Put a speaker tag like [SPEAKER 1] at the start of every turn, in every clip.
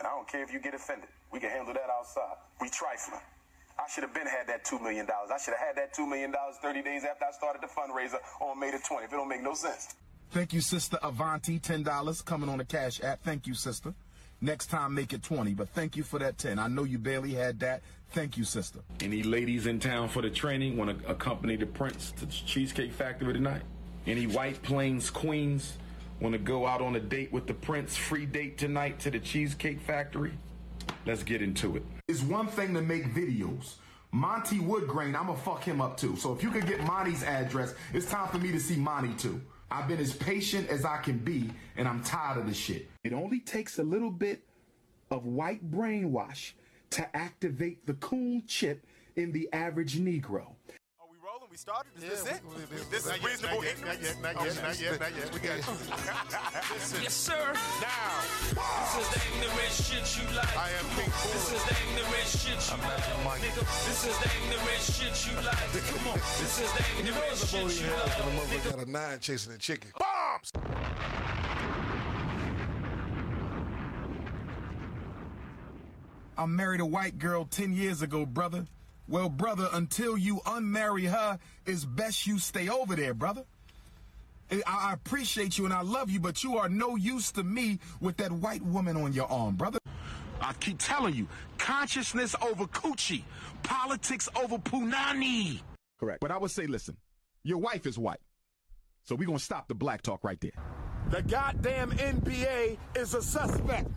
[SPEAKER 1] I don't care if you get offended. We can handle that outside. We trifling. I should have been had that $2 million. I should have had that $2 million 30 days after I started the fundraiser on May the 20th. It don't make no sense.
[SPEAKER 2] Thank you, Sister Avanti. $10 coming on the Cash App. Thank you, Sister. Next time, make it 20. But thank you for that 10. I know you barely had that. Thank you, Sister.
[SPEAKER 3] Any ladies in town for the training want to accompany the prince to Cheesecake Factory tonight? Any White Plains queens want to go out on a date with the prince? Free date tonight to the Cheesecake Factory? Let's get into it.
[SPEAKER 2] It's one thing to make videos. Monty Woodgrain, I'ma fuck him up too. So if you could get Monty's address, it's time for me to see Monty too. I've been as patient as I can be, and I'm tired of this shit.
[SPEAKER 4] It only takes a little bit of white brainwash to activate the coon chip in the average Negro.
[SPEAKER 5] Are we rolling? We started? Is this
[SPEAKER 6] Yeah,
[SPEAKER 5] it?
[SPEAKER 6] we- we- we-
[SPEAKER 5] this
[SPEAKER 6] not
[SPEAKER 5] is
[SPEAKER 6] yet,
[SPEAKER 5] reasonable
[SPEAKER 6] not yet,
[SPEAKER 5] ignorance? Oh,
[SPEAKER 6] Not yet, not yet, not yet, not yet. We got you. Listen,
[SPEAKER 7] Yes, sir.
[SPEAKER 6] now
[SPEAKER 7] This is the ignorant shit you like.
[SPEAKER 6] I am King
[SPEAKER 7] This
[SPEAKER 6] Cooler.
[SPEAKER 7] is the ignorant shit you like. Nigga, this is the ignorant shit you like. Come on. This is the
[SPEAKER 6] You know
[SPEAKER 7] ignorant
[SPEAKER 6] it's a
[SPEAKER 7] shit
[SPEAKER 6] booty
[SPEAKER 7] you
[SPEAKER 6] house
[SPEAKER 7] like.
[SPEAKER 6] when a motherfucker got a nine chasing a chicken. Bombs!
[SPEAKER 2] I married a white girl 10 years ago, brother. Well, brother, until you unmarry her, it's best you stay over there, brother. I- I appreciate you and I love you, but you are no use to me with that white woman on your arm, brother.
[SPEAKER 8] I keep telling you, consciousness over coochie, politics over punani.
[SPEAKER 9] Correct. But I would say, listen, your wife is white. So we're going to stop the black talk right there.
[SPEAKER 6] The goddamn NPA is a suspect.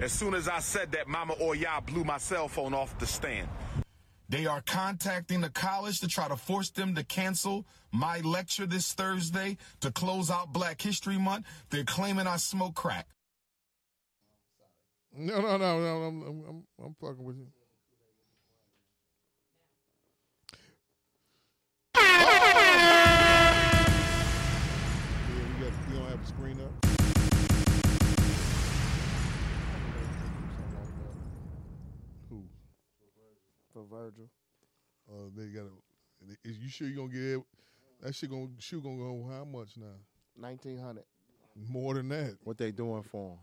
[SPEAKER 8] As soon as I said that, Mama Oya blew my cell phone off the stand.
[SPEAKER 2] They are contacting the college to try to force them to cancel my lecture this Thursday to close out Black History Month. They're claiming I smoke crack.
[SPEAKER 6] No, no, no, no. I'm, I'm, I'm, I'm fucking with you. Yeah, you, got, you don't have a screen up. Who?
[SPEAKER 4] For Virgil.
[SPEAKER 6] Uh, they got a. Is you sure you gonna get it? That shit gonna shoe gonna go how much now?
[SPEAKER 4] 1900.
[SPEAKER 6] More than that.
[SPEAKER 10] What they doing for him?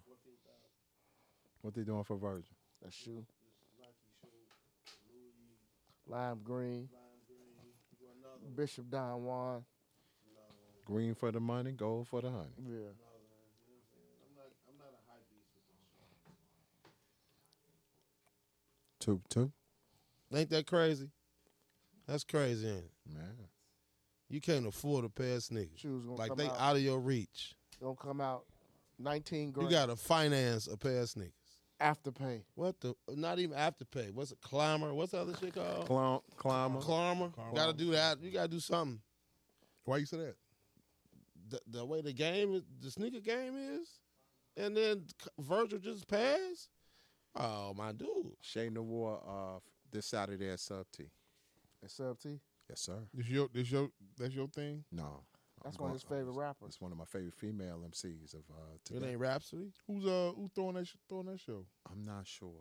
[SPEAKER 10] What they doing for Virgil?
[SPEAKER 4] A shoe. Lime green. Bishop Don Juan.
[SPEAKER 10] Green for the money, gold for the honey.
[SPEAKER 4] Yeah.
[SPEAKER 10] Two, two.
[SPEAKER 6] Ain't that crazy? That's crazy, ain't it?
[SPEAKER 10] Man.
[SPEAKER 6] You can't afford to pay a nigga.
[SPEAKER 4] Shoes gonna
[SPEAKER 6] like
[SPEAKER 4] come
[SPEAKER 6] they
[SPEAKER 4] out.
[SPEAKER 6] out. of your reach.
[SPEAKER 4] Gonna come out 19 grand.
[SPEAKER 6] You gotta finance a pair of sneakers.
[SPEAKER 4] after pay.
[SPEAKER 6] What the? Not even afterpay. What's a climber? What's the other shit called?
[SPEAKER 10] Clom- climber.
[SPEAKER 6] Climber. Gotta do that. You gotta do something. Why you say that? The, the way the game is, the sneaker game is, and then C- Virgil just passed. Oh my dude!
[SPEAKER 10] Shay Noir uh, this Saturday at Sub T.
[SPEAKER 4] It's sub T.
[SPEAKER 10] Yes, sir.
[SPEAKER 6] This your, this your, that's your thing.
[SPEAKER 10] No.
[SPEAKER 4] That's
[SPEAKER 10] I'm
[SPEAKER 4] one of his
[SPEAKER 10] going-
[SPEAKER 4] favorite rappers.
[SPEAKER 10] It's one of my favorite female MCs of uh,
[SPEAKER 6] It
[SPEAKER 10] today.
[SPEAKER 6] ain't Rhapsody. Who's uh who throwing that sh- throwing that show?
[SPEAKER 10] I'm not sure.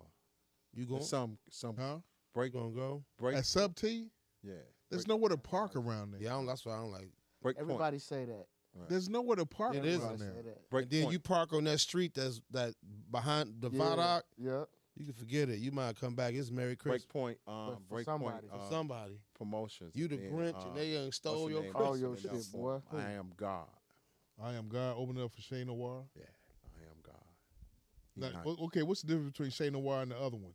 [SPEAKER 6] You
[SPEAKER 10] There's Some some
[SPEAKER 6] Huh?
[SPEAKER 10] break
[SPEAKER 6] Gonna go
[SPEAKER 10] break.
[SPEAKER 6] at Sub T?
[SPEAKER 10] yeah.
[SPEAKER 6] There's nowhere to park around there. Yeah, I don't, that's why I don't like.
[SPEAKER 10] Break
[SPEAKER 4] Everybody say that.
[SPEAKER 6] There's nowhere to park
[SPEAKER 4] Everybody say that.
[SPEAKER 10] point. Break
[SPEAKER 6] then
[SPEAKER 10] point.
[SPEAKER 6] you park on that street that's that behind the Viaduct.
[SPEAKER 4] Yeah.
[SPEAKER 6] You can forget it. You might come back. It's Merry
[SPEAKER 10] break
[SPEAKER 6] Christmas.
[SPEAKER 10] point. Um,
[SPEAKER 4] for
[SPEAKER 10] break
[SPEAKER 4] somebody,
[SPEAKER 10] point.
[SPEAKER 4] for
[SPEAKER 10] Uh,
[SPEAKER 6] Somebody.
[SPEAKER 10] promotions.
[SPEAKER 6] You the
[SPEAKER 10] then, uh,
[SPEAKER 6] Grinch, and they done stole
[SPEAKER 10] what's her
[SPEAKER 6] your
[SPEAKER 10] name?
[SPEAKER 6] Christmas.
[SPEAKER 4] All your
[SPEAKER 10] What's her name?
[SPEAKER 4] shit, boy.
[SPEAKER 10] I am God.
[SPEAKER 6] I am God. Open up for Shane Noir.
[SPEAKER 10] Yeah, I am God.
[SPEAKER 6] Now, o- okay, what's the difference between Shane Noir and the other one?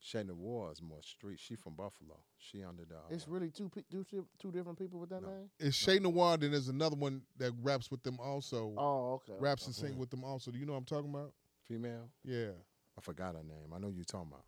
[SPEAKER 10] Shayna War is more street. She from Buffalo. She under the. uh,
[SPEAKER 4] It's really two pe- two di- two different people with that name.
[SPEAKER 6] It's Shane Noir, then there's another one that raps with them also.
[SPEAKER 4] Oh, okay.
[SPEAKER 6] raps and sing with them also. Do you know what I'm talking about?
[SPEAKER 10] female.
[SPEAKER 6] Yeah.
[SPEAKER 10] I forgot her name. I know you talking about.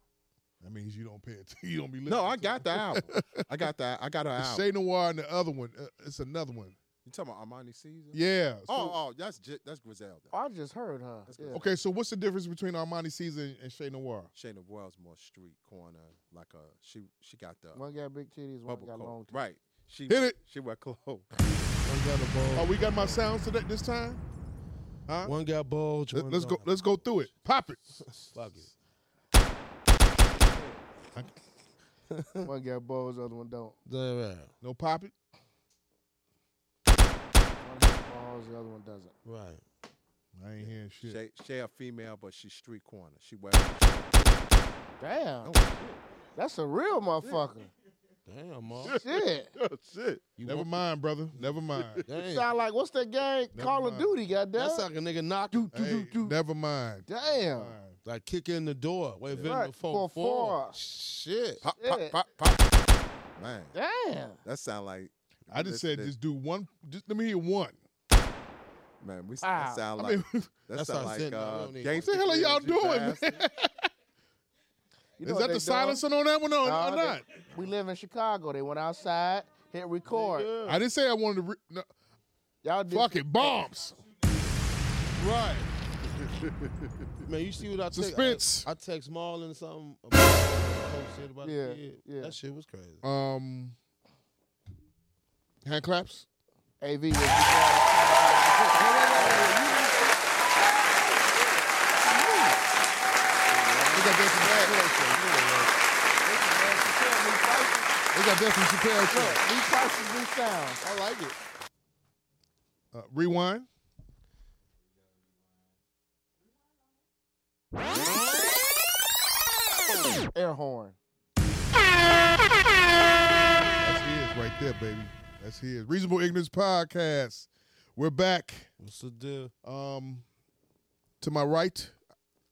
[SPEAKER 6] That means you don't pay attention. You don't be listening.
[SPEAKER 10] No, I
[SPEAKER 6] to
[SPEAKER 10] got the album. I got that. I got her
[SPEAKER 6] it. It's
[SPEAKER 10] album.
[SPEAKER 6] Shane Noir and the other one. Uh, it's another one.
[SPEAKER 10] you talking about Armani Caesar?
[SPEAKER 6] Yeah. so-
[SPEAKER 10] Oh, oh, that's J- that's Griselda.
[SPEAKER 4] I just heard her. Yeah.
[SPEAKER 6] Okay, so what's the difference between Armani Caesar and- and Shane Noir?
[SPEAKER 10] Shayna Ward's more street corner, like a she she got the
[SPEAKER 4] One got big titties, one
[SPEAKER 10] bubble
[SPEAKER 4] got long
[SPEAKER 10] coat.
[SPEAKER 4] titties.
[SPEAKER 10] Right. She
[SPEAKER 6] Hit it.
[SPEAKER 10] She wear clothes.
[SPEAKER 6] Oh, we got my sounds today this time. Huh?
[SPEAKER 5] One got bulge.
[SPEAKER 6] Let, us go. Let's go through it. Pop it.
[SPEAKER 5] Fuck it.
[SPEAKER 4] One got balls, the other one don't.
[SPEAKER 6] No pop it.
[SPEAKER 4] calls, the other one doesn't.
[SPEAKER 5] Right.
[SPEAKER 10] I ain't hearing shit. Shay, Shay a female, but she's street corner. She wears.
[SPEAKER 4] Damn. That's a real motherfucker.
[SPEAKER 5] Damn,
[SPEAKER 4] Shit.
[SPEAKER 5] shit.
[SPEAKER 6] Never mind, brother. Never mind.
[SPEAKER 5] Damn.
[SPEAKER 4] Sound like what's that game?
[SPEAKER 6] Never
[SPEAKER 4] Call of
[SPEAKER 6] mind.
[SPEAKER 4] Duty, goddamn.
[SPEAKER 5] That's like a nigga knocking.
[SPEAKER 6] Hey, never mind.
[SPEAKER 4] Damn.
[SPEAKER 5] Like kicking the door. Wait,
[SPEAKER 4] Yeah.
[SPEAKER 5] yeah.
[SPEAKER 4] Right,
[SPEAKER 5] phone
[SPEAKER 4] for four.
[SPEAKER 5] forward. Shit.
[SPEAKER 10] Pop,
[SPEAKER 4] Shit.
[SPEAKER 10] pop, pop, pop. Man,
[SPEAKER 4] Damn.
[SPEAKER 10] that sound like.
[SPEAKER 6] I just said
[SPEAKER 10] that-
[SPEAKER 6] just do one. Just let me hear one.
[SPEAKER 10] Man, we
[SPEAKER 4] Wow.
[SPEAKER 10] that sound
[SPEAKER 6] I
[SPEAKER 10] like.
[SPEAKER 6] mean,
[SPEAKER 10] that
[SPEAKER 5] that's
[SPEAKER 10] sound
[SPEAKER 5] what I
[SPEAKER 10] like.
[SPEAKER 5] said, no, I
[SPEAKER 10] Uh,
[SPEAKER 5] don't need-
[SPEAKER 10] gangsta
[SPEAKER 6] What the hell are
[SPEAKER 10] shit
[SPEAKER 6] y'all
[SPEAKER 10] that you
[SPEAKER 6] doing,
[SPEAKER 10] passed.
[SPEAKER 6] man?
[SPEAKER 4] You know
[SPEAKER 6] Is
[SPEAKER 4] what
[SPEAKER 6] that
[SPEAKER 4] they
[SPEAKER 6] the
[SPEAKER 4] doing?
[SPEAKER 6] silencer on that one or,
[SPEAKER 4] Nah,
[SPEAKER 6] or
[SPEAKER 4] they-
[SPEAKER 6] not?
[SPEAKER 4] We live in Chicago. They went outside, hit record.
[SPEAKER 6] I didn't say I wanted to. Re- no,
[SPEAKER 4] Y'all did
[SPEAKER 6] fucking bombs. Right.
[SPEAKER 5] Man, you see what I text?
[SPEAKER 6] Suspense.
[SPEAKER 5] I, I text Marlon something. About oh, shit about
[SPEAKER 4] Yeah,
[SPEAKER 5] the kid.
[SPEAKER 4] yeah.
[SPEAKER 5] That shit was crazy.
[SPEAKER 6] Um. Hand claps.
[SPEAKER 4] AV. was just-
[SPEAKER 6] They got Destiny Chappelle. They got Destiny Chappelle.
[SPEAKER 4] Look,
[SPEAKER 6] shit.
[SPEAKER 4] new prices, new sounds.
[SPEAKER 5] I like it.
[SPEAKER 6] Uh, rewind.
[SPEAKER 4] Air horn.
[SPEAKER 6] That's his right there, baby. That's his. Reasonable Ignorance Podcast. We're back.
[SPEAKER 5] What's the deal?
[SPEAKER 6] Um, to my right,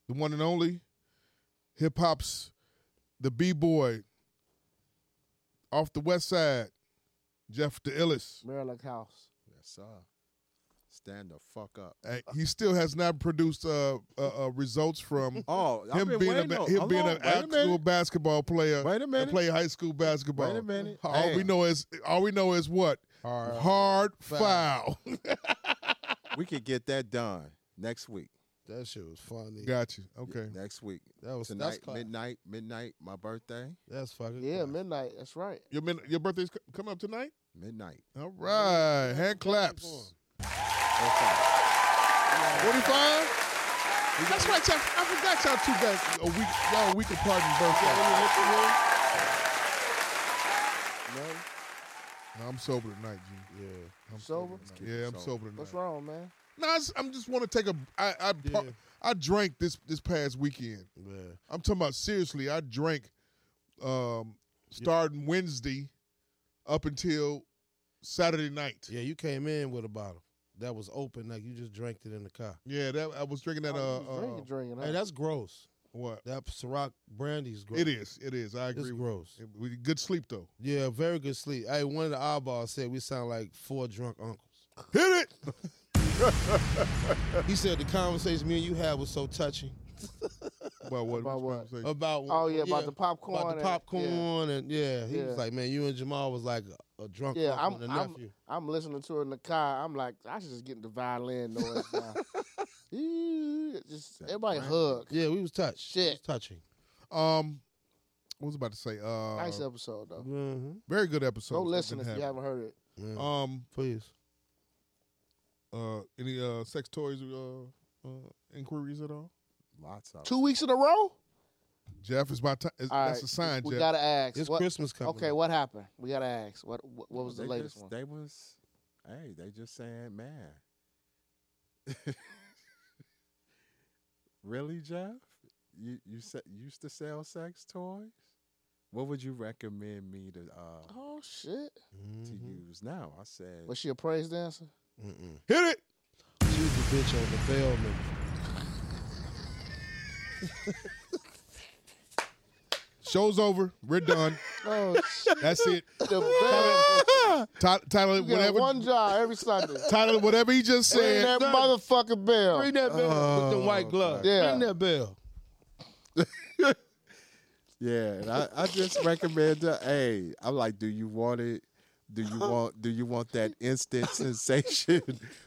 [SPEAKER 6] the one and only hip hop's the B boy off the west side, Jeff the Illis.
[SPEAKER 4] Maryland House.
[SPEAKER 10] Yes, sir. Stand the fuck up.
[SPEAKER 6] Uh, he still has not produced uh, uh, uh, results from
[SPEAKER 10] Oh, I've
[SPEAKER 6] him
[SPEAKER 10] been
[SPEAKER 6] being
[SPEAKER 10] waiting
[SPEAKER 6] a,
[SPEAKER 10] on-
[SPEAKER 6] him
[SPEAKER 10] hold
[SPEAKER 6] being
[SPEAKER 10] on,
[SPEAKER 6] an
[SPEAKER 10] wait a
[SPEAKER 6] actual
[SPEAKER 10] minute.
[SPEAKER 6] basketball player.
[SPEAKER 10] Wait a
[SPEAKER 6] and
[SPEAKER 10] minute.
[SPEAKER 6] Play high school basketball.
[SPEAKER 10] Wait a minute.
[SPEAKER 6] All we
[SPEAKER 10] Damn.
[SPEAKER 6] know is all we know is what
[SPEAKER 5] Hard
[SPEAKER 6] foul.
[SPEAKER 10] We could get that done next week.
[SPEAKER 5] That shit was funny.
[SPEAKER 6] Got you. Okay.
[SPEAKER 10] Next week.
[SPEAKER 5] That was that's
[SPEAKER 10] Tonight,
[SPEAKER 5] class.
[SPEAKER 10] midnight, midnight, my birthday,
[SPEAKER 5] That's fucking
[SPEAKER 4] Yeah,
[SPEAKER 5] class.
[SPEAKER 4] midnight. That's right.
[SPEAKER 6] Your min- your birthday's c- coming up tonight.
[SPEAKER 10] midnight.
[SPEAKER 6] All right. Hand claps. Forty five. That's right, y'all. I forgot y'all two guys a week y'all a week apart in birthday. No, I'm sober tonight, G.
[SPEAKER 5] Yeah.
[SPEAKER 6] I'm
[SPEAKER 4] Sober?
[SPEAKER 6] Yeah, I'm sober tonight.
[SPEAKER 4] What's wrong, man?
[SPEAKER 6] No, I just, am just want to take a. I I,
[SPEAKER 5] Yeah.
[SPEAKER 6] pa- I drank this this past weekend.
[SPEAKER 5] Yeah.
[SPEAKER 6] I'm talking about seriously. I drank, um, starting Wednesday, up until Saturday night.
[SPEAKER 5] Yeah, you came in with a bottle that was open, like you just drank it in the car.
[SPEAKER 6] Yeah, that I was drinking that. Uh,
[SPEAKER 4] Oh, you
[SPEAKER 6] uh,
[SPEAKER 4] drinking, drinking. huh?
[SPEAKER 5] Hey, that's gross.
[SPEAKER 6] what?
[SPEAKER 5] That Ciroc brandy's gross.
[SPEAKER 6] It is. It is. I agree.
[SPEAKER 5] It's
[SPEAKER 6] with
[SPEAKER 5] gross.
[SPEAKER 6] you. It- we- Good sleep though.
[SPEAKER 5] Yeah, very good sleep. Hey, one of the eyeballs said we sound like four drunk uncles.
[SPEAKER 6] Hit it.
[SPEAKER 5] He said the conversation me and you had was so touching
[SPEAKER 6] About what?
[SPEAKER 4] About what?
[SPEAKER 6] conversation?
[SPEAKER 5] about
[SPEAKER 4] Oh yeah, about the popcorn.
[SPEAKER 5] about the
[SPEAKER 4] and-
[SPEAKER 5] popcorn and yeah, he
[SPEAKER 4] Yeah.
[SPEAKER 5] was like, man, you and Jamal was like a, a drunk
[SPEAKER 4] Yeah, I'm,
[SPEAKER 5] uncle and a
[SPEAKER 4] I'm,
[SPEAKER 5] nephew.
[SPEAKER 4] I'm listening to it in the car. I'm like, I should just get the violin noise now. Eee, just everybody hug.
[SPEAKER 5] yeah, we was touched.
[SPEAKER 4] Shit.
[SPEAKER 5] It was touching.
[SPEAKER 6] Um, what was I about to say? Uh,
[SPEAKER 4] Nice episode though.
[SPEAKER 5] Mm-hmm.
[SPEAKER 6] very good episode.
[SPEAKER 4] Go
[SPEAKER 6] I've been
[SPEAKER 4] listen if
[SPEAKER 6] having.
[SPEAKER 4] you haven't heard it.
[SPEAKER 6] Um,
[SPEAKER 5] Please.
[SPEAKER 6] uh, any uh sex toys uh, uh inquiries at all?
[SPEAKER 10] Lots of.
[SPEAKER 4] Two weeks in a row.
[SPEAKER 6] Jeff, it's my time. That's
[SPEAKER 4] All right,
[SPEAKER 6] a sign,
[SPEAKER 4] We
[SPEAKER 6] Jeff.
[SPEAKER 4] gotta ask.
[SPEAKER 5] It's
[SPEAKER 4] what,
[SPEAKER 5] Christmas coming. Oh,
[SPEAKER 4] okay, what happened? We gotta ask. What What, what was the
[SPEAKER 10] they
[SPEAKER 4] latest
[SPEAKER 10] just,
[SPEAKER 4] one?
[SPEAKER 10] They was, hey, they just saying, man. really, Jeff? You you se- used to sell sex toys? What would you recommend me to uh,
[SPEAKER 4] Oh shit!
[SPEAKER 10] to
[SPEAKER 4] Mm-hmm.
[SPEAKER 10] use now? I said,
[SPEAKER 4] Was she a praise dancer?
[SPEAKER 5] Mm-mm.
[SPEAKER 6] Hit it.
[SPEAKER 5] She was the bitch on the bell man.
[SPEAKER 6] Show's over. We're done.
[SPEAKER 4] Oh shit!
[SPEAKER 6] That's it.
[SPEAKER 4] The bell.
[SPEAKER 6] Ti- Title it
[SPEAKER 4] You got
[SPEAKER 6] whatever.
[SPEAKER 4] one job every Sunday.
[SPEAKER 6] Title it whatever he just
[SPEAKER 4] Ring
[SPEAKER 6] said.
[SPEAKER 4] that motherfucking bell.
[SPEAKER 5] Ring that bell with the white gloves.
[SPEAKER 4] Yeah.
[SPEAKER 5] Ring that bell.
[SPEAKER 10] yeah, and I, I just recommend, uh, hey, I'm like, do you want it? Do you want do you want that instant sensation,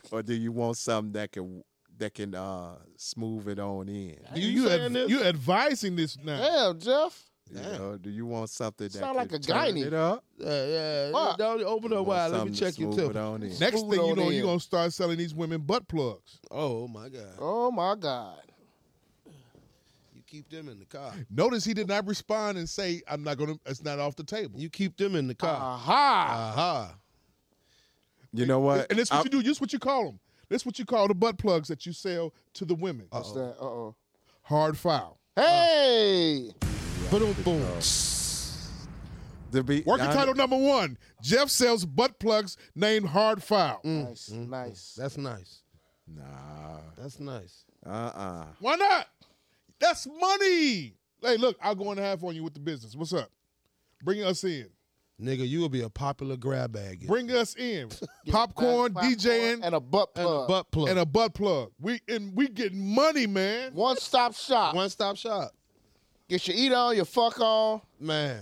[SPEAKER 10] or do you want something that can that can uh smooth it on in?
[SPEAKER 6] You you,
[SPEAKER 5] saying
[SPEAKER 6] ad-
[SPEAKER 5] this?
[SPEAKER 6] you advising this now.
[SPEAKER 4] Damn, Jeff.
[SPEAKER 10] You know, do you want something that
[SPEAKER 4] Sound
[SPEAKER 10] can
[SPEAKER 4] like a
[SPEAKER 10] turn
[SPEAKER 4] gynae.
[SPEAKER 10] it up?
[SPEAKER 5] Yeah, yeah.
[SPEAKER 4] Fuck.
[SPEAKER 5] Don't open
[SPEAKER 10] You
[SPEAKER 5] up wide. Let
[SPEAKER 10] want
[SPEAKER 5] me
[SPEAKER 10] something to
[SPEAKER 5] check your
[SPEAKER 10] smooth
[SPEAKER 5] tip.
[SPEAKER 10] it on in.
[SPEAKER 6] Next
[SPEAKER 4] Smooth
[SPEAKER 6] thing you
[SPEAKER 4] on
[SPEAKER 6] know,
[SPEAKER 4] in.
[SPEAKER 6] you're gonna start selling these women butt plugs.
[SPEAKER 5] Oh my God.
[SPEAKER 4] Oh my God.
[SPEAKER 5] You keep them in the car.
[SPEAKER 6] Notice he did not respond and say, "I'm not gonna. It's not off the table."
[SPEAKER 5] You keep them in the car.
[SPEAKER 4] Aha!
[SPEAKER 5] Aha.
[SPEAKER 10] You know what?
[SPEAKER 6] And this what
[SPEAKER 10] I-
[SPEAKER 6] you do. This what you call them. This what you call the butt plugs that you sell to the women.
[SPEAKER 4] What's that? Uh oh.
[SPEAKER 6] Hard foul.
[SPEAKER 4] Hey!
[SPEAKER 6] Boom, boom.
[SPEAKER 10] The be-
[SPEAKER 6] Working
[SPEAKER 10] I-
[SPEAKER 6] title number one. Jeff sells butt plugs named Hard Foul.
[SPEAKER 5] Mm.
[SPEAKER 4] Nice, nice.
[SPEAKER 5] Mm-hmm. That's nice.
[SPEAKER 10] Nah.
[SPEAKER 5] That's nice.
[SPEAKER 10] Uh-uh.
[SPEAKER 6] Why not? That's money. Hey, look, I'll go in half on you with the business. What's up? Bring us in.
[SPEAKER 5] Nigga, you will be a popular grab bag.
[SPEAKER 6] Bring us in. Popcorn,
[SPEAKER 4] popcorn
[SPEAKER 6] DJing,
[SPEAKER 4] and a butt plug.
[SPEAKER 5] Butt plug.
[SPEAKER 6] and a butt plug. We and we getting money, man.
[SPEAKER 4] One stop shop.
[SPEAKER 5] One stop shop.
[SPEAKER 4] Get your eat on, your fuck on.
[SPEAKER 5] Man.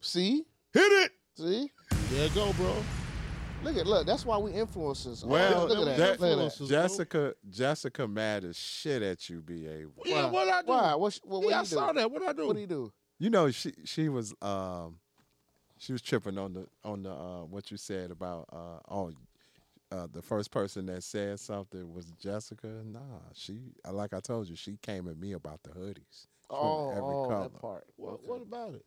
[SPEAKER 4] See?
[SPEAKER 6] Hit it.
[SPEAKER 4] See?
[SPEAKER 5] There you go, bro.
[SPEAKER 4] Look at look. That's why we influencers.
[SPEAKER 10] Well,
[SPEAKER 4] look, look at
[SPEAKER 10] that-
[SPEAKER 4] that. Look at that.
[SPEAKER 10] Jessica, Jessica mad as shit at you, BA.
[SPEAKER 5] Yeah, what I do?
[SPEAKER 4] Oh, Why? What? What? what
[SPEAKER 5] yeah,
[SPEAKER 4] you
[SPEAKER 5] I
[SPEAKER 4] do?
[SPEAKER 5] saw that. What I do?
[SPEAKER 4] What do you do?
[SPEAKER 10] You know, she she was um she was tripping on the on the uh what you said about uh oh uh, the first person that said something was Jessica. Nah, she uh, like I told you, she came at me about the hoodies. She
[SPEAKER 4] Oh,
[SPEAKER 10] wanted
[SPEAKER 4] oh, that part.
[SPEAKER 5] What,
[SPEAKER 4] Okay.
[SPEAKER 5] what about it?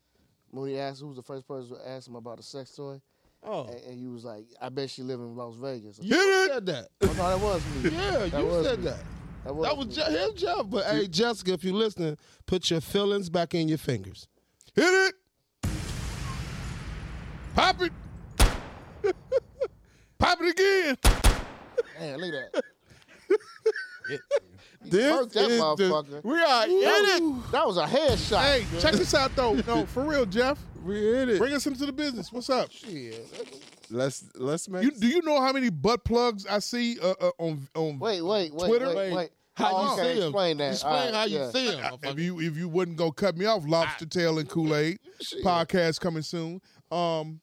[SPEAKER 4] Mooney asked who was the first person to ask him about a sex toy,
[SPEAKER 5] Oh,
[SPEAKER 4] and, and you was like, "I bet she live in Las Vegas."
[SPEAKER 5] you said that.
[SPEAKER 4] Oh, no, that was me.
[SPEAKER 5] Yeah,
[SPEAKER 4] That
[SPEAKER 5] you
[SPEAKER 4] was
[SPEAKER 5] said
[SPEAKER 4] me.
[SPEAKER 5] that.
[SPEAKER 4] That was,
[SPEAKER 5] That was
[SPEAKER 4] me.
[SPEAKER 5] Je- his job. But hey, Jessica, if you're listening, put your feelings back in your fingers.
[SPEAKER 6] Hit it. Pop it. Pop it again.
[SPEAKER 4] Man, look at that.
[SPEAKER 10] This
[SPEAKER 4] Burnt that
[SPEAKER 10] is the,
[SPEAKER 4] motherfucker.
[SPEAKER 10] we are in it.
[SPEAKER 4] That was a headshot.
[SPEAKER 6] Hey, check this out though. No, for real, Jeff.
[SPEAKER 10] We in it.
[SPEAKER 6] Bring us into the business. What's up?
[SPEAKER 10] Let's let's make
[SPEAKER 6] You do you know how many butt plugs I see uh, uh, on on
[SPEAKER 4] Wait, wait, wait,
[SPEAKER 6] Twitter?
[SPEAKER 4] wait, wait.
[SPEAKER 5] How
[SPEAKER 4] Oh,
[SPEAKER 5] you
[SPEAKER 4] okay,
[SPEAKER 5] see him?
[SPEAKER 4] Explain that.
[SPEAKER 5] Explain
[SPEAKER 4] All right,
[SPEAKER 5] how
[SPEAKER 4] yeah.
[SPEAKER 5] you see him.
[SPEAKER 6] if you if you wouldn't go cut me off, lobster tail and Kool Aid podcast coming soon. Um,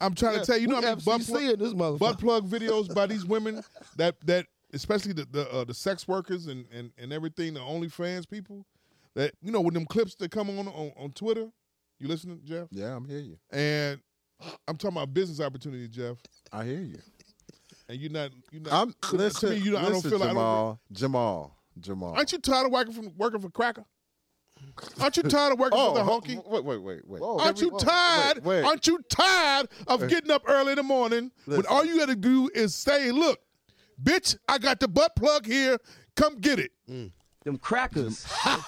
[SPEAKER 6] I'm trying to tell you, you know,
[SPEAKER 5] we
[SPEAKER 6] how many butt,
[SPEAKER 5] FCC in this motherfucker.
[SPEAKER 6] butt plug videos by these women that that especially the the, uh, the sex workers and, and and everything, the OnlyFans people that you know with them clips that come on on, on Twitter. You listening, Jeff?
[SPEAKER 10] Yeah, I'm hear you.
[SPEAKER 6] And I'm talking about business opportunity, Jeff.
[SPEAKER 10] I hear you.
[SPEAKER 6] And you're not you're not.
[SPEAKER 10] I'm
[SPEAKER 6] to
[SPEAKER 10] listen,
[SPEAKER 6] me, you don't- I
[SPEAKER 10] listen
[SPEAKER 6] don't feel like- I don't
[SPEAKER 10] Jamal, Jamal, Jamal.
[SPEAKER 6] aren't you tired of working from working for Cracker? Aren't you tired of working
[SPEAKER 10] oh,
[SPEAKER 6] for the
[SPEAKER 10] ho-
[SPEAKER 6] honky?
[SPEAKER 10] Wait, wait, wait, wait.
[SPEAKER 4] Whoa.
[SPEAKER 6] Aren't you
[SPEAKER 4] Wait,
[SPEAKER 6] tired?
[SPEAKER 10] wait.
[SPEAKER 6] Aren't you tired of getting up early in the morning when
[SPEAKER 10] Listen.
[SPEAKER 6] all you got to do is say, "Look, bitch, I got the butt plug here. Come get it."
[SPEAKER 10] Mm.
[SPEAKER 11] Them crackers.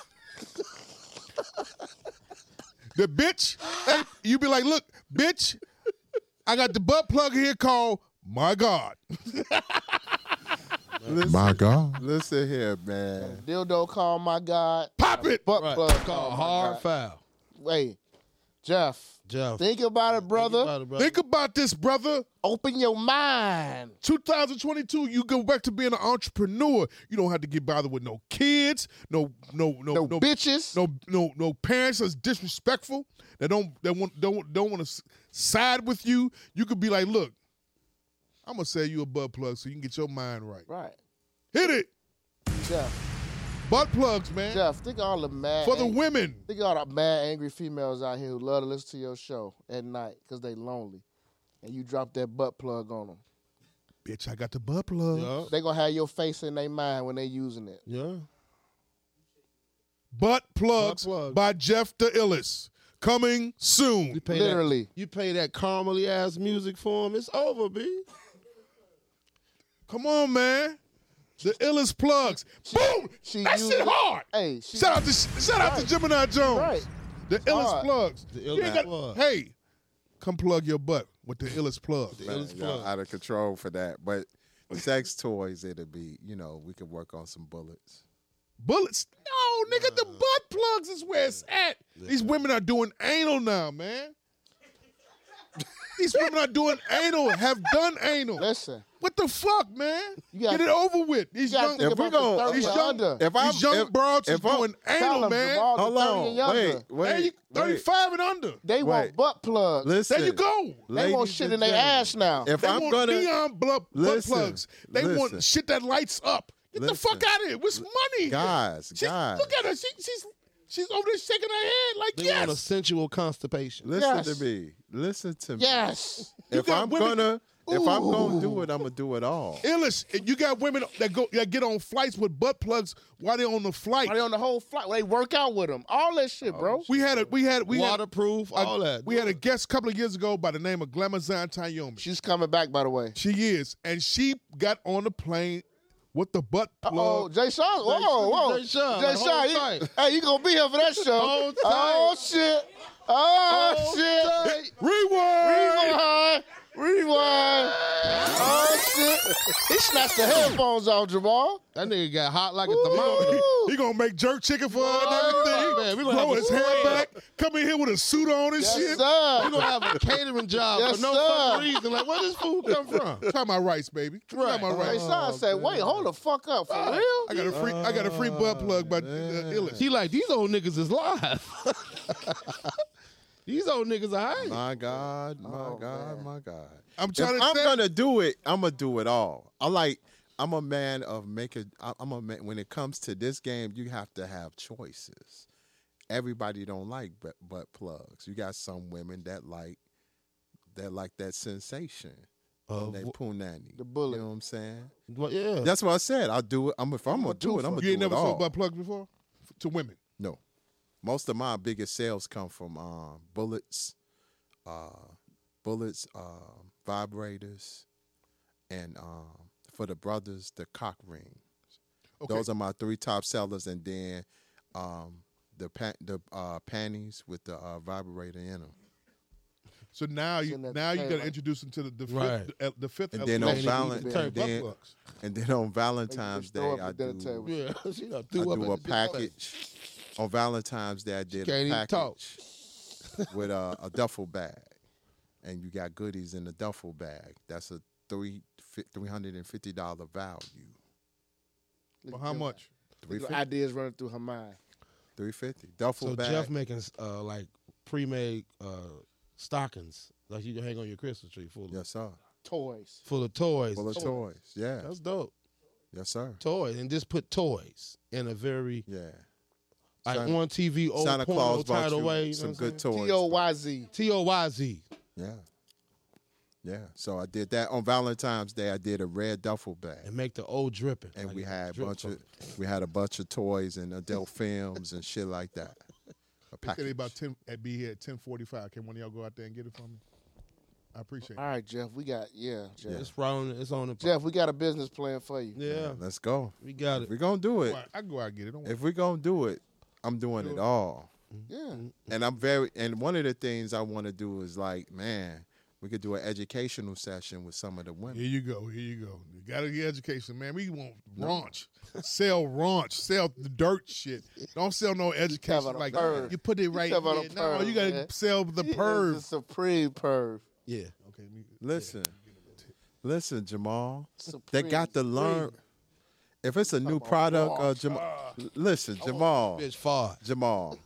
[SPEAKER 6] The bitch, eh, you be like, "Look, bitch, I got the butt plug here called my God."
[SPEAKER 10] Listen,
[SPEAKER 6] My God.
[SPEAKER 10] listen here, man.
[SPEAKER 4] Dildo call my God.
[SPEAKER 6] Pop it.
[SPEAKER 4] Butt
[SPEAKER 5] Right.
[SPEAKER 4] plug
[SPEAKER 5] Call
[SPEAKER 4] my
[SPEAKER 5] hard
[SPEAKER 4] God.
[SPEAKER 5] foul.
[SPEAKER 4] Wait, Jeff.
[SPEAKER 5] Jeff.
[SPEAKER 4] Think about it, brother.
[SPEAKER 5] about it, brother.
[SPEAKER 6] Think about this, brother.
[SPEAKER 4] Open your mind.
[SPEAKER 6] 2022, you go back to being an entrepreneur. You don't have to get bothered with no kids, no, no, no,
[SPEAKER 4] No, bitches.
[SPEAKER 6] no no no parents that's disrespectful that don't that want don't don't want to side with you you could be like look i'm gonna sell you a butt plug so you can get your mind right
[SPEAKER 4] Right.
[SPEAKER 6] hit it
[SPEAKER 4] Jeff.
[SPEAKER 6] butt plugs man
[SPEAKER 4] Jeff, think of all the mad.
[SPEAKER 6] for the
[SPEAKER 4] ang-
[SPEAKER 6] women
[SPEAKER 4] Think of all the mad, angry females out here who love to listen to your show at night because they lonely. And you drop that butt plug on them.
[SPEAKER 6] bitch i got the butt plug
[SPEAKER 5] Yeah.
[SPEAKER 4] They gonna have your face in their mind when they using it.
[SPEAKER 5] Yeah.
[SPEAKER 6] butt plugs
[SPEAKER 5] plug.
[SPEAKER 6] by jeff the illis coming soon
[SPEAKER 5] pay
[SPEAKER 4] Literally.
[SPEAKER 5] That, you pay that caramely ass music for him. It's over, B.
[SPEAKER 6] come on man the illis plugs boom
[SPEAKER 4] she
[SPEAKER 6] that
[SPEAKER 4] used
[SPEAKER 6] shit
[SPEAKER 4] it-
[SPEAKER 6] hard
[SPEAKER 4] Hey, she-
[SPEAKER 6] shout out to shout out to gemini jones
[SPEAKER 4] Right.
[SPEAKER 6] The illest
[SPEAKER 4] hard.
[SPEAKER 6] plugs.
[SPEAKER 5] The
[SPEAKER 6] You
[SPEAKER 5] illest
[SPEAKER 6] ain't got-
[SPEAKER 5] plug.
[SPEAKER 6] Hey, come plug your butt with the illest plug.
[SPEAKER 10] Man, y'all out of control for that. But sex toys, it'll be, you know, we could work on some bullets.
[SPEAKER 6] Bullets. No, nigga, the butt plugs is where it's at. These women are doing anal now, man. These women are doing anal, have done anal.
[SPEAKER 4] Listen.
[SPEAKER 6] what the fuck, man?
[SPEAKER 4] You gotta-
[SPEAKER 6] Get it over with. These
[SPEAKER 4] You gotta
[SPEAKER 6] young,
[SPEAKER 4] think
[SPEAKER 10] we
[SPEAKER 4] about
[SPEAKER 10] gonna-
[SPEAKER 4] the
[SPEAKER 6] these
[SPEAKER 4] 30 and
[SPEAKER 6] young,
[SPEAKER 4] under.
[SPEAKER 10] If I'm-
[SPEAKER 6] these young
[SPEAKER 10] if-
[SPEAKER 6] broads is
[SPEAKER 10] if I'm-
[SPEAKER 6] doing
[SPEAKER 4] Tell
[SPEAKER 6] anal,
[SPEAKER 4] them,
[SPEAKER 6] man.
[SPEAKER 4] Jamal, the
[SPEAKER 10] Hold
[SPEAKER 4] 30
[SPEAKER 10] on.
[SPEAKER 4] and younger.
[SPEAKER 10] Wait, wait.
[SPEAKER 6] Hey, you
[SPEAKER 10] wait.
[SPEAKER 6] 35 and under.
[SPEAKER 4] They
[SPEAKER 10] Wait.
[SPEAKER 4] want butt plugs.
[SPEAKER 10] Listen.
[SPEAKER 6] There you go.
[SPEAKER 4] They want
[SPEAKER 10] ladies
[SPEAKER 4] shit
[SPEAKER 10] and
[SPEAKER 4] in their
[SPEAKER 10] gentlemen,
[SPEAKER 4] ass now.
[SPEAKER 10] If
[SPEAKER 6] They
[SPEAKER 10] I'm
[SPEAKER 6] want
[SPEAKER 10] gonna
[SPEAKER 6] neon blood, blood
[SPEAKER 10] Listen,
[SPEAKER 6] plugs. They
[SPEAKER 10] listen.
[SPEAKER 6] want shit that lights up. Get the fuck
[SPEAKER 10] Listen.
[SPEAKER 6] out of here. What's money?
[SPEAKER 10] guys,
[SPEAKER 6] She-
[SPEAKER 10] guys,
[SPEAKER 6] Look at her. She, she's she's over there shaking her head like
[SPEAKER 5] They want a
[SPEAKER 6] yes.
[SPEAKER 5] sensual constipation.
[SPEAKER 10] listen
[SPEAKER 4] Yes.
[SPEAKER 10] to me. Listen to me.
[SPEAKER 4] yes.
[SPEAKER 10] If
[SPEAKER 6] got
[SPEAKER 10] I'm
[SPEAKER 6] women-
[SPEAKER 10] gonna If I'm gonna do it, I'm gonna do it all.
[SPEAKER 6] Illish, you got women that go that get on flights with butt plugs while they on the flight. While
[SPEAKER 4] they on the whole flight, they work out with them. All that shit, bro.
[SPEAKER 6] We had a we had we
[SPEAKER 12] waterproof,
[SPEAKER 6] had, a-
[SPEAKER 12] all that.
[SPEAKER 6] We had a guest a couple of years ago by the name of Glamazon Tayomi.
[SPEAKER 4] She's coming back, by the way.
[SPEAKER 6] She is, and she got on the plane with the butt plug.
[SPEAKER 4] Oh, Jay Sean. Whoa, whoa.
[SPEAKER 12] Jay Sean,
[SPEAKER 4] Jay
[SPEAKER 12] the
[SPEAKER 4] Sean.
[SPEAKER 12] whole
[SPEAKER 4] you-
[SPEAKER 12] thing.
[SPEAKER 4] hey, you going to be here for that show.
[SPEAKER 12] Whole
[SPEAKER 4] Oh, shit.
[SPEAKER 12] Whole
[SPEAKER 4] Oh, shit.
[SPEAKER 12] thing.
[SPEAKER 4] Rewind. Rewind. Rewind. Oh, shit. He snatched the headphones off, Jamal.
[SPEAKER 12] That nigga got hot like a thermometer.
[SPEAKER 6] He gonna make jerk chicken for her
[SPEAKER 12] Oh,
[SPEAKER 6] and
[SPEAKER 12] man, we
[SPEAKER 6] everything.
[SPEAKER 12] gonna
[SPEAKER 6] Throw
[SPEAKER 12] have a
[SPEAKER 6] his hair
[SPEAKER 12] spread.
[SPEAKER 6] back. Come in here with a suit on and
[SPEAKER 4] Yes,
[SPEAKER 6] shit.
[SPEAKER 4] sir.
[SPEAKER 12] You gonna have a catering job
[SPEAKER 4] Yes,
[SPEAKER 12] for no
[SPEAKER 4] sir.
[SPEAKER 12] fucking reason. Like, where this food come Oh, from?
[SPEAKER 6] Talking about rice, baby. Talking
[SPEAKER 12] Right.
[SPEAKER 6] about
[SPEAKER 4] Jay
[SPEAKER 6] rice.
[SPEAKER 4] Sean said, wait, hold the fuck up. For real?
[SPEAKER 6] I got a free. I got a free
[SPEAKER 12] Oh,
[SPEAKER 6] butt plug by uh, Illis.
[SPEAKER 12] He like these old niggas is live. these old niggas are high.
[SPEAKER 10] My God, my God, my God.
[SPEAKER 6] I'm trying
[SPEAKER 10] If
[SPEAKER 6] to
[SPEAKER 10] I'm
[SPEAKER 6] say-
[SPEAKER 10] gonna do it. I'm gonna do it all. I like. I'm a man of make a. I- I'm a man. When it comes to this game, you have to have choices. Everybody don't like butt, butt plugs. You got some women that like that like that sensation.
[SPEAKER 12] Of
[SPEAKER 10] when they
[SPEAKER 12] wh-
[SPEAKER 10] punani.
[SPEAKER 4] The bullet.
[SPEAKER 10] You know what I'm saying?
[SPEAKER 12] Well, yeah.
[SPEAKER 10] That's what I said. I'll do it. I'm if I'm gonna do it. I'm gonna
[SPEAKER 6] You
[SPEAKER 10] do
[SPEAKER 6] ain't
[SPEAKER 10] it
[SPEAKER 6] never
[SPEAKER 10] all.
[SPEAKER 6] sold butt plugs before F- to women.
[SPEAKER 10] No. Most of my biggest sales come from um, bullets, uh, bullets, um, vibrators, and um, for the brothers, the cock rings.
[SPEAKER 6] Okay.
[SPEAKER 10] Those are my three top sellers, and then um, the pa- the uh, panties with the uh, vibrator in them.
[SPEAKER 6] So now you
[SPEAKER 4] Send that
[SPEAKER 6] now you
[SPEAKER 4] tail
[SPEAKER 6] gotta
[SPEAKER 4] up.
[SPEAKER 6] introduce them to the, the fifth
[SPEAKER 12] Right.
[SPEAKER 6] the, the fifth
[SPEAKER 10] And then on
[SPEAKER 6] element.
[SPEAKER 10] Valen-
[SPEAKER 6] Butt
[SPEAKER 10] and then,
[SPEAKER 6] plugs.
[SPEAKER 10] and then on Valentine's Day,
[SPEAKER 4] throw up
[SPEAKER 10] I
[SPEAKER 4] at dinner
[SPEAKER 10] do,
[SPEAKER 4] table.
[SPEAKER 12] Yeah, she done
[SPEAKER 10] I
[SPEAKER 12] threw up at
[SPEAKER 10] do a
[SPEAKER 12] the dinner table.
[SPEAKER 10] package. On Valentine's Day, I did
[SPEAKER 12] can't
[SPEAKER 10] a
[SPEAKER 12] even talk.
[SPEAKER 10] package with a, a duffel bag, and you got goodies in the duffel bag. That's a three three hundred and fifty dollar value.
[SPEAKER 6] Well, how much?
[SPEAKER 10] Three fifty.
[SPEAKER 4] Ideas running through her mind.
[SPEAKER 10] Three fifty. Duffel
[SPEAKER 5] So
[SPEAKER 10] bag.
[SPEAKER 5] Jeff making uh, like pre-made uh, stockings, like you can hang on your Christmas tree full of
[SPEAKER 10] yes sir.
[SPEAKER 4] Toys.
[SPEAKER 5] full of toys.
[SPEAKER 10] Full of toys. Yeah.
[SPEAKER 5] That's dope.
[SPEAKER 10] Yes sir.
[SPEAKER 5] Toys and just put toys in a very
[SPEAKER 10] Yeah.
[SPEAKER 5] like
[SPEAKER 10] Santa-
[SPEAKER 5] on TV old
[SPEAKER 10] Santa
[SPEAKER 5] porno
[SPEAKER 10] Claus bought
[SPEAKER 5] tied
[SPEAKER 10] you
[SPEAKER 5] away. You
[SPEAKER 10] some
[SPEAKER 5] know what I'm
[SPEAKER 10] good toys.
[SPEAKER 4] T O Y Z.
[SPEAKER 5] T O Y Z.
[SPEAKER 10] Yeah. Yeah. So I did that on Valentine's Day. I did a red duffel bag.
[SPEAKER 5] and make the old dripping.
[SPEAKER 10] And
[SPEAKER 5] Like
[SPEAKER 10] we
[SPEAKER 5] a
[SPEAKER 10] had a
[SPEAKER 5] drip
[SPEAKER 10] bunch of
[SPEAKER 5] toy.
[SPEAKER 10] we had a bunch of toys and adult films and shit like that. A
[SPEAKER 6] Said they
[SPEAKER 10] package.
[SPEAKER 6] about ten. I'd be here at ten forty five. Can one of y'all go out there and get it for me? I appreciate it.
[SPEAKER 4] All right, Jeff, we got, yeah, Jeff.
[SPEAKER 5] It's wrong. It's on the
[SPEAKER 4] Jeff, we got a business plan for you.
[SPEAKER 5] yeah.
[SPEAKER 10] Let's go.
[SPEAKER 5] We got
[SPEAKER 10] If
[SPEAKER 5] it.
[SPEAKER 10] we're gonna do it,
[SPEAKER 6] Well, I can go out and get it. Don't worry.
[SPEAKER 10] if we're gonna do it, I'm doing it all.
[SPEAKER 5] Mm-hmm.
[SPEAKER 4] Yeah.
[SPEAKER 10] And I'm very and one of the things I want to do is like, man, we could do an educational session with some of the
[SPEAKER 6] Here
[SPEAKER 10] women.
[SPEAKER 6] you go. Here you go. You gotta get education, man. We want raunch. sell raunch. Sell the dirt shit. Don't sell no
[SPEAKER 4] talking
[SPEAKER 6] education.
[SPEAKER 4] about
[SPEAKER 6] Like
[SPEAKER 4] a perv.
[SPEAKER 6] you put it right
[SPEAKER 4] talking about
[SPEAKER 6] here.
[SPEAKER 4] a
[SPEAKER 6] No,
[SPEAKER 4] perv,
[SPEAKER 6] you gotta
[SPEAKER 4] man.
[SPEAKER 6] sell the
[SPEAKER 4] He is
[SPEAKER 6] perv.
[SPEAKER 4] the supreme perv.
[SPEAKER 5] Yeah.
[SPEAKER 6] Okay, let me-
[SPEAKER 10] Listen, listen, Jamal. They
[SPEAKER 4] Supreme,
[SPEAKER 10] got to learn. If it's a new product, uh, Jamal. Listen, Jamal,
[SPEAKER 5] Bitch fart.
[SPEAKER 10] Jamal,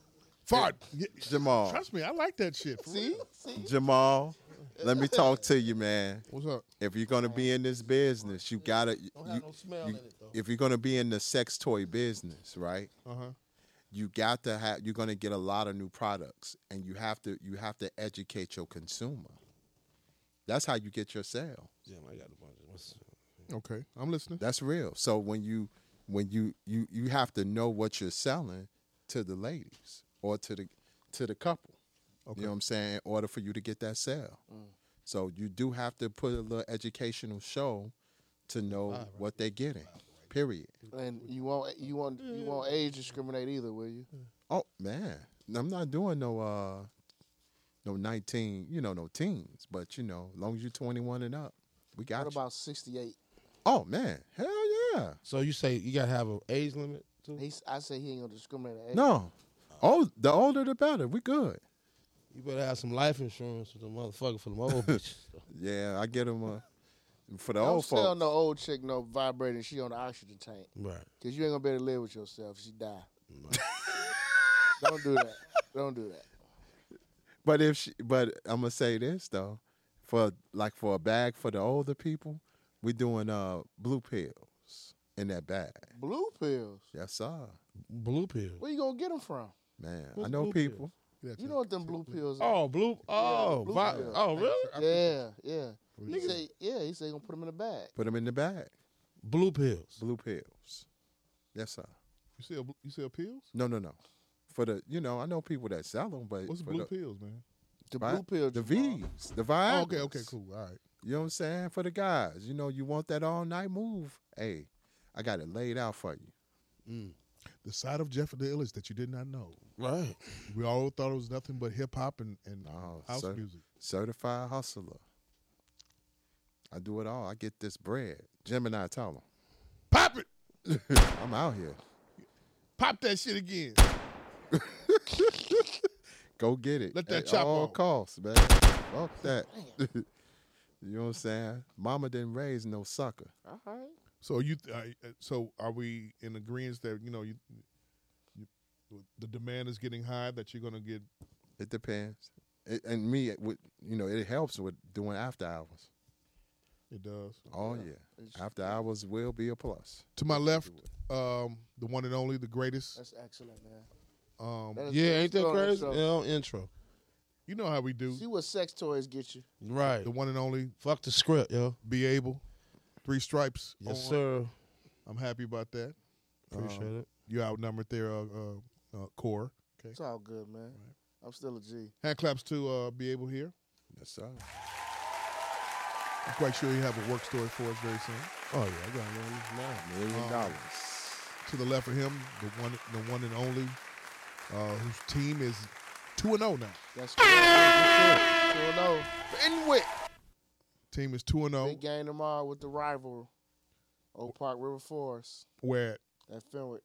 [SPEAKER 6] Fart. Yeah,
[SPEAKER 10] Jamal,
[SPEAKER 6] Trust me, I like that shit. For
[SPEAKER 4] See?
[SPEAKER 6] real.
[SPEAKER 4] See?
[SPEAKER 10] Jamal. Let me talk to you, man.
[SPEAKER 6] What's up?
[SPEAKER 10] If you're gonna be in this business, you gotta.
[SPEAKER 5] Don't have
[SPEAKER 10] you-
[SPEAKER 5] no smell
[SPEAKER 10] you-
[SPEAKER 5] in it, though. Uh-huh.
[SPEAKER 10] if you're gonna be in the sex toy business, right?
[SPEAKER 6] Uh huh.
[SPEAKER 10] you got to have you're going to get a lot of new products and you have to you have to educate your consumer that's how you get your sale
[SPEAKER 5] Damn, I got a bunch of what's-
[SPEAKER 6] Okay, I'm listening.
[SPEAKER 10] that's real so when you when you you you have to know what you're selling to the ladies or to the to the couple you know what i'm saying in order for you to get that sale
[SPEAKER 4] Mm.
[SPEAKER 10] so you do have to put a little educational show to know what they're getting period
[SPEAKER 4] And you won't you won't you won't age discriminate either, will you?
[SPEAKER 10] Oh man, I'm not doing no uh no 19, you know, no teens, but you know, long as you're 21 and up, we got
[SPEAKER 4] What
[SPEAKER 10] you.
[SPEAKER 4] about sixty eight?
[SPEAKER 10] Oh man, hell yeah.
[SPEAKER 5] So you say you gotta have an age limit too?
[SPEAKER 4] He's I say he ain't gonna discriminate. at age.
[SPEAKER 10] No. Oh, the older the better. We good.
[SPEAKER 5] You better have some life insurance for the motherfucker for the old bitches.
[SPEAKER 10] Yeah, I get them uh, for the
[SPEAKER 4] Don't
[SPEAKER 10] old
[SPEAKER 4] sell
[SPEAKER 10] folks.
[SPEAKER 4] no old chick no vibrating. She on the oxygen tank
[SPEAKER 5] Right.
[SPEAKER 4] because you ain't gonna be able to live with yourself. She die. Don't do that. Don't do that.
[SPEAKER 10] But if she, but I'm gonna say this though, for like for a bag for the older people, we doing uh blue pills in that bag.
[SPEAKER 4] Blue pills.
[SPEAKER 10] Yes sir.
[SPEAKER 5] Blue pill.
[SPEAKER 4] Where you gonna get them from?
[SPEAKER 10] Man, I
[SPEAKER 5] What's
[SPEAKER 10] know
[SPEAKER 5] blue
[SPEAKER 10] people.
[SPEAKER 5] pills?
[SPEAKER 6] Get that
[SPEAKER 4] You
[SPEAKER 6] thing.
[SPEAKER 10] Oh,
[SPEAKER 4] know what them blue pills are?
[SPEAKER 5] Oh, blue. Oh,
[SPEAKER 4] blue
[SPEAKER 5] vi-
[SPEAKER 4] pill.
[SPEAKER 5] oh, really?
[SPEAKER 4] yeah, yeah. He say, yeah, he say gonna put him in a bag.
[SPEAKER 10] Put them in the bag.
[SPEAKER 5] Blue pills.
[SPEAKER 10] Blue pills. Yes, sir.
[SPEAKER 6] You sell you sell pills?
[SPEAKER 10] No, no, no. For the, you know, I know people that sell them, but
[SPEAKER 6] What's
[SPEAKER 10] for
[SPEAKER 6] blue
[SPEAKER 10] the,
[SPEAKER 6] pills, man?
[SPEAKER 4] The
[SPEAKER 10] Vi-
[SPEAKER 4] blue pill.
[SPEAKER 10] the
[SPEAKER 4] Jamal.
[SPEAKER 10] V's, the Viagra.
[SPEAKER 6] Oh, okay, okay, cool. All right.
[SPEAKER 10] You know what I'm saying? For the guys, you know, you want that all night move. Hey, I got it laid out for you.
[SPEAKER 6] The side of Jeff the Illis that you did not know.
[SPEAKER 5] Right.
[SPEAKER 6] We all thought it was nothing but hip hop and, and house
[SPEAKER 10] Cer-
[SPEAKER 6] music.
[SPEAKER 10] Certified hustler. I do it all. I get this bread. Gemini Tyler.
[SPEAKER 6] Pop it!
[SPEAKER 10] I'm out here.
[SPEAKER 6] Pop that shit again.
[SPEAKER 10] Go get it.
[SPEAKER 6] Let that
[SPEAKER 10] at
[SPEAKER 6] chop
[SPEAKER 10] all
[SPEAKER 6] off.
[SPEAKER 10] costs, man. Fuck that. you know what I'm saying? Mama didn't raise no sucker.
[SPEAKER 4] All right.
[SPEAKER 6] So you, th- uh, uh, so are we in agreement that you know you, you, the demand is getting high that you're gonna get?
[SPEAKER 10] It depends. It, and me, it would, you know, it helps with doing after hours.
[SPEAKER 6] It does.
[SPEAKER 10] Oh yeah, after hours will be a plus.
[SPEAKER 6] To my left, um, the one and only, the greatest.
[SPEAKER 4] That's excellent, man.
[SPEAKER 6] Um,
[SPEAKER 4] That is
[SPEAKER 5] Yeah,
[SPEAKER 4] good.
[SPEAKER 5] ain't that
[SPEAKER 4] Strong
[SPEAKER 5] crazy?
[SPEAKER 4] intro.
[SPEAKER 5] L intro.
[SPEAKER 6] you know how we do.
[SPEAKER 4] See what sex toys get you.
[SPEAKER 5] Right.
[SPEAKER 6] The one and only,
[SPEAKER 5] Fuck the script, yo.
[SPEAKER 6] be able, three stripes.
[SPEAKER 5] Yes,
[SPEAKER 6] on.
[SPEAKER 5] sir.
[SPEAKER 6] I'm happy about that.
[SPEAKER 5] Appreciate
[SPEAKER 6] Um,
[SPEAKER 5] it.
[SPEAKER 6] You outnumbered there, uh, uh, uh, core. Okay.
[SPEAKER 4] It's all good, man. I'm still a G.
[SPEAKER 6] Hand claps to uh, be able here.
[SPEAKER 10] Yes, sir.
[SPEAKER 6] I'm quite sure you have a work story for us very soon.
[SPEAKER 5] Oh yeah, I got one now.
[SPEAKER 10] Million
[SPEAKER 6] Um,
[SPEAKER 10] dollars.
[SPEAKER 6] To the left of him, the one, the one and only, uh, whose team is two and zero now.
[SPEAKER 4] That's correct. That's correct. 2-0.
[SPEAKER 6] Fenwick. Team is two and oh. zero.
[SPEAKER 4] Big game tomorrow with the rival, Oak Park River Forest
[SPEAKER 6] Where
[SPEAKER 4] at Fenwick.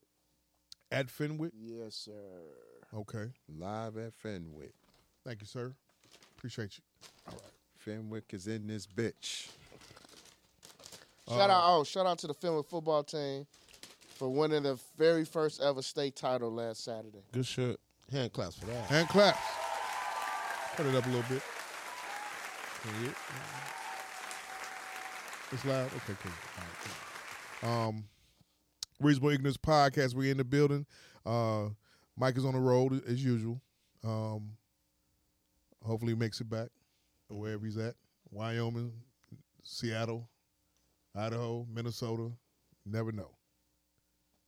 [SPEAKER 6] at, at Fenwick?
[SPEAKER 4] Yes, sir.
[SPEAKER 6] Okay.
[SPEAKER 10] Live at Fenwick.
[SPEAKER 6] Thank you, sir. Appreciate you.
[SPEAKER 10] Fenwick is in this bitch.
[SPEAKER 4] Shout out!
[SPEAKER 6] Uh.
[SPEAKER 4] Oh, shout out to the Fenwick football team for winning the very first ever state title last Saturday.
[SPEAKER 5] Good shit. Hand claps for that.
[SPEAKER 6] Hand claps. Put it up a little bit. Can you hear it? Mm-hmm. It's loud. Okay, cool. All right, cool. Um, Reasonable Ignorance Podcast. We're in the building. Uh, Mike is on the road as usual. Um, hopefully, he makes it back wherever he's at. Wyoming, Seattle, Idaho, Minnesota. Never know.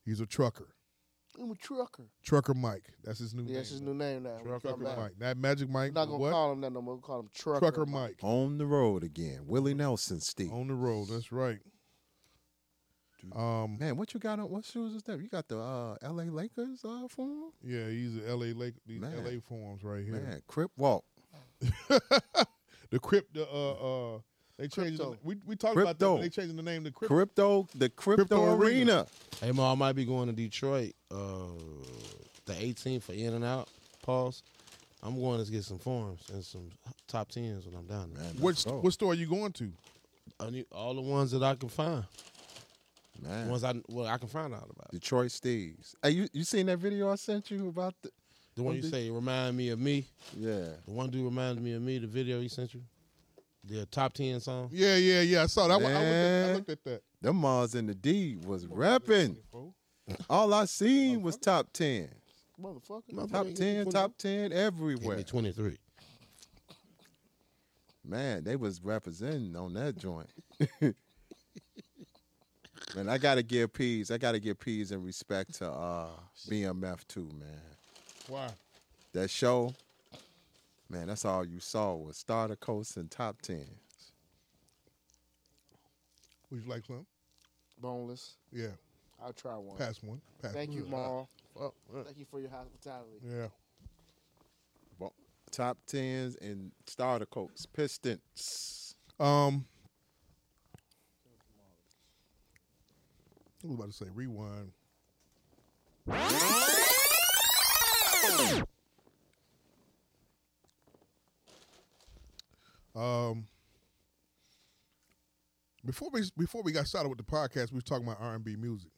[SPEAKER 6] He's a trucker.
[SPEAKER 4] I'm a trucker.
[SPEAKER 6] Trucker Mike. That's his new
[SPEAKER 4] Yeah,
[SPEAKER 6] name.
[SPEAKER 4] that's his new name now. When we
[SPEAKER 6] Trucker
[SPEAKER 4] come back.
[SPEAKER 6] Mike. Not Magic Mike.
[SPEAKER 4] We're not gonna
[SPEAKER 6] what?
[SPEAKER 4] call him that no more. We'll call him Trucker.
[SPEAKER 6] Trucker Mike.
[SPEAKER 10] On the road again. Willie Nelson, Steve.
[SPEAKER 6] On the road. That's right. Um,
[SPEAKER 10] Man, what you got on? What shoes is that? You got the uh, L.A. Lakers uh, form?
[SPEAKER 6] yeah, he's a LA Lake. These
[SPEAKER 10] Man.
[SPEAKER 6] LA forms right here.
[SPEAKER 10] Man, Crip Walk.
[SPEAKER 6] The crypt. The uh, uh, they changed. The,
[SPEAKER 4] Crypto.
[SPEAKER 6] we we talked about that.
[SPEAKER 10] Crypto.
[SPEAKER 6] But they changing the name to crypt.
[SPEAKER 10] Crypto, the Crypto,
[SPEAKER 6] Crypto Arena.
[SPEAKER 10] Arena.
[SPEAKER 5] Hey, Ma, I might be going to Detroit uh, the 18th for In and Out. Pause. I'm going to get some forms and some top tens when I'm down there.
[SPEAKER 10] Man,
[SPEAKER 6] What
[SPEAKER 10] let's go.
[SPEAKER 6] st- what store are you going to?
[SPEAKER 5] I need all the ones that I can find.
[SPEAKER 10] Man.
[SPEAKER 5] Ones I well I can find out about.
[SPEAKER 10] Detroit Steves. Hey, you, you seen that video I sent you about the?
[SPEAKER 5] The one you
[SPEAKER 10] Did-
[SPEAKER 5] say remind me of me.
[SPEAKER 10] Yeah.
[SPEAKER 5] The one dude reminded me of me. The video he sent you. The top ten song.
[SPEAKER 6] Yeah, yeah, yeah. I saw that. I, wa- I, looked, at, I
[SPEAKER 10] Man.
[SPEAKER 6] looked at that.
[SPEAKER 10] Them Mars and the D was repping. All I seen was top ten,
[SPEAKER 4] Motherfucker.
[SPEAKER 10] top
[SPEAKER 5] Motherfucker,
[SPEAKER 10] ten, top ten
[SPEAKER 5] Give
[SPEAKER 10] everywhere.
[SPEAKER 5] me twenty three.
[SPEAKER 10] Man, they was representing on that joint. man, I gotta give peas. I gotta give peas in respect to uh, BMF too, man.
[SPEAKER 6] Why?
[SPEAKER 10] That show, man, that's all you saw was starter coast and top ten.
[SPEAKER 6] Would you like some?
[SPEAKER 4] Boneless.
[SPEAKER 6] Yeah.
[SPEAKER 4] I'll try one.
[SPEAKER 6] Pass one. Pass
[SPEAKER 4] Thank
[SPEAKER 6] one.
[SPEAKER 4] you, Maul.
[SPEAKER 5] Oh,
[SPEAKER 4] Thank you for your hospitality.
[SPEAKER 6] Yeah.
[SPEAKER 10] Well, top tens and starter coats, Pistons.
[SPEAKER 6] Um, I was about to say rewind. Um, before we before we got started with the podcast, we was talking about R and B music.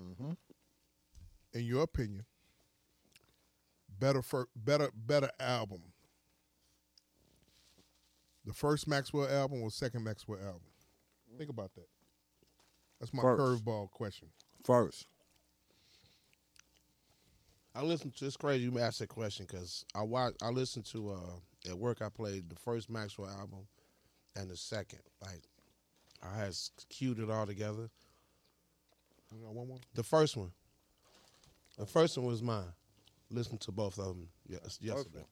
[SPEAKER 5] Mm-hmm.
[SPEAKER 6] In your opinion, better for better better album, the first Maxwell album or second Maxwell album? Think about that. That's my
[SPEAKER 10] First.
[SPEAKER 6] curveball question.
[SPEAKER 10] First,
[SPEAKER 5] I listened to. It's crazy you asked that question because I watch. I listened to uh, at work. I played the first Maxwell album and the second. Like I had s- queued it all together.
[SPEAKER 6] You know, one more.
[SPEAKER 5] The first one. The first one was mine. Listened to both of them yes, yesterday.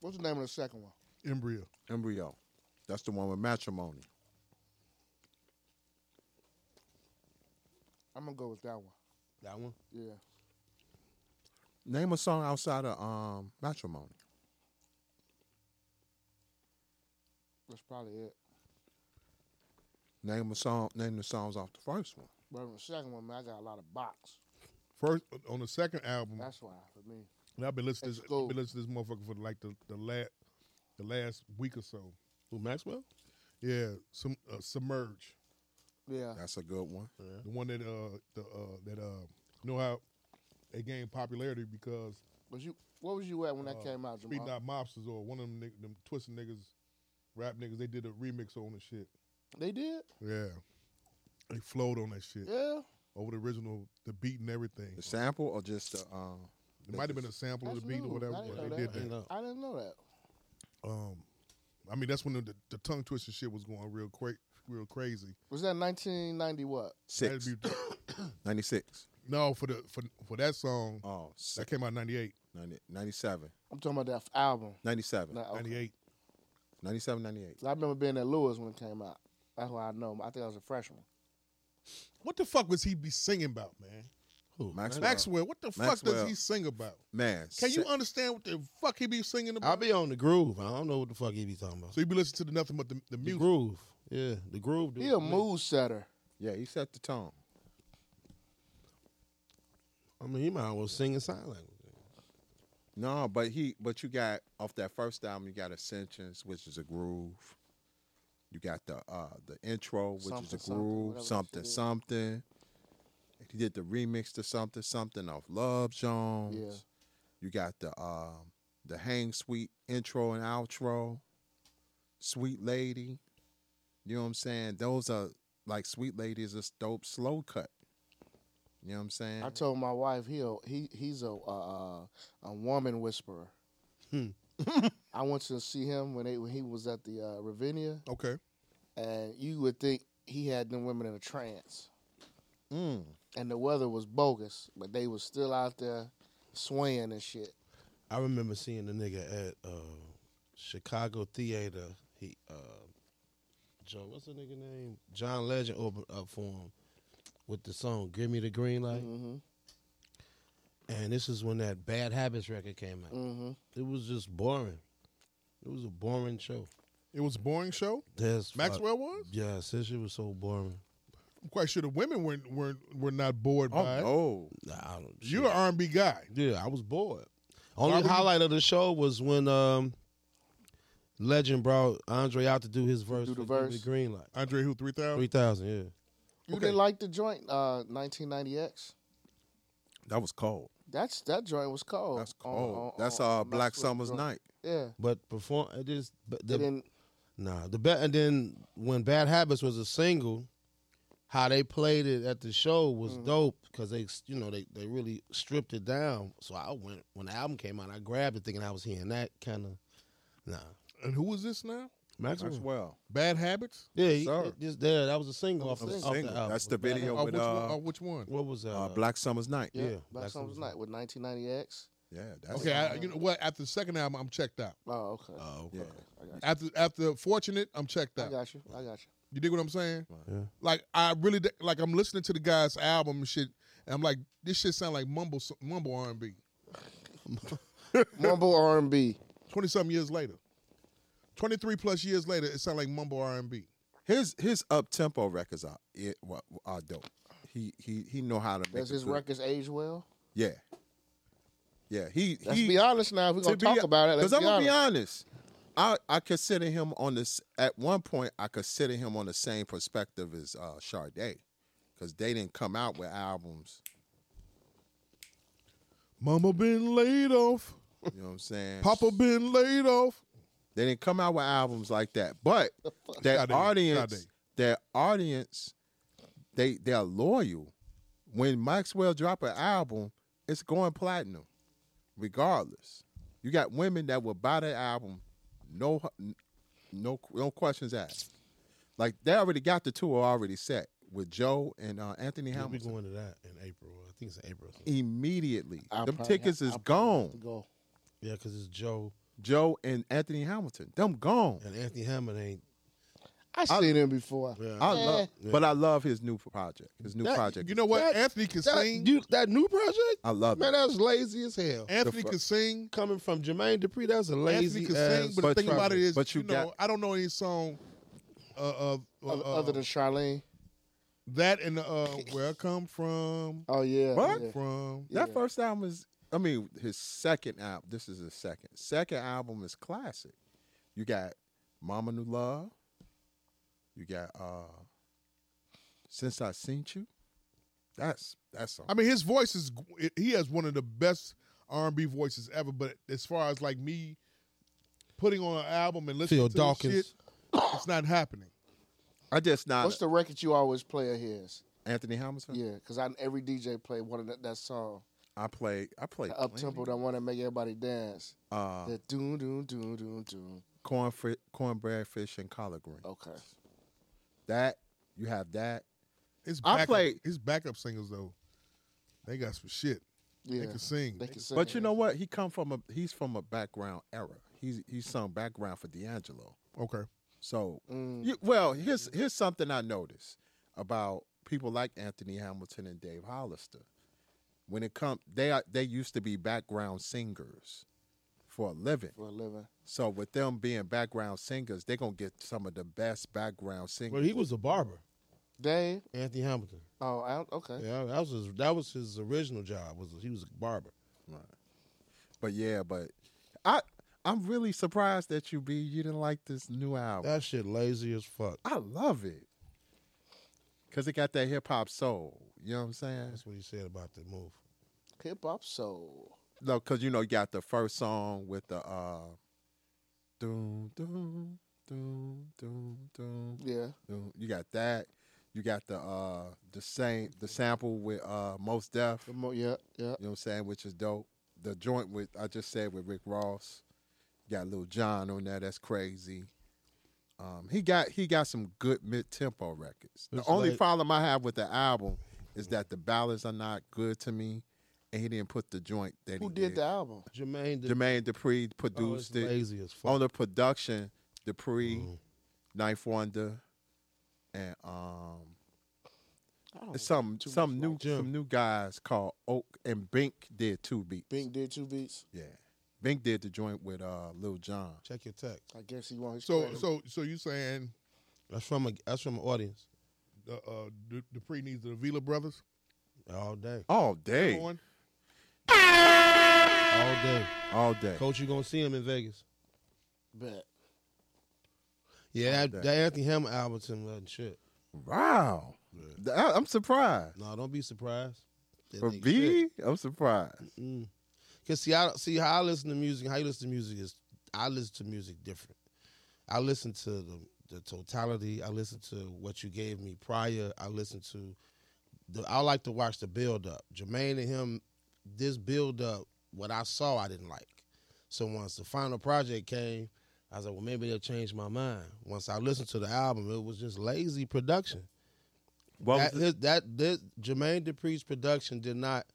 [SPEAKER 4] What's the name of the second one?
[SPEAKER 6] Embryo.
[SPEAKER 10] Embryo. That's the one with matrimony.
[SPEAKER 4] I'm gonna go with that one.
[SPEAKER 5] That one?
[SPEAKER 4] Yeah.
[SPEAKER 10] Name a song outside of um matrimony.
[SPEAKER 4] That's probably it.
[SPEAKER 10] Name a song. Name the songs off the first one.
[SPEAKER 4] But on the second one, man, I got a lot of box.
[SPEAKER 6] First on the second album.
[SPEAKER 4] That's why for me.
[SPEAKER 6] And I've been listening. To this, I've been listening to this motherfucker for like the the last the last week or so.
[SPEAKER 5] Who Maxwell?
[SPEAKER 6] Yeah, some uh, submerge.
[SPEAKER 4] Yeah,
[SPEAKER 10] that's a good one.
[SPEAKER 6] The one that uh the uh that uh you know how it gained popularity because
[SPEAKER 4] Was you? Where was you at when that
[SPEAKER 6] uh,
[SPEAKER 4] came out,
[SPEAKER 6] Street
[SPEAKER 4] Jamal?
[SPEAKER 6] Not Mobsters or one of them nig- them twisted niggas, rap niggas. They did a remix on the shit.
[SPEAKER 4] They did.
[SPEAKER 6] Yeah, they flowed on that shit.
[SPEAKER 4] Yeah.
[SPEAKER 6] over the original, the beat and everything.
[SPEAKER 10] The sample or just the um.
[SPEAKER 6] It might have been a sample of the beat or whatever.
[SPEAKER 4] I didn't
[SPEAKER 6] but
[SPEAKER 4] know
[SPEAKER 6] they
[SPEAKER 4] that.
[SPEAKER 6] did that.
[SPEAKER 4] I didn't know that.
[SPEAKER 6] Um, I mean that's when the, the tongue twisting shit was going real quick, real crazy.
[SPEAKER 4] Was that 1990 what?
[SPEAKER 10] Six. Ninety six.
[SPEAKER 6] No, for the for for that song.
[SPEAKER 10] Oh,
[SPEAKER 6] that came out in 98.
[SPEAKER 10] 90, 97.
[SPEAKER 4] I'm talking about that f- album.
[SPEAKER 10] 97.
[SPEAKER 4] Nah, okay.
[SPEAKER 6] 98.
[SPEAKER 10] 97, 98.
[SPEAKER 4] I remember being at Lewis when it came out. That's why I know. I think I was a freshman.
[SPEAKER 6] What the fuck was he be singing about, man?
[SPEAKER 10] Who?
[SPEAKER 6] Maxwell. What the fuck does he sing about?
[SPEAKER 10] Man,
[SPEAKER 6] Can you
[SPEAKER 5] se-
[SPEAKER 6] understand what the fuck he be singing about?
[SPEAKER 5] I be on the groove. I don't know what the fuck he be talking about.
[SPEAKER 6] So you be listening to the nothing but the, the music.
[SPEAKER 5] groove. Yeah, the groove.
[SPEAKER 4] He a mood setter.
[SPEAKER 10] Yeah, he set the tone.
[SPEAKER 5] I mean, he might as well sing in sign language.
[SPEAKER 10] No, but he but you got off that first album you got Ascensions, which is a groove. You got the uh the intro, which is
[SPEAKER 4] Something,
[SPEAKER 10] a
[SPEAKER 4] something, whatever
[SPEAKER 10] groove,
[SPEAKER 4] that
[SPEAKER 10] something,
[SPEAKER 4] shit is.
[SPEAKER 10] something. He did the remix to something, something off Love Jones.
[SPEAKER 4] Yeah.
[SPEAKER 10] You got the um the Hang Sweet intro and outro. Sweet Lady. You know what I'm saying? Those are like Sweet Lady is a dope slow cut. You know what I'm saying?
[SPEAKER 4] I told my wife he a, he he's a uh, uh, a woman whisperer.
[SPEAKER 6] Hmm.
[SPEAKER 4] I went to see him when they when he was at the uh, Ravinia,
[SPEAKER 6] Okay.
[SPEAKER 4] and you would think he had them women in a trance.
[SPEAKER 6] Hmm.
[SPEAKER 10] Mm.
[SPEAKER 4] And the weather was bogus, but they was still out there swaying and shit.
[SPEAKER 5] I remember seeing the nigga at uh, Chicago Theater. He uh, Joe, what's the nigga name? John Legend opened up for him with the song "Give Me the Green Light,"
[SPEAKER 6] Mm-hmm.
[SPEAKER 5] and this is when that Bad Habits record came out.
[SPEAKER 6] Mm-hmm.
[SPEAKER 4] Mhm.
[SPEAKER 5] It was just boring. It was a boring show.
[SPEAKER 6] It was a boring show.
[SPEAKER 5] That's
[SPEAKER 6] Maxwell was?
[SPEAKER 5] Yes, this shit was so boring.
[SPEAKER 6] I'm quite sure the women weren't weren't were not bored by it.
[SPEAKER 10] Oh,
[SPEAKER 5] Nah, I don't,
[SPEAKER 6] You're an R&B guy.
[SPEAKER 5] Yeah, I was bored.
[SPEAKER 6] Why
[SPEAKER 5] Only
[SPEAKER 6] would you-
[SPEAKER 5] highlight of the show was when um, Legend brought uh, Andre out to do his verse.
[SPEAKER 4] the
[SPEAKER 5] for Give Me
[SPEAKER 4] verse.
[SPEAKER 5] Green Light.
[SPEAKER 6] Andre who three thousand?
[SPEAKER 5] Three thousand. Yeah.
[SPEAKER 4] You didn't like the joint, uh, 1990X.
[SPEAKER 10] That was cold.
[SPEAKER 4] That's that joint was cold. That's
[SPEAKER 10] cold. That's, uh, Black Summer's Night.
[SPEAKER 4] Yeah,
[SPEAKER 5] But before it is, but the,
[SPEAKER 4] They didn't-
[SPEAKER 5] nah, the bet and then when Bad Habits was a single, how they played it at the show was
[SPEAKER 4] Mm.
[SPEAKER 5] dope because they, you know, they they really stripped it down. So I went when the album came out, I grabbed it thinking I was hearing that kind of, nah.
[SPEAKER 6] And who was this now?
[SPEAKER 5] Maxwell.
[SPEAKER 10] Maxwell.
[SPEAKER 6] Bad Habits.
[SPEAKER 5] Yeah, he,
[SPEAKER 10] Sir.
[SPEAKER 5] it- just there. That was a single off,
[SPEAKER 10] That was
[SPEAKER 5] the,
[SPEAKER 10] a
[SPEAKER 5] off the
[SPEAKER 10] single.
[SPEAKER 5] album.
[SPEAKER 10] That's the video
[SPEAKER 6] Uh,
[SPEAKER 10] with,
[SPEAKER 5] Oh,
[SPEAKER 6] which,
[SPEAKER 10] uh,
[SPEAKER 6] one, uh, which one?
[SPEAKER 5] What was that?
[SPEAKER 10] Uh, Black Summer's Night.
[SPEAKER 4] yeah. Black Summer's Night with 1990X.
[SPEAKER 10] Yeah, that's
[SPEAKER 6] Okay, I, you know what? After the second album, I'm checked out.
[SPEAKER 4] Oh, okay.
[SPEAKER 5] Oh,
[SPEAKER 10] yeah.
[SPEAKER 6] After after Fortunate, I'm checked
[SPEAKER 4] I
[SPEAKER 6] out.
[SPEAKER 4] got you. I got you.
[SPEAKER 6] You dig what I'm saying?
[SPEAKER 5] Yeah.
[SPEAKER 6] Like I really di- like I'm listening to the guy's album and shit, and I'm like, this shit sound like mumble so- mumble R&B.
[SPEAKER 4] Mumble R&B.
[SPEAKER 6] Twenty something years later, twenty three plus years later, it sound like mumble R&B.
[SPEAKER 10] His his up tempo records are it wa- are dope. He he he know how to make
[SPEAKER 4] Does
[SPEAKER 10] it
[SPEAKER 4] his
[SPEAKER 10] good.
[SPEAKER 4] records age well?
[SPEAKER 10] Yeah, yeah. He
[SPEAKER 4] Let's
[SPEAKER 10] he,
[SPEAKER 4] be honest now. If we're
[SPEAKER 10] to
[SPEAKER 4] gonna talk
[SPEAKER 10] be-
[SPEAKER 4] about it, let's
[SPEAKER 10] I'm gonna
[SPEAKER 4] be
[SPEAKER 10] be
[SPEAKER 4] honest.
[SPEAKER 10] honest. I I consider him on this at one point. I consider him on the same perspective as uh, Sade, because they didn't come out with albums.
[SPEAKER 6] Mama been laid off.
[SPEAKER 10] You know what I'm saying?
[SPEAKER 6] Papa been laid off.
[SPEAKER 10] They didn't come out with albums like that. But their
[SPEAKER 6] Sade,
[SPEAKER 10] audience,
[SPEAKER 6] Sade.
[SPEAKER 10] their audience, they they are loyal. when Maxwell drop an album, it's going platinum, regardless. You got women that will buy that album, no, no, no questions asked. Like they already got the tour already set with Joe and uh, Anthony
[SPEAKER 6] We'll be
[SPEAKER 10] Hamilton.
[SPEAKER 6] going to that in April. I think it's in April.
[SPEAKER 10] Immediately,
[SPEAKER 6] I'll
[SPEAKER 10] them
[SPEAKER 6] probably
[SPEAKER 10] tickets
[SPEAKER 6] have-
[SPEAKER 10] is
[SPEAKER 6] I'll probably have
[SPEAKER 10] gone.
[SPEAKER 6] to Yeah, because it's Joe
[SPEAKER 10] Joe and Anthony Hamilton, them gone.
[SPEAKER 6] and Anthony Hammond ain't.
[SPEAKER 4] I seen him before.
[SPEAKER 10] I
[SPEAKER 4] Eh.
[SPEAKER 10] love, but I love his new project. His new
[SPEAKER 4] That-
[SPEAKER 10] project.
[SPEAKER 5] You
[SPEAKER 10] is
[SPEAKER 5] know what?
[SPEAKER 10] dope.
[SPEAKER 5] Anthony can
[SPEAKER 6] that,
[SPEAKER 5] sing.
[SPEAKER 6] you- that new project?
[SPEAKER 10] I love
[SPEAKER 6] Man,
[SPEAKER 10] it.
[SPEAKER 6] that's lazy as hell.
[SPEAKER 5] Anthony
[SPEAKER 10] The
[SPEAKER 5] can sing.
[SPEAKER 6] Coming from Jermaine Dupree, that's a lazy
[SPEAKER 5] Anthony can
[SPEAKER 6] ass
[SPEAKER 5] sing, but the thing about it is,
[SPEAKER 10] but
[SPEAKER 5] you,
[SPEAKER 10] you
[SPEAKER 5] know,
[SPEAKER 10] got-
[SPEAKER 5] I don't know any song uh, uh, uh,
[SPEAKER 4] Other,
[SPEAKER 5] uh,
[SPEAKER 4] other than Charlene.
[SPEAKER 5] that and uh, where I come from.
[SPEAKER 4] Oh yeah.
[SPEAKER 10] What?
[SPEAKER 4] yeah.
[SPEAKER 5] From
[SPEAKER 10] That first album is, I mean, his second album. This is his second. Second album is classic. You got Mama New Love. You got uh Since I Seen You. That's that's
[SPEAKER 5] I mean, his voice is. He has one of the best R and B voices ever. But as far as like me putting on an album and listening
[SPEAKER 6] Phil
[SPEAKER 5] to this
[SPEAKER 6] Dawkins.
[SPEAKER 5] shit, it's not happening.
[SPEAKER 10] I just not
[SPEAKER 4] What's the record you always play of his?
[SPEAKER 10] Anthony Hamilton.
[SPEAKER 4] Yeah, because I every DJ play one of that, that song.
[SPEAKER 10] I play I play
[SPEAKER 4] Up tempo, that one that make everybody dance.
[SPEAKER 10] uh
[SPEAKER 4] That doom doom doom doom doom.
[SPEAKER 10] corn fri- cornbread fish and collard greens.
[SPEAKER 4] Okay.
[SPEAKER 10] That you have that.
[SPEAKER 5] His
[SPEAKER 10] I
[SPEAKER 5] backup,
[SPEAKER 10] play-
[SPEAKER 5] his backup singers though. They got some shit.
[SPEAKER 4] Yeah.
[SPEAKER 5] They can sing.
[SPEAKER 4] They can sing.
[SPEAKER 10] But you know what? He come from a he's from a background era. He's he's sung background for D'Angelo.
[SPEAKER 5] Okay.
[SPEAKER 10] So,
[SPEAKER 4] Mm.
[SPEAKER 10] you, well, here's here's something I noticed about people like Anthony Hamilton and Dave Hollister. When it come, they are they used to be background singers for a living.
[SPEAKER 4] for a living.
[SPEAKER 10] So with them being background singers, they're gonna get some of the best background
[SPEAKER 6] Well,
[SPEAKER 10] singers.
[SPEAKER 6] he was a barber,
[SPEAKER 4] Dave.
[SPEAKER 6] Anthony Hamilton.
[SPEAKER 4] Oh, I, okay.
[SPEAKER 6] Yeah, that was his, that was his original job. Was he was a barber?
[SPEAKER 10] But yeah, but I I'm really surprised that you be you didn't like this new
[SPEAKER 4] Oh.
[SPEAKER 10] album.
[SPEAKER 6] That shit lazy as fuck.
[SPEAKER 10] I love it because it got that hip hop soul. You know what I'm saying?
[SPEAKER 6] That's what he said about the move.
[SPEAKER 4] Hip hop soul.
[SPEAKER 10] No, because you know you got the first song with the uh, doom doom doom doom doom.
[SPEAKER 4] Yeah.
[SPEAKER 10] doom. You got that. You got the uh the same the sample with uh Most Def.
[SPEAKER 4] The mo- yeah, yeah.
[SPEAKER 10] You know what I'm saying, which is dope. The joint with I just said with Rick Ross. You got Lil John on there. That's crazy. Um, he got he got some good mid tempo records. The
[SPEAKER 6] It's
[SPEAKER 10] only
[SPEAKER 6] like-
[SPEAKER 10] problem I have with the album is that the ballads are not good to me, and he didn't put the joint that
[SPEAKER 4] Who
[SPEAKER 10] he
[SPEAKER 4] did the album?
[SPEAKER 6] Jermaine, did,
[SPEAKER 10] Jermaine Dupree
[SPEAKER 6] oh, it's
[SPEAKER 10] produced it.
[SPEAKER 6] lazy as fuck.
[SPEAKER 10] On the production, Dupree, Knife Wonder, and um,
[SPEAKER 4] I don't
[SPEAKER 10] some
[SPEAKER 4] too
[SPEAKER 10] some
[SPEAKER 4] much
[SPEAKER 10] new
[SPEAKER 4] like
[SPEAKER 10] some new guys called Oak and Bink did two beats.
[SPEAKER 4] Bink did two beats.
[SPEAKER 10] Yeah, Bink did the joint with uh Lil John.
[SPEAKER 6] Check your text.
[SPEAKER 4] I guess he won his
[SPEAKER 5] So
[SPEAKER 4] credit.
[SPEAKER 5] so so you saying
[SPEAKER 6] That's from a that's from an audience
[SPEAKER 5] uh, uh, Du- Dupree needs the Avila Brothers?
[SPEAKER 6] all day,
[SPEAKER 10] All day,
[SPEAKER 5] Come on.
[SPEAKER 6] all day.
[SPEAKER 10] all day.
[SPEAKER 6] Coach, you gonna see him in Vegas?
[SPEAKER 4] bet.
[SPEAKER 6] Yeah, that,
[SPEAKER 10] day.
[SPEAKER 6] that Anthony Hamilton Albertson wasn't shit.
[SPEAKER 10] Wow, Th- I, am surprised.
[SPEAKER 6] No, don't be surprised. That
[SPEAKER 10] For
[SPEAKER 6] nigga
[SPEAKER 10] B, am surprised.
[SPEAKER 6] Cause see, I see how I listen to music. How you listen to music is I listen to music different. I listen to the the totality. I listen to what you gave me prior. I listen to the. I like to watch the build up. Jermaine and him, this build up. What I saw, I didn't like. So once the final project came, I was like, well, maybe they'll change my mind. Once I listened to the album, it was just lazy production.
[SPEAKER 10] What
[SPEAKER 6] that,
[SPEAKER 10] was it?
[SPEAKER 6] his, that this, Jermaine Dupri's production did not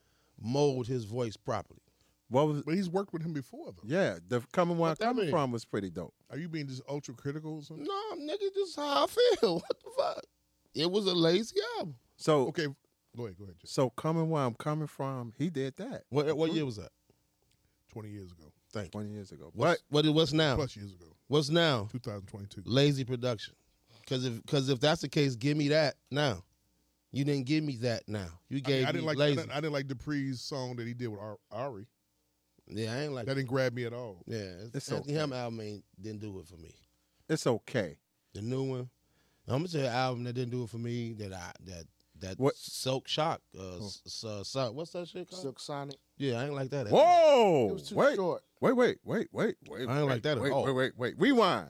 [SPEAKER 6] mold his voice properly.
[SPEAKER 10] What was?
[SPEAKER 5] But he's worked with him before though.
[SPEAKER 10] Yeah, the coming one
[SPEAKER 6] What that
[SPEAKER 10] coming
[SPEAKER 6] mean?
[SPEAKER 10] from was pretty dope.
[SPEAKER 5] Are you being just ultra critical or something?
[SPEAKER 6] No, nigga, this is how I feel. What the fuck? It was a lazy album.
[SPEAKER 10] So
[SPEAKER 5] Okay, go ahead, go ahead. Just
[SPEAKER 10] so coming where I'm coming from, he did that
[SPEAKER 6] What what year was that?
[SPEAKER 5] twenty years ago,
[SPEAKER 6] Thank you.
[SPEAKER 10] 20 years ago. But
[SPEAKER 6] What what what's now?
[SPEAKER 5] plus years ago,
[SPEAKER 6] What's now?
[SPEAKER 5] two thousand twenty-two.
[SPEAKER 6] Lazy production. Cause if cause if that's the case, give me that now. You didn't give me that now. You
[SPEAKER 5] I,
[SPEAKER 6] gave
[SPEAKER 5] I
[SPEAKER 6] me
[SPEAKER 5] didn't like I
[SPEAKER 6] lazy.
[SPEAKER 5] didn't, I didn't like Dupree's song that he did with Ar- Ari.
[SPEAKER 6] yeah, I ain't like
[SPEAKER 5] That didn't grab me at all.
[SPEAKER 6] Yeah,
[SPEAKER 10] It's
[SPEAKER 6] Anthony
[SPEAKER 10] okay.
[SPEAKER 6] Hamilton album ain't, didn't do it for me.
[SPEAKER 10] it's okay.
[SPEAKER 6] The new one. I'm gonna tell you an album that didn't do it for me. That I that that
[SPEAKER 10] What?
[SPEAKER 6] Silk Shock. Uh,
[SPEAKER 5] Oh.
[SPEAKER 6] s- s- uh, so- what's that shit called?
[SPEAKER 4] Silk Sonic.
[SPEAKER 6] Yeah, I ain't like that. at all.
[SPEAKER 10] Whoa!
[SPEAKER 4] It was too
[SPEAKER 10] wait,
[SPEAKER 4] short.
[SPEAKER 10] wait, wait, wait, wait, wait.
[SPEAKER 6] I ain't like
[SPEAKER 10] wait,
[SPEAKER 6] that at
[SPEAKER 10] wait,
[SPEAKER 6] all.
[SPEAKER 10] Wait, wait, wait. Rewind.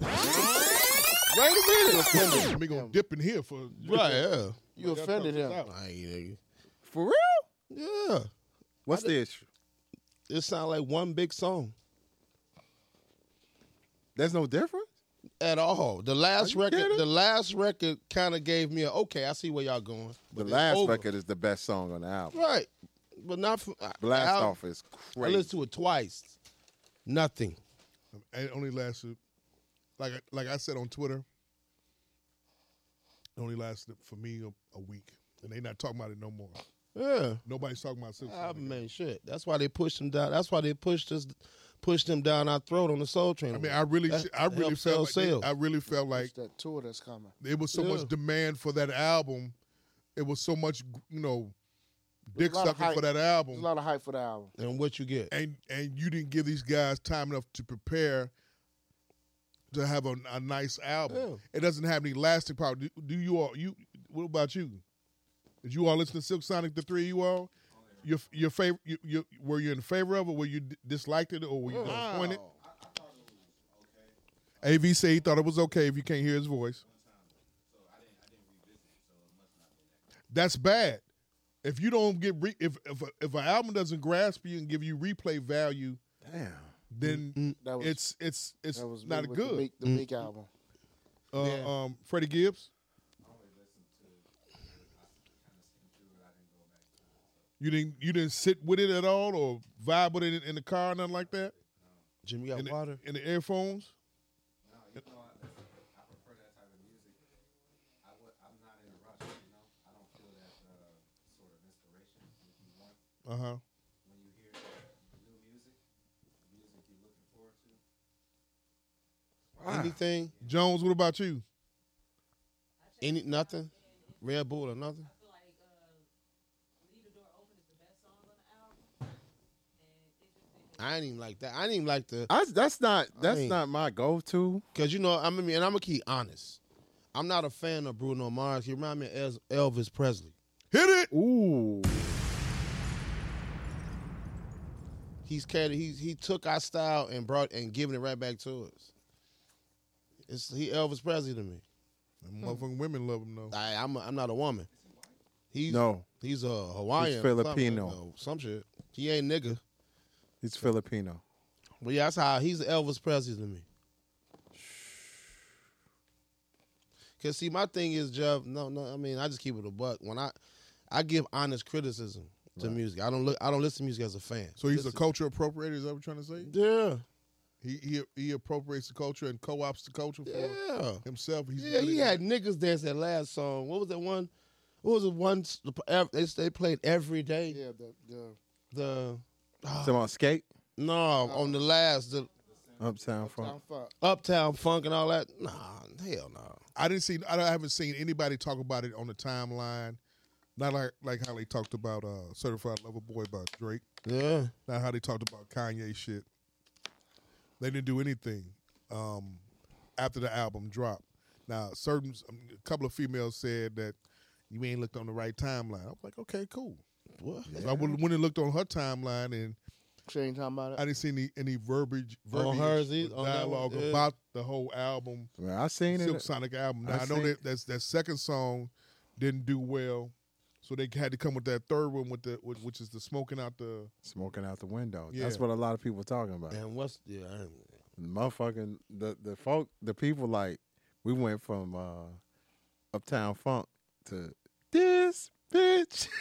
[SPEAKER 6] Wait a minute.
[SPEAKER 10] Let me go dip in here for
[SPEAKER 6] Right, yeah.
[SPEAKER 4] You offended him.
[SPEAKER 6] For real? Yeah.
[SPEAKER 5] What's the issue?
[SPEAKER 6] It sounds like one big song.
[SPEAKER 5] There's no difference
[SPEAKER 6] at all. The last
[SPEAKER 5] Are you
[SPEAKER 6] record,
[SPEAKER 5] kidding?
[SPEAKER 6] the last record, kind of gave me a okay. I see where y'all going.
[SPEAKER 5] The
[SPEAKER 6] but it's
[SPEAKER 5] last
[SPEAKER 6] over.
[SPEAKER 5] record is the best song on the album.
[SPEAKER 6] right? But not from I-
[SPEAKER 5] Blast
[SPEAKER 6] I-
[SPEAKER 5] Off is
[SPEAKER 6] I
[SPEAKER 5] crazy.
[SPEAKER 6] listened to it twice. Nothing.
[SPEAKER 10] And it only lasted, like I- like I said on Twitter, it only lasted for me a, a week, and they not talking about it no more.
[SPEAKER 6] Yeah.
[SPEAKER 10] Nobody's talking about Silk.
[SPEAKER 6] I mean, Ah, shit. That's why they pushed him down. That's why they pushed us, pushed them down our throat on the Soul Train.
[SPEAKER 10] I mean, I really,
[SPEAKER 6] That
[SPEAKER 10] I really
[SPEAKER 6] helped
[SPEAKER 10] felt like
[SPEAKER 6] sell
[SPEAKER 10] they-
[SPEAKER 6] sales.
[SPEAKER 10] I really felt like
[SPEAKER 4] It's that tour that's coming.
[SPEAKER 10] It was so
[SPEAKER 4] Yeah.
[SPEAKER 10] much demand for that album. It was so much, you know,
[SPEAKER 4] There's
[SPEAKER 10] dick
[SPEAKER 4] a lot of
[SPEAKER 10] sucking for
[SPEAKER 4] hype.
[SPEAKER 10] that
[SPEAKER 4] There's
[SPEAKER 10] album,
[SPEAKER 4] a lot of hype for the album.
[SPEAKER 6] and what you get?
[SPEAKER 10] and and you didn't give these guys time enough to prepare to have a, a nice album. It doesn't have any lasting power. Do, do you all? You what about you? Did you all listen to Silk Sonic? The three of you all, your your favorite? You, you, were you in favor of it? Were you d- disliked it, or were you disappointed? Av said he thought it was okay if you can't hear his voice. That's bad. If you don't get re- if if a, if an album doesn't grasp you and give you replay value,
[SPEAKER 5] damn,
[SPEAKER 10] then it's it's it's
[SPEAKER 4] That was me
[SPEAKER 10] not
[SPEAKER 4] with The
[SPEAKER 10] good.
[SPEAKER 4] Meek, the Meek album.
[SPEAKER 10] Uh, um, Freddie Gibbs. You didn't you didn't sit with it at all or vibe with it in, in the car or nothing like that.
[SPEAKER 6] Jimmy got
[SPEAKER 10] in the-
[SPEAKER 6] water.
[SPEAKER 10] in the earphones. Uh huh.
[SPEAKER 6] Anything?
[SPEAKER 10] Jones, what about you?
[SPEAKER 6] Any nothing? Red Bull or nothing? I ain't even like that. I ain't even like the.
[SPEAKER 5] I, that's not that's
[SPEAKER 6] mean-
[SPEAKER 5] not my go-to.
[SPEAKER 6] Cause you know, I mean, and I'm gonna keep honest. I'm not a fan of Bruno Mars. He remind me of Ez- Elvis Presley.
[SPEAKER 10] Hit it!
[SPEAKER 5] Ooh.
[SPEAKER 6] He's carried. He he took our style and brought and giving it right back to us. It's he Elvis Presley to me.
[SPEAKER 10] Them Motherfucking women love him though.
[SPEAKER 6] I, I'm a, I'm not a woman. He's
[SPEAKER 5] No.
[SPEAKER 6] He's a Hawaiian.
[SPEAKER 5] He's
[SPEAKER 6] or something,
[SPEAKER 5] Filipino.
[SPEAKER 6] or Some shit. He ain't nigga.
[SPEAKER 5] He's Filipino.
[SPEAKER 6] But yeah, that's how he's Elvis Presley to me. Cause see, my thing is, Jeff. No, no. I mean, I just keep it a buck. When I, I give honest criticism to music. I don't look. I don't listen to music as a fan.
[SPEAKER 10] So he's a
[SPEAKER 6] Listen-
[SPEAKER 10] culture appropriator. Is that what you're trying to say?
[SPEAKER 6] Yeah.
[SPEAKER 10] He he he appropriates the culture and co-ops the culture for
[SPEAKER 6] Yeah.
[SPEAKER 10] himself. He's
[SPEAKER 6] Yeah,
[SPEAKER 10] really-
[SPEAKER 6] he had niggas dance that last song. What was that one? What was the one s- the p- ev- they they played every day?
[SPEAKER 4] Yeah, the, the
[SPEAKER 6] The ah.
[SPEAKER 5] So on skate,
[SPEAKER 6] no on the last the
[SPEAKER 5] uptown
[SPEAKER 4] I'm
[SPEAKER 5] from.
[SPEAKER 4] fuck.
[SPEAKER 6] Uptown Funk and all that. Nah, hell no.
[SPEAKER 10] I didn't see. I don't- I haven't seen anybody talk about it on the timeline. Not like like how they talked about uh, Certified Lover Boy by Drake.
[SPEAKER 6] Yeah.
[SPEAKER 10] Not how they talked about Kanye shit. They didn't do anything um, after the album dropped. Now, certain a couple of females said that you ain't looked on the right timeline. I was like, okay, cool.
[SPEAKER 6] What?
[SPEAKER 10] So I went went and looked on her timeline and
[SPEAKER 4] She ain't talking about it.
[SPEAKER 10] I didn't see any any verbiage, verbiage
[SPEAKER 6] On hers either,
[SPEAKER 10] or
[SPEAKER 6] on that one,
[SPEAKER 10] dialogue
[SPEAKER 6] yeah.
[SPEAKER 10] about the whole album.
[SPEAKER 5] Well, I seen
[SPEAKER 10] Silk
[SPEAKER 5] it.
[SPEAKER 10] Sonic album. Now,
[SPEAKER 5] I
[SPEAKER 10] I, know
[SPEAKER 5] seen-
[SPEAKER 10] that that's, that second song didn't do well, so they had to come with that third one with the with, which is the smoking out the.
[SPEAKER 5] Smoking out the window. That's
[SPEAKER 10] Yeah.
[SPEAKER 5] what a lot of people are talking about.
[SPEAKER 6] And what's yeah? I ain't-
[SPEAKER 5] Motherfucking the the folk the people like we went from uh uptown funk to this bitch.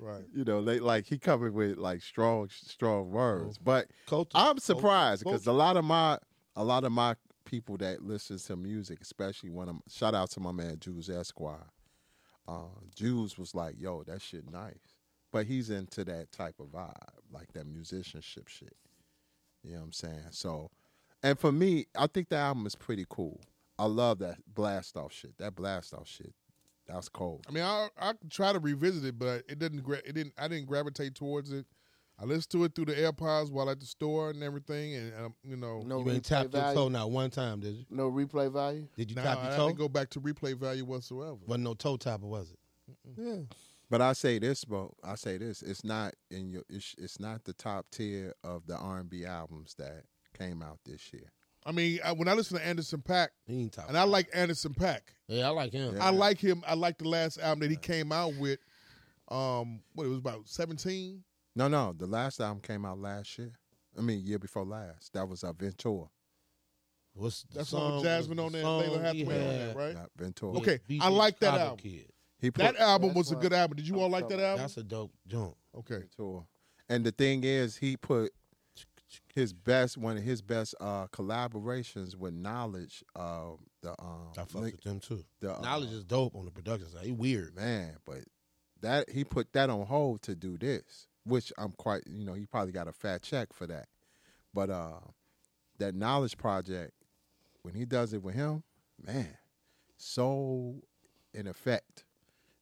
[SPEAKER 10] Right.
[SPEAKER 5] you know, they like he covered with like strong strong
[SPEAKER 10] Mm-hmm.
[SPEAKER 5] words. But I'm surprised because a lot of my a lot of my people that listen to music, especially when I'm shout out to my man Jews Esquire. Uh Jews was like, yo, that shit nice. But he's into that type of vibe, like that musicianship shit. You know what I'm saying? So and for me, I think the album is pretty cool. I love that blast off shit. That blast off shit. That was cold.
[SPEAKER 10] I mean, I I could try to revisit it, but it didn't. Gra- it didn't. I didn't gravitate towards it. I listened to it through the AirPods while at the store and everything, and um, you know,
[SPEAKER 4] No
[SPEAKER 6] you ain't
[SPEAKER 4] replay
[SPEAKER 6] tapped your
[SPEAKER 4] value.
[SPEAKER 6] toe not one time, did you?
[SPEAKER 4] No replay value.
[SPEAKER 6] Did you
[SPEAKER 10] Nah,
[SPEAKER 6] tap
[SPEAKER 10] I
[SPEAKER 6] your toe?
[SPEAKER 10] didn't go back to replay value whatsoever.
[SPEAKER 6] Wasn't no toe tapper, was it? Yeah.
[SPEAKER 5] But I say this, bro. I say this. It's not in your. It's, it's not the top tier of the R and B albums that came out this year.
[SPEAKER 10] I mean, I, when I listen to Anderson Pack, and I like Anderson Pack.
[SPEAKER 6] Yeah, I like him.
[SPEAKER 10] I like him. I like the last album that he came out with. Um, what it was about seventeen.
[SPEAKER 2] No, no. The last album came out last year. I mean, year before last. That was uh, Ventura.
[SPEAKER 6] What's
[SPEAKER 10] That's the song with Jasmine on there, Layla Hathaway on there, right?
[SPEAKER 2] Yeah, Ventura.
[SPEAKER 10] Okay, I like that
[SPEAKER 6] Chicago
[SPEAKER 10] album.
[SPEAKER 6] Kid.
[SPEAKER 2] He
[SPEAKER 10] that
[SPEAKER 2] put-
[SPEAKER 10] album
[SPEAKER 2] That's
[SPEAKER 10] was a
[SPEAKER 2] why
[SPEAKER 10] good album. Did you all like that album?
[SPEAKER 6] That's a dope jump.
[SPEAKER 10] Okay.
[SPEAKER 2] Ventura. And the thing is, he put his best one of his best uh collaborations with Knowledge. Uh, the um, I
[SPEAKER 6] fuck with them too.
[SPEAKER 2] The, uh,
[SPEAKER 6] Knowledge is dope on the production side. He weird,
[SPEAKER 2] man, but that he put that on hold to do this, which I'm quite you know he probably got a fat check for that, but uh, that knowledge project when he does it with him, man, soul in effect,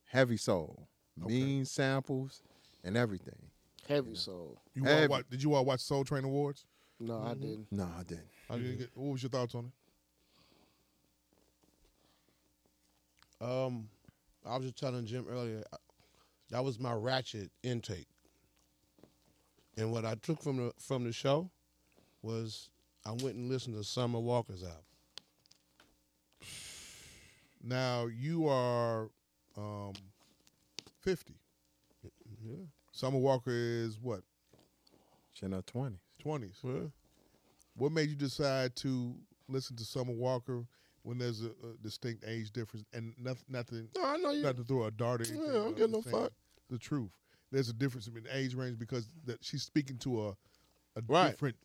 [SPEAKER 2] heavy soul, mean samples, and everything.
[SPEAKER 4] Heavy soul.
[SPEAKER 10] You
[SPEAKER 2] Hey,
[SPEAKER 10] all watch, did you all watch Soul Train Awards?
[SPEAKER 4] No, I didn't.
[SPEAKER 2] No, I didn't.
[SPEAKER 10] I didn't get, what was your thoughts on it?
[SPEAKER 6] Um, I was just telling Jim earlier, I- that was my ratchet intake. And what I took from the from the show was I went and listened to Summer Walker's album.
[SPEAKER 10] Now you are um, fifty.
[SPEAKER 6] Yeah.
[SPEAKER 10] Summer Walker is what
[SPEAKER 2] She in her twenties.
[SPEAKER 10] twenties. What made you decide to listen to Summer Walker when there's a, a distinct age difference and nothing? Nothing.
[SPEAKER 6] No, I know you-
[SPEAKER 10] Not to throw a dart. At anything,
[SPEAKER 6] Yeah, I don't
[SPEAKER 10] but
[SPEAKER 6] give
[SPEAKER 10] I'm
[SPEAKER 6] no
[SPEAKER 10] just saying
[SPEAKER 6] fuck.
[SPEAKER 10] The truth. There's a difference in the age range because that she's speaking to a, a
[SPEAKER 6] Right.
[SPEAKER 10] different.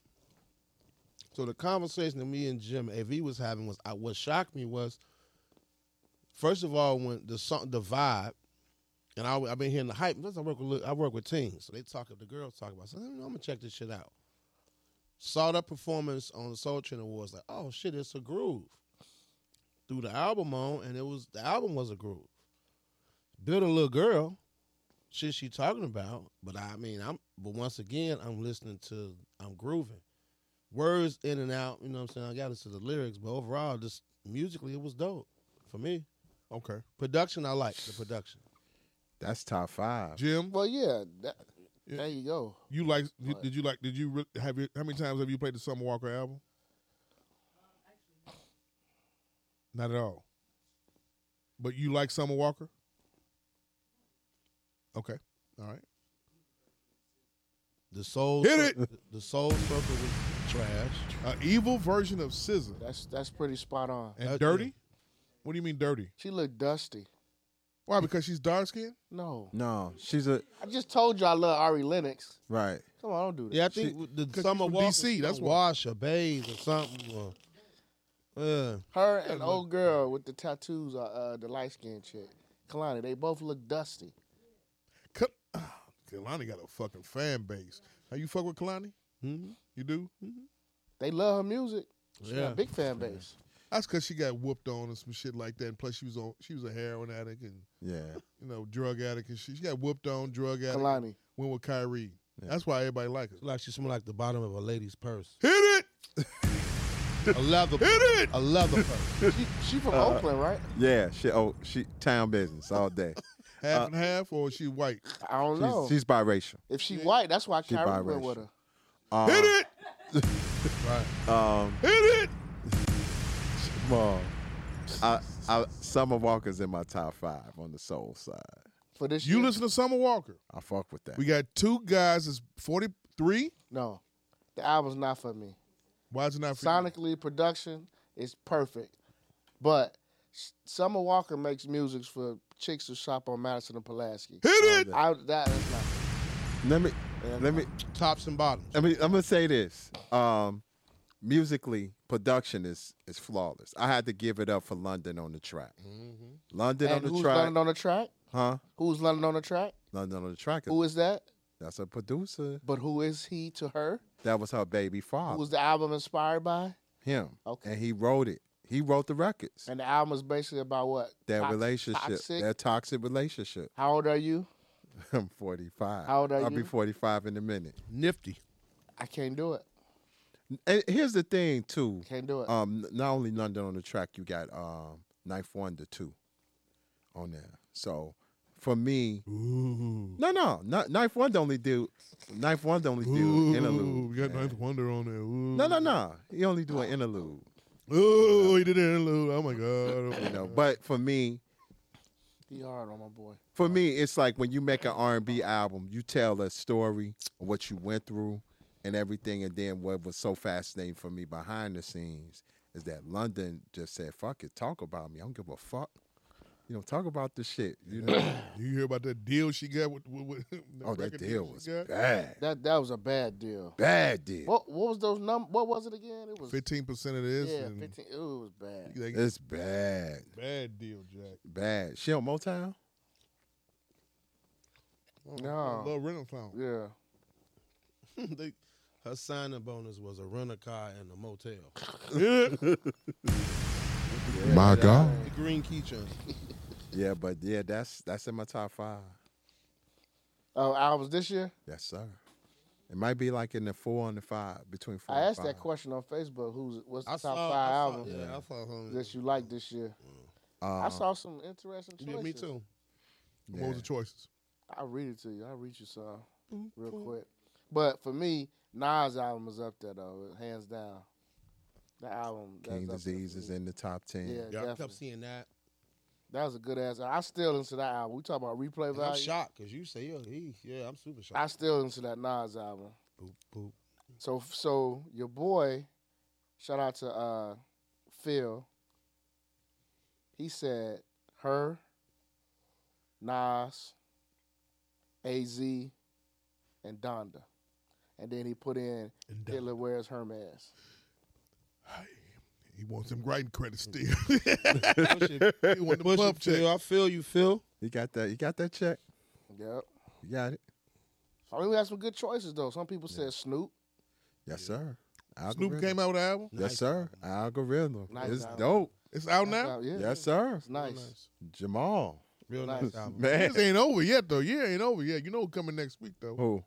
[SPEAKER 6] So the conversation that me and Jim AV was having was I, what shocked me was first of all when the song the vibe and I, I've been hearing the hype. Plus, I work with I work with teens, so they talk. The girls talk about. So I'm gonna check this shit out. Saw that performance on the Soul Train Awards. Like, oh shit, it's a groove. Threw the album on, and it was the album was a groove. Build a little girl, shit she talking about. But I mean, I'm. But once again, I'm listening to. I'm grooving. Words in and out. You know what I'm saying? I got into the lyrics, but overall, just musically, it was dope for me.
[SPEAKER 10] Okay.
[SPEAKER 6] Production, I like the production.
[SPEAKER 2] That's top five.
[SPEAKER 10] Jim.
[SPEAKER 4] Well, yeah. That, There you go.
[SPEAKER 10] You like? You,
[SPEAKER 4] What?
[SPEAKER 10] did you like? Did you re- have? You, how many times have you played the Summer Walker album? Not at all. But you like Summer Walker? Okay. All right.
[SPEAKER 6] The soul
[SPEAKER 10] Hit
[SPEAKER 6] Cir-
[SPEAKER 10] it.
[SPEAKER 6] The soul circle was trash.
[SPEAKER 10] An evil version of Scissor
[SPEAKER 4] That's that's pretty spot on.
[SPEAKER 10] and Dirty. What do you mean dirty?
[SPEAKER 4] She looked dusty.
[SPEAKER 10] Why? Because she's dark skinned?
[SPEAKER 4] No.
[SPEAKER 2] No, she's a
[SPEAKER 4] I just told you I love Ari Lennox.
[SPEAKER 2] right.
[SPEAKER 4] Come on, don't do that.
[SPEAKER 6] Yeah, I think the summer walk DC. That's wash or bathe or something. Or, uh,
[SPEAKER 4] Her and old girl with the tattoos, are, uh, the light skinned chick, Kalani, they both look dusty.
[SPEAKER 10] ah, Kalani got a fucking fan base. How you fuck with Kalani?
[SPEAKER 6] Mm-hmm.
[SPEAKER 10] You do?
[SPEAKER 4] They love her music. She got
[SPEAKER 10] Yeah.
[SPEAKER 4] a big fan base.
[SPEAKER 10] That's because she got whooped on and some shit like that. And plus, she was on. She was a heroin addict and
[SPEAKER 2] Yeah.
[SPEAKER 10] you know drug addict and shit. She got whooped on, drug addict.
[SPEAKER 4] Kalani.
[SPEAKER 10] went with Kyrie. That's why everybody like her.
[SPEAKER 6] like she smell like the bottom of a lady's purse.
[SPEAKER 10] Hit it.
[SPEAKER 6] A leather. Hit
[SPEAKER 10] it.
[SPEAKER 6] A leather purse.
[SPEAKER 4] she, she from
[SPEAKER 2] Uh,
[SPEAKER 4] Oakland, right?
[SPEAKER 2] Yeah, she oh she town business all day.
[SPEAKER 10] Half and half, or is she white?
[SPEAKER 4] I don't know.
[SPEAKER 2] she's, she's biracial.
[SPEAKER 4] if she white, that's why
[SPEAKER 2] She
[SPEAKER 4] Kyrie went with
[SPEAKER 2] biracial.
[SPEAKER 4] her.
[SPEAKER 2] Um,
[SPEAKER 10] Hit it.
[SPEAKER 6] right.
[SPEAKER 2] Um,
[SPEAKER 10] Hit it.
[SPEAKER 2] Mom, I, I, Summer Walker's in my top five on the soul side.
[SPEAKER 4] For this,
[SPEAKER 10] You listen to Summer Walker.
[SPEAKER 2] I fuck with that.
[SPEAKER 10] We got two guys. It's forty three.
[SPEAKER 4] No, the album's not for me.
[SPEAKER 10] Why is it not for you?
[SPEAKER 4] Sonically, production is perfect, but S- Summer Walker makes music for chicks who shop on Madison and Pulaski.
[SPEAKER 10] Hit
[SPEAKER 2] it!
[SPEAKER 4] I, that is not.
[SPEAKER 2] Let me, let me,
[SPEAKER 6] Tops and bottoms.
[SPEAKER 2] I mean, I'm gonna say this. Um, musically, production is is flawless. I had to give it up for London on the track. London
[SPEAKER 4] Mm-hmm. And
[SPEAKER 2] on the
[SPEAKER 4] who's
[SPEAKER 2] track,
[SPEAKER 4] London on the track?
[SPEAKER 2] huh?
[SPEAKER 4] Who's London on the track?
[SPEAKER 2] London on the track.
[SPEAKER 4] Who is that?
[SPEAKER 2] That's a producer.
[SPEAKER 4] But who is he to her?
[SPEAKER 2] That was her baby
[SPEAKER 4] Who
[SPEAKER 2] father,
[SPEAKER 4] was the album inspired by?
[SPEAKER 2] him.
[SPEAKER 4] Okay.
[SPEAKER 2] And he wrote it. He wrote the records.
[SPEAKER 4] And the album is basically about what?
[SPEAKER 2] That
[SPEAKER 4] Tox-
[SPEAKER 2] relationship,
[SPEAKER 4] Toxic?
[SPEAKER 2] that toxic relationship.
[SPEAKER 4] How old are you?
[SPEAKER 2] I'm 45.
[SPEAKER 4] How old are
[SPEAKER 2] I'll be
[SPEAKER 4] you?
[SPEAKER 2] 45 in a minute.
[SPEAKER 6] Nifty.
[SPEAKER 4] I can't do it.
[SPEAKER 2] And here's the thing too.
[SPEAKER 4] Can't do it.
[SPEAKER 2] Um, n- not only London on the track, you got um Knife Wonder too on there. So
[SPEAKER 10] for me. No, no, not, Knife One only do Knife One only do interlude.
[SPEAKER 6] We got Ninth Wonder on there. Ooh.
[SPEAKER 10] No, no, no. He only do an interlude.
[SPEAKER 6] Ooh, he did an interlude. Oh my god.
[SPEAKER 10] You know, but for me,
[SPEAKER 4] He hard on my boy.
[SPEAKER 10] for me, it's like when you make an R and B album, you tell a story of what you went through and everything, and then what was so fascinating for me behind the scenes is that London just said, "Fuck it, talk about me. I don't give a fuck." You know, talk about this shit. You know,
[SPEAKER 6] you hear about that deal she got with? with, with
[SPEAKER 10] Oh, that
[SPEAKER 6] record
[SPEAKER 10] deal
[SPEAKER 6] she
[SPEAKER 10] was
[SPEAKER 6] got?
[SPEAKER 10] bad.
[SPEAKER 4] That that was a bad deal.
[SPEAKER 10] Bad deal.
[SPEAKER 4] What what was those num? What was it again? It was
[SPEAKER 6] Fifteen percent of this.
[SPEAKER 4] Yeah,
[SPEAKER 6] and
[SPEAKER 4] fifteen. Ooh, it was bad.
[SPEAKER 6] they-
[SPEAKER 10] it's bad,
[SPEAKER 6] bad deal, Jack.
[SPEAKER 10] bad. She on Motown.
[SPEAKER 4] No.
[SPEAKER 6] Oh, Love rental phone.
[SPEAKER 4] Yeah.
[SPEAKER 5] they, her signing bonus was a rental car and a motel.
[SPEAKER 6] My God.
[SPEAKER 5] The green keychain.
[SPEAKER 10] Yeah, but yeah, that's that's in my top five.
[SPEAKER 4] Oh, albums this year.
[SPEAKER 10] Yes, sir. It might be like in the four and the five, between four.
[SPEAKER 4] I
[SPEAKER 10] and
[SPEAKER 4] asked
[SPEAKER 10] five.
[SPEAKER 4] that question on Facebook. Who's what's the
[SPEAKER 5] I
[SPEAKER 4] top
[SPEAKER 5] saw-
[SPEAKER 4] five
[SPEAKER 5] I saw-
[SPEAKER 4] albums
[SPEAKER 5] yeah, I saw him.
[SPEAKER 4] that you like this year? I
[SPEAKER 10] Uh,
[SPEAKER 4] saw some interesting choices.
[SPEAKER 5] Yeah, me too.
[SPEAKER 6] What was the choices?
[SPEAKER 4] I'll read it to you. I'll read you some
[SPEAKER 5] Mm-hmm.
[SPEAKER 4] real quick. But for me, Nas album is up there though, hands down. The album. that's
[SPEAKER 10] King
[SPEAKER 4] up there for
[SPEAKER 10] Disease is
[SPEAKER 4] me.
[SPEAKER 10] in the top ten.
[SPEAKER 4] Yeah,
[SPEAKER 5] Yeah, I
[SPEAKER 4] definitely.
[SPEAKER 5] kept seeing that.
[SPEAKER 4] That was a good ass. I still into that album. We talk about replay
[SPEAKER 5] And I'm
[SPEAKER 4] value.
[SPEAKER 5] shocked because you say, yeah, he, yeah, I'm super shocked.
[SPEAKER 4] I still into that Nas album.
[SPEAKER 5] Boop, boop.
[SPEAKER 4] So so your boy, shout out to uh, Phil. He said her, Nas, Az, and Donda, and then he put in Hitler wears Hermes.
[SPEAKER 6] He wants them writing credits still.
[SPEAKER 5] Mm. Push
[SPEAKER 6] he wants them
[SPEAKER 5] Push
[SPEAKER 6] bump
[SPEAKER 5] it, Phil.
[SPEAKER 6] check.
[SPEAKER 5] I feel you, Phil.
[SPEAKER 10] You got that? You got that check?
[SPEAKER 4] Yep.
[SPEAKER 10] You got it?
[SPEAKER 4] So I mean, we had some good choices though. Some people said Snoop.
[SPEAKER 10] Yes, sir.
[SPEAKER 6] Snoop came out with an album.
[SPEAKER 10] Yes, sir. Algorithm.
[SPEAKER 4] Nice
[SPEAKER 10] it's
[SPEAKER 4] album.
[SPEAKER 10] dope.
[SPEAKER 6] It's out
[SPEAKER 4] Nice
[SPEAKER 6] now.
[SPEAKER 4] album, Yeah,
[SPEAKER 10] Yes, sir.
[SPEAKER 4] it's nice.
[SPEAKER 10] Jamal.
[SPEAKER 5] Real
[SPEAKER 4] Nice.
[SPEAKER 5] nice album.
[SPEAKER 10] Man.
[SPEAKER 6] This ain't over yet though. Yeah, ain't over yet. You know who coming next week though.
[SPEAKER 10] Who?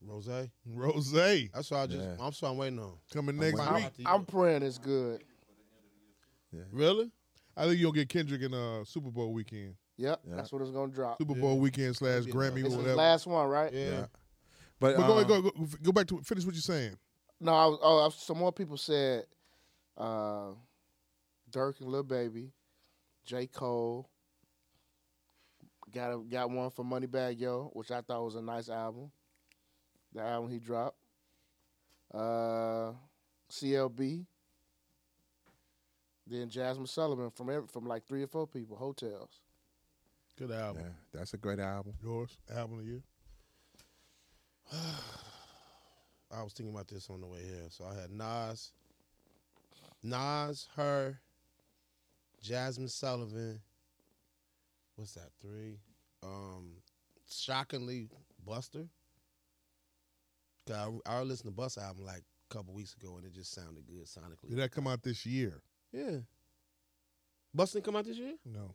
[SPEAKER 5] Rose.
[SPEAKER 6] Rose
[SPEAKER 5] That's why I just,
[SPEAKER 10] Yeah.
[SPEAKER 5] I'm sorry, I'm waiting on.
[SPEAKER 6] coming
[SPEAKER 5] I'm
[SPEAKER 6] next
[SPEAKER 5] waiting
[SPEAKER 6] week.
[SPEAKER 5] out the-
[SPEAKER 4] I'm praying it's good.
[SPEAKER 5] Really?
[SPEAKER 6] I think you'll get Kendrick in uh, Super Bowl weekend,
[SPEAKER 4] Yep,
[SPEAKER 10] Yeah.
[SPEAKER 4] that's what it's gonna drop.
[SPEAKER 6] Super Bowl weekend slash
[SPEAKER 5] Yeah.
[SPEAKER 6] Grammy
[SPEAKER 4] This
[SPEAKER 6] or
[SPEAKER 4] is
[SPEAKER 6] whatever.
[SPEAKER 4] the last one, right?
[SPEAKER 5] Yeah.
[SPEAKER 10] Yeah. But,
[SPEAKER 6] but go,
[SPEAKER 10] um,
[SPEAKER 6] ahead, go, go go back to finish what you're saying.
[SPEAKER 4] No, I was, oh, I was- some more people said uh, Dirk and Lil Baby, J. Cole. Got a, got one for Moneybag Yo, which I thought was a nice album. The album he dropped. Uh, CLB. Then Jasmine Sullivan from every, from like three or four people. Hotels.
[SPEAKER 5] Good album.
[SPEAKER 10] yeah, that's a great album.
[SPEAKER 6] Yours album of the year.
[SPEAKER 5] I was thinking about this on the way here. So I had Nas, Nas, her, Jasmine Sullivan. What's that? Three. Um, shockingly, Buster. 'Cause I, I already listened to Buster album like a couple weeks ago, and it just sounded good sonically.
[SPEAKER 6] Did that come out this year?
[SPEAKER 5] Yeah. Buster didn't come out this year.
[SPEAKER 6] No.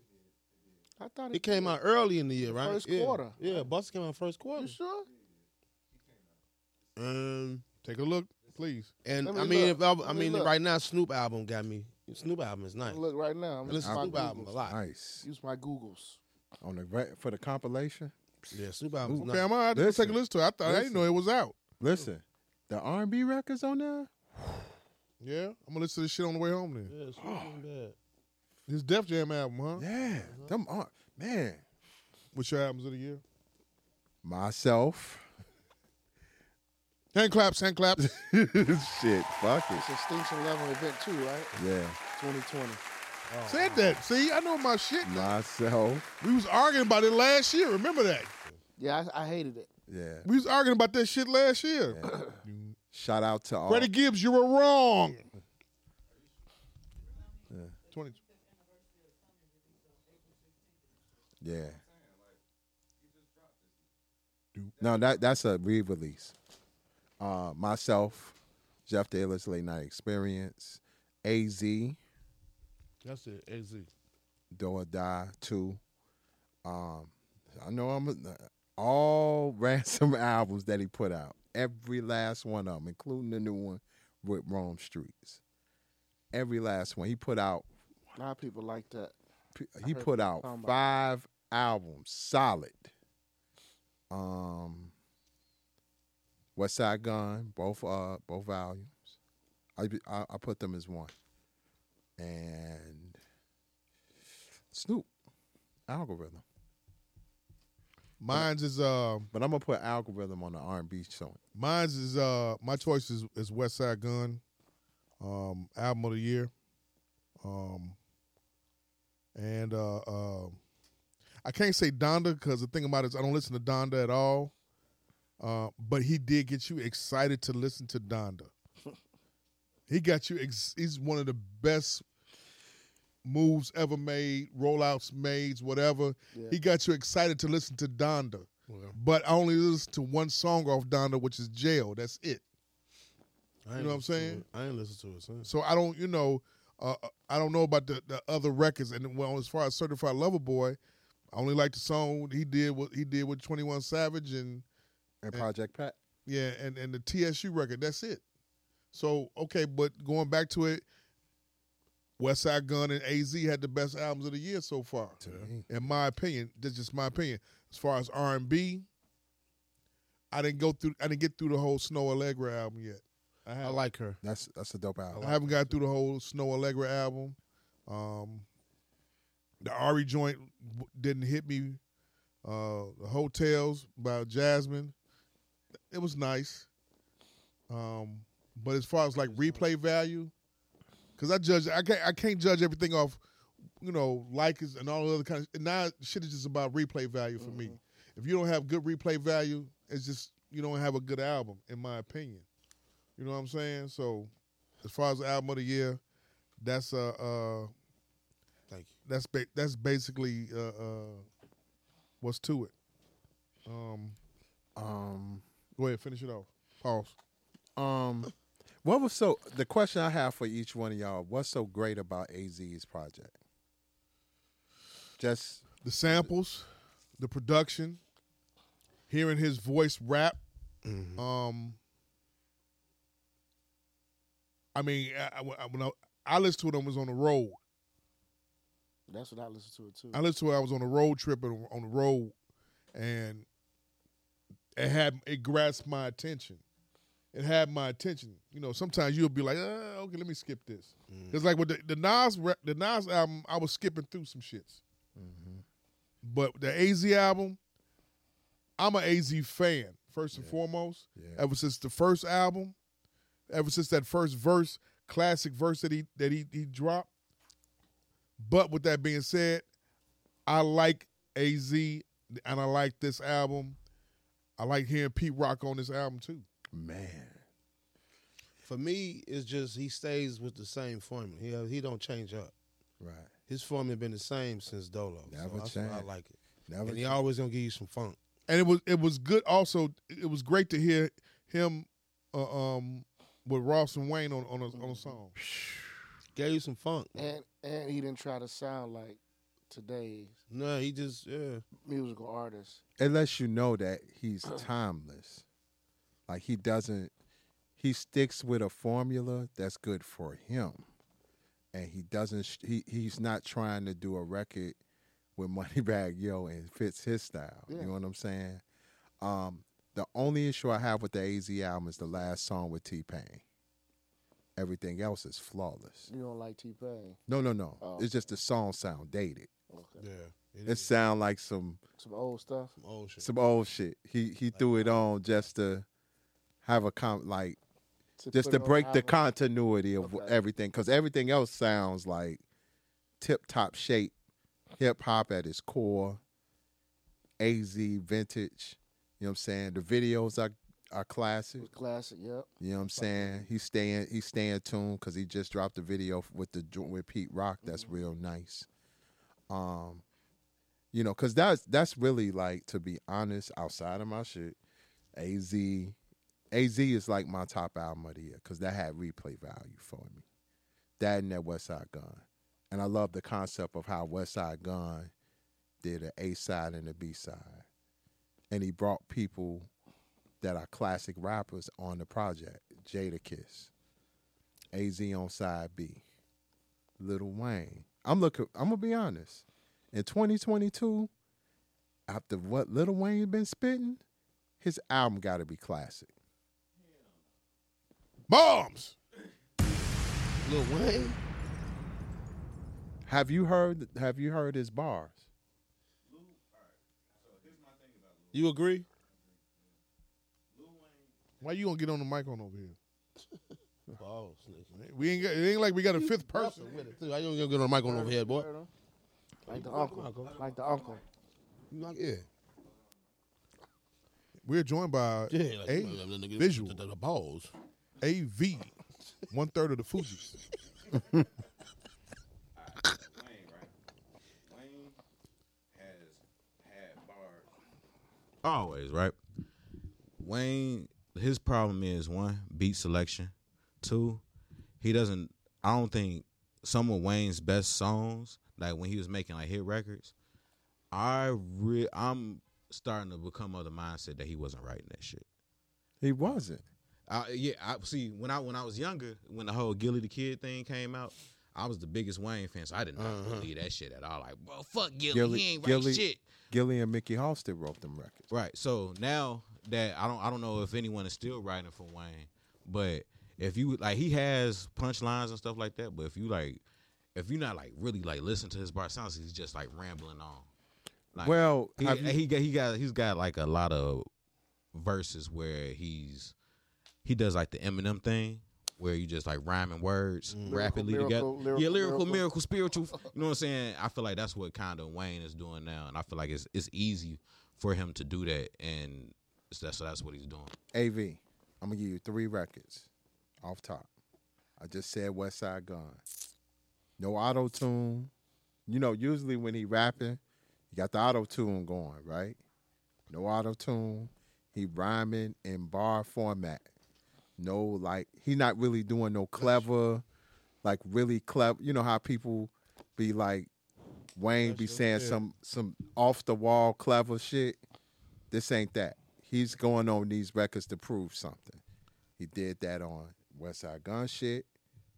[SPEAKER 4] I thought
[SPEAKER 5] It came out early in the year, right?
[SPEAKER 4] First
[SPEAKER 5] Yeah.
[SPEAKER 4] quarter.
[SPEAKER 5] Yeah, Buster came out first quarter.
[SPEAKER 4] You sure?
[SPEAKER 5] Um.
[SPEAKER 6] Take a look, please.
[SPEAKER 5] And
[SPEAKER 4] Let me
[SPEAKER 5] I mean,
[SPEAKER 4] look.
[SPEAKER 5] if I, I
[SPEAKER 4] Let me
[SPEAKER 5] mean,
[SPEAKER 4] look.
[SPEAKER 5] right now Snoop album got me. Snoop album is nice.
[SPEAKER 4] Look right now. I'm
[SPEAKER 5] I listen to
[SPEAKER 4] my
[SPEAKER 5] Snoop album a
[SPEAKER 4] Googles.
[SPEAKER 5] lot.
[SPEAKER 10] Nice.
[SPEAKER 4] Use my Googles.
[SPEAKER 10] On the re- for the compilation.
[SPEAKER 5] Yeah, Snoop album.
[SPEAKER 6] Okay, I'm gonna have to
[SPEAKER 10] Listen.
[SPEAKER 6] take a listen to it. I thought I didn't
[SPEAKER 10] Listen.
[SPEAKER 6] know it was out.
[SPEAKER 10] Listen, the R and B records on there.
[SPEAKER 6] Yeah, I'm gonna listen to this shit on the way home then.
[SPEAKER 5] Yeah, Snoop ain't bad.
[SPEAKER 6] His Def Jam album, huh?
[SPEAKER 10] Yeah,
[SPEAKER 4] Uh-huh.
[SPEAKER 10] them are man.
[SPEAKER 6] What's your albums of the year?
[SPEAKER 10] Myself.
[SPEAKER 6] Hand claps, hand claps.
[SPEAKER 10] Shit, fuck it.
[SPEAKER 4] It's extinction level event too, right?
[SPEAKER 10] Yeah,
[SPEAKER 4] 2020.
[SPEAKER 6] Said that. See, I know my shit.
[SPEAKER 10] myself.
[SPEAKER 6] We was arguing about it last year. Remember that?
[SPEAKER 4] Yeah, I, I hated it.
[SPEAKER 10] Yeah.
[SPEAKER 6] We was arguing about that shit last year.
[SPEAKER 10] Shout out to all.
[SPEAKER 6] Freddie Gibbs, you were wrong. Twenty.
[SPEAKER 10] Yeah. No, that that's a re-release. Uh, myself, Jeff Davis, Late Night Experience, AZ,
[SPEAKER 5] That's it. AZ.
[SPEAKER 10] Do or Die Two. Um, I know I'm all ransom albums that he put out, every last one of them, including the new one with Rome Streets. Every last one he put out
[SPEAKER 4] A lot of people like that.
[SPEAKER 10] p- he
[SPEAKER 4] heard
[SPEAKER 10] put
[SPEAKER 4] you
[SPEAKER 10] out
[SPEAKER 4] talking about
[SPEAKER 10] five album, solid. Um, West Side Gun, both uh both volumes. I be- I, I put them as one. And Snoop, algorithm.
[SPEAKER 6] Mine's is uh,
[SPEAKER 10] but I'm gonna put algorithm on the R&B song.
[SPEAKER 6] Mine's is uh my choice is is West Side Gun, um album of the year, um and uh, uh I can't say Donda because the thing about it is I don't listen to Donda at all, uh but he did get you excited to listen to Donda. he got you. Ex- he's one of the best moves ever made, rollouts made, whatever.
[SPEAKER 4] Yeah.
[SPEAKER 6] He got you excited to listen to Donda. But I only listen to one song off Donda, which is Jail. That's it.
[SPEAKER 5] I
[SPEAKER 6] You know
[SPEAKER 5] ain't
[SPEAKER 6] what I'm
[SPEAKER 5] listened to
[SPEAKER 6] saying?
[SPEAKER 5] it. I ain't listen to it since.
[SPEAKER 6] So I don't, you know, uh, I don't know about the, the other records. And well, as far as Certified Lover Boy, I only like the song he did. What he did with Twenty One Savage and
[SPEAKER 10] and Project Pat.
[SPEAKER 6] Yeah, and and the TSU record. That's it. So okay, but going back to it, West Side Gun and AZ had the best albums of the year so far, in my opinion. That's just my opinion. As far as R and B, I didn't go through. I didn't get through the whole Snow Allegra album yet. I,
[SPEAKER 5] I like her.
[SPEAKER 10] That's that's a dope
[SPEAKER 6] I,
[SPEAKER 10] album.
[SPEAKER 6] haven't got through the whole Snow Allegra album. Um, the Ari joint w- didn't hit me. Uh, the Hotels by Jasmine, it was nice. Um, but as far as like replay value, because I judge, I can't, I can't judge everything off, you know, like is and all the other kind of. Now shit is just about replay value for me. If you don't have good replay value, it's just you don't have a good album, in my opinion. You know what I'm saying? So, as far as the album of the year, that's uh, uh
[SPEAKER 5] Thank you.
[SPEAKER 6] that's ba- that's basically uh, uh what's to it. Um,
[SPEAKER 10] um,
[SPEAKER 6] go ahead, finish it off. Pause.
[SPEAKER 10] Um, what was so? The question I have for each one of y'all: What's so great about AZ's project? Just
[SPEAKER 6] the samples, the production, hearing his voice rap.
[SPEAKER 5] Mm-hmm.
[SPEAKER 6] Um, I mean, I, I- when I, I listened to it, I was on the road.
[SPEAKER 4] That's what I listen to it too.
[SPEAKER 6] I listened to it. I was on a road trip and on the road, and it had it grasped my attention. It had my attention. You know, sometimes you'll be like, uh, okay, let me skip this. It's like with the, the Nas re- the Nas album, I was skipping through some shits. But the AZ album, I'm an AZ fan first and foremost. Ever since the first album, ever since that first verse, classic verse that he that he he dropped. But with that being said, I like AZ and I like this album. I like hearing Pete Rock on this album too.
[SPEAKER 10] Man,
[SPEAKER 5] For me, it's just he stays with the same formula. He he don't change up.
[SPEAKER 10] Right.
[SPEAKER 5] His formula been the same since Dolo. so
[SPEAKER 10] Never
[SPEAKER 5] that's why I
[SPEAKER 10] change.
[SPEAKER 5] like it.
[SPEAKER 10] Never
[SPEAKER 5] and he always gonna give you some funk.
[SPEAKER 6] and it was it was good. Also, it was great to hear him uh, um, with Ross and Wayne on on a, on a song.
[SPEAKER 5] Gave you some funk.
[SPEAKER 4] And and he didn't try to sound like today's
[SPEAKER 5] No, he just yeah.
[SPEAKER 4] musical artists.
[SPEAKER 10] it lets you know that he's timeless. Like he doesn't, he sticks with a formula that's good for him, and he doesn't. sh- He he's not trying to do a record with Moneybag Yo and fits his style.
[SPEAKER 4] Yeah.
[SPEAKER 10] You know what I'm saying? Um, the only issue I have with the AZ album is the last song with T Pain. Everything else is flawless.
[SPEAKER 4] You don't like T Pain.
[SPEAKER 10] No, no, no.
[SPEAKER 4] Oh.
[SPEAKER 10] It's just the song sound dated.
[SPEAKER 4] Okay.
[SPEAKER 5] Yeah.
[SPEAKER 10] It, sound like some
[SPEAKER 4] Some old stuff.
[SPEAKER 5] old
[SPEAKER 10] some old shit. He he threw it on just to have a com like
[SPEAKER 4] To
[SPEAKER 10] just
[SPEAKER 4] put
[SPEAKER 10] to
[SPEAKER 4] it on
[SPEAKER 10] break the
[SPEAKER 4] album.
[SPEAKER 10] continuity of
[SPEAKER 4] Okay.
[SPEAKER 10] everything because everything else sounds like tip top shape, hip hop at its core, AZ vintage. You know what I'm saying? The videos are are classic.
[SPEAKER 4] Classic, yep.
[SPEAKER 10] You know what I'm saying? He's staying he's staying tuned because he just dropped a video f- with the jo- with Pete Rock. That's real nice. Um, you know, because that's that's really like to be honest, outside of my shit, AZ AZ is like my top album of the year because that had replay value for me. That and that West Side Gun, and I love the concept of how West Side Gun did a A side and a B side, and he brought people that are classic rappers on the project. Jada Kiss, AZ on side B, Little Wayne. I'm looking. I'm gonna be honest. In 2022, after what Little Wayne been spitting, his album got to be classic.
[SPEAKER 13] Bombs.
[SPEAKER 6] Lil Wayne.
[SPEAKER 10] Have you heard? Have you heard his bars?
[SPEAKER 6] You agree?
[SPEAKER 13] Why you gonna get on the mic on over here?
[SPEAKER 6] Balls,
[SPEAKER 13] We ain't got, it ain't like we got a fifth person.
[SPEAKER 6] With it too. How you gonna get on the mic on over here, boy?
[SPEAKER 4] Like the uncle. Like the uncle.
[SPEAKER 13] Yeah. We're joined by
[SPEAKER 6] Yeah, like,
[SPEAKER 13] a
[SPEAKER 6] come on, let the nigga-
[SPEAKER 13] visual
[SPEAKER 6] the- the- the balls.
[SPEAKER 13] AV, one third of the Fuji's.
[SPEAKER 5] Always, right? Wayne, his problem is one, beat selection. Two, he doesn't I don't think some of Wayne's best songs, like when he was making like hit records, I re- I'm starting to become of the mindset that he wasn't writing that shit.
[SPEAKER 10] He wasn't.
[SPEAKER 5] I, yeah, I see. When I when I was younger, when the whole Gilly the Kid thing came out, I was the biggest Wayne fan, so I did not believe that shit at all. Like, well, fuck Gilly, he ain't write shit.
[SPEAKER 10] Uh-huh. Gilly and Mickey Halstead wrote them records.
[SPEAKER 5] Right. So now that I don't I don't know if anyone is still writing for Wayne, but if you like he has punchlines and stuff like that, but if you like if you're not like really like listen to his bar it sounds like he's just like rambling on. Like,
[SPEAKER 10] Well,
[SPEAKER 5] he,
[SPEAKER 10] have you-
[SPEAKER 5] he got he got he's got like a lot of verses where he's he does like the Eminem thing where you just like rhyming words
[SPEAKER 14] Mm.
[SPEAKER 5] rapidly
[SPEAKER 14] Lyrical,
[SPEAKER 5] together.
[SPEAKER 14] lyrical,
[SPEAKER 5] yeah, lyrical,
[SPEAKER 14] lyrical.
[SPEAKER 5] miracle, spiritual. You know what I'm saying? I feel like that's what kind of Wayne is doing now, and I feel like it's it's easy for him to do that, and it's- that's so that's what he's doing.
[SPEAKER 10] AV, I'm gonna give you three records off top. I just said West Side Gun. No auto tune. You know, usually when he rapping, you got the auto tune going, right? No auto tune. He rhyming in bar format. No, like he not really doing no clever, like really clever. You know how people be like, Wayne be saying
[SPEAKER 13] yeah.
[SPEAKER 10] some some off the wall clever shit. This ain't that. He's going on these records to prove something. He did that on West Side Gun shit.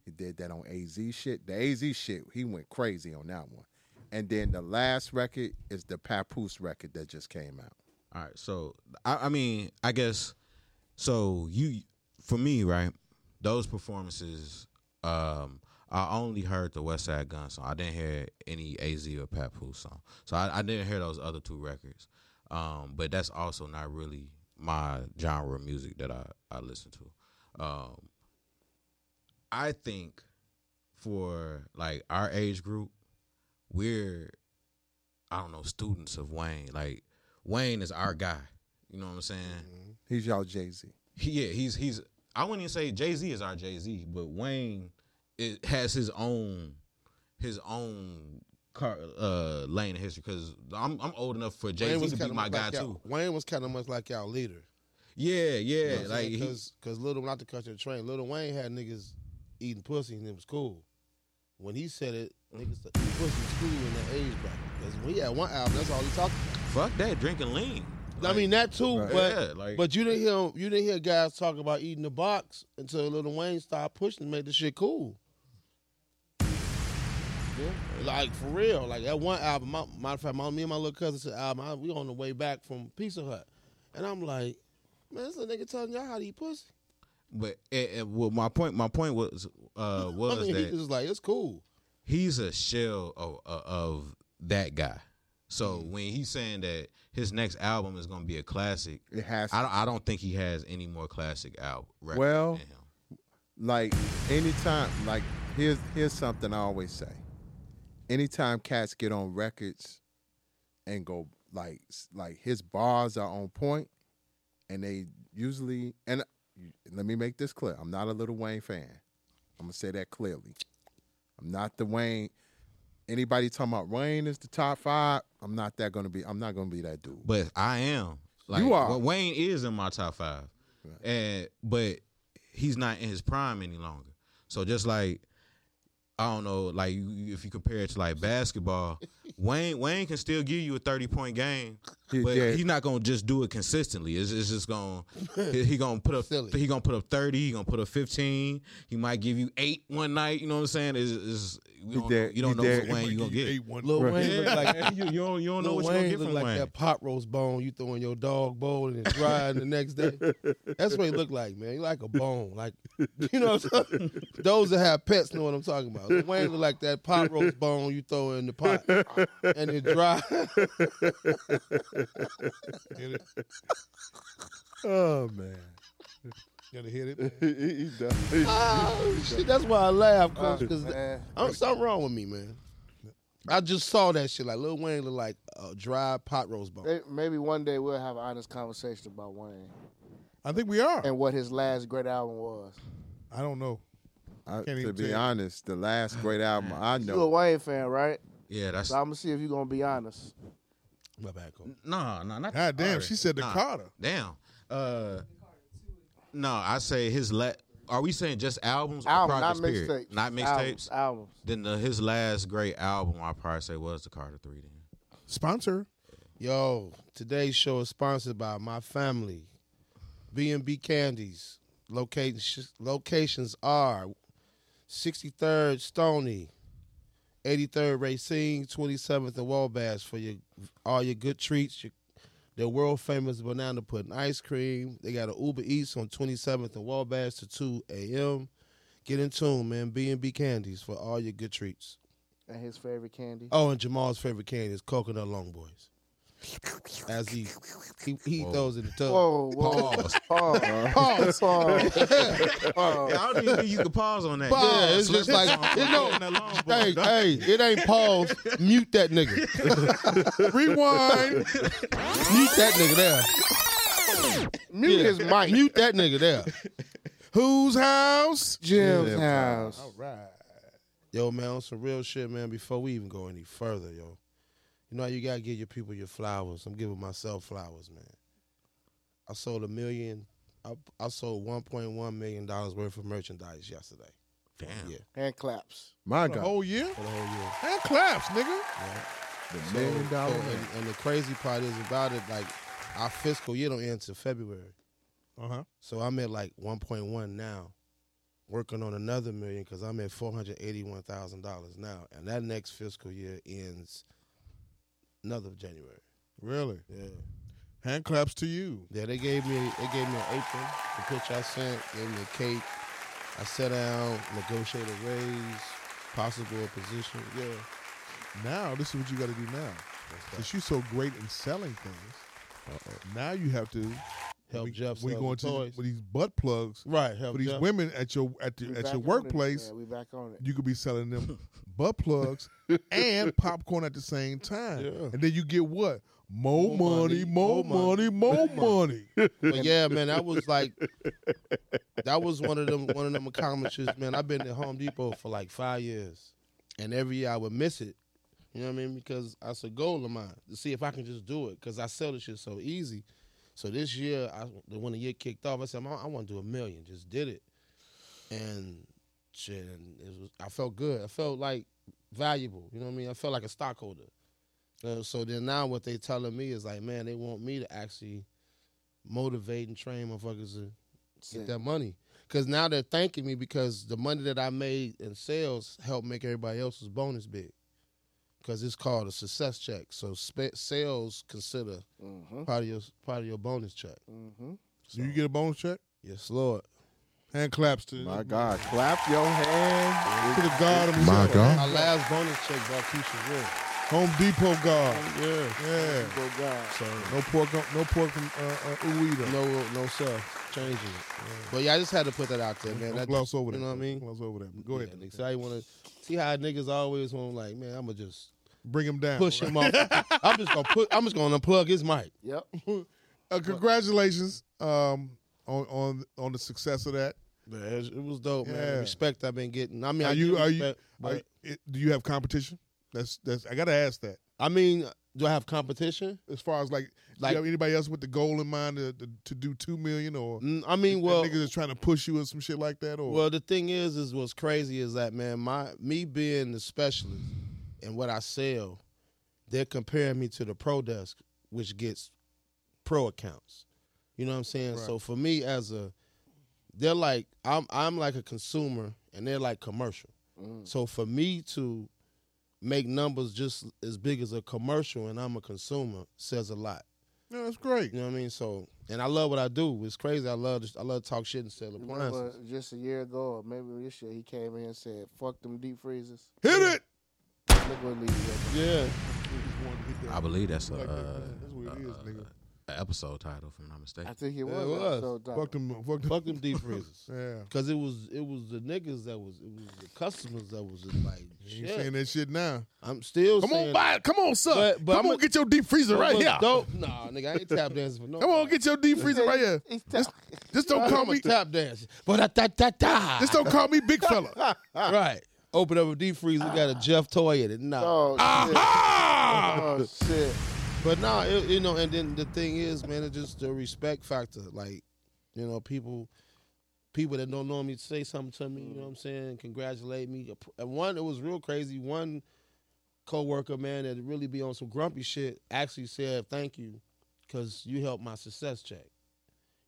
[SPEAKER 10] He did that on AZ shit. The AZ shit, he went crazy on that one. And then the last record is the Papoose record that just came out.
[SPEAKER 5] All right, so I, I mean, I guess so. You for me, right? Those performances, um, I only heard the West Side Gun song. I didn't hear any AZ or Papoose song, so I, I didn't hear those other two records. Um, but that's also not really my genre of music that I I listen to. Um, I think for like our age group, we're I don't know students of Wayne. Like Wayne is our guy. You know what I'm saying?
[SPEAKER 10] He's y'all Jay Z.
[SPEAKER 5] He, yeah, he's he's. I wouldn't even say Jay Z is our Jay Z, but Wayne it has his own his own car uh lane of history because I'm I'm old enough for Jay
[SPEAKER 6] Wayne
[SPEAKER 5] Z
[SPEAKER 6] was
[SPEAKER 5] to be
[SPEAKER 6] kinda
[SPEAKER 5] my
[SPEAKER 6] much
[SPEAKER 5] guy
[SPEAKER 6] like y'all-
[SPEAKER 5] too.
[SPEAKER 6] Wayne was kind of much like y'all leader.
[SPEAKER 5] Yeah, yeah, like he-
[SPEAKER 6] because because little not to cut your train. Little Wayne had niggas eating pussy and it was cool. When he said it, niggas said, "Eat pussy was cool in that age bracket. Because when he had one album, that's all he talked.
[SPEAKER 5] Fuck that, drinking lean.
[SPEAKER 6] I mean that too,
[SPEAKER 5] Right.
[SPEAKER 6] but
[SPEAKER 5] Yeah, like-
[SPEAKER 6] but you didn't hear you didn't hear guys talk about eating the box until Little Wayne started pushing and made the shit cool. Like for real, like that one album. My, matter of fact, my, me and my little cousin said, "Album, I- we on the way back from Pizza Hut," and I'm like, "Man, this little nigga telling y'all how to eat pussy."
[SPEAKER 5] But it, it- well, my point my point was uh was
[SPEAKER 6] I mean,
[SPEAKER 5] that
[SPEAKER 6] he was like, "It's cool."
[SPEAKER 5] he's a shell of, of, of that guy. So when he's saying that his next album is going to be a classic,
[SPEAKER 10] it has.
[SPEAKER 5] I don't, I don't think he has any more classic album. Record.
[SPEAKER 10] Well, like anytime, like here's here's something I always say. Anytime cats get on records and go like s- like his bars are on point, and they usually and let me make this clear. I'm not a Little Wayne fan. I'm gonna say that clearly. I'm not the Wayne. Anybody talking about Wayne is the top five? I'm not that gonna be. I'm not gonna be that dude.
[SPEAKER 5] but I am. Like,
[SPEAKER 10] You are.
[SPEAKER 5] well, Wayne is in my top five, and but he's not in his prime any longer. So just like I don't know, like you- you- if you compare it to like basketball, Wayne Wayne can still give you a thirty point game, but
[SPEAKER 15] yeah.
[SPEAKER 5] he's not gonna just do it consistently. It's, it's just gonna he, he gonna put up he gonna put up thirty, he gonna put up fifteen. He might give you eight one night. You know what I'm saying? Is is you don't,
[SPEAKER 2] dare-
[SPEAKER 5] you don't
[SPEAKER 2] he
[SPEAKER 5] know
[SPEAKER 2] dare-
[SPEAKER 5] what Wayne you gonna get?
[SPEAKER 6] Lil Wayne look
[SPEAKER 5] Yeah,
[SPEAKER 6] like
[SPEAKER 5] you, you don't you don't know
[SPEAKER 6] Lil
[SPEAKER 5] what you
[SPEAKER 6] Wayne
[SPEAKER 5] gonna get
[SPEAKER 6] look
[SPEAKER 5] from
[SPEAKER 6] like
[SPEAKER 5] Wayne.
[SPEAKER 6] that pot roast bone you throw in your dog bowl and it's dry the next day. That's what he look like, man. He like a bone, like you know. What I'm talking- Those that have pets know what I'm talking about. Lil Wayne look like that pot roast bone you throw in the pot and it dry.
[SPEAKER 10] Oh man. Gotta hit it.
[SPEAKER 2] he does.
[SPEAKER 6] oh shit! That's why I laugh,
[SPEAKER 4] Oh,
[SPEAKER 6] coach, because
[SPEAKER 5] Ah.
[SPEAKER 4] man.
[SPEAKER 6] something wrong with me, man. I just saw that shit. Like Lil Wayne look like a dry pot roast bone.
[SPEAKER 4] May- Maybe one day we'll have an honest conversation about Wayne
[SPEAKER 10] I think we are.
[SPEAKER 4] and what his last great album was.
[SPEAKER 10] I don't know.
[SPEAKER 2] I,
[SPEAKER 10] Can't even
[SPEAKER 2] to
[SPEAKER 10] tell
[SPEAKER 2] be
[SPEAKER 10] you.
[SPEAKER 2] honest, the last great album I
[SPEAKER 4] You a
[SPEAKER 2] know.
[SPEAKER 4] Wayne fan, right?
[SPEAKER 5] Yeah, that's
[SPEAKER 4] So I'm gonna see if you're gonna be honest.
[SPEAKER 6] My bad, coach.
[SPEAKER 5] No, no, not.
[SPEAKER 10] God damn,
[SPEAKER 5] Carter.
[SPEAKER 10] she said the
[SPEAKER 5] Nah,
[SPEAKER 10] Carter.
[SPEAKER 5] Damn. Uh, no, I say his last. Are we saying just albums?
[SPEAKER 4] Album,
[SPEAKER 5] or
[SPEAKER 4] not
[SPEAKER 5] projects, period?
[SPEAKER 4] mixtapes.
[SPEAKER 5] Not
[SPEAKER 4] Albums,
[SPEAKER 5] mixtapes.
[SPEAKER 4] Albums.
[SPEAKER 5] Then the, his last great album, I probably say was the Carter Three. Then
[SPEAKER 10] Sponsor.
[SPEAKER 6] Yo, today's show is sponsored by my family, B&B Candies. Locations locations are 63rd Stony, 83rd Racine, 27th and Wabash for your all your good treats. Your, their world famous banana pudding ice cream. They got an Uber Eats on 27th and Wabash to 2 a.m. Get in tune, man. B&B Candies for all your good treats.
[SPEAKER 4] And his favorite candy.
[SPEAKER 6] Oh, and Jamal's favorite candy is coconut long boys. As he he, he throws in the tub.
[SPEAKER 4] Whoa, whoa,
[SPEAKER 5] Pause.
[SPEAKER 4] pause,
[SPEAKER 6] Pause.
[SPEAKER 10] Oh.
[SPEAKER 4] pause, pause. Oh.
[SPEAKER 5] Yeah, I don't even think you can pause on that.
[SPEAKER 6] Pause.
[SPEAKER 5] Yeah,
[SPEAKER 6] it's just like you know,
[SPEAKER 5] that long
[SPEAKER 6] hey, hey, it ain't pause. Mute that nigga.
[SPEAKER 10] Rewind.
[SPEAKER 6] Mute that nigga there.
[SPEAKER 4] Mute his mic.
[SPEAKER 6] Mute that nigga there.
[SPEAKER 10] Whose house?
[SPEAKER 4] Jim's
[SPEAKER 2] Yeah.
[SPEAKER 4] house.
[SPEAKER 10] All right.
[SPEAKER 6] Yo, man, on some real shit, man. Before we even go any further, yo, you know how you gotta give your people your flowers. I'm giving myself flowers, man. I sold a million. I, I sold 1.1 million dollars worth of merchandise yesterday.
[SPEAKER 5] Damn.
[SPEAKER 6] Yeah,
[SPEAKER 4] Hand claps.
[SPEAKER 2] My
[SPEAKER 10] The
[SPEAKER 2] God,
[SPEAKER 10] whole year?
[SPEAKER 6] for the whole year.
[SPEAKER 10] And claps, nigga.
[SPEAKER 2] the
[SPEAKER 6] So-
[SPEAKER 2] million dollar.
[SPEAKER 6] so-
[SPEAKER 2] man.
[SPEAKER 6] and, and the crazy part is about it, like our fiscal year don't end till February.
[SPEAKER 10] Uh huh.
[SPEAKER 6] So I'm at like 1.1 now, working on another million because I'm at $481,000 now. And that next fiscal year ends another January.
[SPEAKER 10] Really?
[SPEAKER 6] Yeah.
[SPEAKER 10] Hand claps to you.
[SPEAKER 6] Yeah, they gave me they gave me an apron, the picture I sent, gave me a cake. I sat down, negotiated a raise, possible a position. Yeah.
[SPEAKER 10] Now this is what you got to do now. Since you so great in selling things, now you have to
[SPEAKER 6] Help
[SPEAKER 10] we,
[SPEAKER 6] Jeff
[SPEAKER 10] We
[SPEAKER 6] sell
[SPEAKER 10] going
[SPEAKER 6] the
[SPEAKER 10] to
[SPEAKER 6] toys.
[SPEAKER 10] with these butt plugs
[SPEAKER 6] Right, help
[SPEAKER 10] for these
[SPEAKER 6] Jeff.
[SPEAKER 10] women at your at
[SPEAKER 4] We
[SPEAKER 10] your,
[SPEAKER 4] back
[SPEAKER 10] at
[SPEAKER 4] on
[SPEAKER 10] your
[SPEAKER 4] it.
[SPEAKER 10] workplace.
[SPEAKER 4] Yeah, we back on it.
[SPEAKER 10] You could be selling them butt plugs and popcorn at the same time,
[SPEAKER 6] Yeah.
[SPEAKER 10] and then you get what? More,
[SPEAKER 6] More
[SPEAKER 10] money,
[SPEAKER 6] money,
[SPEAKER 10] more
[SPEAKER 6] more
[SPEAKER 10] money, more money.
[SPEAKER 6] But yeah, man, that was like that was one of them one of them accomplishments, man. I've been at Home Depot for like five years. And every year I would miss it. You know what I mean? Because that's a goal of mine to see if I can just do it. Cause I sell this shit so easy. So this year, I when the year kicked off, I said, "Man, I want to do a million. Just did it. And shit, and it was I felt good. I felt like valuable. You know what I mean? I felt like a stockholder. Uh, so then now what they telling me is like, man, they want me to actually motivate and train motherfuckers to get that money. Cause now they're thanking me because the money that I made in sales helped make everybody else's bonus big. Cause it's called a success check. So spe- sales consider
[SPEAKER 4] Mm-hmm.
[SPEAKER 6] part of your part of your bonus check.
[SPEAKER 4] Mm-hmm.
[SPEAKER 10] Do you get a bonus check?
[SPEAKER 6] Yes, Lord.
[SPEAKER 10] Hand claps to
[SPEAKER 2] My God, clap your hands.
[SPEAKER 10] to the God himself.
[SPEAKER 5] My God.
[SPEAKER 6] My last bonus check bought Keisha Wood.
[SPEAKER 10] Home Depot God.
[SPEAKER 6] Yeah.
[SPEAKER 10] Yeah.
[SPEAKER 4] Go God.
[SPEAKER 6] So
[SPEAKER 10] No pork. No pork from uh, uh, Ueda.
[SPEAKER 6] no, no, sir, changing it. But yeah, I just had to put that out there, man.
[SPEAKER 10] Don't
[SPEAKER 6] That-
[SPEAKER 10] gloss over
[SPEAKER 6] you
[SPEAKER 10] that.
[SPEAKER 6] know what I mean?
[SPEAKER 10] Gloss over that. Go ahead.
[SPEAKER 6] Yeah, so I want to see how niggas always want to like, man. I'm gonna just
[SPEAKER 10] Bring him down.
[SPEAKER 6] push him off. I'm just gonna put. I'm just gonna unplug his mic.
[SPEAKER 4] Yep.
[SPEAKER 10] Uh, congratulations um, on on on the success of that.
[SPEAKER 6] Man, it was- it was dope, man.
[SPEAKER 10] Yeah.
[SPEAKER 6] The respect I've been getting. I mean,
[SPEAKER 10] Are
[SPEAKER 6] I
[SPEAKER 10] you
[SPEAKER 6] get
[SPEAKER 10] are you,
[SPEAKER 6] respect,
[SPEAKER 10] are
[SPEAKER 6] but-
[SPEAKER 10] you- it- do you have competition? That's that's I gotta ask that.
[SPEAKER 6] I mean, Do I have competition?
[SPEAKER 10] As far as like, do
[SPEAKER 6] Like-
[SPEAKER 10] you have anybody else with the goal in mind to, to, to do two million or?
[SPEAKER 6] I mean,
[SPEAKER 10] if
[SPEAKER 6] well-
[SPEAKER 10] niggas is trying to push you and some shit like that, or
[SPEAKER 6] Well, the thing is, is what's crazy is that man, my me being the specialist and what I sell, they're comparing me to the pro desk, which gets pro accounts. You know what I'm saying?
[SPEAKER 10] Right.
[SPEAKER 6] So for me, as a, they're like I'm I'm like a consumer, and they're like commercial.
[SPEAKER 10] Mm.
[SPEAKER 6] So for me to make numbers just as big as a commercial, and I'm a consumer, says a lot.
[SPEAKER 10] no, that's great.
[SPEAKER 6] You know what I mean? So, and I love what I do. It's crazy. I love I love to talk shit and sell appliances.
[SPEAKER 4] Remember just a year ago, or maybe this year, he came in and said, "Fuck them deep freezers."
[SPEAKER 10] Hit it.
[SPEAKER 4] Look what Lee did.
[SPEAKER 6] Yeah.
[SPEAKER 5] I believe that's a,
[SPEAKER 10] Like,
[SPEAKER 5] uh,
[SPEAKER 10] that's what it is, nigga.
[SPEAKER 5] a episode title, if I'm not mistaken.
[SPEAKER 4] I think
[SPEAKER 6] Yeah,
[SPEAKER 4] it was.
[SPEAKER 6] it was.
[SPEAKER 4] episode title.
[SPEAKER 10] Fuck them, fuck them.
[SPEAKER 6] Fuck them deep freezers.
[SPEAKER 10] Yeah,
[SPEAKER 6] Cause it was it was the niggas that was it was the customers that was just like
[SPEAKER 10] you
[SPEAKER 6] shit.
[SPEAKER 10] saying that shit now.
[SPEAKER 6] I'm still
[SPEAKER 10] Come
[SPEAKER 6] saying
[SPEAKER 10] on, buy it. Come on, son.
[SPEAKER 6] But- but
[SPEAKER 10] Come
[SPEAKER 6] I'ma-
[SPEAKER 10] on, get your deep freezer
[SPEAKER 6] But
[SPEAKER 10] right
[SPEAKER 6] what's
[SPEAKER 10] here.
[SPEAKER 6] Dope. Nah, nigga, I ain't tap dancing for no.
[SPEAKER 10] Come on, get your deep freezer right here.
[SPEAKER 4] He's ta-
[SPEAKER 10] Just don't call
[SPEAKER 6] I'm a
[SPEAKER 10] me.
[SPEAKER 6] tap dancing. But da da da da.
[SPEAKER 10] Just don't call me big fella.
[SPEAKER 6] Right. Open up a deep freezer. Got a Jeff toy in it. Nah.
[SPEAKER 4] oh,
[SPEAKER 10] Ah!
[SPEAKER 4] shit. oh shit!
[SPEAKER 6] But no, it, you know, and then the thing is, man, it's just the respect factor. Like, you know, people, people that don't know me say something to me. You know what I'm saying? Congratulate me. And one, it was real crazy. One coworker, man, that really be on some grumpy shit, actually said thank you, cause you helped my success check.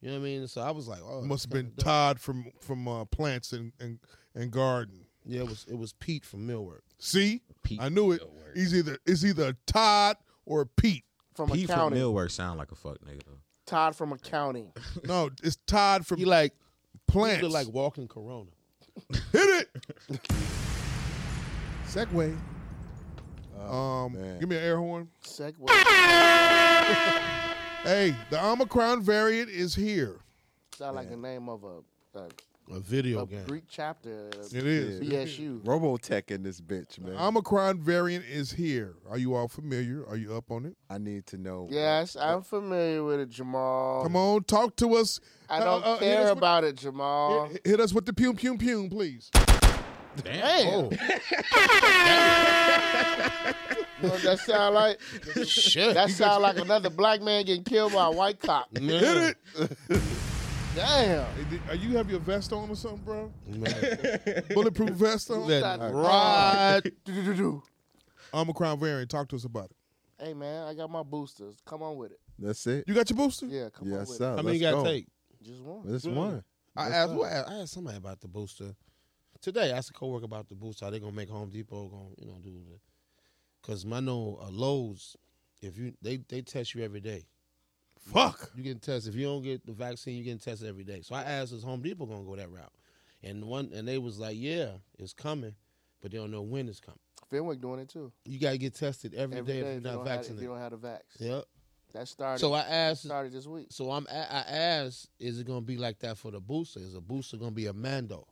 [SPEAKER 6] You know what I mean? So I was like, oh,
[SPEAKER 10] Must have
[SPEAKER 6] that's
[SPEAKER 10] been
[SPEAKER 6] kinda dope.
[SPEAKER 10] Todd from from uh, plants and, and and garden.
[SPEAKER 6] Yeah, it was it was Pete from Millwork.
[SPEAKER 10] See,
[SPEAKER 5] Pete
[SPEAKER 10] I knew it.
[SPEAKER 5] from Millwork.
[SPEAKER 10] He's either it's either Todd or Pete.
[SPEAKER 4] From
[SPEAKER 5] P from
[SPEAKER 4] accounting,
[SPEAKER 5] Millwork sound like a fuck nigga though.
[SPEAKER 4] Todd from accounting.
[SPEAKER 10] No, it's Todd from
[SPEAKER 6] He like he
[SPEAKER 10] plants.
[SPEAKER 6] looked like walking Corona.
[SPEAKER 10] Hit it. Segway.
[SPEAKER 6] Oh,
[SPEAKER 10] um,
[SPEAKER 2] man.
[SPEAKER 10] give me an air horn.
[SPEAKER 4] Segway.
[SPEAKER 10] Hey, the Omicron variant is here.
[SPEAKER 4] Sound like the name of a a,
[SPEAKER 6] A video
[SPEAKER 4] a
[SPEAKER 6] game.
[SPEAKER 4] Greek chapter. Of
[SPEAKER 10] It is.
[SPEAKER 4] BSU.
[SPEAKER 2] Robotech in this bitch, man.
[SPEAKER 10] Omicron variant is here. Are you all familiar? Are you up on it?
[SPEAKER 2] I need to know.
[SPEAKER 4] Yes, I'm familiar with it, Jamal.
[SPEAKER 10] Come on, talk to us.
[SPEAKER 4] I
[SPEAKER 10] Uh,
[SPEAKER 4] don't
[SPEAKER 10] uh, hit
[SPEAKER 4] care
[SPEAKER 10] us with-
[SPEAKER 4] about it, Jamal.
[SPEAKER 10] Hit, hit us with the pew pew pew, please.
[SPEAKER 4] Damn. You know what that sound like?
[SPEAKER 6] Shit.
[SPEAKER 4] That sound like another black man getting killed by a white cop.
[SPEAKER 6] Hit it.
[SPEAKER 4] Damn.
[SPEAKER 10] Hey, did- Are you have your vest on or something, bro?
[SPEAKER 6] Man,
[SPEAKER 10] Bulletproof vest on.
[SPEAKER 6] that ride.
[SPEAKER 4] Do-do-do-do.
[SPEAKER 10] Omicron variant. Talk to us about it.
[SPEAKER 4] Hey man, I got my boosters. Come on with it.
[SPEAKER 2] That's it.
[SPEAKER 10] You got your booster? Mm.
[SPEAKER 4] Yeah, come on
[SPEAKER 2] Yes,
[SPEAKER 4] with
[SPEAKER 2] sir.
[SPEAKER 6] How
[SPEAKER 2] Let's
[SPEAKER 6] many you gotta
[SPEAKER 2] go.
[SPEAKER 6] take?
[SPEAKER 4] Just one.
[SPEAKER 2] This one.
[SPEAKER 6] Hmm. I asked, well, I I asked somebody about the booster today. I asked a coworker about the booster. How they gonna make Home Depot gonna you know do the? Cause my know uh, Lowe's, if you they they test you every day.
[SPEAKER 10] Fuck.
[SPEAKER 6] You get tested. If you don't get the vaccine, you getting tested every day. So I asked, is Home Depot gonna go that route? And one and they was like, yeah, it's coming, but they don't know when it's coming.
[SPEAKER 4] Fenwick doing it too.
[SPEAKER 6] You gotta get tested
[SPEAKER 4] Every day,
[SPEAKER 6] if you're not
[SPEAKER 4] don't have, if you
[SPEAKER 6] vaccinated.
[SPEAKER 4] don't have the vax.
[SPEAKER 6] Yep.
[SPEAKER 4] That started.
[SPEAKER 6] So I asked,
[SPEAKER 4] started this week.
[SPEAKER 6] So I'm a- I asked, is it gonna be like that for the booster? Is a booster gonna be a Mando?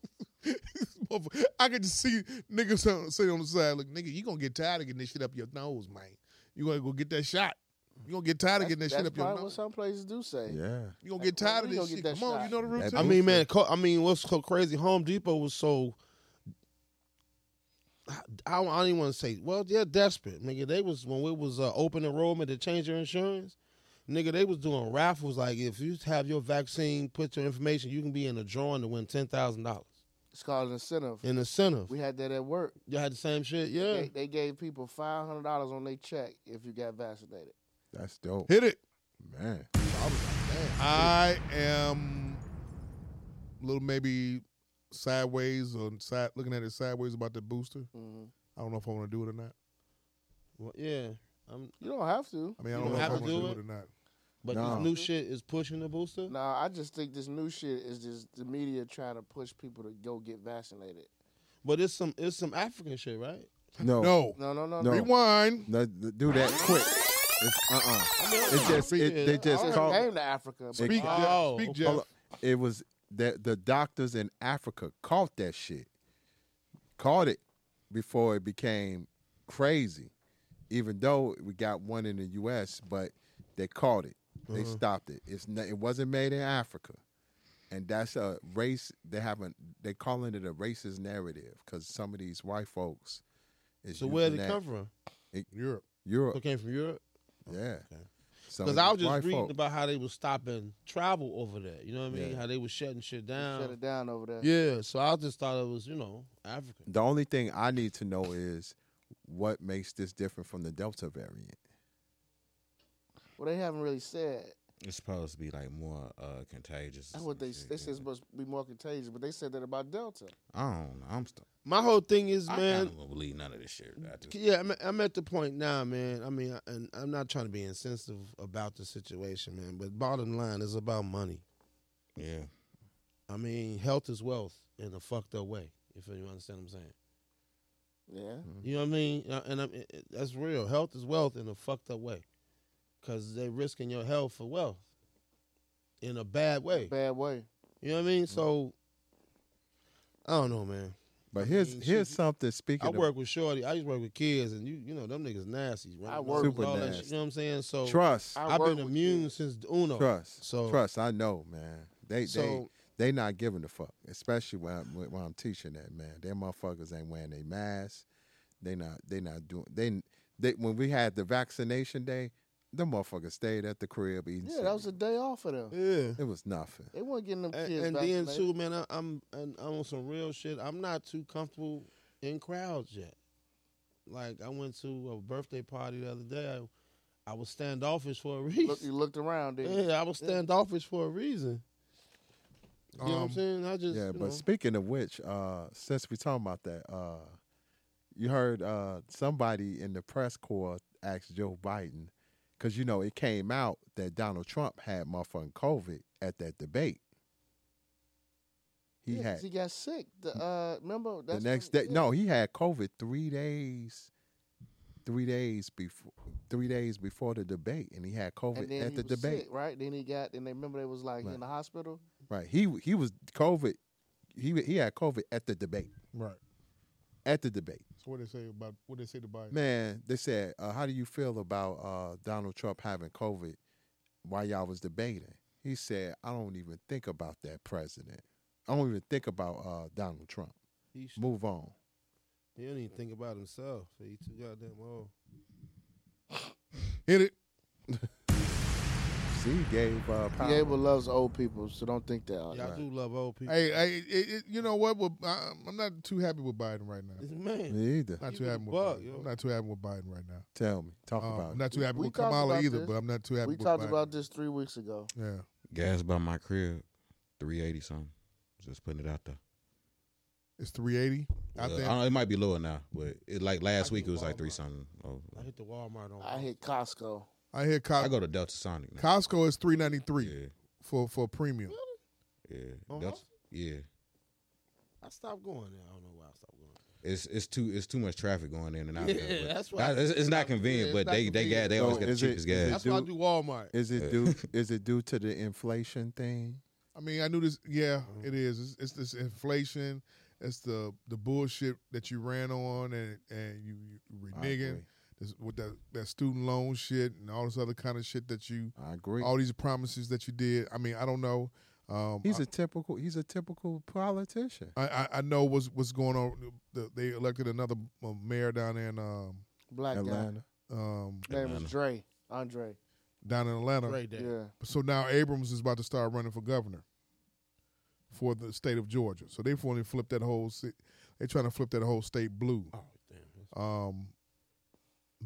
[SPEAKER 10] Motherfucker, I could just see niggas on- say on the side, look, nigga, you gonna get tired of getting this shit up your nose, man. You gonna go get that shot. You gonna get tired of getting that
[SPEAKER 4] that's
[SPEAKER 10] shit
[SPEAKER 4] that's
[SPEAKER 10] up your
[SPEAKER 4] probably what
[SPEAKER 10] nose.
[SPEAKER 4] some places do say.
[SPEAKER 2] Yeah.
[SPEAKER 10] You gonna
[SPEAKER 4] Like,
[SPEAKER 10] get
[SPEAKER 4] when
[SPEAKER 10] tired of
[SPEAKER 4] we
[SPEAKER 10] this
[SPEAKER 4] gonna get
[SPEAKER 10] shit.
[SPEAKER 4] that
[SPEAKER 10] Come on,
[SPEAKER 4] shot?
[SPEAKER 10] you know the
[SPEAKER 2] That
[SPEAKER 10] routine.
[SPEAKER 6] I mean, man, co- I mean, what's so crazy? Home Depot was so. I, I don't even want to say. Well, they're desperate, nigga. They was when it was uh, open enrollment to change your insurance, nigga. They was doing raffles like if you have your vaccine, put your information, you can be in a drawing to win ten thousand dollars
[SPEAKER 4] It's called an incentive.
[SPEAKER 6] in incentive.
[SPEAKER 4] We had that at work.
[SPEAKER 6] Y'all had the same shit, yeah.
[SPEAKER 4] They, they gave people five hundred dollars on their check if you got vaccinated.
[SPEAKER 2] That's dope.
[SPEAKER 10] Hit it.
[SPEAKER 2] Man.
[SPEAKER 10] I am a little maybe sideways or side looking at it sideways about the booster.
[SPEAKER 4] Mhm.
[SPEAKER 10] I don't know if I wanna do it or not.
[SPEAKER 6] Well, yeah, I'm,
[SPEAKER 4] You don't have to.
[SPEAKER 10] I mean, I
[SPEAKER 6] You
[SPEAKER 10] don't
[SPEAKER 6] don't
[SPEAKER 10] know if I
[SPEAKER 6] have to
[SPEAKER 10] wanna
[SPEAKER 6] do
[SPEAKER 10] do it
[SPEAKER 6] it?
[SPEAKER 10] or not.
[SPEAKER 6] but
[SPEAKER 2] Nah.
[SPEAKER 6] this new shit is pushing the booster.
[SPEAKER 4] Nah, I just think this new shit is just the media trying to push people to go get vaccinated.
[SPEAKER 6] But it's some it's some African shit, right?
[SPEAKER 2] No.
[SPEAKER 10] No.
[SPEAKER 4] No, no, no,
[SPEAKER 2] No.
[SPEAKER 4] no.
[SPEAKER 10] Rewind.
[SPEAKER 2] No, th- do that quick. It's uh uh It just it, they just
[SPEAKER 4] It
[SPEAKER 2] called
[SPEAKER 4] came to Africa. but
[SPEAKER 10] Speak, Jeff.
[SPEAKER 6] Oh,
[SPEAKER 10] Speak,
[SPEAKER 6] okay.
[SPEAKER 10] Jeff.
[SPEAKER 2] Hold on. it was that the doctors in Africa caught that shit. Caught it before it became crazy. Even though we got one in the US, but they caught it. They
[SPEAKER 6] Mm-hmm.
[SPEAKER 2] stopped it. It's not, it wasn't made in Africa. And that's a race they haven't they calling it a racist narrative cuz some of these white folks is
[SPEAKER 6] So where
[SPEAKER 2] using
[SPEAKER 6] did it
[SPEAKER 2] that-
[SPEAKER 6] come from?
[SPEAKER 10] Europe.
[SPEAKER 2] Europe.
[SPEAKER 6] It came from Europe.
[SPEAKER 2] Yeah. Some
[SPEAKER 6] Because
[SPEAKER 2] of
[SPEAKER 6] I was
[SPEAKER 2] these white
[SPEAKER 6] just reading
[SPEAKER 2] folk.
[SPEAKER 6] about how they was stopping travel over there. You know what I mean?
[SPEAKER 2] Yeah.
[SPEAKER 6] How they was shutting shit down.
[SPEAKER 4] shut it down over there.
[SPEAKER 6] Yeah. So I just thought it was you know Africa.
[SPEAKER 2] The only thing I need to know is what makes this different from the Delta variant.
[SPEAKER 4] Well, they haven't really said.
[SPEAKER 5] It's supposed to be like more uh, contagious.
[SPEAKER 4] That's what they they said it's supposed to be more contagious, but they said that about Delta.
[SPEAKER 5] I don't. know. I'm. St-
[SPEAKER 6] My whole thing is,
[SPEAKER 5] I
[SPEAKER 6] man,
[SPEAKER 5] don't believe none of this shit. I just,
[SPEAKER 6] Yeah, I'm, I'm at the point now, man. I mean, I- and I'm not trying to be insensitive about the situation, man. But bottom line is about money.
[SPEAKER 5] Yeah.
[SPEAKER 6] I mean, health is wealth in a fucked up way. If you understand what I'm saying.
[SPEAKER 4] Yeah.
[SPEAKER 6] You know what I mean? Uh, And I'm, it, it- that's real. Health is wealth in a fucked up way, because they're risking your health for wealth. In a bad way.
[SPEAKER 4] Bad way.
[SPEAKER 6] You know what I mean? So. I don't know, man.
[SPEAKER 2] But
[SPEAKER 6] I
[SPEAKER 2] here's
[SPEAKER 6] mean, shit,
[SPEAKER 2] here's
[SPEAKER 6] you-
[SPEAKER 2] something. Speaking
[SPEAKER 6] I
[SPEAKER 2] of
[SPEAKER 6] work with Shorty. I used to work with kids, and you you know them niggas nasty. running
[SPEAKER 4] I
[SPEAKER 6] up
[SPEAKER 4] work
[SPEAKER 6] with
[SPEAKER 2] with
[SPEAKER 6] all that
[SPEAKER 2] nasty.
[SPEAKER 6] shit, You know what I'm saying? So
[SPEAKER 2] Trust. I
[SPEAKER 6] I've
[SPEAKER 2] work
[SPEAKER 6] been immune since Uno.
[SPEAKER 2] trust,
[SPEAKER 6] So
[SPEAKER 2] trust, I know, man. They
[SPEAKER 6] So-
[SPEAKER 2] they they not giving a fuck, especially when I'm, when I'm teaching that man. Them motherfuckers ain't wearing their masks. They not they not doing they they when we had the vaccination day, them motherfuckers stayed at the crib eating.
[SPEAKER 4] Yeah, that was a day off for them.
[SPEAKER 6] Yeah,
[SPEAKER 2] it was nothing.
[SPEAKER 4] They weren't getting them
[SPEAKER 6] and,
[SPEAKER 4] kids
[SPEAKER 6] and then
[SPEAKER 4] vaccinated.
[SPEAKER 6] too, man, I, I'm and I'm on some real shit. I'm not too comfortable in crowds yet. Like I went to a birthday party the other day. I, I was standoffish for a reason.
[SPEAKER 4] Look, you looked around, did
[SPEAKER 6] yeah, I was standoffish for a reason. You know what
[SPEAKER 10] Um,
[SPEAKER 6] I'm saying? I just
[SPEAKER 2] yeah,
[SPEAKER 6] you
[SPEAKER 2] but
[SPEAKER 6] know.
[SPEAKER 2] speaking of which, uh, since we talking about that, uh, you heard uh, somebody in the press corps asked Joe Biden, because you know it came out that Donald Trump had motherfucking COVID at that debate. He
[SPEAKER 4] Yeah, 'cause
[SPEAKER 2] had
[SPEAKER 4] He got sick. The, uh, remember
[SPEAKER 2] the
[SPEAKER 4] that's
[SPEAKER 2] next day. No, he had COVID three days, three days before, three days before the debate, and he had
[SPEAKER 4] when-
[SPEAKER 2] COVID
[SPEAKER 4] and then
[SPEAKER 2] at
[SPEAKER 4] he
[SPEAKER 2] the
[SPEAKER 4] was
[SPEAKER 2] debate.
[SPEAKER 4] sick, right? Then he got. And they remember they was like he
[SPEAKER 2] Right.
[SPEAKER 4] in the hospital.
[SPEAKER 2] Right. He he was COVID. He he had COVID at the debate.
[SPEAKER 10] Right.
[SPEAKER 2] At the debate.
[SPEAKER 10] So what they say about what they say to Biden?
[SPEAKER 2] Man, they said, uh, "How do you feel about uh, Donald Trump having COVID while y'all was debating?" He said, "I don't even think about that president. I don't even think about uh, Donald Trump.
[SPEAKER 6] He sh-
[SPEAKER 2] Move on."
[SPEAKER 6] He didn't even think about himself. He too goddamn old.
[SPEAKER 10] Hit it.
[SPEAKER 2] See, gave uh, power.
[SPEAKER 4] Gable loves old people, so don't think that.
[SPEAKER 6] Yeah, I do love old people.
[SPEAKER 10] Hey, hey, it, it, you know what? Well, I'm I'm not too happy with Biden right now.
[SPEAKER 6] man,
[SPEAKER 2] Me either.
[SPEAKER 10] Not
[SPEAKER 6] You
[SPEAKER 10] too
[SPEAKER 6] was
[SPEAKER 10] happy with
[SPEAKER 6] buck,
[SPEAKER 10] Biden.
[SPEAKER 6] yo.
[SPEAKER 10] I'm not too happy with Biden right now.
[SPEAKER 2] Tell me, talk
[SPEAKER 10] Um,
[SPEAKER 2] about
[SPEAKER 10] I'm
[SPEAKER 2] it.
[SPEAKER 10] not too happy
[SPEAKER 4] We
[SPEAKER 10] with
[SPEAKER 4] talked
[SPEAKER 10] Kamala
[SPEAKER 4] about
[SPEAKER 10] either,
[SPEAKER 4] this.
[SPEAKER 10] but I'm not too happy
[SPEAKER 4] We
[SPEAKER 10] with
[SPEAKER 4] talked
[SPEAKER 10] Biden.
[SPEAKER 4] about this three weeks ago.
[SPEAKER 10] Yeah.
[SPEAKER 5] gas by my crib, three eighty something. Just putting it out there.
[SPEAKER 10] It's 380. I
[SPEAKER 5] Uh,
[SPEAKER 10] think
[SPEAKER 5] I don't- it might be lower now, but it like last week it was like three something. Oh,
[SPEAKER 6] I hit the Walmart on.
[SPEAKER 4] I hit Costco.
[SPEAKER 10] I hear
[SPEAKER 5] I
[SPEAKER 10] Co-
[SPEAKER 5] go to Delta Sonic. Now.
[SPEAKER 10] Costco is 393
[SPEAKER 5] Yeah.
[SPEAKER 10] for for premium.
[SPEAKER 5] Yeah,
[SPEAKER 6] On
[SPEAKER 5] Delta,
[SPEAKER 6] Hudson?
[SPEAKER 5] yeah.
[SPEAKER 6] I stopped going there. I don't know why I stopped going.
[SPEAKER 5] It's it's too it's too much traffic going in and out. there,
[SPEAKER 6] Yeah,
[SPEAKER 5] but
[SPEAKER 6] that's why-
[SPEAKER 5] that- It's, it's not
[SPEAKER 6] Yeah,
[SPEAKER 5] convenient,
[SPEAKER 6] it's
[SPEAKER 5] but
[SPEAKER 6] not
[SPEAKER 5] they they gas
[SPEAKER 6] convenient.
[SPEAKER 5] they always
[SPEAKER 2] So
[SPEAKER 5] get the
[SPEAKER 2] is it-
[SPEAKER 5] cheapest
[SPEAKER 2] is
[SPEAKER 5] gas.
[SPEAKER 2] it
[SPEAKER 6] That's why I
[SPEAKER 2] do-
[SPEAKER 6] do Walmart.
[SPEAKER 2] Is it due? is it due to the inflation thing?
[SPEAKER 10] I mean, I knew this. Yeah,
[SPEAKER 2] Mm-hmm.
[SPEAKER 10] it is. It's, it's this inflation. It's the the bullshit that you ran on and and you, you reneging
[SPEAKER 2] agree.
[SPEAKER 10] this, with that that student loan shit and all this other kind of shit that you
[SPEAKER 2] I agree.
[SPEAKER 10] all these promises that you did. I mean, I don't know. Um,
[SPEAKER 2] He's a typical. He's a typical politician.
[SPEAKER 10] I, I I know what's what's going on. The, they elected another uh, mayor down there in um
[SPEAKER 4] Black
[SPEAKER 2] Atlanta.
[SPEAKER 10] um
[SPEAKER 4] guy. Name was Dre. Andre.
[SPEAKER 10] down in Atlanta.
[SPEAKER 6] Great day.
[SPEAKER 4] Yeah.
[SPEAKER 10] So now Abrams is about to start running for governor for the state of Georgia. So they want to flip that whole. ci- They trying to flip that whole state blue.
[SPEAKER 6] Oh damn.
[SPEAKER 10] Um,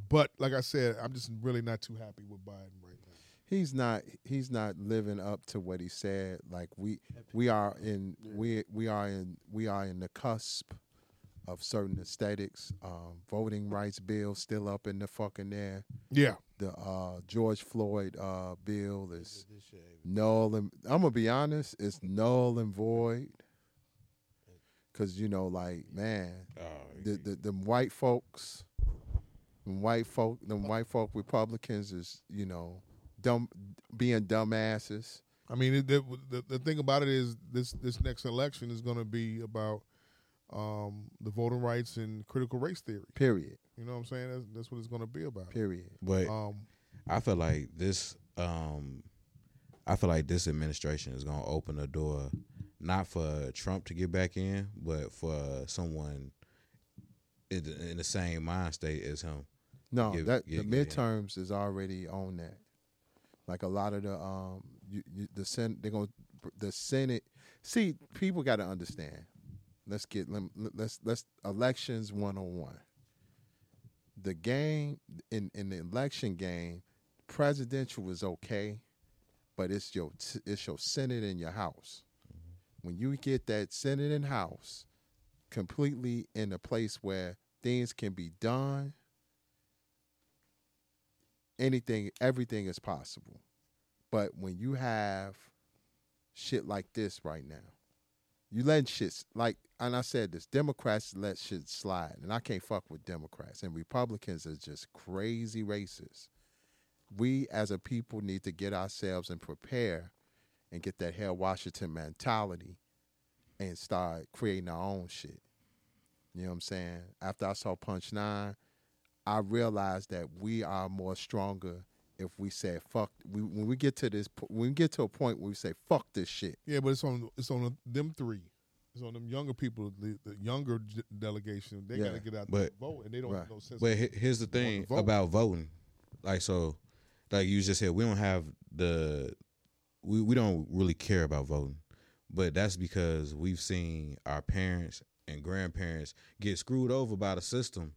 [SPEAKER 10] but like I said, I'm just really not too happy with Biden right now.
[SPEAKER 2] he's not he's not uh, living up to what he said like we we are in we we are in we are in the cusp of certain aesthetics um voting rights bill still up in the fucking air
[SPEAKER 10] Yeah,
[SPEAKER 2] the uh george floyd uh bill is null and i'm gonna be honest it's null and void because you know like man the, the them white folks them white folk them white folk republicans is you know dumb being dumbasses
[SPEAKER 10] I mean it, the, the the thing about it is this this next election is going to be about um the voting rights and critical race theory.
[SPEAKER 2] period
[SPEAKER 10] You know what I'm saying? That's, that's what it's going to be about.
[SPEAKER 2] period
[SPEAKER 5] But
[SPEAKER 10] Um,
[SPEAKER 5] I feel like this um I feel like this administration is gonna open the door not for Trump to get back in, but for someone in the, in the same mind state as him.
[SPEAKER 2] No,
[SPEAKER 5] Give-
[SPEAKER 2] that
[SPEAKER 5] yeah,
[SPEAKER 2] the
[SPEAKER 5] give it-
[SPEAKER 2] midterms is already on that. Like a lot of the um, you, you, the sen they're gonna the Senate. See, people got to understand. Let's get lem- let's let's elections one on one. The game in in the election game, presidential is okay, but it's your t- it's your Senate and your House. When you get that Senate and House completely in a place where things can be done anything everything is possible but when you have shit like this right now you letting shit s- like and i said this democrats let shit slide and i can't fuck with democrats and republicans are just crazy racists we as a people need to get ourselves and prepare and get that hell washington mentality and start creating our own shit you know what I'm saying? After I saw Punch Nine, I realized that we are more stronger if we say fuck. We, when we get to this, po- when we get to a point where we say fuck this shit.
[SPEAKER 10] Yeah, but it's on it's on them three. It's on them younger people, the, the younger d- delegation. They
[SPEAKER 5] Yeah.
[SPEAKER 10] got to get out there
[SPEAKER 5] But-
[SPEAKER 10] and vote, and they don't have no sense.
[SPEAKER 5] But he- here's the
[SPEAKER 10] They wanna
[SPEAKER 5] thing
[SPEAKER 10] vote.
[SPEAKER 5] about voting, like so, like you just said, we don't have the, we we don't really care about voting, but that's because we've seen our parents and grandparents get screwed over by the system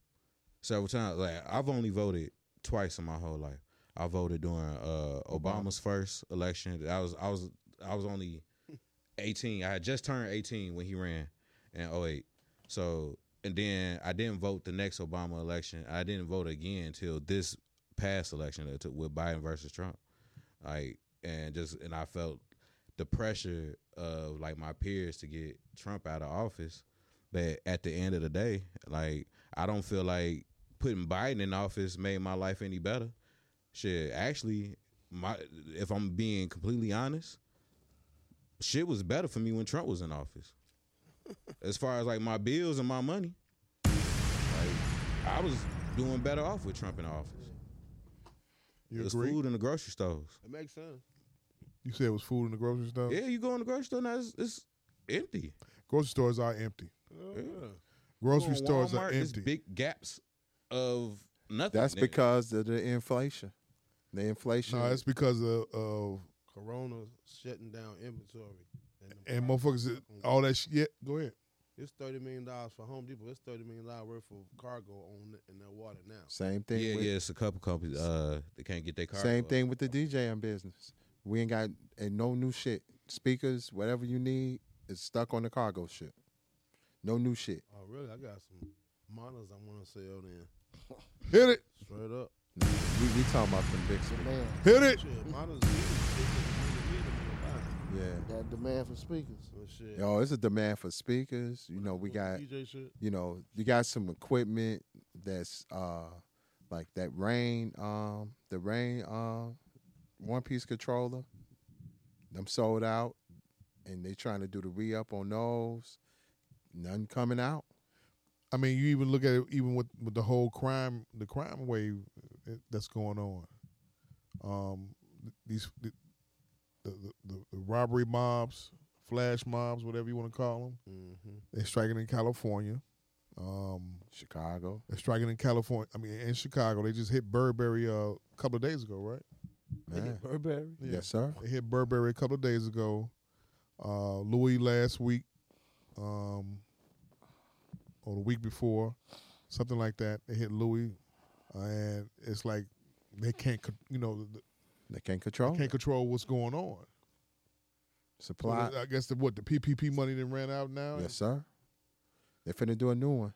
[SPEAKER 5] several times. Like I've only voted twice in my whole life. I voted during uh, Obama's first election. I was I was I was only 18. I had just turned 18 when he ran in 08. So, and then I didn't vote the next Obama election. I didn't vote again until this past election that took with Biden versus Trump. Like, and just, and I felt the pressure of like my peers to get Trump out of office. But at the end of the day, like, I don't feel like putting Biden in office made my life any better. Shit, actually, my if I'm being completely honest, shit was better for me when Trump was in office. as far as like my bills and my money, like I was doing better off with Trump in office.
[SPEAKER 10] You
[SPEAKER 5] There's
[SPEAKER 10] agree?
[SPEAKER 5] food in the grocery stores.
[SPEAKER 6] It makes sense.
[SPEAKER 10] You said it was food in the grocery store.
[SPEAKER 5] Yeah, you go in the grocery store now, it's, it's empty.
[SPEAKER 10] Grocery stores are empty.
[SPEAKER 6] Oh,
[SPEAKER 5] Yeah.
[SPEAKER 10] Grocery
[SPEAKER 5] Go to
[SPEAKER 10] stores are
[SPEAKER 5] Walmart, it's
[SPEAKER 10] empty.
[SPEAKER 5] Big gaps of nothing.
[SPEAKER 2] That's
[SPEAKER 5] nigga.
[SPEAKER 2] because of the inflation. The inflation.
[SPEAKER 10] No, Uh, that's because of, of
[SPEAKER 6] Corona shutting down inventory. And, them
[SPEAKER 10] and
[SPEAKER 6] prices
[SPEAKER 10] motherfuckers
[SPEAKER 6] up on-
[SPEAKER 10] all that shit. Yeah, go ahead.
[SPEAKER 6] It's thirty million dollars for Home Depot. It's thirty million dollars worth of cargo on in their water now.
[SPEAKER 2] Same thing.
[SPEAKER 5] Yeah,
[SPEAKER 2] with,
[SPEAKER 5] yeah, it's a couple companies uh they can't get their car.
[SPEAKER 2] Same thing with the DJing business. We ain't got and no new shit. Speakers, whatever you need, is stuck on the cargo ship. No new shit.
[SPEAKER 6] Oh really? I got some models I want to sell then.
[SPEAKER 10] Hit it.
[SPEAKER 6] Straight up.
[SPEAKER 2] We, we talking about them big
[SPEAKER 4] Man.
[SPEAKER 10] Hit it.
[SPEAKER 6] Shit, models. we can- we can- we can-
[SPEAKER 2] Yeah.
[SPEAKER 4] That demand for speakers.
[SPEAKER 6] we can buy. Oh, shit.
[SPEAKER 2] Yo, it's a demand for speakers. You know, we got
[SPEAKER 6] DJ shit.
[SPEAKER 2] you know, you got some equipment that's uh like that rain um the rain um one piece controller. Them sold out and they trying to do the re up on those. None coming out.
[SPEAKER 10] I mean, you even look at it, even with, with the whole crime, the crime wave uh, that's going on. Um, th- these the the, the, the robbery mobs, flash mobs, whatever you want to call them,
[SPEAKER 6] Mhm.
[SPEAKER 10] they're striking in California, um,
[SPEAKER 2] Chicago.
[SPEAKER 10] They're striking in California. I mean, in Chicago, they just hit Burberry uh, a couple of days ago, right?
[SPEAKER 2] Man.
[SPEAKER 6] Burberry.
[SPEAKER 10] Yeah.
[SPEAKER 2] Yes, sir.
[SPEAKER 10] They hit Burberry a couple of days ago. Uh, Louis last week, um, or the week before, something like that. They hit Louis, and it's like they can't, con- you know, th-
[SPEAKER 2] They can't control.
[SPEAKER 10] they can't control what's going on. So
[SPEAKER 2] Supply.
[SPEAKER 10] I guess the what the PPP money then ran out now.
[SPEAKER 2] Yes, sir. They finna do a new one.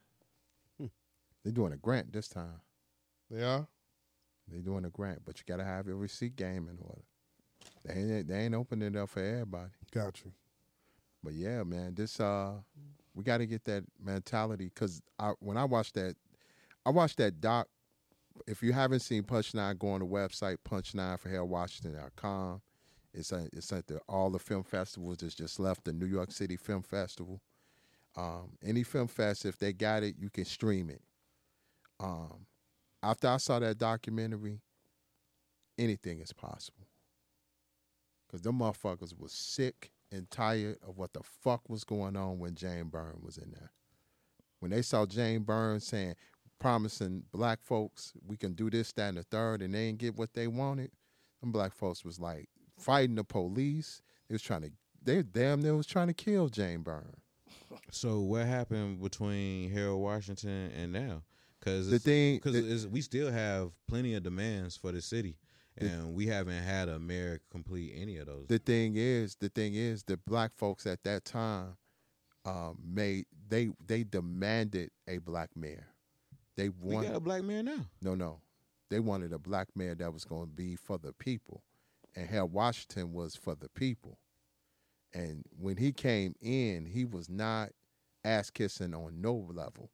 [SPEAKER 10] Hmm.
[SPEAKER 2] They're doing a grant this time.
[SPEAKER 10] They are.
[SPEAKER 2] They doing a grant, but you gotta have your receipt game in order. They ain't they ain't opening it up for everybody.
[SPEAKER 10] Got you.
[SPEAKER 2] But yeah, man, this uh, we got to get that mentality because I when I watched that, I watched that doc. If you haven't seen Punch Nine, go on the website punch nine for hell washington.com. It's at, it's at the, all the film festivals that's just left the New York City Film Festival. Um, any film fest, if they got it, you can stream it. Um, after I saw that documentary, anything is possible because them motherfuckers was sick and tired of what the fuck was going on when Jane Byrne was in there. When they saw Jane Byrne saying, promising black folks we can do this, that, and the third, and they didn't get what they wanted. Them black folks was like fighting the police. They was trying to they damn near was trying to kill Jane Byrne.
[SPEAKER 5] So what happened between Harold Washington and now? Because
[SPEAKER 2] The thing- the-
[SPEAKER 5] because we still have plenty of demands for the city,
[SPEAKER 2] The-
[SPEAKER 5] and we haven't had a mayor complete any of those.
[SPEAKER 2] The thing is, the thing is, the black folks at that time um, made they they demanded a black mayor. They
[SPEAKER 5] we
[SPEAKER 2] wanted
[SPEAKER 5] got a black mayor now.
[SPEAKER 2] No, Oh, no. They wanted a black mayor that was going to be for the people. And Harold Washington was for the people. And when he came in, he was not ass kissing on no level.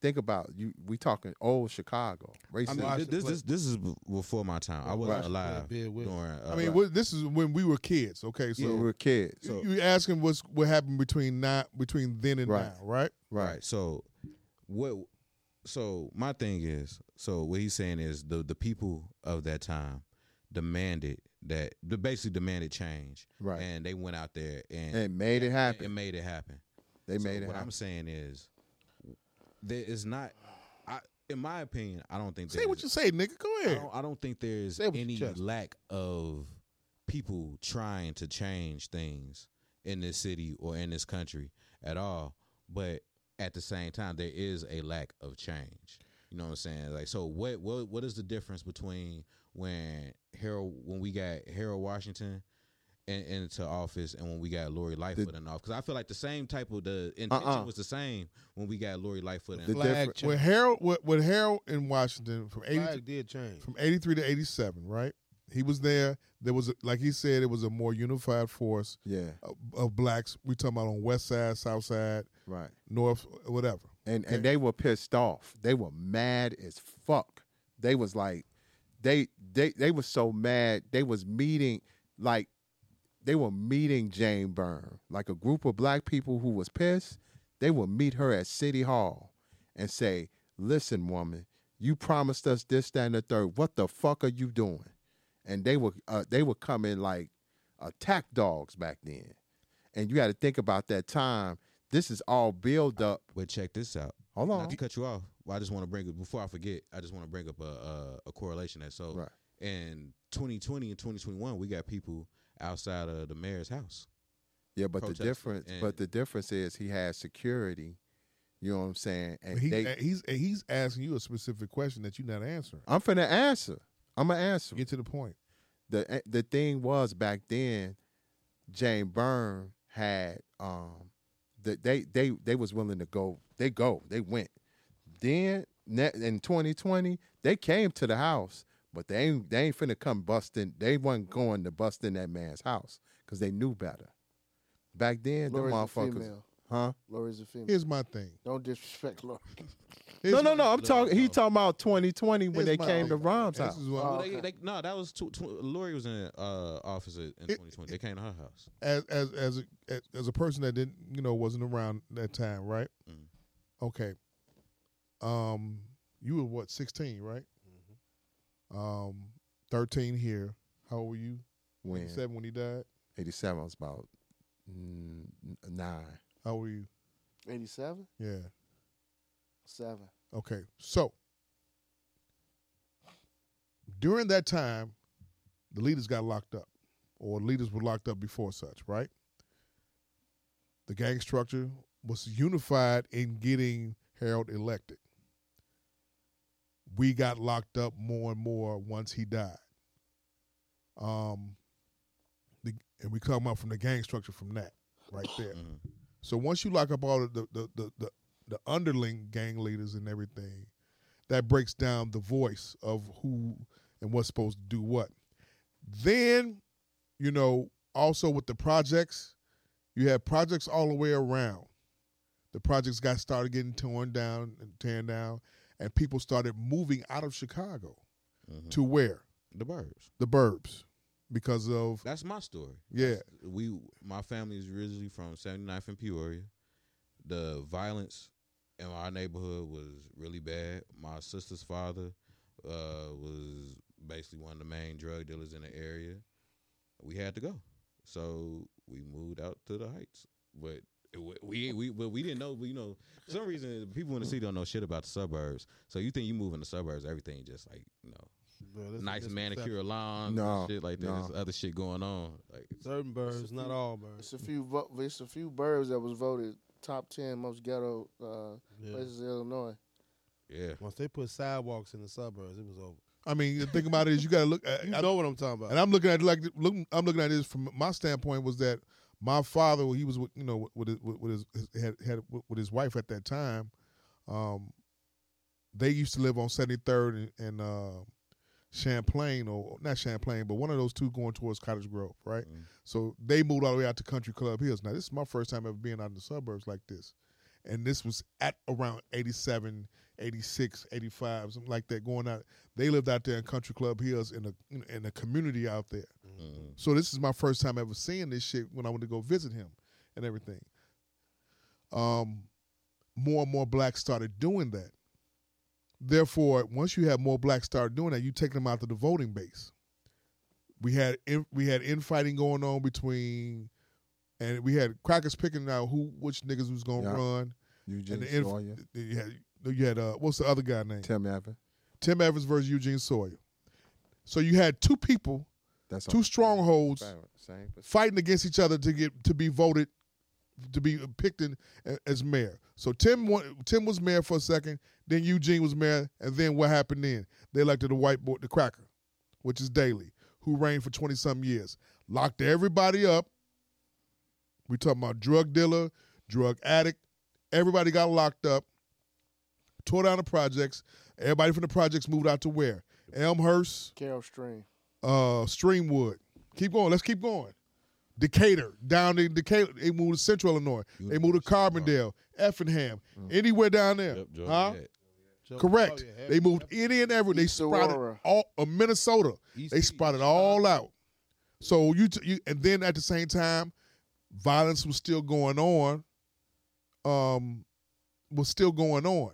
[SPEAKER 2] Think about you. We talking old Chicago
[SPEAKER 5] I
[SPEAKER 2] racism.
[SPEAKER 5] mean, thi- this, this this is b- before my time. I wasn't
[SPEAKER 2] Right.
[SPEAKER 5] alive
[SPEAKER 2] Yeah,
[SPEAKER 5] during.
[SPEAKER 10] I
[SPEAKER 5] uh,
[SPEAKER 10] mean, what, this is when we were kids. Okay, so
[SPEAKER 2] Yeah, we were kids.
[SPEAKER 10] You- you asking what's what happened between now, between then and
[SPEAKER 5] Right.
[SPEAKER 10] now, right?
[SPEAKER 5] Right. So what so my thing is, so what he's saying is the the people of that time demanded that they basically demanded change.
[SPEAKER 2] Right.
[SPEAKER 5] And they went out there and
[SPEAKER 2] And made it happen.
[SPEAKER 5] And made it happen.
[SPEAKER 2] They
[SPEAKER 5] So
[SPEAKER 2] made it
[SPEAKER 5] What
[SPEAKER 2] happen.
[SPEAKER 5] I'm saying is there is not I in my opinion, I don't think
[SPEAKER 10] Say
[SPEAKER 5] there's-
[SPEAKER 10] what you say, nigga. Go
[SPEAKER 5] I
[SPEAKER 10] ahead.
[SPEAKER 5] don't, I don't think there's
[SPEAKER 10] Say what you
[SPEAKER 5] any
[SPEAKER 10] just-
[SPEAKER 5] lack of people trying to change things in this city or in this country at all. But at the same time, there is a lack of change. You know what I'm saying? Like, so what? What? What is the difference between when Harold, when we got Harold Washington? in- into office, and when we got Lori Lightfoot in office, because I feel like the same type of the intention
[SPEAKER 10] Uh-uh.
[SPEAKER 5] was the same when we got Lori Lightfoot in
[SPEAKER 10] The
[SPEAKER 5] office.
[SPEAKER 10] difference- when Harold when, when Harold in Washington from eighty
[SPEAKER 6] Flag did change.
[SPEAKER 10] from eighty three to eighty seven, right? He was there. There was a, like he said, it was a more unified force.
[SPEAKER 2] Yeah.
[SPEAKER 10] of, of blacks. We talking about on West Side, South Side,
[SPEAKER 2] Right.
[SPEAKER 10] North, whatever.
[SPEAKER 2] and and they were pissed off. They were mad as fuck. They was like, they they they were so mad. They was meeting like, they were meeting Jane Byrne. Like a group of black people who was pissed. They would meet her at City Hall, and say, "Listen, woman, you promised us this, that, and the third. What the fuck are you doing?" And they were uh, they were coming like attack dogs back then. And you got to think about that time. This is all build up.
[SPEAKER 5] But check this out.
[SPEAKER 2] Hold on.
[SPEAKER 5] Not to cut you off. Well, I just want to bring up before I forget. I just want to bring up a a, a correlation that so
[SPEAKER 2] Right.
[SPEAKER 5] in 2020 and 2021 we got people outside of the mayor's house.
[SPEAKER 2] Yeah, but the
[SPEAKER 5] protesting
[SPEAKER 2] difference,
[SPEAKER 5] and-
[SPEAKER 2] but the difference is he has security. You know what I'm saying? And
[SPEAKER 10] he,
[SPEAKER 2] they,
[SPEAKER 10] he's he's asking you a specific question that you're not answering.
[SPEAKER 2] I'm finna answer. I'm gonna answer.
[SPEAKER 10] Get to the point.
[SPEAKER 2] the eh, The thing was back then, Jane Byrne had um, that they they they was willing to go. They go. They went. Then ne- in 2020, they came to the house, but they ain't they ain't finna come busting. They wasn't going to bust in that man's house because they knew better. Back then,
[SPEAKER 4] Lori's
[SPEAKER 2] the
[SPEAKER 4] a
[SPEAKER 2] motherfuckers,
[SPEAKER 4] female.
[SPEAKER 2] huh?
[SPEAKER 4] Lori's a female.
[SPEAKER 10] Here's my thing.
[SPEAKER 4] Don't disrespect Lori.
[SPEAKER 2] no, no, no. I'm talking. He talking about 2020 when they
[SPEAKER 4] Here's my-
[SPEAKER 2] came to Rom's
[SPEAKER 4] This
[SPEAKER 2] house.
[SPEAKER 4] is
[SPEAKER 10] Oh,
[SPEAKER 4] what-
[SPEAKER 5] Well,
[SPEAKER 4] okay.
[SPEAKER 5] they, they, no, that was tw- tw- Lori was in uh, office in 2020. they came to her house.
[SPEAKER 10] as as as a, as- as a person that didn't you know wasn't around that time, right?
[SPEAKER 5] Mhm.
[SPEAKER 10] Okay. Um, you were what sixteen, right? Um, thirteen here. How old were you?
[SPEAKER 2] When?
[SPEAKER 10] Seven when he died.
[SPEAKER 2] 87. I was about mm, n- nine.
[SPEAKER 10] How old were you?
[SPEAKER 4] 87?
[SPEAKER 10] Yeah.
[SPEAKER 4] 7.
[SPEAKER 10] Okay. So during that time, the leaders got locked up, or leaders were locked up before such, right? The gang structure was unified in getting Harold elected. We got locked up more and more once he died. Um, the, and we come up from the gang structure from that right there. So once you lock up all of the the, the the the underling gang leaders and everything, that breaks down the voice of who and what's supposed to do what. Then, you know, also with the projects, you have projects all the way around. The projects got started getting torn down and tearing down, and people started moving out of Chicago to where
[SPEAKER 5] The Burbs.
[SPEAKER 10] the burbs because of
[SPEAKER 5] That's my story.
[SPEAKER 10] Yeah.
[SPEAKER 5] That's- we my family is originally from 79th and Peoria. The violence in our neighborhood was really bad. My sister's father uh, was basically one of the main drug dealers in the area. We had to go, so we moved out to the Heights. But we we but we didn't know. You know, for some reason people in the city don't know shit about the suburbs. So you think you move in the suburbs, everything just like you know,
[SPEAKER 6] that's-
[SPEAKER 5] nice
[SPEAKER 6] that's
[SPEAKER 5] manicure
[SPEAKER 6] perception.
[SPEAKER 5] lawns,
[SPEAKER 2] No,
[SPEAKER 5] and shit like that.
[SPEAKER 2] no.
[SPEAKER 5] There's other shit going on. Like
[SPEAKER 6] Certain birds, not all birds.
[SPEAKER 4] It's a few. Vo- it's a few birds that was voted top ten most ghetto uh,
[SPEAKER 6] Yeah.
[SPEAKER 4] places in Illinois.
[SPEAKER 5] yeah.
[SPEAKER 6] Once they put sidewalks in the suburbs, it was over.
[SPEAKER 10] I mean, the thing about it is you got to look. At,
[SPEAKER 6] You know what I'm talking about.
[SPEAKER 10] And I'm looking at it like look, I'm looking at this from my standpoint was that my father, he was with you know with his, with his his- had, had with his wife at that time. Um, they used to live on 73rd and, and uh, Champlain, or not Champlain, but one of those two going towards Cottage Grove, right?
[SPEAKER 6] Mm.
[SPEAKER 10] So they moved all the way out to Country Club Hills. Now this is my first time ever being out in the suburbs like this, and this was at around 87, 86, 85, something like that. Going out, they lived out there in Country Club Hills in the you know, in the community out there. So this is my first time ever seeing this shit when I went to go visit him and everything. Um, more and more blacks started doing that. Therefore, once you have more blacks start doing that, you take them out to the voting base. We had in, we had infighting going on between, and we had crackers picking out who which niggas was gonna
[SPEAKER 2] Yeah.
[SPEAKER 10] run.
[SPEAKER 2] Eugene
[SPEAKER 10] and the inf-
[SPEAKER 2] Sawyer.
[SPEAKER 10] You had, you had uh, what's the other guy name?
[SPEAKER 2] Tim Evans.
[SPEAKER 10] Tim Evans versus Eugene Sawyer. So you had two people,
[SPEAKER 2] That's
[SPEAKER 10] two
[SPEAKER 2] all.
[SPEAKER 10] strongholds,
[SPEAKER 2] Same perspective.
[SPEAKER 10] fighting against each other to get to be voted, to be picked in a- as mayor. So Tim wa- Tim was mayor for a second, then Eugene was mayor, and then what happened then? They elected a white boy, the cracker, which is Daley, who reigned for twenty some years, locked everybody up. We talking about drug dealer, drug addict. Everybody got locked up. Tore down the projects. Everybody from the projects moved out to where? Elmhurst,
[SPEAKER 4] Carroll Stream.
[SPEAKER 10] uh Streamwood. Keep going. Let's keep going. Decatur, down in Decatur, they moved to Central Illinois. They moved to Carbondale, Effingham, anywhere down there. huh? Correct. They movmoved any and every. They sprouted
[SPEAKER 4] Aurora.
[SPEAKER 10] all of Minnesota. They sprouted all out. So you, t- you, and then at the same time, violence was still going on. Um, was still going on.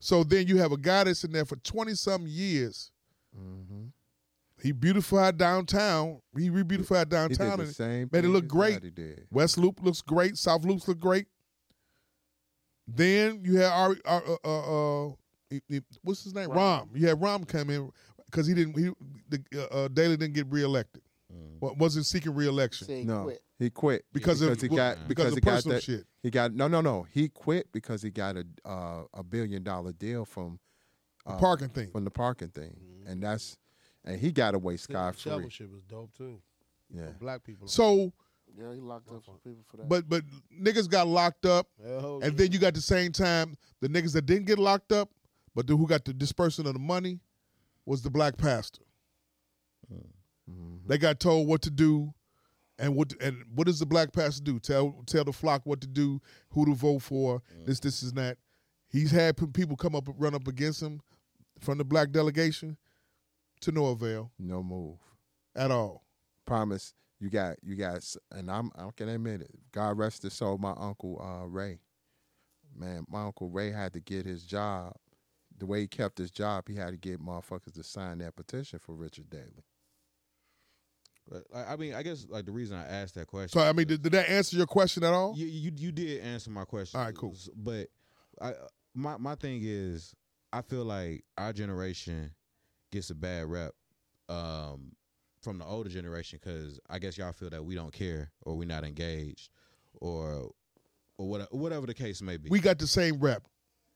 [SPEAKER 10] So then you have a guy that's in there for twenty some years. He beautified downtown. He re-beautified
[SPEAKER 2] He did
[SPEAKER 10] downtown
[SPEAKER 2] the
[SPEAKER 10] and
[SPEAKER 2] same
[SPEAKER 10] made it
[SPEAKER 2] thing
[SPEAKER 10] look
[SPEAKER 2] as
[SPEAKER 10] great.
[SPEAKER 2] Gotti did.
[SPEAKER 10] West Loop looks great. South Loops look great. Then you had our, our uh, uh, uh, he- he- what's his name? Rom. You had Rom come in because he didn't. He the uh, uh, Daley didn't get reelected. Wa- Wasn't seeking reelection.
[SPEAKER 4] Said
[SPEAKER 2] no,
[SPEAKER 4] quit.
[SPEAKER 2] he quit
[SPEAKER 10] Because of-
[SPEAKER 2] he got because
[SPEAKER 10] because of
[SPEAKER 2] he got
[SPEAKER 10] personal
[SPEAKER 2] that
[SPEAKER 10] shit.
[SPEAKER 2] he got no no no he quit because he got a uh, a billion dollar deal from
[SPEAKER 10] The parking thing.
[SPEAKER 2] from the parking thing and that's and he got away sky free
[SPEAKER 6] Shovel shit was dope too.
[SPEAKER 2] yeah
[SPEAKER 6] For black people.
[SPEAKER 10] So,
[SPEAKER 4] Yeah, he locked up some people for that.
[SPEAKER 10] but but niggas got locked up,
[SPEAKER 6] Oh,
[SPEAKER 10] and then you got the same time the niggas that didn't get locked up, but the, who got the disbursement of the money, was the black pastor.
[SPEAKER 2] Mm-hmm.
[SPEAKER 10] They got told what to do, and what and what does the black pastor do? Tell tell the flock what to do, who to vote for. This this is that. He's had p- people come up run up against him from the black delegation to no avail
[SPEAKER 2] no move
[SPEAKER 10] at all.
[SPEAKER 2] promise you got you got s- and I'm I can admit it. God rest his soul, my uncle uh, Ray. Man, my uncle Ray had to get his job. The way he kept his job, he had to get motherfuckers to sign that petition for Richard Daley.
[SPEAKER 5] But I I mean, I guess like the reason I asked that question.
[SPEAKER 10] So I mean, did, did that answer your question at all?
[SPEAKER 5] You, you you did answer my question. All right, cool. But I my my thing is, I feel like our generation gets a bad rep um, from the older generation because I guess y'all feel that we don't care or we're not engaged or or what, whatever the case may be.
[SPEAKER 10] We got the same rep.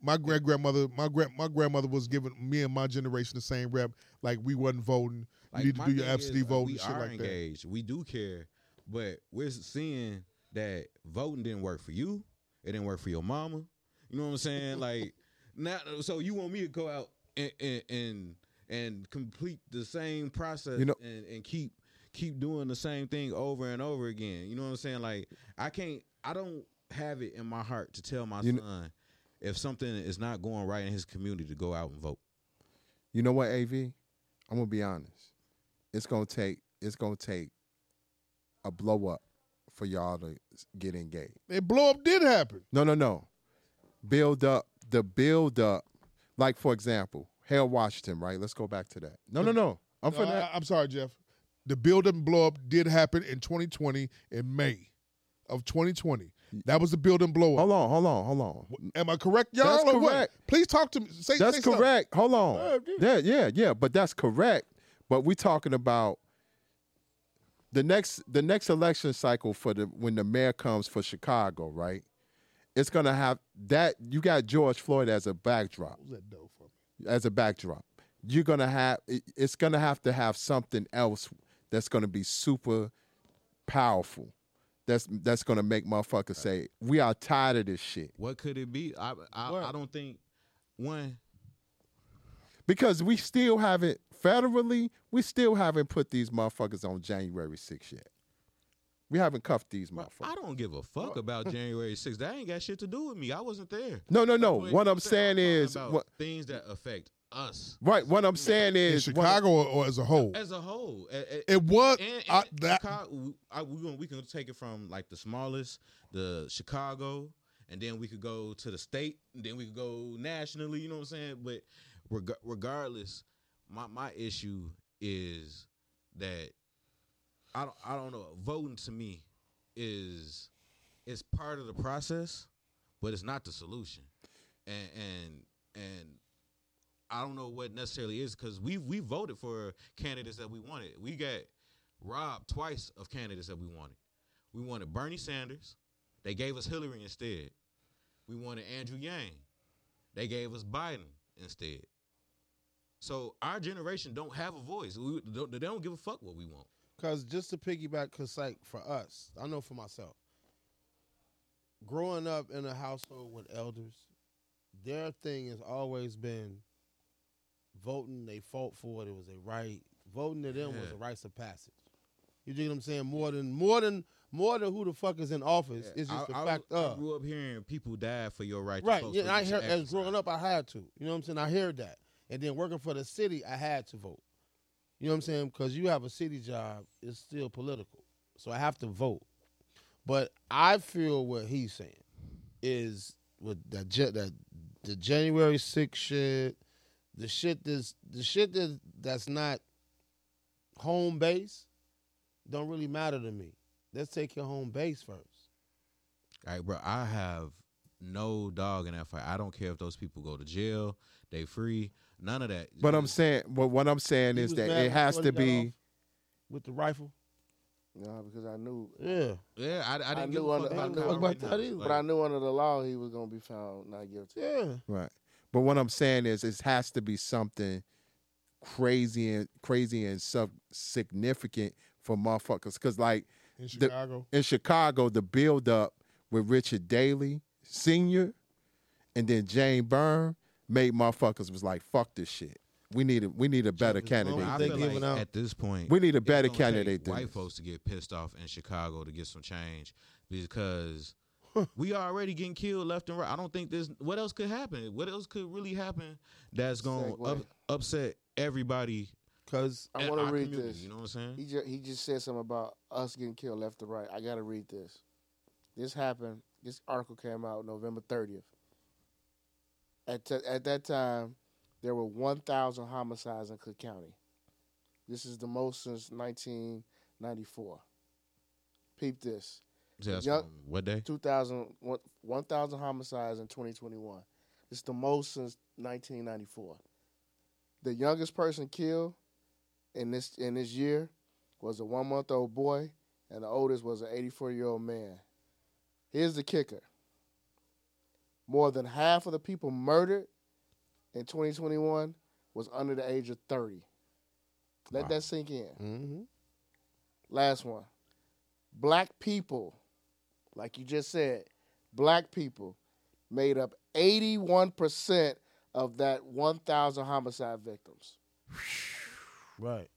[SPEAKER 10] My great grandmother, my grand my grandmother was giving me and my generation the same rep. Like we wasn't voting.
[SPEAKER 5] Like,
[SPEAKER 10] you need to
[SPEAKER 5] my
[SPEAKER 10] do your
[SPEAKER 5] thing is,
[SPEAKER 10] absentee
[SPEAKER 5] uh,
[SPEAKER 10] vote
[SPEAKER 5] we
[SPEAKER 10] and shit
[SPEAKER 5] are
[SPEAKER 10] like that.
[SPEAKER 5] engaged. We do care, but we're seeing that voting didn't work for you. It didn't work for your mama. You know what I'm saying? like now, so you want me to go out and and and, and complete the same process
[SPEAKER 2] You know-
[SPEAKER 5] and, and keep keep doing the same thing over and over again. You know what I'm saying? Like I can't. I don't have it in my heart to tell my
[SPEAKER 2] You kn-
[SPEAKER 5] son if something is not going right in his community to go out and vote.
[SPEAKER 2] You know what, AV? I'm gonna be honest. It's gonna take it's gonna take a blow up for y'all to s- get engaged.
[SPEAKER 10] That blow up did happen.
[SPEAKER 2] No, no, no. Build up the build up. Like for example, Hale Washington, right? Let's go back to that. No, no, no. I'm for
[SPEAKER 10] No,
[SPEAKER 2] that.
[SPEAKER 10] I, am sorry, Jeff. The build up and blow up did happen in 2020 in May of 2020. That was the building blow up.
[SPEAKER 2] Hold on, hold on, hold on.
[SPEAKER 10] Am I correct, y'all?
[SPEAKER 2] That's
[SPEAKER 10] or what?
[SPEAKER 2] correct.
[SPEAKER 10] Please talk to me. Say,
[SPEAKER 2] that's
[SPEAKER 10] say something.
[SPEAKER 2] correct. Hold on. Yeah, yeah, yeah. But that's correct. But we talking about the next the next election cycle for the when the mayor comes for Chicago, right? It's gonna have that. You got George Floyd as a backdrop. As a backdrop, you're gonna have it- it's gonna have to have something else that's gonna be super powerful. That's that's gonna make motherfuckers say we are tired of this shit.
[SPEAKER 5] What could it be? I I, I don't think one.
[SPEAKER 2] Because we still haven't federally, we still haven't put these motherfuckers on January 6th yet. We haven't cuffed these motherfuckers.
[SPEAKER 5] I don't give a fuck about January 6th. That ain't got shit to do with me. I wasn't there.
[SPEAKER 2] No, no, no.
[SPEAKER 5] That's
[SPEAKER 2] What I'm saying
[SPEAKER 5] talking
[SPEAKER 2] is,
[SPEAKER 5] about
[SPEAKER 2] what,
[SPEAKER 5] things that affect us
[SPEAKER 2] right? What I'm saying
[SPEAKER 10] In
[SPEAKER 2] is, what-
[SPEAKER 10] Chicago or, or as a whole?
[SPEAKER 5] as a whole. It,
[SPEAKER 10] It was-
[SPEAKER 5] And,
[SPEAKER 10] I-
[SPEAKER 5] and
[SPEAKER 10] that-
[SPEAKER 5] Chicago, I, we, gonna, we can take it from like the smallest, the Chicago, and then we could go to the state, and then we could go nationally. You know what I'm saying? But reg- regardless, my my issue is that I don't I don't know. Voting to me is it's part of the process, but it's not the solution. And and and I don't know what necessarily is because we we voted for candidates that we wanted. We got robbed twice of candidates that we wanted. We wanted Bernie Sanders. They gave us Hillary instead. We wanted Andrew Yang. They gave us Biden instead. So our generation don't have a voice. We, don't, they don't give a fuck what we want.
[SPEAKER 6] Cause just to piggyback, cause like for us, I know for myself, growing up in a household with elders, their thing has always been voting. They fought for it. It was a right. Voting to them was
[SPEAKER 5] Yeah.
[SPEAKER 6] a rites of passage. You dig what I'm saying? More than more than more than who the fuck is in office. It's just the
[SPEAKER 5] I, I-
[SPEAKER 6] fact
[SPEAKER 5] I
[SPEAKER 6] of
[SPEAKER 5] grew up hearing people die for your right.
[SPEAKER 6] right.
[SPEAKER 5] to vote,
[SPEAKER 6] Yeah,
[SPEAKER 5] so
[SPEAKER 6] and
[SPEAKER 5] you
[SPEAKER 6] I
[SPEAKER 5] should
[SPEAKER 6] heard as
[SPEAKER 5] exercise.
[SPEAKER 6] growing up, I had to. You know what I'm saying? I heard that, and then working for the city, I had to vote. You know what I'm saying? Because you have a city job, it's still political, so I have to vote. But I feel what he's saying is with that Ja- that the January 6th shit, the shit that's the shit that that's not home base, don't really matter to me. Let's take your home base first.
[SPEAKER 5] Like, bro, I have no dog in that fight. I don't care if those people go to jail, they free, none of that.
[SPEAKER 2] but I'm saying, but what I'm saying
[SPEAKER 6] He
[SPEAKER 2] is
[SPEAKER 6] was
[SPEAKER 2] that
[SPEAKER 6] mad
[SPEAKER 2] it
[SPEAKER 6] when
[SPEAKER 2] has to
[SPEAKER 6] Jordan got
[SPEAKER 2] be.
[SPEAKER 6] off with the rifle.
[SPEAKER 4] No, because I knew.
[SPEAKER 6] Yeah.
[SPEAKER 5] yeah, I, I didn't give
[SPEAKER 4] knew
[SPEAKER 5] a
[SPEAKER 4] under,
[SPEAKER 5] fuck
[SPEAKER 4] I
[SPEAKER 5] about,
[SPEAKER 4] knew
[SPEAKER 5] Kyrie
[SPEAKER 4] under,
[SPEAKER 5] Lewis.
[SPEAKER 4] but I
[SPEAKER 5] Like,
[SPEAKER 4] knew under the law he was gonna be found not guilty.
[SPEAKER 6] Yeah.
[SPEAKER 2] Right. But what I'm saying is, it has to be something crazy and crazy and sub significant for motherfuckers. Cause like
[SPEAKER 10] In
[SPEAKER 2] the-
[SPEAKER 10] Chicago.
[SPEAKER 2] in Chicago, the build up with Richard Daley Senior, and then Jane Byrne made motherfuckers was like, "Fuck this shit. We need a we need a better candidate.
[SPEAKER 5] I
[SPEAKER 2] than
[SPEAKER 5] feel
[SPEAKER 2] this."
[SPEAKER 5] like at this point,
[SPEAKER 2] we need a
[SPEAKER 5] it's
[SPEAKER 2] better
[SPEAKER 5] gonna take
[SPEAKER 2] candidate than
[SPEAKER 5] White
[SPEAKER 2] this.
[SPEAKER 5] folks to get pissed off in Chicago to get some change because we already getting killed left and right. I don't think this. What else could happen? What else could really happen that's gonna
[SPEAKER 4] Segue.
[SPEAKER 5] up, upset everybody?
[SPEAKER 6] Cause
[SPEAKER 4] I
[SPEAKER 5] in
[SPEAKER 4] want
[SPEAKER 5] our
[SPEAKER 4] to read
[SPEAKER 5] community,
[SPEAKER 4] this.
[SPEAKER 5] You know what I'm saying?
[SPEAKER 4] He just, he just said something about us getting killed left to right. I got to read this. This happened. This article came out November 30th. At, t- at that time, there were 1,000 homicides in Cook County. This is the most since 1994. Peep this.
[SPEAKER 5] So that's
[SPEAKER 4] Young-
[SPEAKER 5] from what day?
[SPEAKER 4] 2,000 one- 1,000 homicides in 2021. It's the most since 1994. The youngest person killed in this in this year was a one month old boy, and the oldest was an 84 year old man. Here's the kicker: more than half of the people murdered in 2021 was under the age of 30. Let that sink in.
[SPEAKER 6] Mm-hmm.
[SPEAKER 4] Last one. Black people, like you just said, black people made up 81% of that 1,000 homicide victims.
[SPEAKER 6] Right.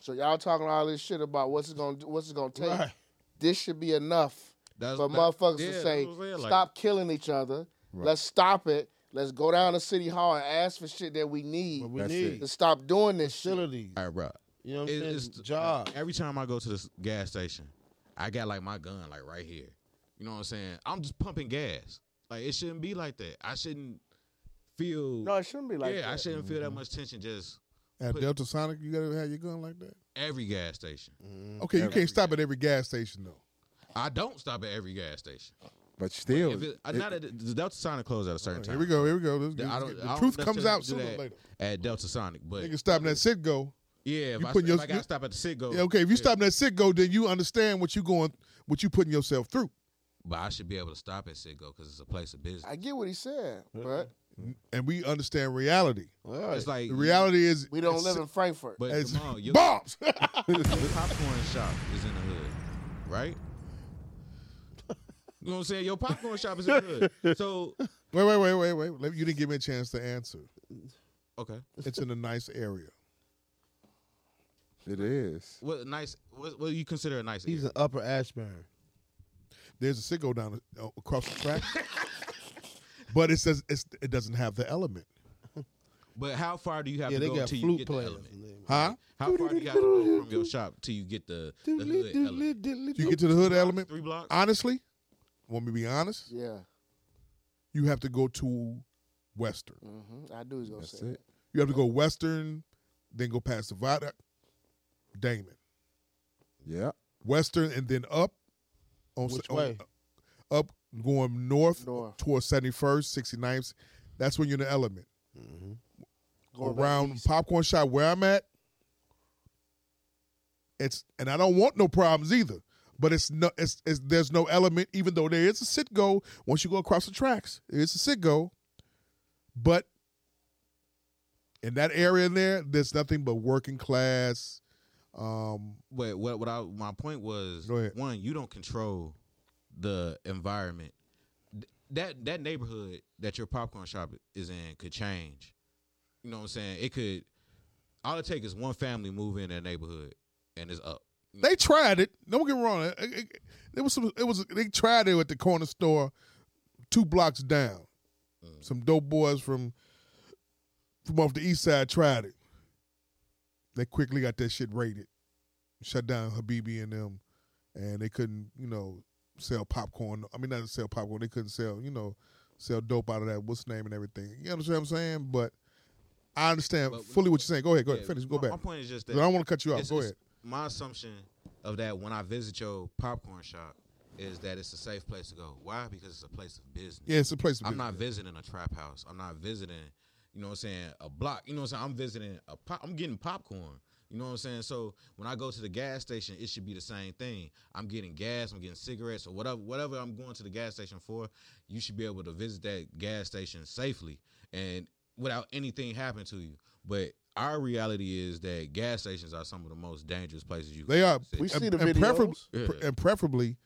[SPEAKER 4] So y'all talking all this shit about what's it gonna do, what's it gonna take.
[SPEAKER 6] Right.
[SPEAKER 4] This should be enough
[SPEAKER 5] That's-
[SPEAKER 4] for
[SPEAKER 5] that-
[SPEAKER 4] motherfuckers
[SPEAKER 5] yeah,
[SPEAKER 4] to
[SPEAKER 5] that's
[SPEAKER 4] say,
[SPEAKER 5] what I'm saying, like-
[SPEAKER 4] stop killing each other. Let's stop it. Let's go down to City Hall and ask for shit that we need,
[SPEAKER 6] What we
[SPEAKER 5] That's
[SPEAKER 6] need.
[SPEAKER 5] it.
[SPEAKER 4] to stop doing this shit.
[SPEAKER 6] Facilities.
[SPEAKER 5] All right, bro.
[SPEAKER 6] You know what I'm
[SPEAKER 5] It-
[SPEAKER 6] saying?
[SPEAKER 5] it's the-
[SPEAKER 6] Job.
[SPEAKER 5] Every time I go to this gas station, I got like my gun like right here. You know what I'm saying? I'm just pumping gas. Like it shouldn't be like that. I shouldn't feel.
[SPEAKER 4] No, it shouldn't be like
[SPEAKER 5] yeah,
[SPEAKER 4] that.
[SPEAKER 5] I shouldn't feel
[SPEAKER 10] Mm-hmm.
[SPEAKER 5] that much tension. Just
[SPEAKER 10] At
[SPEAKER 5] Put-
[SPEAKER 10] Delta Sonic, you gotta have your gun like that.
[SPEAKER 5] every gas station.
[SPEAKER 10] Mm.
[SPEAKER 4] Mm,
[SPEAKER 10] Okay, you can't stop at every gas station though.
[SPEAKER 5] I don't stop at every gas station.
[SPEAKER 2] But still,
[SPEAKER 5] If it, uh,
[SPEAKER 2] it-
[SPEAKER 5] not at, Delta Sonic closed at a certain
[SPEAKER 10] All right,
[SPEAKER 5] time.
[SPEAKER 10] Oh, here we go, here we go. Let's
[SPEAKER 5] The,
[SPEAKER 10] get-
[SPEAKER 5] I don't,
[SPEAKER 10] the
[SPEAKER 5] I don't
[SPEAKER 10] truth comes
[SPEAKER 5] necessarily
[SPEAKER 10] out
[SPEAKER 5] do
[SPEAKER 10] sooner or
[SPEAKER 5] that
[SPEAKER 10] later.
[SPEAKER 5] At Delta Sonic, but
[SPEAKER 10] Nigga stopping that sit go.
[SPEAKER 5] yeah, if,
[SPEAKER 10] you
[SPEAKER 5] I,
[SPEAKER 10] putting
[SPEAKER 5] if
[SPEAKER 10] your-
[SPEAKER 5] I gotta stop at the sit go,
[SPEAKER 10] Yeah, okay. If you stop that sit go, then you understand what you going, what you putting yourself through.
[SPEAKER 5] but I should be able to stop at sit go because it's a place of business.
[SPEAKER 4] I get what he said, but
[SPEAKER 10] and we understand reality.
[SPEAKER 5] It's like
[SPEAKER 10] the reality is
[SPEAKER 4] we don't
[SPEAKER 10] it's-
[SPEAKER 4] live in Frankfurt.
[SPEAKER 5] But
[SPEAKER 10] It's
[SPEAKER 5] come on, your-
[SPEAKER 10] bombs.
[SPEAKER 5] your popcorn shop is in the hood, right? You know what I'm saying? Your popcorn shop is in the hood. So
[SPEAKER 10] Wait, wait, wait, wait, wait. Let- You didn't give me a chance to answer.
[SPEAKER 5] okay,
[SPEAKER 10] It's in a nice area.
[SPEAKER 2] it is.
[SPEAKER 5] what nice? What, what do you consider a nice?
[SPEAKER 6] He's
[SPEAKER 5] area?
[SPEAKER 6] an upper Ashburn.
[SPEAKER 10] There's a sicko down the- uh, across the track, but it says it's, it doesn't have the element.
[SPEAKER 5] But how far do you have
[SPEAKER 6] Yeah,
[SPEAKER 5] to
[SPEAKER 6] they
[SPEAKER 5] go
[SPEAKER 6] got
[SPEAKER 5] till you
[SPEAKER 6] flute
[SPEAKER 5] get
[SPEAKER 6] players
[SPEAKER 5] the element?
[SPEAKER 10] Huh?
[SPEAKER 5] How far do you have to go from your shop till you get the, the hood element?
[SPEAKER 10] You get to the hood
[SPEAKER 5] Blocks,
[SPEAKER 10] element.
[SPEAKER 5] three blocks?
[SPEAKER 10] Honestly, want me to be honest?
[SPEAKER 4] yeah,
[SPEAKER 10] You have to go to Western.
[SPEAKER 5] Mm-hmm.
[SPEAKER 4] hmm I do. He's gonna say that.
[SPEAKER 10] You have to go Western, then go past the viaduct, Damon.
[SPEAKER 2] Yeah.
[SPEAKER 10] Western and then up on
[SPEAKER 6] Which
[SPEAKER 10] on-
[SPEAKER 6] way?
[SPEAKER 10] up going north,
[SPEAKER 4] North.
[SPEAKER 10] towards 71st, 69th. That's when you're in the element.
[SPEAKER 4] Going back
[SPEAKER 10] Around popcorn shop where I'm at. It's and I don't want no problems either. But it's no it's, it's there's no element, even though there is a sit go once you go across the tracks. It's a sit go. But in that area in there, there's nothing but working class. Um,
[SPEAKER 5] Wait, what? What I my point was one, you don't control the environment. Th- That that neighborhood that your popcorn shop is in could change. You know what I'm saying? It could. All it takes is one family move in that neighborhood, and it's up.
[SPEAKER 10] They tried it. Don't get me wrong. It, it- it was some. It was. They tried it at the corner store, two blocks down.
[SPEAKER 5] Mm.
[SPEAKER 10] Some dope boys from from off the east side tried it. They quickly got that shit raided, shut down Habibi and them, and they couldn't, you know, sell popcorn. I mean, not sell popcorn. They couldn't sell, you know, sell dope out of that. What's name and everything. You understand what I'm saying? But I understand
[SPEAKER 5] But-
[SPEAKER 10] fully what you're saying. Go ahead. Go
[SPEAKER 5] Yeah,
[SPEAKER 10] ahead. Finish. Go
[SPEAKER 5] my,
[SPEAKER 10] back.
[SPEAKER 5] My point is just that
[SPEAKER 10] 'Cause I don't want to cut you off.
[SPEAKER 5] it's-
[SPEAKER 10] Go
[SPEAKER 5] it's-
[SPEAKER 10] ahead.
[SPEAKER 5] My assumption of that when I visit your popcorn shop is that it's a safe place to go. Why? Because it's a place of business.
[SPEAKER 10] Yeah, it's a place of
[SPEAKER 5] I'm not visiting a trap house. I'm not visiting, you know what I'm saying, a block. You know what I'm saying? I'm visiting a pop I'm getting popcorn. You know what I'm saying? So when I go to the gas station, it should be the same thing. I'm getting gas, I'm getting cigarettes, or whatever whatever I'm going to the gas station for, you should be able to visit that gas station safely and without anything happening to you. But our reality is that gas stations are some of the most dangerous places you
[SPEAKER 10] They
[SPEAKER 5] can
[SPEAKER 10] are.
[SPEAKER 5] visit.
[SPEAKER 10] preferably,
[SPEAKER 5] Yeah.
[SPEAKER 10] pre- and preferably,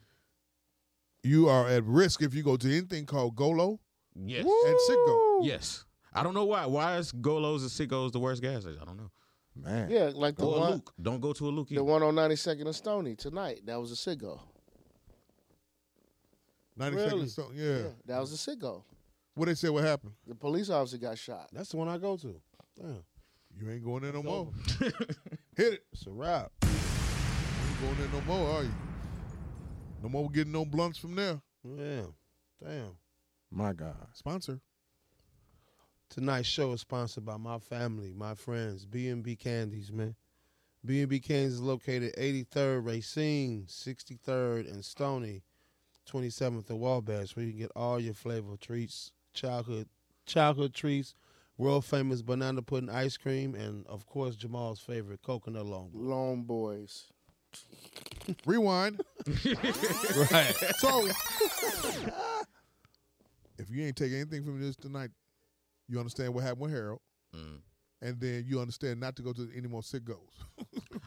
[SPEAKER 10] you are at risk if you go to anything called Golo.
[SPEAKER 5] Yes.
[SPEAKER 10] And Sitgo.
[SPEAKER 5] Yes. I don't know why. Why is Golos and Sickos the worst gas station? I don't know.
[SPEAKER 2] Man.
[SPEAKER 4] Yeah, like the
[SPEAKER 5] Or a
[SPEAKER 4] one,
[SPEAKER 5] Luke. Don't go to a Luke.
[SPEAKER 4] the
[SPEAKER 5] either.
[SPEAKER 4] one on 92nd and Stony tonight. That was a sicko.
[SPEAKER 10] 90
[SPEAKER 4] Really?
[SPEAKER 10] seconds. So, yeah.
[SPEAKER 4] That was a sicko.
[SPEAKER 10] What they said? What happened?
[SPEAKER 4] The police officer got shot.
[SPEAKER 6] That's the one I go to. Damn.
[SPEAKER 10] You ain't going there no
[SPEAKER 6] It's
[SPEAKER 10] more.
[SPEAKER 6] over.
[SPEAKER 10] Hit it.
[SPEAKER 6] It's a wrap.
[SPEAKER 10] You ain't going there no more, are you? No more getting no blunts from there.
[SPEAKER 6] Yeah. Damn.
[SPEAKER 2] My God.
[SPEAKER 10] Sponsor.
[SPEAKER 6] Tonight's show is sponsored by my family, my friends, B&B Candies, man. B&B Candies is located 83rd Racine, 63rd and Stony, 27th and Wabash, where you can get all your flavor treats, childhood childhood treats, world famous banana pudding ice cream, and of course Jamal's favorite coconut long.
[SPEAKER 4] Lone boys.
[SPEAKER 10] Rewind.
[SPEAKER 6] right.
[SPEAKER 10] So, if you ain't take anything from this tonight, you understand what happened with Harold,
[SPEAKER 5] Mm.
[SPEAKER 10] and then you understand not to go to any more sit goes.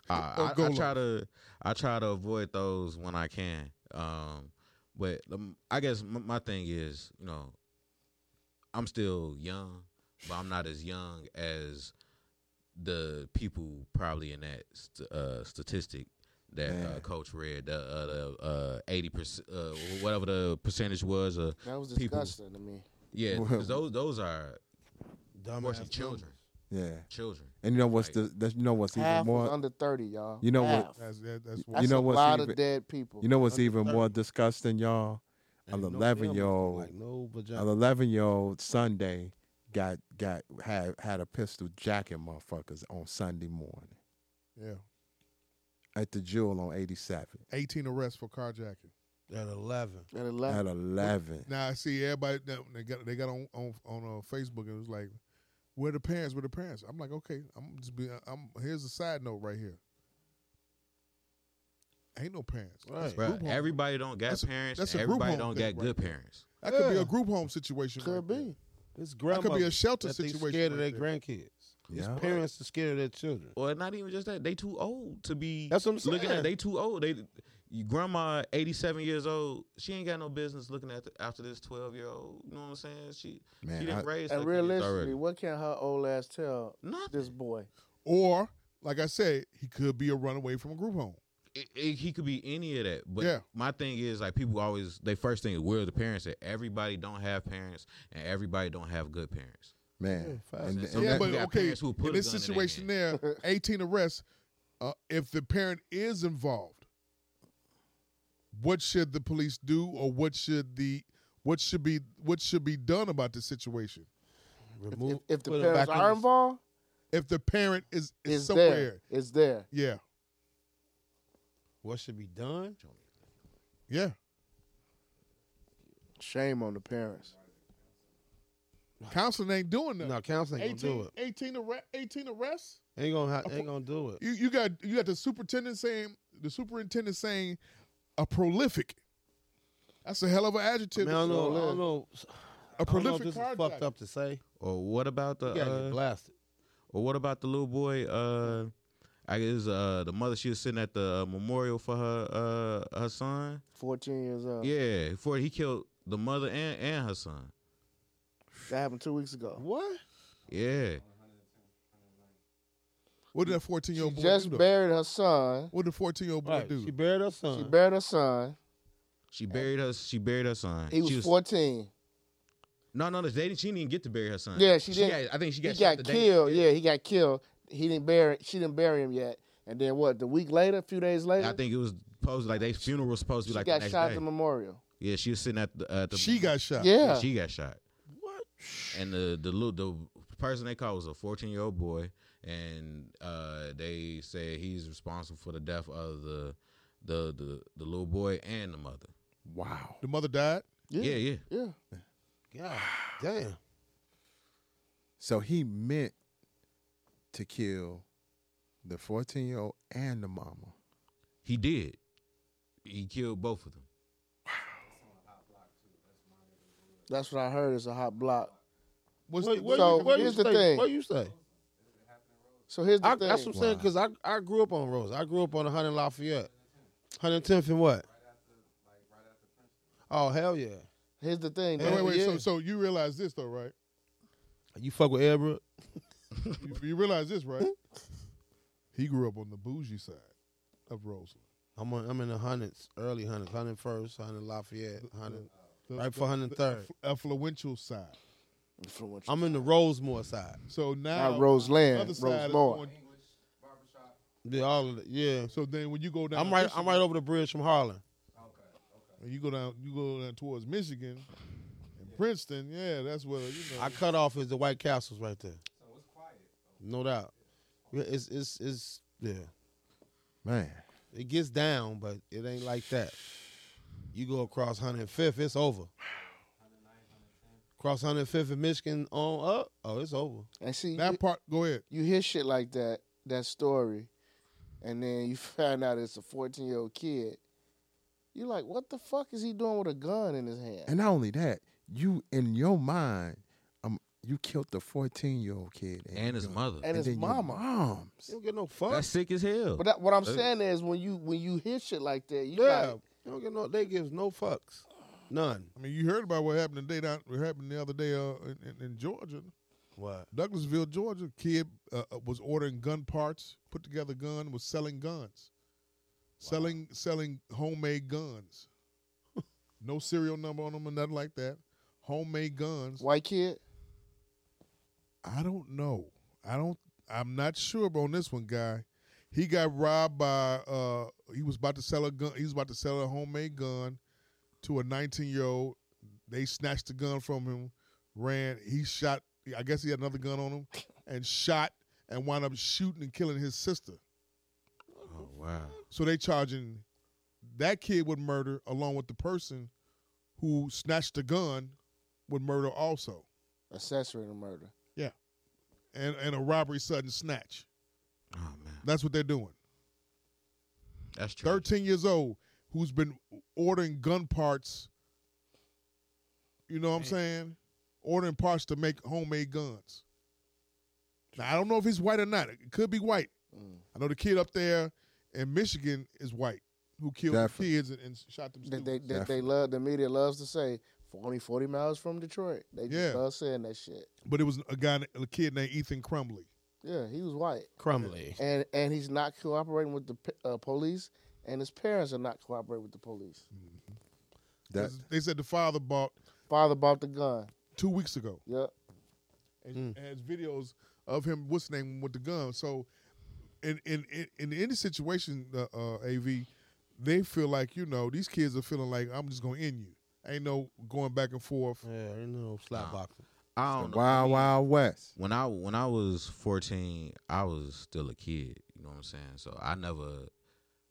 [SPEAKER 5] I,
[SPEAKER 10] Or
[SPEAKER 5] I- I
[SPEAKER 10] Golos.
[SPEAKER 5] try to I try to avoid those when I can. Um, but um, I guess m- my thing is, you know, I'm still young, but I'm not as young as the people probably in that st- uh, statistic that uh,
[SPEAKER 2] Man.
[SPEAKER 5] Coach read, the uh, the uh, eighty percent, uh, whatever the percentage was of
[SPEAKER 4] That was
[SPEAKER 5] people.
[SPEAKER 4] disgusting to me.
[SPEAKER 5] Yeah, 'cause those those are
[SPEAKER 6] Dumbass
[SPEAKER 5] unfortunately children,
[SPEAKER 2] Yeah.
[SPEAKER 5] children.
[SPEAKER 2] And you know what's the that's, you know what's even
[SPEAKER 4] Half was
[SPEAKER 2] more
[SPEAKER 4] under 30, y'all.
[SPEAKER 2] you know
[SPEAKER 4] Half.
[SPEAKER 2] what
[SPEAKER 10] That's, that, that's
[SPEAKER 4] That's
[SPEAKER 2] you know
[SPEAKER 4] a
[SPEAKER 2] what's
[SPEAKER 4] lot
[SPEAKER 2] even,
[SPEAKER 4] of dead people.
[SPEAKER 2] You know what's
[SPEAKER 4] Under
[SPEAKER 2] even
[SPEAKER 4] 30.
[SPEAKER 2] more disgusting, y'all? An
[SPEAKER 6] no
[SPEAKER 2] eleven year
[SPEAKER 6] damn-
[SPEAKER 2] old
[SPEAKER 6] Like no
[SPEAKER 2] an
[SPEAKER 6] vagina.
[SPEAKER 2] eleven year old Sunday got got had had a pistol jacking motherfuckers on Sunday morning
[SPEAKER 10] Yeah.
[SPEAKER 2] at the Jewel on eighty seven.
[SPEAKER 10] Eighteen arrests for carjacking.
[SPEAKER 6] At eleven.
[SPEAKER 4] At
[SPEAKER 2] At 11.
[SPEAKER 10] Now I see everybody now, they got they got on on on uh, Facebook and it was like, "Where the parents? Where the parents?" I'm like, "Okay, I'm just be. I'm here's a side note right here. Ain't no parents. That's a
[SPEAKER 5] Bruh,
[SPEAKER 10] group home.
[SPEAKER 5] everybody don't got
[SPEAKER 10] That's a-
[SPEAKER 5] parents.
[SPEAKER 10] that's
[SPEAKER 5] and
[SPEAKER 10] a group
[SPEAKER 5] everybody don't
[SPEAKER 10] home thing
[SPEAKER 5] got
[SPEAKER 10] right
[SPEAKER 5] good
[SPEAKER 10] there.
[SPEAKER 5] parents.
[SPEAKER 10] That could be a group home situation. Could
[SPEAKER 4] be.
[SPEAKER 6] It's
[SPEAKER 10] That could be a
[SPEAKER 6] grandmothers
[SPEAKER 10] shelter
[SPEAKER 6] that they
[SPEAKER 10] situation.
[SPEAKER 6] scared of
[SPEAKER 10] right
[SPEAKER 6] their
[SPEAKER 10] there.
[SPEAKER 6] grandkids. These
[SPEAKER 5] Yeah.
[SPEAKER 6] parents are scared of their children.
[SPEAKER 5] Or not even just that. They too old to be.
[SPEAKER 6] That's what I'm
[SPEAKER 5] Looking
[SPEAKER 6] saying.
[SPEAKER 5] at they too old. They your grandma eighty seven years old. She ain't got no business looking at the, after this twelve year old. You know what I'm saying? She
[SPEAKER 2] Man,
[SPEAKER 5] she didn't
[SPEAKER 2] I-
[SPEAKER 5] raise her
[SPEAKER 4] And
[SPEAKER 5] kids
[SPEAKER 4] realistically,
[SPEAKER 5] already.
[SPEAKER 4] what can her old ass tell this boy?
[SPEAKER 10] Or like I said, he could be a runaway from a group home.
[SPEAKER 5] It- it- he could be any of that. But
[SPEAKER 10] Yeah.
[SPEAKER 5] my thing is like people always they first thing is where the parents at. Everybody don't have parents and everybody don't have good parents.
[SPEAKER 2] Man. and,
[SPEAKER 5] facts.
[SPEAKER 2] and
[SPEAKER 10] yeah,
[SPEAKER 5] that-
[SPEAKER 10] but
[SPEAKER 5] you got
[SPEAKER 10] okay.
[SPEAKER 5] parents who put
[SPEAKER 10] in
[SPEAKER 5] a
[SPEAKER 10] this
[SPEAKER 5] gun in their
[SPEAKER 10] situation, there, eighteen arrests. Uh, if the parent is involved, what should the police do, or what should the what should be what should be done about this situation?
[SPEAKER 6] Remove
[SPEAKER 4] If the
[SPEAKER 10] Put 'em
[SPEAKER 4] parents
[SPEAKER 10] back in
[SPEAKER 4] are
[SPEAKER 10] the-
[SPEAKER 4] involved,
[SPEAKER 10] If the parent is is
[SPEAKER 4] it's
[SPEAKER 10] somewhere,
[SPEAKER 4] there. It's there.
[SPEAKER 10] yeah,
[SPEAKER 6] What should be done?
[SPEAKER 10] yeah.
[SPEAKER 4] Shame on the parents.
[SPEAKER 10] Counseling ain't doing that.
[SPEAKER 6] No, counseling ain't gonna
[SPEAKER 10] 18,
[SPEAKER 6] do it.
[SPEAKER 10] 18, arre- 18 arrests.
[SPEAKER 6] Ain't gonna ha- ain't gonna do it.
[SPEAKER 10] You you got you got the superintendent saying the superintendent saying a prolific. That's a hell of an adjective.
[SPEAKER 6] Man, I don't know. I don't know.
[SPEAKER 10] A
[SPEAKER 6] I don't know if
[SPEAKER 10] prolific
[SPEAKER 6] this is
[SPEAKER 10] carjacker.
[SPEAKER 6] fucked up to say.
[SPEAKER 5] Or what about the
[SPEAKER 6] You gotta
[SPEAKER 5] uh,
[SPEAKER 6] get blasted.
[SPEAKER 5] Or what about the little boy? Uh, I guess uh, the mother she was sitting at the uh, memorial for her uh, her son.
[SPEAKER 4] Fourteen years old.
[SPEAKER 5] Yeah, for he killed the mother and, and her son.
[SPEAKER 4] That happened two weeks ago.
[SPEAKER 6] What?
[SPEAKER 5] Yeah,
[SPEAKER 10] What did that fourteen year old boy
[SPEAKER 4] Just
[SPEAKER 10] do? though?
[SPEAKER 4] buried her son.
[SPEAKER 10] What did the fourteen year old boy
[SPEAKER 6] Right.
[SPEAKER 10] do?
[SPEAKER 6] She buried her son.
[SPEAKER 4] She buried her son.
[SPEAKER 5] she buried her. She buried her son.
[SPEAKER 4] He was,
[SPEAKER 5] she
[SPEAKER 4] fourteen.
[SPEAKER 5] No, no, no. They didn't, she didn't even get to bury her son.
[SPEAKER 4] Yeah, she, didn't.
[SPEAKER 5] got- I think she got.
[SPEAKER 4] He
[SPEAKER 5] shot
[SPEAKER 4] got
[SPEAKER 5] the day-
[SPEAKER 4] killed. Yeah, he got killed. He didn't bury. She didn't bury him yet. And then what? The week later, a few days later,
[SPEAKER 5] I think it was supposed like their funeral was supposed to
[SPEAKER 4] she
[SPEAKER 5] be like the
[SPEAKER 4] got
[SPEAKER 5] next
[SPEAKER 4] shot
[SPEAKER 5] day.
[SPEAKER 4] at the memorial.
[SPEAKER 5] yeah, she was sitting at the. At the
[SPEAKER 10] She got shot.
[SPEAKER 4] Yeah.
[SPEAKER 5] she got shot. What? And the the little the person they called was a fourteen year old boy, and uh, they said he's responsible for the death of the the the, the little boy and the mother.
[SPEAKER 2] Wow.
[SPEAKER 10] The mother died.
[SPEAKER 5] Yeah, yeah.
[SPEAKER 4] Yeah.
[SPEAKER 6] God damn.
[SPEAKER 2] So he meant to kill the 14 year old and the mama.
[SPEAKER 5] He did. He killed both of them.
[SPEAKER 4] That's what I heard. It's a hot block.
[SPEAKER 10] What's
[SPEAKER 6] Wait,
[SPEAKER 10] the,
[SPEAKER 6] where
[SPEAKER 4] so
[SPEAKER 6] you, where
[SPEAKER 4] here's
[SPEAKER 6] you
[SPEAKER 4] the
[SPEAKER 6] say,
[SPEAKER 4] thing.
[SPEAKER 6] What you say?
[SPEAKER 4] So here's the
[SPEAKER 6] I,
[SPEAKER 4] thing.
[SPEAKER 6] that's what I'm saying because I, I grew up on Rose. I grew up on 100 Lafayette. 110th and what? Oh hell yeah!
[SPEAKER 4] Here's the thing.
[SPEAKER 10] wait, wait,
[SPEAKER 4] though.
[SPEAKER 10] wait. So
[SPEAKER 6] Yeah.
[SPEAKER 10] so you realize this though, right?
[SPEAKER 6] You fuck with Edward?
[SPEAKER 10] You, you realize this, right? he grew up on the bougie side of Roseland.
[SPEAKER 6] I'm on, I'm in the hundreds, early hundreds, hundred first, hundred Lafayette, hundred
[SPEAKER 10] The-
[SPEAKER 6] right
[SPEAKER 10] the-
[SPEAKER 6] for
[SPEAKER 10] the
[SPEAKER 6] hundred third.
[SPEAKER 10] aff- Affluential side.
[SPEAKER 4] Influential.
[SPEAKER 6] I'm in the Rosemore side.
[SPEAKER 10] So now
[SPEAKER 4] Not Roseland,
[SPEAKER 10] the other side is
[SPEAKER 4] Rosemore.
[SPEAKER 10] going-
[SPEAKER 6] Yeah, all of it. Yeah,
[SPEAKER 10] So then when you go down,
[SPEAKER 6] I'm right.
[SPEAKER 10] Michigan-
[SPEAKER 6] I'm right over the bridge from Harlem.
[SPEAKER 10] When you go down, you go down towards Michigan and Princeton. Yeah, that's where you know.
[SPEAKER 6] I cut off is the White Castles right there. No doubt. Yeah, It's it's it's yeah.
[SPEAKER 2] Man.
[SPEAKER 6] It gets down, but it ain't like that. You go across 105th, it's over. Cross 105th in Michigan on up, oh, it's over.
[SPEAKER 4] And see
[SPEAKER 10] that
[SPEAKER 4] you,
[SPEAKER 10] part. Go ahead.
[SPEAKER 4] you hear shit like that, that story, and then you find out it's a 14 year old kid. You're like, what the fuck is he doing with a gun in his hand?
[SPEAKER 2] And not only that, you in your mind, um, you killed the 14 year old kid
[SPEAKER 5] And his
[SPEAKER 2] your-
[SPEAKER 5] mother.
[SPEAKER 4] And his
[SPEAKER 2] then your
[SPEAKER 4] mama.
[SPEAKER 2] mom.
[SPEAKER 6] You don't get no fuck.
[SPEAKER 5] That's sick as hell.
[SPEAKER 4] But that, what I'm
[SPEAKER 5] That-
[SPEAKER 4] saying is, when you when you hear shit like that, you
[SPEAKER 6] yeah.
[SPEAKER 4] like,
[SPEAKER 6] you don't get no they gives no fucks. None.
[SPEAKER 10] I mean, you heard about what happened today. Down, what happened the other day uh, in, in, in Georgia,
[SPEAKER 6] What?
[SPEAKER 10] Douglasville, Georgia. Kid uh, uh, was ordering gun parts, put together gun, was selling guns, selling selling homemade guns. no serial number on them or nothing like that. Homemade guns.
[SPEAKER 4] white kid.
[SPEAKER 10] I don't know. I don't. I'm not sure on this one, guy. He got robbed by. uh He was about to sell a gun. He was about to sell a homemade gun to a 19 year old. They snatched the gun from him, ran. He shot. I guess he had another gun on him, and shot and wound up shooting and killing his sister.
[SPEAKER 5] Oh wow.
[SPEAKER 10] So they charging that kid would murder along with the person who snatched the gun would murder also.
[SPEAKER 4] Accessory to murder.
[SPEAKER 10] Yeah. And and a robbery sudden snatch. Oh man. That's what they're doing.
[SPEAKER 5] That's
[SPEAKER 10] true. 13 years old who's been ordering gun parts. You know what I'm saying? Ordering parts to make homemade guns. Now I don't know if he's white or not. It could be white.
[SPEAKER 4] Mm.
[SPEAKER 10] I know the kid up there in Michigan is white who killed
[SPEAKER 4] Definitely.
[SPEAKER 10] the kids and, and shot them.
[SPEAKER 4] That they,
[SPEAKER 10] students.
[SPEAKER 4] that they love, the media loves to say, only 40 miles from Detroit. They just
[SPEAKER 10] Yeah.
[SPEAKER 4] love saying that shit.
[SPEAKER 10] But it was a guy, a kid named Ethan Crumley.
[SPEAKER 4] Yeah, he was white.
[SPEAKER 6] Crumley.
[SPEAKER 4] And and he's not cooperating with the p- uh, police, and his parents are not cooperating with the police.
[SPEAKER 2] That-
[SPEAKER 10] they said the father bought.
[SPEAKER 4] Father bought the gun.
[SPEAKER 10] Two weeks ago.
[SPEAKER 4] Yep.
[SPEAKER 6] Mm.
[SPEAKER 10] and has videos of him what's his name with the gun. So, in in in, in any situation, uh, uh, Av, they feel like you know these kids are feeling like I'm just gonna end you. Ain't no going back and forth.
[SPEAKER 6] Yeah, ain't no slap boxing.
[SPEAKER 5] I don't know.
[SPEAKER 2] Wild Wild West.
[SPEAKER 5] When I when I was fourteen, I was still a kid. You know what I'm saying? So I never.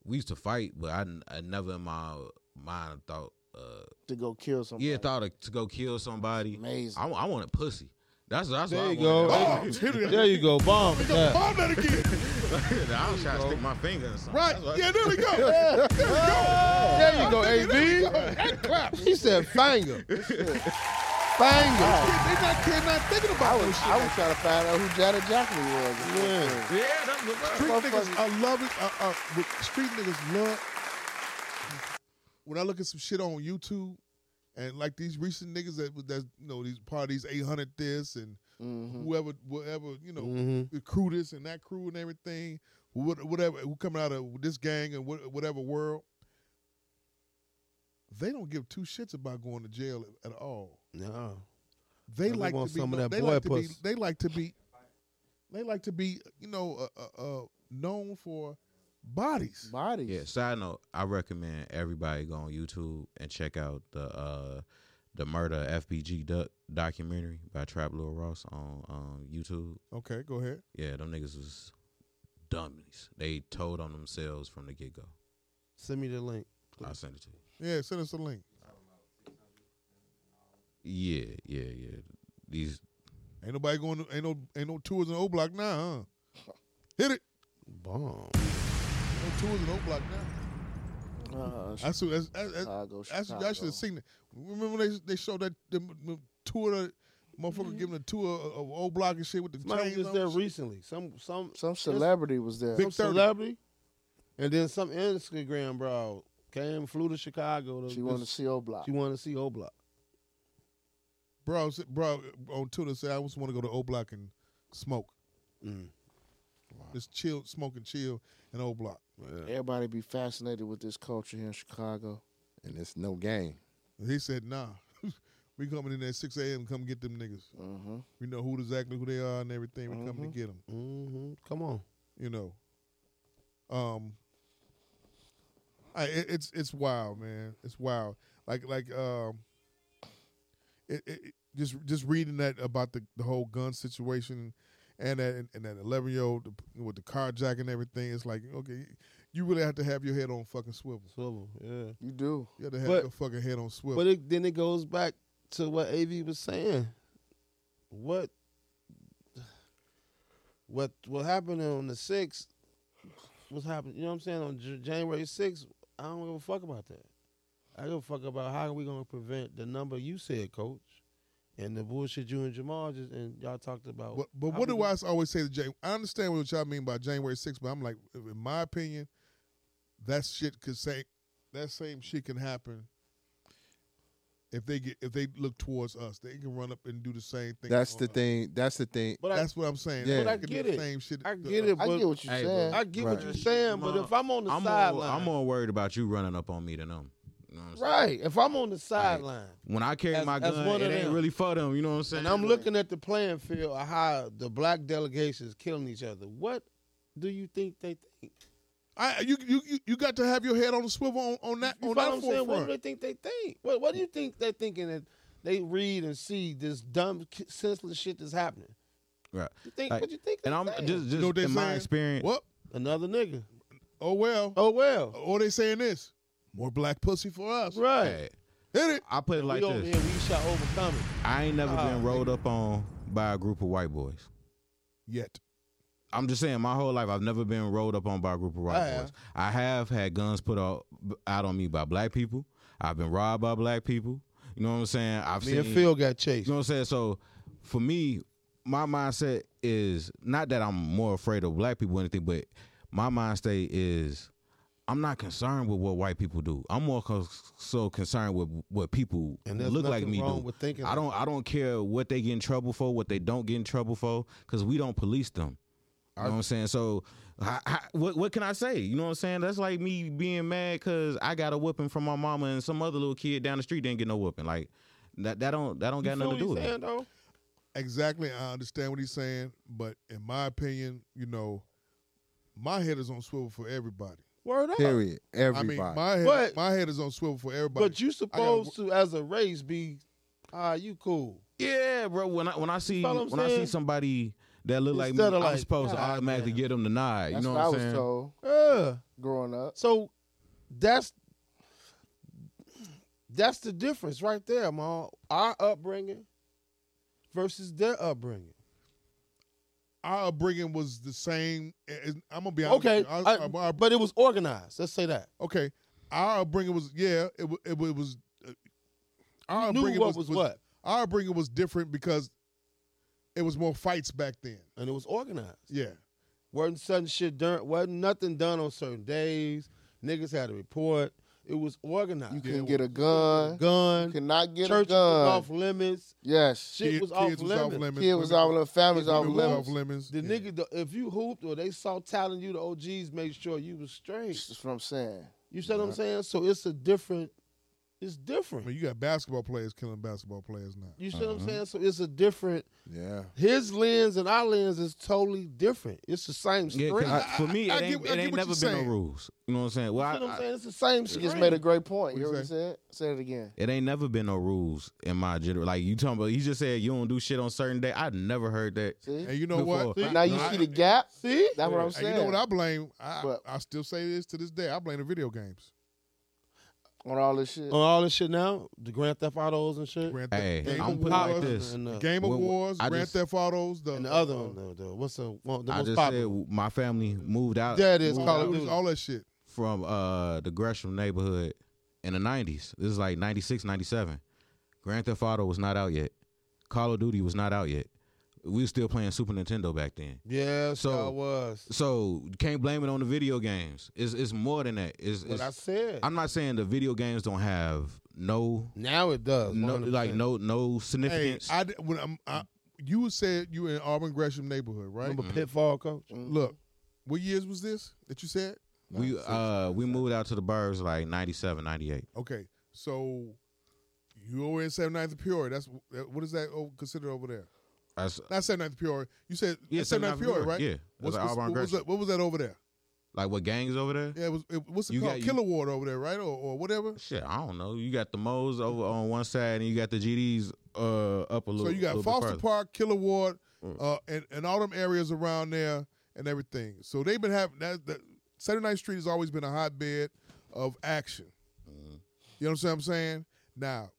[SPEAKER 5] We used to fight, but I, n- I never in my mind thought. Uh,
[SPEAKER 4] to go kill somebody.
[SPEAKER 5] Yeah, thought of, to go kill somebody.
[SPEAKER 4] Amazing.
[SPEAKER 5] I, I want a pussy. That's that's
[SPEAKER 6] There
[SPEAKER 5] what
[SPEAKER 6] you
[SPEAKER 5] I wanted.
[SPEAKER 6] go. Bombs. Hit it. There you go. Bombs. He gonna Yeah. bomb
[SPEAKER 10] that
[SPEAKER 5] again. I was trying to stick my finger. in something.
[SPEAKER 10] Right.
[SPEAKER 5] That's what-
[SPEAKER 10] Yeah, there we go.
[SPEAKER 6] Yeah.
[SPEAKER 10] There we go.
[SPEAKER 6] There you go,
[SPEAKER 10] There we go.
[SPEAKER 6] AB. He said finger.
[SPEAKER 4] Wow.
[SPEAKER 6] Finger.
[SPEAKER 10] They not, they not thinking about
[SPEAKER 4] I was, I was trying to find out who Janet Jackson was.
[SPEAKER 10] Yeah.
[SPEAKER 5] Yeah, that's what
[SPEAKER 10] Street niggas are loving. Uh, uh, with- street niggas love. When I look at some shit on YouTube, and like these recent niggas that that you know these parties eight hundred this and whoever whatever you know
[SPEAKER 6] Mhm.
[SPEAKER 10] the crew this and that crew and everything what- whatever who coming out of this gang and what- whatever world. They don't give two shits about going to jail at all.
[SPEAKER 6] No.
[SPEAKER 10] They
[SPEAKER 6] They
[SPEAKER 10] like
[SPEAKER 6] want
[SPEAKER 10] to be.
[SPEAKER 6] some of that
[SPEAKER 10] they
[SPEAKER 6] boy
[SPEAKER 10] like to be.
[SPEAKER 6] pussy.
[SPEAKER 10] They like to be. They like to be. You know, uh, uh, uh, known for bodies.
[SPEAKER 4] Bodies.
[SPEAKER 5] Yeah. Side note, I recommend everybody go on YouTube and check out the uh the murder FBG duck documentary by Trap Lil Ross on um YouTube.
[SPEAKER 10] Okay, go ahead.
[SPEAKER 5] Yeah, them niggas was dummies. They told on themselves from the get go.
[SPEAKER 6] Send me the link.
[SPEAKER 5] I'll send it to you.
[SPEAKER 10] Yeah, send us a link.
[SPEAKER 5] Yeah, yeah, yeah. These
[SPEAKER 10] Ain't nobody going. To, ain't no. Ain't no tours in O Block now, huh? Hit it.
[SPEAKER 6] Bomb.
[SPEAKER 10] No tours in O Block now.
[SPEAKER 4] Uh,
[SPEAKER 10] That's what. That's, that's, that's,
[SPEAKER 4] Chicago,
[SPEAKER 10] that's y'all should
[SPEAKER 4] Chicago.
[SPEAKER 10] have seen it. Remember when they they showed that the, the tour. That, Motherfucker giving a tour of of O Block and shit with the
[SPEAKER 6] Somebody
[SPEAKER 10] chains
[SPEAKER 6] was
[SPEAKER 10] on
[SPEAKER 6] there
[SPEAKER 10] and shit.
[SPEAKER 6] recently. Some some
[SPEAKER 4] Some celebrity was there.
[SPEAKER 6] Some
[SPEAKER 10] Big 30.
[SPEAKER 6] celebrity. And then some Instagram bro came, flew to Chicago. To
[SPEAKER 4] She wanted to see O Block.
[SPEAKER 6] She wanted to see O Block.
[SPEAKER 10] Bro, s- bro, on Twitter said I just want to go to O Block and smoke. Just chill, smoke and chill in O Block.
[SPEAKER 4] Everybody be fascinated with this culture here in Chicago.
[SPEAKER 2] And it's no game.
[SPEAKER 10] He said, "Nah, we coming in there at six a.m. Come get them niggas. We know who exactly who they are and everything. We coming to get them.
[SPEAKER 6] Mm-hmm. Come on.
[SPEAKER 10] You know, um, I, it, it's it's wild, man. It's wild. Like like um, it, it it- just just reading that about the, the whole gun situation and that and that eleven year old with the carjack and everything. It's like okay, you really have to have your head on fucking swivel.
[SPEAKER 6] Swivel, yeah.
[SPEAKER 4] You do.
[SPEAKER 10] You have to have
[SPEAKER 6] But-
[SPEAKER 10] your fucking head on swivel.
[SPEAKER 6] But it, then it goes back to what AV was saying. What what what happened on the sixth? What's happening? You know what I'm saying? On J- January sixth, I don't give a fuck about that. I give a fuck about how are we gonna prevent the number you said, Coach, and the bullshit you and Jamal just and y'all talked about.
[SPEAKER 10] But, but
[SPEAKER 6] Oh, How
[SPEAKER 10] what
[SPEAKER 6] we
[SPEAKER 10] do
[SPEAKER 6] gonna-
[SPEAKER 10] I always say to Jay? I understand what y'all mean by January 6th, but I'm like, in my opinion, that shit could say that same shit can happen if they get if they look towards us. They can run up and do the same thing.
[SPEAKER 2] That's
[SPEAKER 10] on
[SPEAKER 2] the
[SPEAKER 10] us.
[SPEAKER 2] thing. That's the thing.
[SPEAKER 6] But I-
[SPEAKER 10] That's what I'm saying.
[SPEAKER 2] Yeah.
[SPEAKER 10] They
[SPEAKER 6] But I
[SPEAKER 10] can do
[SPEAKER 6] get
[SPEAKER 10] the
[SPEAKER 6] it.
[SPEAKER 10] Same shit
[SPEAKER 6] I
[SPEAKER 10] to
[SPEAKER 6] get
[SPEAKER 10] us.
[SPEAKER 6] it. But
[SPEAKER 4] what you're
[SPEAKER 5] Hey, bro.
[SPEAKER 4] saying.
[SPEAKER 6] I get
[SPEAKER 2] Right.
[SPEAKER 6] what you're saying. But if I'm on the
[SPEAKER 5] I'm more, I'm
[SPEAKER 6] sideline,
[SPEAKER 5] more worried about you running up on me than them. You know what I'm saying?
[SPEAKER 6] right? If I'm on the sideline.
[SPEAKER 5] When I carry
[SPEAKER 6] As-
[SPEAKER 5] my
[SPEAKER 6] as
[SPEAKER 5] gun,
[SPEAKER 6] one
[SPEAKER 5] it
[SPEAKER 6] of
[SPEAKER 5] ain't
[SPEAKER 6] them.
[SPEAKER 5] really for them. You know what I'm saying?
[SPEAKER 6] And I'm looking at the playing field of how the black delegation is killing each other. What do you think they think?
[SPEAKER 10] I you you you- you got to have your head on the swivel on, on that
[SPEAKER 6] You know
[SPEAKER 10] on
[SPEAKER 6] what
[SPEAKER 10] that
[SPEAKER 6] Oh, I'm saying? What do
[SPEAKER 10] forefront.
[SPEAKER 6] they think they think? What What do you think they're thinking that they read and see this dumb, k- senseless shit that's happening?
[SPEAKER 5] Right.
[SPEAKER 6] You think?
[SPEAKER 5] Like,
[SPEAKER 6] what you think?
[SPEAKER 5] and
[SPEAKER 6] they
[SPEAKER 5] I'm
[SPEAKER 6] saying?
[SPEAKER 5] just just
[SPEAKER 10] know what they
[SPEAKER 5] in my
[SPEAKER 10] saying?
[SPEAKER 5] experience.
[SPEAKER 10] What?
[SPEAKER 6] another nigga.
[SPEAKER 10] Oh well.
[SPEAKER 6] Oh well.
[SPEAKER 10] Or they saying this. More black pussy for us.
[SPEAKER 6] Right.
[SPEAKER 5] I put it like
[SPEAKER 6] we over
[SPEAKER 5] this.
[SPEAKER 6] here, we shall overcome it.
[SPEAKER 5] I ain't never
[SPEAKER 6] Ah,
[SPEAKER 5] been rolled up on by a group of white boys.
[SPEAKER 10] Yet.
[SPEAKER 5] I'm just saying, my whole life I've never been rolled up on by a group of white
[SPEAKER 10] I have.
[SPEAKER 5] boys. I have had guns put out, out on me by black people. I've been robbed by black people. You know what I'm saying? I've
[SPEAKER 6] Me
[SPEAKER 5] seen
[SPEAKER 6] and Phil got chased.
[SPEAKER 5] You know what I'm saying? So for me, my mindset is not that I'm more afraid of black people or anything, but my mind state is I'm not concerned with what white people do. I'm more co- so concerned with what people
[SPEAKER 6] And there's
[SPEAKER 5] look like
[SPEAKER 6] nothing
[SPEAKER 5] me do.
[SPEAKER 6] wrong with thinking
[SPEAKER 5] I
[SPEAKER 6] like
[SPEAKER 5] don't. I don't care what they get in trouble for, what they don't get in trouble for, because we don't police them. You know what I'm saying? So, I, I, what what can I say? You know what I'm saying? That's like me being mad because I got a whooping from my mama and some other little kid down the street didn't get no whooping. Like that that don't that don't got nothing to do with it.
[SPEAKER 10] Exactly. I understand what he's saying, but in my opinion, you know, my head is on swivel for everybody.
[SPEAKER 6] Word up.
[SPEAKER 2] Period. Everybody.
[SPEAKER 10] I mean, my head,
[SPEAKER 6] But-
[SPEAKER 10] my head is on swivel for everybody.
[SPEAKER 6] But you supposed to, as a race, be ah, you cool.
[SPEAKER 5] Yeah, bro. When I when I see
[SPEAKER 6] Follow what
[SPEAKER 5] when
[SPEAKER 6] I'm
[SPEAKER 5] I see
[SPEAKER 6] saying?
[SPEAKER 5] somebody that look like me,
[SPEAKER 6] Instead
[SPEAKER 5] I'm
[SPEAKER 6] of like,
[SPEAKER 5] supposed to
[SPEAKER 6] "God
[SPEAKER 5] automatically get them the nod.
[SPEAKER 4] That's
[SPEAKER 5] you know
[SPEAKER 4] what
[SPEAKER 5] what I'm
[SPEAKER 4] I was
[SPEAKER 5] saying?
[SPEAKER 4] told
[SPEAKER 6] Yeah.
[SPEAKER 4] growing up.
[SPEAKER 6] So that's that's the difference right there, man. Our upbringing versus their upbringing.
[SPEAKER 10] Our upbringing was the same. and I'm gonna be honest.
[SPEAKER 6] Okay,
[SPEAKER 10] with you. Our-
[SPEAKER 6] I-
[SPEAKER 10] our-
[SPEAKER 6] but it was organized. Let's say that.
[SPEAKER 10] Okay, our upbringing was yeah, it wa- it, wa- it was. Uh, our
[SPEAKER 6] You knew
[SPEAKER 10] upbringing
[SPEAKER 6] what was what?
[SPEAKER 10] Our upbringing was different because it was more fights back then.
[SPEAKER 6] and it was organized.
[SPEAKER 10] Yeah.
[SPEAKER 6] Wasn't certain shit done. Wasn't nothing done on certain days. Niggas had a report. It was organized. You
[SPEAKER 4] couldn't get a gun.
[SPEAKER 6] Gun.
[SPEAKER 4] You cannot get a
[SPEAKER 6] Churches
[SPEAKER 4] gun.
[SPEAKER 6] was off limits.
[SPEAKER 4] Yes.
[SPEAKER 6] Shit was off limits.
[SPEAKER 4] Kid was off limits. Families off
[SPEAKER 10] women
[SPEAKER 4] limits.
[SPEAKER 10] was off limits.
[SPEAKER 6] The nigga, the, if you hooped or they saw talent, you the OGs made sure you was straight.
[SPEAKER 4] That's what I'm saying.
[SPEAKER 6] You see what I'm saying? So it's a different. It's
[SPEAKER 10] I
[SPEAKER 6] different.
[SPEAKER 10] mean, you got basketball players killing basketball players now.
[SPEAKER 6] You see what I'm saying? So it's a different.
[SPEAKER 2] Yeah.
[SPEAKER 6] His lens and our lens is totally different. It's the same
[SPEAKER 5] Yeah,
[SPEAKER 6] screen.
[SPEAKER 5] 'cause for me,
[SPEAKER 6] I- I
[SPEAKER 5] it ain't,
[SPEAKER 6] get- I
[SPEAKER 5] it
[SPEAKER 6] get
[SPEAKER 5] ain't
[SPEAKER 6] what
[SPEAKER 5] never
[SPEAKER 6] you're
[SPEAKER 5] been
[SPEAKER 6] saying.
[SPEAKER 5] no rules. You know what I'm saying? Well,
[SPEAKER 6] You see
[SPEAKER 5] I,
[SPEAKER 6] what I'm
[SPEAKER 5] I-
[SPEAKER 6] saying? It's the same
[SPEAKER 4] He
[SPEAKER 6] screen.
[SPEAKER 4] just made a great point. You heard what he
[SPEAKER 6] say?
[SPEAKER 4] said? Say it again.
[SPEAKER 5] it ain't never been no rules in my general. Like you talking about, he just said you don't do shit on certain day. I never heard that.
[SPEAKER 4] See?
[SPEAKER 10] And you know what?
[SPEAKER 5] before.
[SPEAKER 10] I-
[SPEAKER 4] now you
[SPEAKER 10] I-
[SPEAKER 4] see the gap.
[SPEAKER 6] See?
[SPEAKER 4] That's what I'm
[SPEAKER 10] And
[SPEAKER 4] saying.
[SPEAKER 10] you know what I blame? I,
[SPEAKER 4] But-
[SPEAKER 10] I still say this to this day. I blame the video games.
[SPEAKER 4] on all this shit.
[SPEAKER 6] on all this shit now, the Grand Theft Autos and shit.
[SPEAKER 10] Grand Theft,
[SPEAKER 5] Hey,
[SPEAKER 10] Game
[SPEAKER 5] I'm putting it
[SPEAKER 10] Awards,
[SPEAKER 5] like this.
[SPEAKER 6] And, uh,
[SPEAKER 10] Game
[SPEAKER 5] When-
[SPEAKER 10] Awards,
[SPEAKER 5] I
[SPEAKER 10] Grand
[SPEAKER 5] just-
[SPEAKER 10] Theft Autos, the,
[SPEAKER 6] And the other one, the, the, what's the, one, the
[SPEAKER 5] I
[SPEAKER 6] most
[SPEAKER 5] just
[SPEAKER 6] popular?
[SPEAKER 5] said my family moved out.
[SPEAKER 6] That
[SPEAKER 10] uh,
[SPEAKER 6] is
[SPEAKER 5] moved
[SPEAKER 6] Call
[SPEAKER 5] out
[SPEAKER 6] of Duty.
[SPEAKER 10] all that shit.
[SPEAKER 5] from uh the Gresham neighborhood in the 90s. This is like 96, 97. Grand Theft Auto was not out yet. Call of Duty was not out yet. We were still playing Super Nintendo back then.
[SPEAKER 6] Yeah, so
[SPEAKER 5] So-
[SPEAKER 6] I was.
[SPEAKER 5] So you can't blame it on the video games. It's it's more than that. It's,
[SPEAKER 6] What
[SPEAKER 5] it's-
[SPEAKER 6] I said.
[SPEAKER 5] I'm not saying the video games don't have no
[SPEAKER 6] now it does.
[SPEAKER 5] no
[SPEAKER 6] 100%.
[SPEAKER 5] like no no
[SPEAKER 10] Hey,
[SPEAKER 5] significance.
[SPEAKER 10] I, di- when I'm, I, you said you were in Auburn Gresham neighborhood, right?
[SPEAKER 6] Remember Pitfall Coach?
[SPEAKER 10] Look, what years was this that you said?
[SPEAKER 5] we uh we moved out to the burbs like 97, 98.
[SPEAKER 10] Okay, so you were in 79th Peoria. That's that- what is that o- considered over there?
[SPEAKER 5] That's
[SPEAKER 10] Not 79th Peoria. You said
[SPEAKER 5] Yeah,
[SPEAKER 10] that's 79th,
[SPEAKER 5] 79th
[SPEAKER 10] Peoria,
[SPEAKER 5] Peoria,
[SPEAKER 10] right?
[SPEAKER 5] yeah. That's
[SPEAKER 10] What's,
[SPEAKER 5] like
[SPEAKER 10] what's-
[SPEAKER 5] Auburn
[SPEAKER 10] what, was
[SPEAKER 5] Gresham.
[SPEAKER 10] that, what was that over there?
[SPEAKER 5] like what gangs over there?
[SPEAKER 10] Yeah, it was, it, what's it
[SPEAKER 5] You
[SPEAKER 10] called?
[SPEAKER 5] got- you-
[SPEAKER 10] Killer Ward over there, right? Or, or whatever.
[SPEAKER 5] Shit, I don't know. You got the Mo's over on one side, and you got the GDs uh up a little.
[SPEAKER 10] So you got
[SPEAKER 5] little bit
[SPEAKER 10] Foster
[SPEAKER 5] further.
[SPEAKER 10] Park, Killer Ward,
[SPEAKER 5] Mm.
[SPEAKER 10] uh, and, and all them areas around there and everything. So they've been having that. that 79th Street has always been a hotbed of action.
[SPEAKER 5] Mm-hmm.
[SPEAKER 10] You know what I'm saying? Now,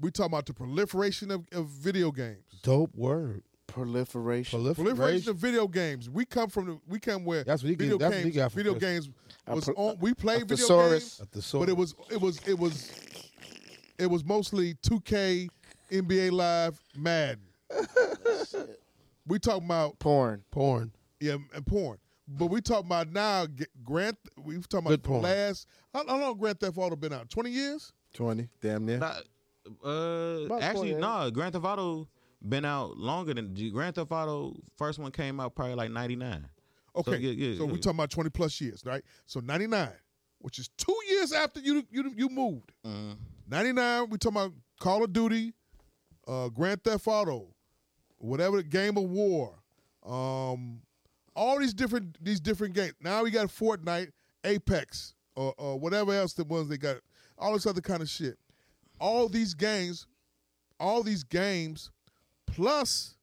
[SPEAKER 10] we talking about the proliferation of, of video games.
[SPEAKER 6] Dope word.
[SPEAKER 4] Proliferation.
[SPEAKER 10] Proliferation of video games. We come from the we come where
[SPEAKER 6] That's what you get-
[SPEAKER 10] video
[SPEAKER 6] that's what
[SPEAKER 10] games.
[SPEAKER 6] you got from
[SPEAKER 10] video
[SPEAKER 6] Christmas.
[SPEAKER 10] games was
[SPEAKER 4] pro-
[SPEAKER 10] on. We played video
[SPEAKER 4] thesaurus.
[SPEAKER 10] games,
[SPEAKER 6] A thesaurus.
[SPEAKER 10] but it was it was it was it was mostly 2K, NBA Live, Madden. we talking about
[SPEAKER 4] Porn.
[SPEAKER 6] Porn.
[SPEAKER 10] yeah and porn, but we talking about now. g- Grand, we talking about
[SPEAKER 6] Good
[SPEAKER 10] the
[SPEAKER 6] porn.
[SPEAKER 10] last how, how long Grand Theft Auto been out? Twenty years.
[SPEAKER 2] 20. Damn near.
[SPEAKER 5] Not- uh,
[SPEAKER 4] About
[SPEAKER 5] actually,
[SPEAKER 4] 28.
[SPEAKER 5] nah. Grand Theft Auto been out longer than G- Grand Theft Auto first one came out probably like ninety nine.
[SPEAKER 10] Okay, so,
[SPEAKER 5] yeah, yeah,
[SPEAKER 10] we
[SPEAKER 5] yeah.
[SPEAKER 10] talking about twenty plus years, right? So ninety nine, which is two years after you you you moved. Ninety nine, we talking about Call of Duty, uh, Grand Theft Auto, whatever Game of War, um, all these different these different games. Now we got Fortnite, Apex, or, or whatever else the ones they got. All this other kind of shit. All these games, all these games, plus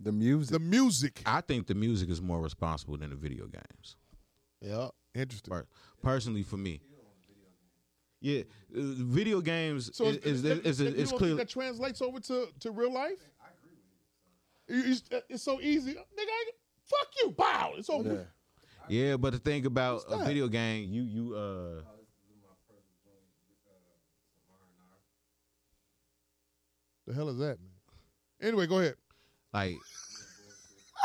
[SPEAKER 2] The music.
[SPEAKER 10] the music.
[SPEAKER 5] I think the music is more responsible than the video games.
[SPEAKER 6] Yeah.
[SPEAKER 10] Interesting.
[SPEAKER 5] personally, for me, yeah, uh, video games
[SPEAKER 10] So
[SPEAKER 5] is is,
[SPEAKER 10] that-
[SPEAKER 5] is, is,
[SPEAKER 10] that- you
[SPEAKER 5] is
[SPEAKER 10] don't
[SPEAKER 5] clearly
[SPEAKER 10] think that translates over to, to real life. You- you- It's, it's so easy, nigga. I, fuck you, bow. It's over.
[SPEAKER 5] Yeah. Yeah, but the thing about a
[SPEAKER 10] that?
[SPEAKER 5] video game, you you uh.
[SPEAKER 10] The hell is that, man? Anyway, go ahead.
[SPEAKER 5] Like,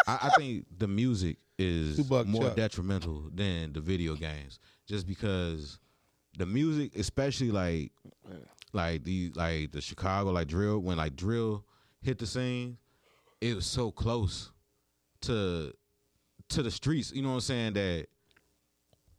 [SPEAKER 5] I, I think the music is more
[SPEAKER 10] Chuck.
[SPEAKER 5] detrimental than the video games, just because the music, especially like, like the like the Chicago like drill when like drill hit the scene, it was so close to to the streets. You know what I'm saying? That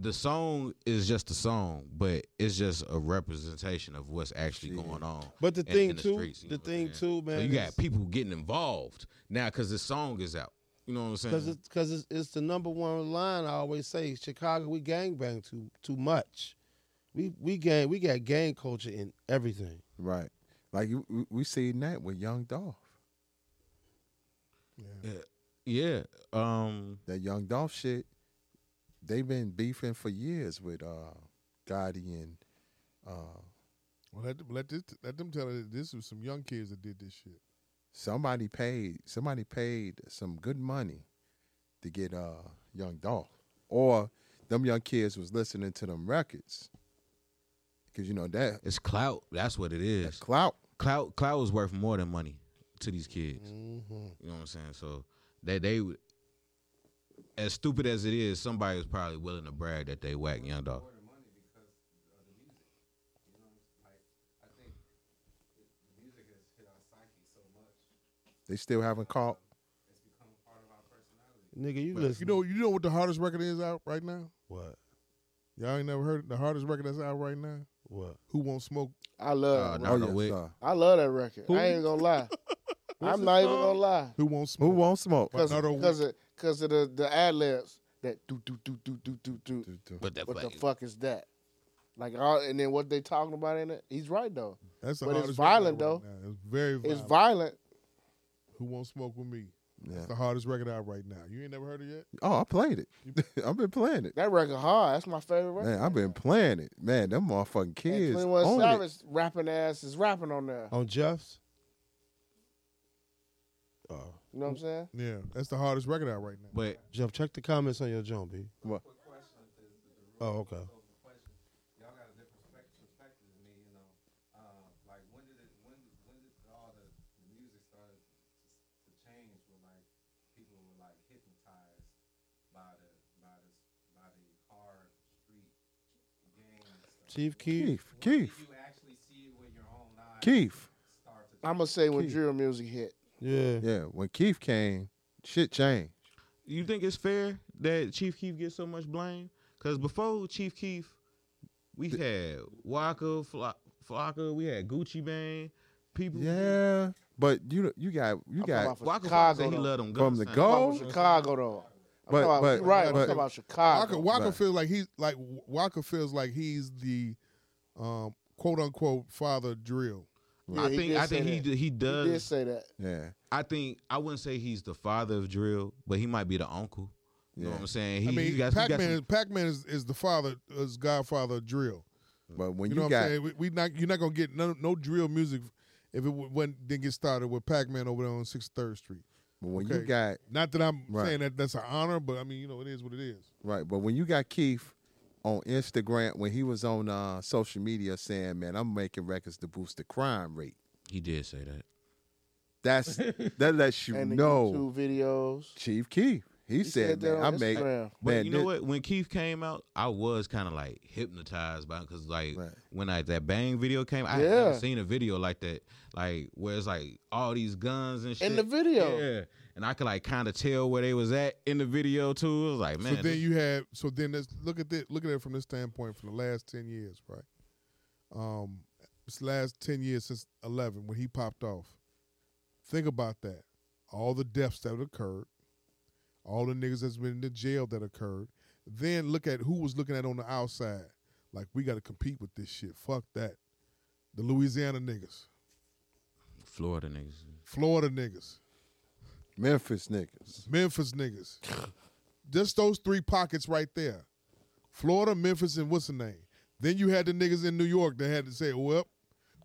[SPEAKER 5] the song is just a song, but it's just a representation of what's actually going on.
[SPEAKER 6] But the
[SPEAKER 5] in-
[SPEAKER 6] thing
[SPEAKER 5] in the
[SPEAKER 6] too-
[SPEAKER 5] streets, you
[SPEAKER 6] the
[SPEAKER 5] know what I'm
[SPEAKER 6] thing
[SPEAKER 5] saying?
[SPEAKER 6] too,
[SPEAKER 5] So
[SPEAKER 6] man,
[SPEAKER 5] you
[SPEAKER 6] is-
[SPEAKER 5] got people getting involved now because the song is out. You know what I'm saying?
[SPEAKER 6] Because it's, 'cause it's, it's the number one line I always say. Chicago, we gangbang too too much. We we gang we got gang culture in everything.
[SPEAKER 2] Right. Like you, we- we seen that with Young Dolph.
[SPEAKER 5] Yeah. Yeah. Um
[SPEAKER 2] that Young Dolph shit, they've been beefing for years with uh Gotti and uh
[SPEAKER 10] Well, let them, let this, let them tell it. This was some young kids that did this shit.
[SPEAKER 2] somebody paid somebody paid some good money to get uh Young Dolph. Or them young kids was listening to them records. Cause you know that
[SPEAKER 5] it's clout. That's what it is.
[SPEAKER 2] clout.
[SPEAKER 5] Clout. Clout is worth more than money to these kids. You know what I'm saying? So they they would- as stupid as it is, somebody was probably willing to brag that they whack young dog.
[SPEAKER 4] Oh,
[SPEAKER 2] they still haven't caught
[SPEAKER 6] Nigga, you
[SPEAKER 10] But
[SPEAKER 6] listen.
[SPEAKER 10] You know, you know what the hardest record is out right now?
[SPEAKER 6] What?
[SPEAKER 10] Y'all ain't never heard the hardest record that's out right now?
[SPEAKER 6] What?
[SPEAKER 10] Who won't smoke?
[SPEAKER 4] I
[SPEAKER 5] Uh,
[SPEAKER 4] love. that
[SPEAKER 10] Oh,
[SPEAKER 4] record.
[SPEAKER 10] no, wait.
[SPEAKER 4] I love that record.
[SPEAKER 10] Who?
[SPEAKER 4] I ain't gonna lie. I'm not even gonna lie.
[SPEAKER 10] Who won't
[SPEAKER 2] Who
[SPEAKER 10] smoke?
[SPEAKER 2] won't smoke?
[SPEAKER 4] Because of, 'cause of the, the ad libs that do do do do do do do.
[SPEAKER 5] But that
[SPEAKER 4] what the
[SPEAKER 5] fucking-
[SPEAKER 4] fuck is that? Like all, and then what they talking about in it? He's right though.
[SPEAKER 10] That's the
[SPEAKER 4] but it's
[SPEAKER 10] hardest record out
[SPEAKER 4] violent
[SPEAKER 10] right
[SPEAKER 4] though.
[SPEAKER 10] now. It's very violent.
[SPEAKER 4] It's violent.
[SPEAKER 10] Who won't smoke with me?
[SPEAKER 2] Yeah.
[SPEAKER 10] That's the hardest record out right now. You ain't never heard it yet?
[SPEAKER 2] Oh, I played it. I've been playing it.
[SPEAKER 4] That record hard. That's my favorite record.
[SPEAKER 2] Man, I've been playing it. Man, them motherfucking kids.
[SPEAKER 4] Twenty One
[SPEAKER 2] own it.
[SPEAKER 4] Savage rapping ass is rapping on there.
[SPEAKER 6] On Jeff's?
[SPEAKER 10] Oh.
[SPEAKER 4] You know what I'm saying?
[SPEAKER 10] Yeah, that's the hardest record out right now.
[SPEAKER 5] But
[SPEAKER 6] Jeff, check the comments on your John B.
[SPEAKER 2] What?
[SPEAKER 6] Oh, okay. Chief Keith.
[SPEAKER 2] Keith. Keith. Keith.
[SPEAKER 4] I'm gonna say when
[SPEAKER 2] Keith.
[SPEAKER 4] drill music hit.
[SPEAKER 6] Yeah.
[SPEAKER 2] Yeah. When Keith came, shit changed.
[SPEAKER 5] You think it's fair that Chief Keef gets so much blame? Because before Chief Keef, we had Waka, Fla- Flocka, we had Gucci Mane, people.
[SPEAKER 2] Yeah. But you you got you got
[SPEAKER 5] I'm talking about for Waka Chicago, said he though. let 'em
[SPEAKER 2] from
[SPEAKER 5] guns
[SPEAKER 2] the
[SPEAKER 5] down.
[SPEAKER 2] go.
[SPEAKER 4] I'm from Chicago though. I'm
[SPEAKER 2] But-
[SPEAKER 4] talking about,
[SPEAKER 2] but-
[SPEAKER 4] you right. I'm
[SPEAKER 2] but-
[SPEAKER 4] talking about Chicago.
[SPEAKER 10] Walker, Walker
[SPEAKER 2] Right.
[SPEAKER 10] feels like he's like Walker feels like he's the um, quote unquote father drill.
[SPEAKER 5] I think I think he d- he does.
[SPEAKER 4] did say that.
[SPEAKER 2] Yeah.
[SPEAKER 5] I think I wouldn't say he's the father of drill, but he might be the uncle. You know what I'm saying? He,
[SPEAKER 10] I
[SPEAKER 5] he
[SPEAKER 10] mean,
[SPEAKER 5] got, he got
[SPEAKER 10] Pac-Man,
[SPEAKER 5] some-
[SPEAKER 10] is- Pac-Man is, is the father, is godfather of drill.
[SPEAKER 2] But when
[SPEAKER 10] you,
[SPEAKER 2] you,
[SPEAKER 10] know what I'm
[SPEAKER 2] got
[SPEAKER 10] saying? We, we not you're not gonna get no, no drill music if it w- wouldn't didn't get started with Pac-Man over there on 63rd Street.
[SPEAKER 2] but when you got
[SPEAKER 10] not that I'm
[SPEAKER 2] Right.
[SPEAKER 10] saying that that's an honor, but I mean you know it is what it is.
[SPEAKER 2] Right, but when you got Keith on Instagram, when he was on uh, social media saying, "Man, I'm making records to boost the crime rate,"
[SPEAKER 5] he did say that.
[SPEAKER 2] that's that lets you
[SPEAKER 4] and the
[SPEAKER 2] know
[SPEAKER 4] YouTube videos.
[SPEAKER 2] Chief Keith. He, said,
[SPEAKER 4] said that
[SPEAKER 2] "Man,
[SPEAKER 4] on
[SPEAKER 2] I'm making."
[SPEAKER 4] Instagram.
[SPEAKER 2] Man,
[SPEAKER 5] But you know
[SPEAKER 2] this-
[SPEAKER 5] what? When Keith came out, I was kind of like hypnotized by because like when I, that Bang video came, I had
[SPEAKER 4] Yeah.
[SPEAKER 5] never seen a video like that, like where it's like all these guns and shit
[SPEAKER 4] In the video.
[SPEAKER 5] Yeah, and I could like kind of tell where they was at in the video too. It was like man,
[SPEAKER 10] so
[SPEAKER 5] this-
[SPEAKER 10] then you have so then let's look at this look at it from this standpoint from the last ten years, right? Um this last ten years since eleven when he popped off. Think about that. All the deaths that occurred, all the niggas that's been in the jail that occurred. Then look at who was looking at on the outside. Like we gotta compete with this shit. Fuck that. The Louisiana niggas,
[SPEAKER 5] Florida niggas.
[SPEAKER 10] Florida niggas.
[SPEAKER 2] Memphis niggas.
[SPEAKER 10] Memphis niggas. Just those three pockets right there. Florida, Memphis, and what's the name? Then you had the niggas in New York that had to say, "Well,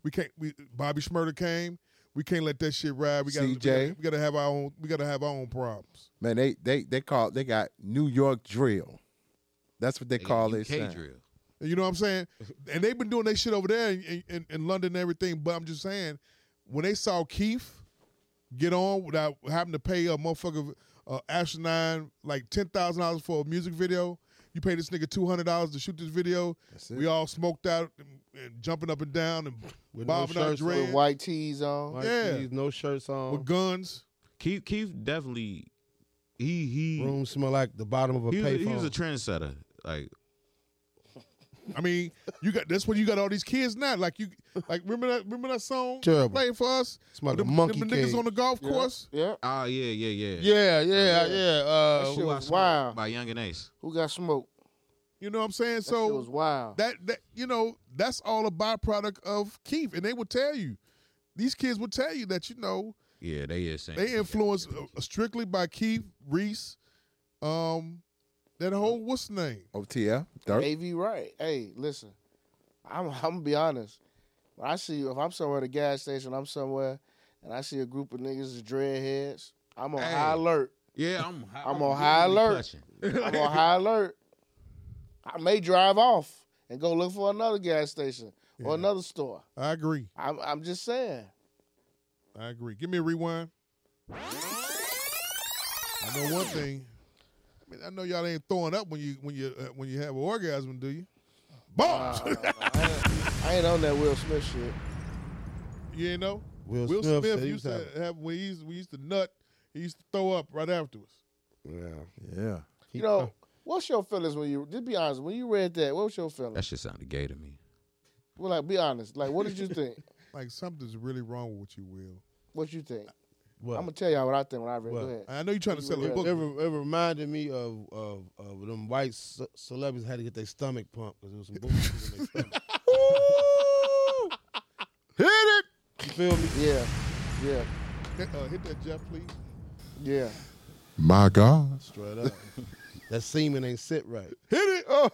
[SPEAKER 10] we can't." We, Bobby Schmurter came. We can't let that shit ride. We got
[SPEAKER 2] CJ.
[SPEAKER 10] to. We got to have our own. We got to have our own problems.
[SPEAKER 2] Man, they they they call they got New York drill. That's what they, call it. son.
[SPEAKER 10] You know what I'm saying? And they've been doing that shit over there in, in, in London and everything. But I'm just saying, when they saw Keith get on without having to pay a motherfucker uh, asinine like ten thousand dollars for a music video, you pay this nigga two hundred dollars to shoot this video. We all smoked out and, and jumping up and down and
[SPEAKER 6] With no
[SPEAKER 10] bobbing our
[SPEAKER 6] shirts on.
[SPEAKER 10] dreads.
[SPEAKER 4] With white tees on.
[SPEAKER 6] White
[SPEAKER 10] yeah,
[SPEAKER 6] tees, no shirts on.
[SPEAKER 10] with guns.
[SPEAKER 5] Keith Keith definitely he he
[SPEAKER 6] room smell like the bottom of a
[SPEAKER 5] he was, he was
[SPEAKER 6] payphone.
[SPEAKER 5] a trendsetter. Like
[SPEAKER 10] I mean, you got that's when you got all these kids now. Like you, like remember that remember that song
[SPEAKER 6] Terrible.
[SPEAKER 10] playing for us?
[SPEAKER 6] Smell like
[SPEAKER 10] Them-
[SPEAKER 6] a monkey
[SPEAKER 10] them niggas
[SPEAKER 6] cage.
[SPEAKER 10] on the golf
[SPEAKER 4] Yeah.
[SPEAKER 10] course.
[SPEAKER 4] Yeah.
[SPEAKER 5] ah yeah yeah yeah
[SPEAKER 6] Yeah,
[SPEAKER 10] Oh,
[SPEAKER 6] yeah, yeah. Uh,
[SPEAKER 4] That shit
[SPEAKER 5] Who I
[SPEAKER 4] was
[SPEAKER 5] Smoked
[SPEAKER 4] wild.
[SPEAKER 5] by Young and Ace.
[SPEAKER 4] Who got smoked?
[SPEAKER 10] You know what I'm saying?
[SPEAKER 4] That shit
[SPEAKER 10] So
[SPEAKER 4] was wild.
[SPEAKER 10] that that you know that's all a byproduct of Keith, and they will tell you. These kids will tell you that you know
[SPEAKER 5] Yeah, they is saying
[SPEAKER 10] they influenced uh, strictly by Keith Reese, um, that whole what's the name?
[SPEAKER 2] OTL. Dirt.
[SPEAKER 4] Av right. Hey, listen, I'm I'm gonna be honest. When I see if I'm somewhere at a gas station, I'm somewhere, and I see a group of niggas with dreadheads, I'm on high alert.
[SPEAKER 5] Yeah, I'm high,
[SPEAKER 4] I'm on high
[SPEAKER 5] really
[SPEAKER 4] alert.
[SPEAKER 5] clutching.
[SPEAKER 4] I'm on high alert. I may drive off and go look for another gas station or another store.
[SPEAKER 10] I agree.
[SPEAKER 4] I'm I'm just saying.
[SPEAKER 10] I agree. Give me a rewind. I know one thing. I, mean, I know y'all ain't throwing up when you when you uh, when you have an orgasm, do you? Bombs.
[SPEAKER 4] I ain't on that Will Smith shit.
[SPEAKER 10] you ain't know.
[SPEAKER 6] Will
[SPEAKER 10] Will
[SPEAKER 6] Smith
[SPEAKER 10] Smith,
[SPEAKER 6] said he
[SPEAKER 10] used
[SPEAKER 6] was
[SPEAKER 10] to have when he used, we used to nut. He used to throw up right afterwards.
[SPEAKER 2] Yeah.
[SPEAKER 4] You know, what's your feelings when you just be honest, when you read that, what was your feelings?
[SPEAKER 5] That shit sounded gay to me.
[SPEAKER 4] Well like be honest. Like what did you think?
[SPEAKER 10] Like something's really wrong with you, Will.
[SPEAKER 4] What you think?
[SPEAKER 6] What?
[SPEAKER 4] I'm gonna tell y'all what I think when I read. Go ahead.
[SPEAKER 10] I know you're trying to sell a
[SPEAKER 4] Yeah.
[SPEAKER 10] book.
[SPEAKER 6] It, re- it reminded me of, of of them white ce- celebrities had to get their stomach pumped because there was some bullshit in their stomach.
[SPEAKER 10] Hit it.
[SPEAKER 6] You feel me?
[SPEAKER 4] Yeah, yeah,
[SPEAKER 10] Hit, uh, hit that, Jeff, please.
[SPEAKER 4] yeah.
[SPEAKER 2] My God.
[SPEAKER 6] Straight up. that semen ain't sit right.
[SPEAKER 10] Hit it. Oh.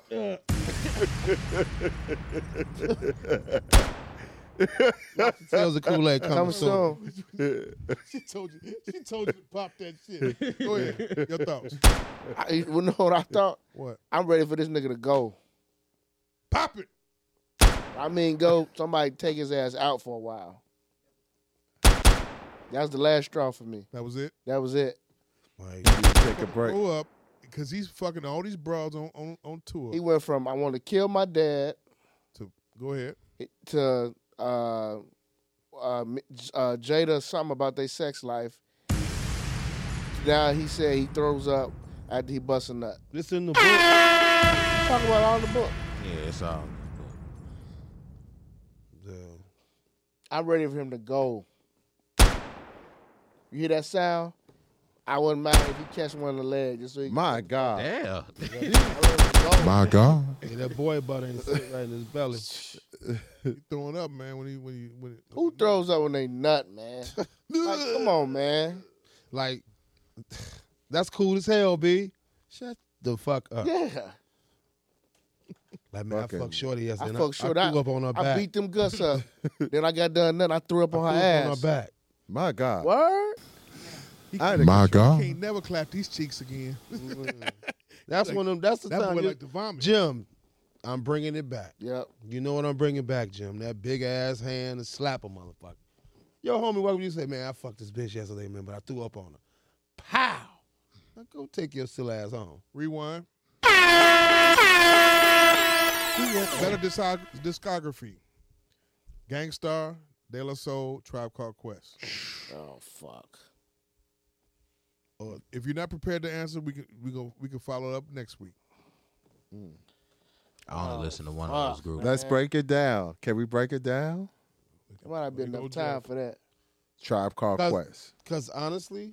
[SPEAKER 6] That was a Kool Aid
[SPEAKER 4] Coming
[SPEAKER 6] coming soon.
[SPEAKER 4] soon.
[SPEAKER 10] she told you. She told you to pop that shit. Go ahead. Your thoughts.
[SPEAKER 4] I, you know what I thought?
[SPEAKER 10] What?
[SPEAKER 4] I'm ready for this nigga to go.
[SPEAKER 10] Pop it.
[SPEAKER 4] I mean, go. Somebody take his ass out for a while. That was the last straw for me.
[SPEAKER 10] That was it.
[SPEAKER 4] That was it.
[SPEAKER 2] Take a break.
[SPEAKER 10] Grow up, because he's fucking all these broads on on, on tour.
[SPEAKER 4] He went from I want to kill my dad
[SPEAKER 10] to go ahead.
[SPEAKER 4] to uh, uh, Mi- J- uh, Jada something about their sex life. Now he said he throws up after he busts a nut.
[SPEAKER 6] This in the book.
[SPEAKER 4] Talk about all the book.
[SPEAKER 5] Yeah, it's all.
[SPEAKER 4] I'm ready for him to go. You hear that sound? I wouldn't mind if he catch one of the legs just so he
[SPEAKER 2] My
[SPEAKER 4] Uh,
[SPEAKER 2] God.
[SPEAKER 5] Yeah,
[SPEAKER 2] My God.
[SPEAKER 6] Yeah, that boy butter ain't sit right in his belly.
[SPEAKER 10] He throwing up, man. When he when he when. It,
[SPEAKER 4] Who throws up when they nut, man? like, come on, man.
[SPEAKER 6] Like, that's cool as hell, B. Shut the fuck up.
[SPEAKER 4] Yeah.
[SPEAKER 6] Like, man,
[SPEAKER 2] Fucking-
[SPEAKER 6] I fucked Shorty
[SPEAKER 4] I
[SPEAKER 6] yesterday. and
[SPEAKER 4] fuck short.
[SPEAKER 6] I
[SPEAKER 4] I,
[SPEAKER 6] threw up on her
[SPEAKER 4] I
[SPEAKER 6] back.
[SPEAKER 4] beat them guts up. then I got done nothing. I threw up on
[SPEAKER 6] I
[SPEAKER 4] her
[SPEAKER 6] threw up
[SPEAKER 4] ass.
[SPEAKER 6] on her back.
[SPEAKER 2] My God.
[SPEAKER 4] Word?
[SPEAKER 10] he
[SPEAKER 2] I-
[SPEAKER 10] can't-
[SPEAKER 2] My
[SPEAKER 10] he
[SPEAKER 2] God.
[SPEAKER 10] Can't never clap these cheeks again.
[SPEAKER 6] That's one of them. That's the
[SPEAKER 10] That
[SPEAKER 6] time.
[SPEAKER 10] boy
[SPEAKER 6] you-
[SPEAKER 10] like to vomit.
[SPEAKER 6] Jim, I'm bringing it back.
[SPEAKER 4] Yep.
[SPEAKER 6] You know what I'm bringing back, Jim? That big ass hand and slap a motherfucker. Yo, homie, what would you say, man? I fucked this bitch yesterday, man, but I threw up on her. Pow! Now go take your silly ass home.
[SPEAKER 10] Rewind. Better discog- discography. Gangstar, De La Soul, Tribe Called Quest.
[SPEAKER 4] Oh fuck.
[SPEAKER 10] Uh, If you're not prepared to answer, we can we go we can follow up next week.
[SPEAKER 5] I only listen to one of those
[SPEAKER 4] fuck.
[SPEAKER 5] groups.
[SPEAKER 2] Let's break it down. Can we break it down?
[SPEAKER 4] There might not be
[SPEAKER 10] There you
[SPEAKER 4] enough
[SPEAKER 10] go,
[SPEAKER 4] time
[SPEAKER 10] Jeff.
[SPEAKER 4] for that.
[SPEAKER 2] Tribe Called
[SPEAKER 6] Cause-
[SPEAKER 2] Quest.
[SPEAKER 6] Cause honestly,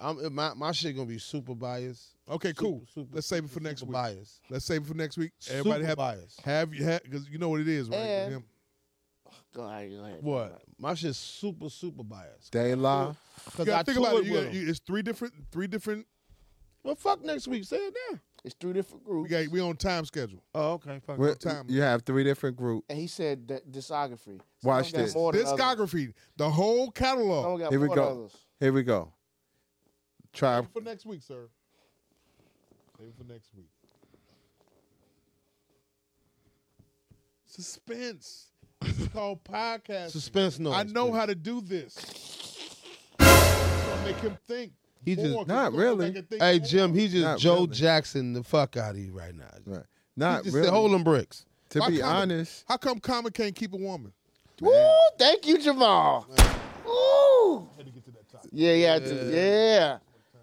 [SPEAKER 6] I'm my, my shit gonna be super biased.
[SPEAKER 10] Okay,
[SPEAKER 6] Super,
[SPEAKER 10] cool.
[SPEAKER 6] super,
[SPEAKER 10] Let's save it for next
[SPEAKER 6] super
[SPEAKER 10] week.
[SPEAKER 6] biased.
[SPEAKER 10] Let's save it for next week. Everybody
[SPEAKER 6] super
[SPEAKER 10] have
[SPEAKER 6] biased.
[SPEAKER 10] have you have because you know what it is, right? with
[SPEAKER 4] And-
[SPEAKER 10] him.
[SPEAKER 4] Go ahead. Go ahead.
[SPEAKER 6] What? My shit's super super biased.
[SPEAKER 2] De La.
[SPEAKER 6] Cause
[SPEAKER 10] You gotta
[SPEAKER 6] I
[SPEAKER 10] think
[SPEAKER 6] toured
[SPEAKER 10] about it. You
[SPEAKER 6] with
[SPEAKER 10] got,
[SPEAKER 6] 'em.
[SPEAKER 10] you, it's three different three different
[SPEAKER 6] Well, fuck next week. Say it now.
[SPEAKER 4] It's three different groups.
[SPEAKER 10] We, got, we on time schedule.
[SPEAKER 6] Oh, okay.
[SPEAKER 2] Well, you have three different groups.
[SPEAKER 4] And he said that discography. Some
[SPEAKER 2] Watch
[SPEAKER 4] got
[SPEAKER 2] this.
[SPEAKER 4] more than others.
[SPEAKER 10] Discography, the whole
[SPEAKER 4] Some
[SPEAKER 10] catalog.
[SPEAKER 4] got
[SPEAKER 2] Here we
[SPEAKER 4] more
[SPEAKER 2] go.
[SPEAKER 4] than others.
[SPEAKER 2] Here we go. Tribe.
[SPEAKER 10] For next week, sir. Save it for next week. Suspense. This is called podcast.
[SPEAKER 6] Suspense noise,
[SPEAKER 10] I know
[SPEAKER 6] please.
[SPEAKER 10] how to do this. Gonna make him think.
[SPEAKER 6] He just
[SPEAKER 10] more, 'cause it's gonna make him think
[SPEAKER 6] Hey
[SPEAKER 10] more.
[SPEAKER 6] Jim, he just
[SPEAKER 2] Not
[SPEAKER 6] Joe
[SPEAKER 2] really.
[SPEAKER 6] Jackson the fuck out of you right now.
[SPEAKER 2] Right. Not
[SPEAKER 6] he just
[SPEAKER 2] really.
[SPEAKER 6] Said, Hold them bricks.
[SPEAKER 2] To
[SPEAKER 10] How
[SPEAKER 2] be
[SPEAKER 10] come-
[SPEAKER 2] honest,
[SPEAKER 10] how come Common can't keep a woman?
[SPEAKER 4] Ooh, thank you, Jamal. Ooh. Yeah, yeah, yeah, yeah,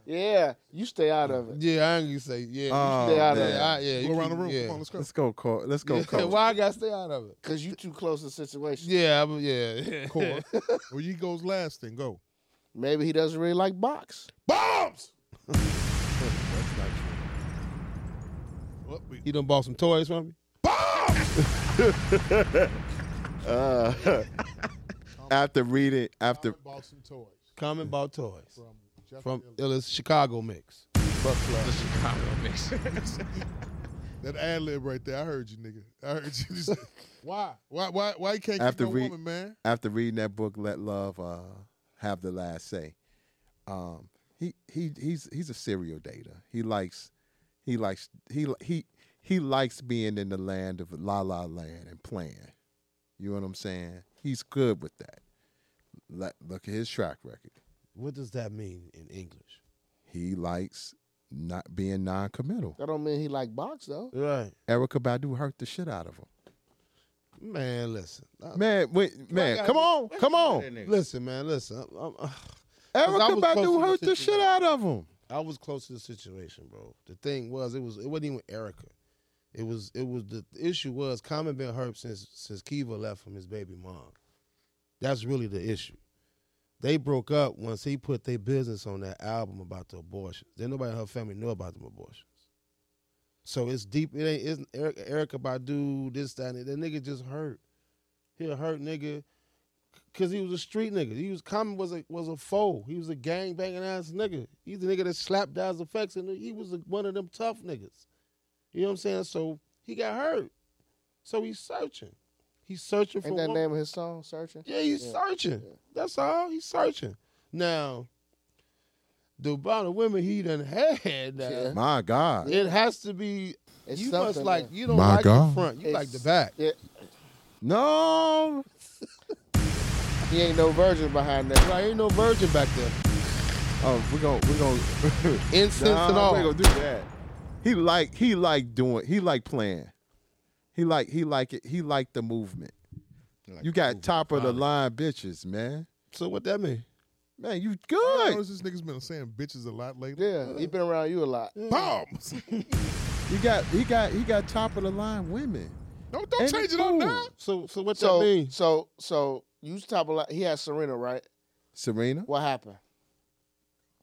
[SPEAKER 4] yeah. You stay out of it.
[SPEAKER 6] Yeah, I ain't gonna say yeah.
[SPEAKER 2] Oh,
[SPEAKER 6] you stay
[SPEAKER 2] man.
[SPEAKER 6] out of it. I, yeah, you
[SPEAKER 10] Go around the
[SPEAKER 6] keep-
[SPEAKER 10] room.
[SPEAKER 6] Yeah.
[SPEAKER 10] Come on, let's go.
[SPEAKER 2] let's go, Cor. Let's go,
[SPEAKER 6] Yeah,
[SPEAKER 2] Cor.
[SPEAKER 6] Why I gotta stay out of it?
[SPEAKER 4] Cause you too close to the situation.
[SPEAKER 6] Yeah, I'm, yeah.
[SPEAKER 10] Core. Where you goes last, then go.
[SPEAKER 4] Maybe he doesn't really like box.
[SPEAKER 10] Bombs! Well, we-
[SPEAKER 6] You done bought some toys from me?
[SPEAKER 2] Uh, after reading, after
[SPEAKER 10] bought some toys.
[SPEAKER 6] Common bought toys
[SPEAKER 10] Jeff
[SPEAKER 6] from Illis Chicago mix.
[SPEAKER 10] That ad lib right there, I heard you, nigga. I heard you. Just, why? Why? Why? Why you can't
[SPEAKER 2] after
[SPEAKER 10] keep no
[SPEAKER 2] read
[SPEAKER 10] woman, man?
[SPEAKER 2] after reading that book, let love uh, have the last say. Um, he he he's he's a serial dater. He likes he likes he he he likes being in the land of la la land and playing. You know what I'm saying? He's good with that. Let, look at his track record.
[SPEAKER 6] What does that mean in English?
[SPEAKER 2] He likes not being non-committal.
[SPEAKER 4] That don't mean he like box though.
[SPEAKER 6] Right,
[SPEAKER 2] Erica Badu hurt the shit out of him.
[SPEAKER 6] man. Listen, I-
[SPEAKER 2] Man, wait, man,
[SPEAKER 6] gotta-
[SPEAKER 2] come on, come on.
[SPEAKER 6] listen, man. Listen, I'm, I'm, uh, I
[SPEAKER 2] Erica
[SPEAKER 6] was close to
[SPEAKER 2] Badu
[SPEAKER 6] the
[SPEAKER 2] hurt the
[SPEAKER 6] situation.
[SPEAKER 2] shit out of him.
[SPEAKER 6] I was close to the situation, bro. The thing was, it was it wasn't even Erica. It was it was the the issue was Common been hurt since since Kiva left from his baby mom. That's really the issue. They broke up once he put their business on that album about the abortions. Then nobody in her family knew about them abortions. So it's deep. It ain't isn't Erica, Erica Badu this that. And that nigga just hurt. He a hurt nigga because he was a street nigga. He was common was a was a foe. He was a gang banging ass nigga. He's the nigga that slapped Daz effects, and he was a, one of them tough niggas. You know what I'm saying? So he got hurt. So he's searching. He's searching for
[SPEAKER 4] Ain't that
[SPEAKER 6] one-
[SPEAKER 4] name of his song? Searching.
[SPEAKER 6] yeah, he's searching. That's all. He's searching. Now, the amount of women he done had, now,
[SPEAKER 4] Yeah.
[SPEAKER 2] My God.
[SPEAKER 6] it has to be.
[SPEAKER 4] It's
[SPEAKER 6] you must
[SPEAKER 4] something,
[SPEAKER 6] like.
[SPEAKER 4] man.
[SPEAKER 6] You don't
[SPEAKER 2] My
[SPEAKER 6] like
[SPEAKER 2] God.
[SPEAKER 6] the front. You like the
[SPEAKER 4] It's-
[SPEAKER 6] back.
[SPEAKER 4] Yeah,
[SPEAKER 2] No.
[SPEAKER 4] he ain't no virgin behind that.
[SPEAKER 6] Right? Ain't no virgin back there.
[SPEAKER 2] Oh, we're gonna we're gonna
[SPEAKER 6] Incense
[SPEAKER 2] Nah,
[SPEAKER 6] and
[SPEAKER 2] We
[SPEAKER 6] all.
[SPEAKER 2] gonna do that. He like he like doing he like playing. He like he like it. He like the movement. you got top of the line bitches, man.
[SPEAKER 6] So what that mean?
[SPEAKER 2] Man, you
[SPEAKER 10] I
[SPEAKER 2] good.
[SPEAKER 10] noticed this nigga's been saying bitches a lot lately.
[SPEAKER 4] Yeah, he been around you a lot.
[SPEAKER 10] Bombs.
[SPEAKER 2] You got he got he got top of the line women.
[SPEAKER 10] don't don't
[SPEAKER 2] And
[SPEAKER 10] change
[SPEAKER 2] it's
[SPEAKER 10] it up
[SPEAKER 2] cool.
[SPEAKER 10] now.
[SPEAKER 6] So so what
[SPEAKER 4] So
[SPEAKER 6] that mean?
[SPEAKER 4] so so you was talking about he had Serena, right?
[SPEAKER 2] Serena.
[SPEAKER 4] What happened?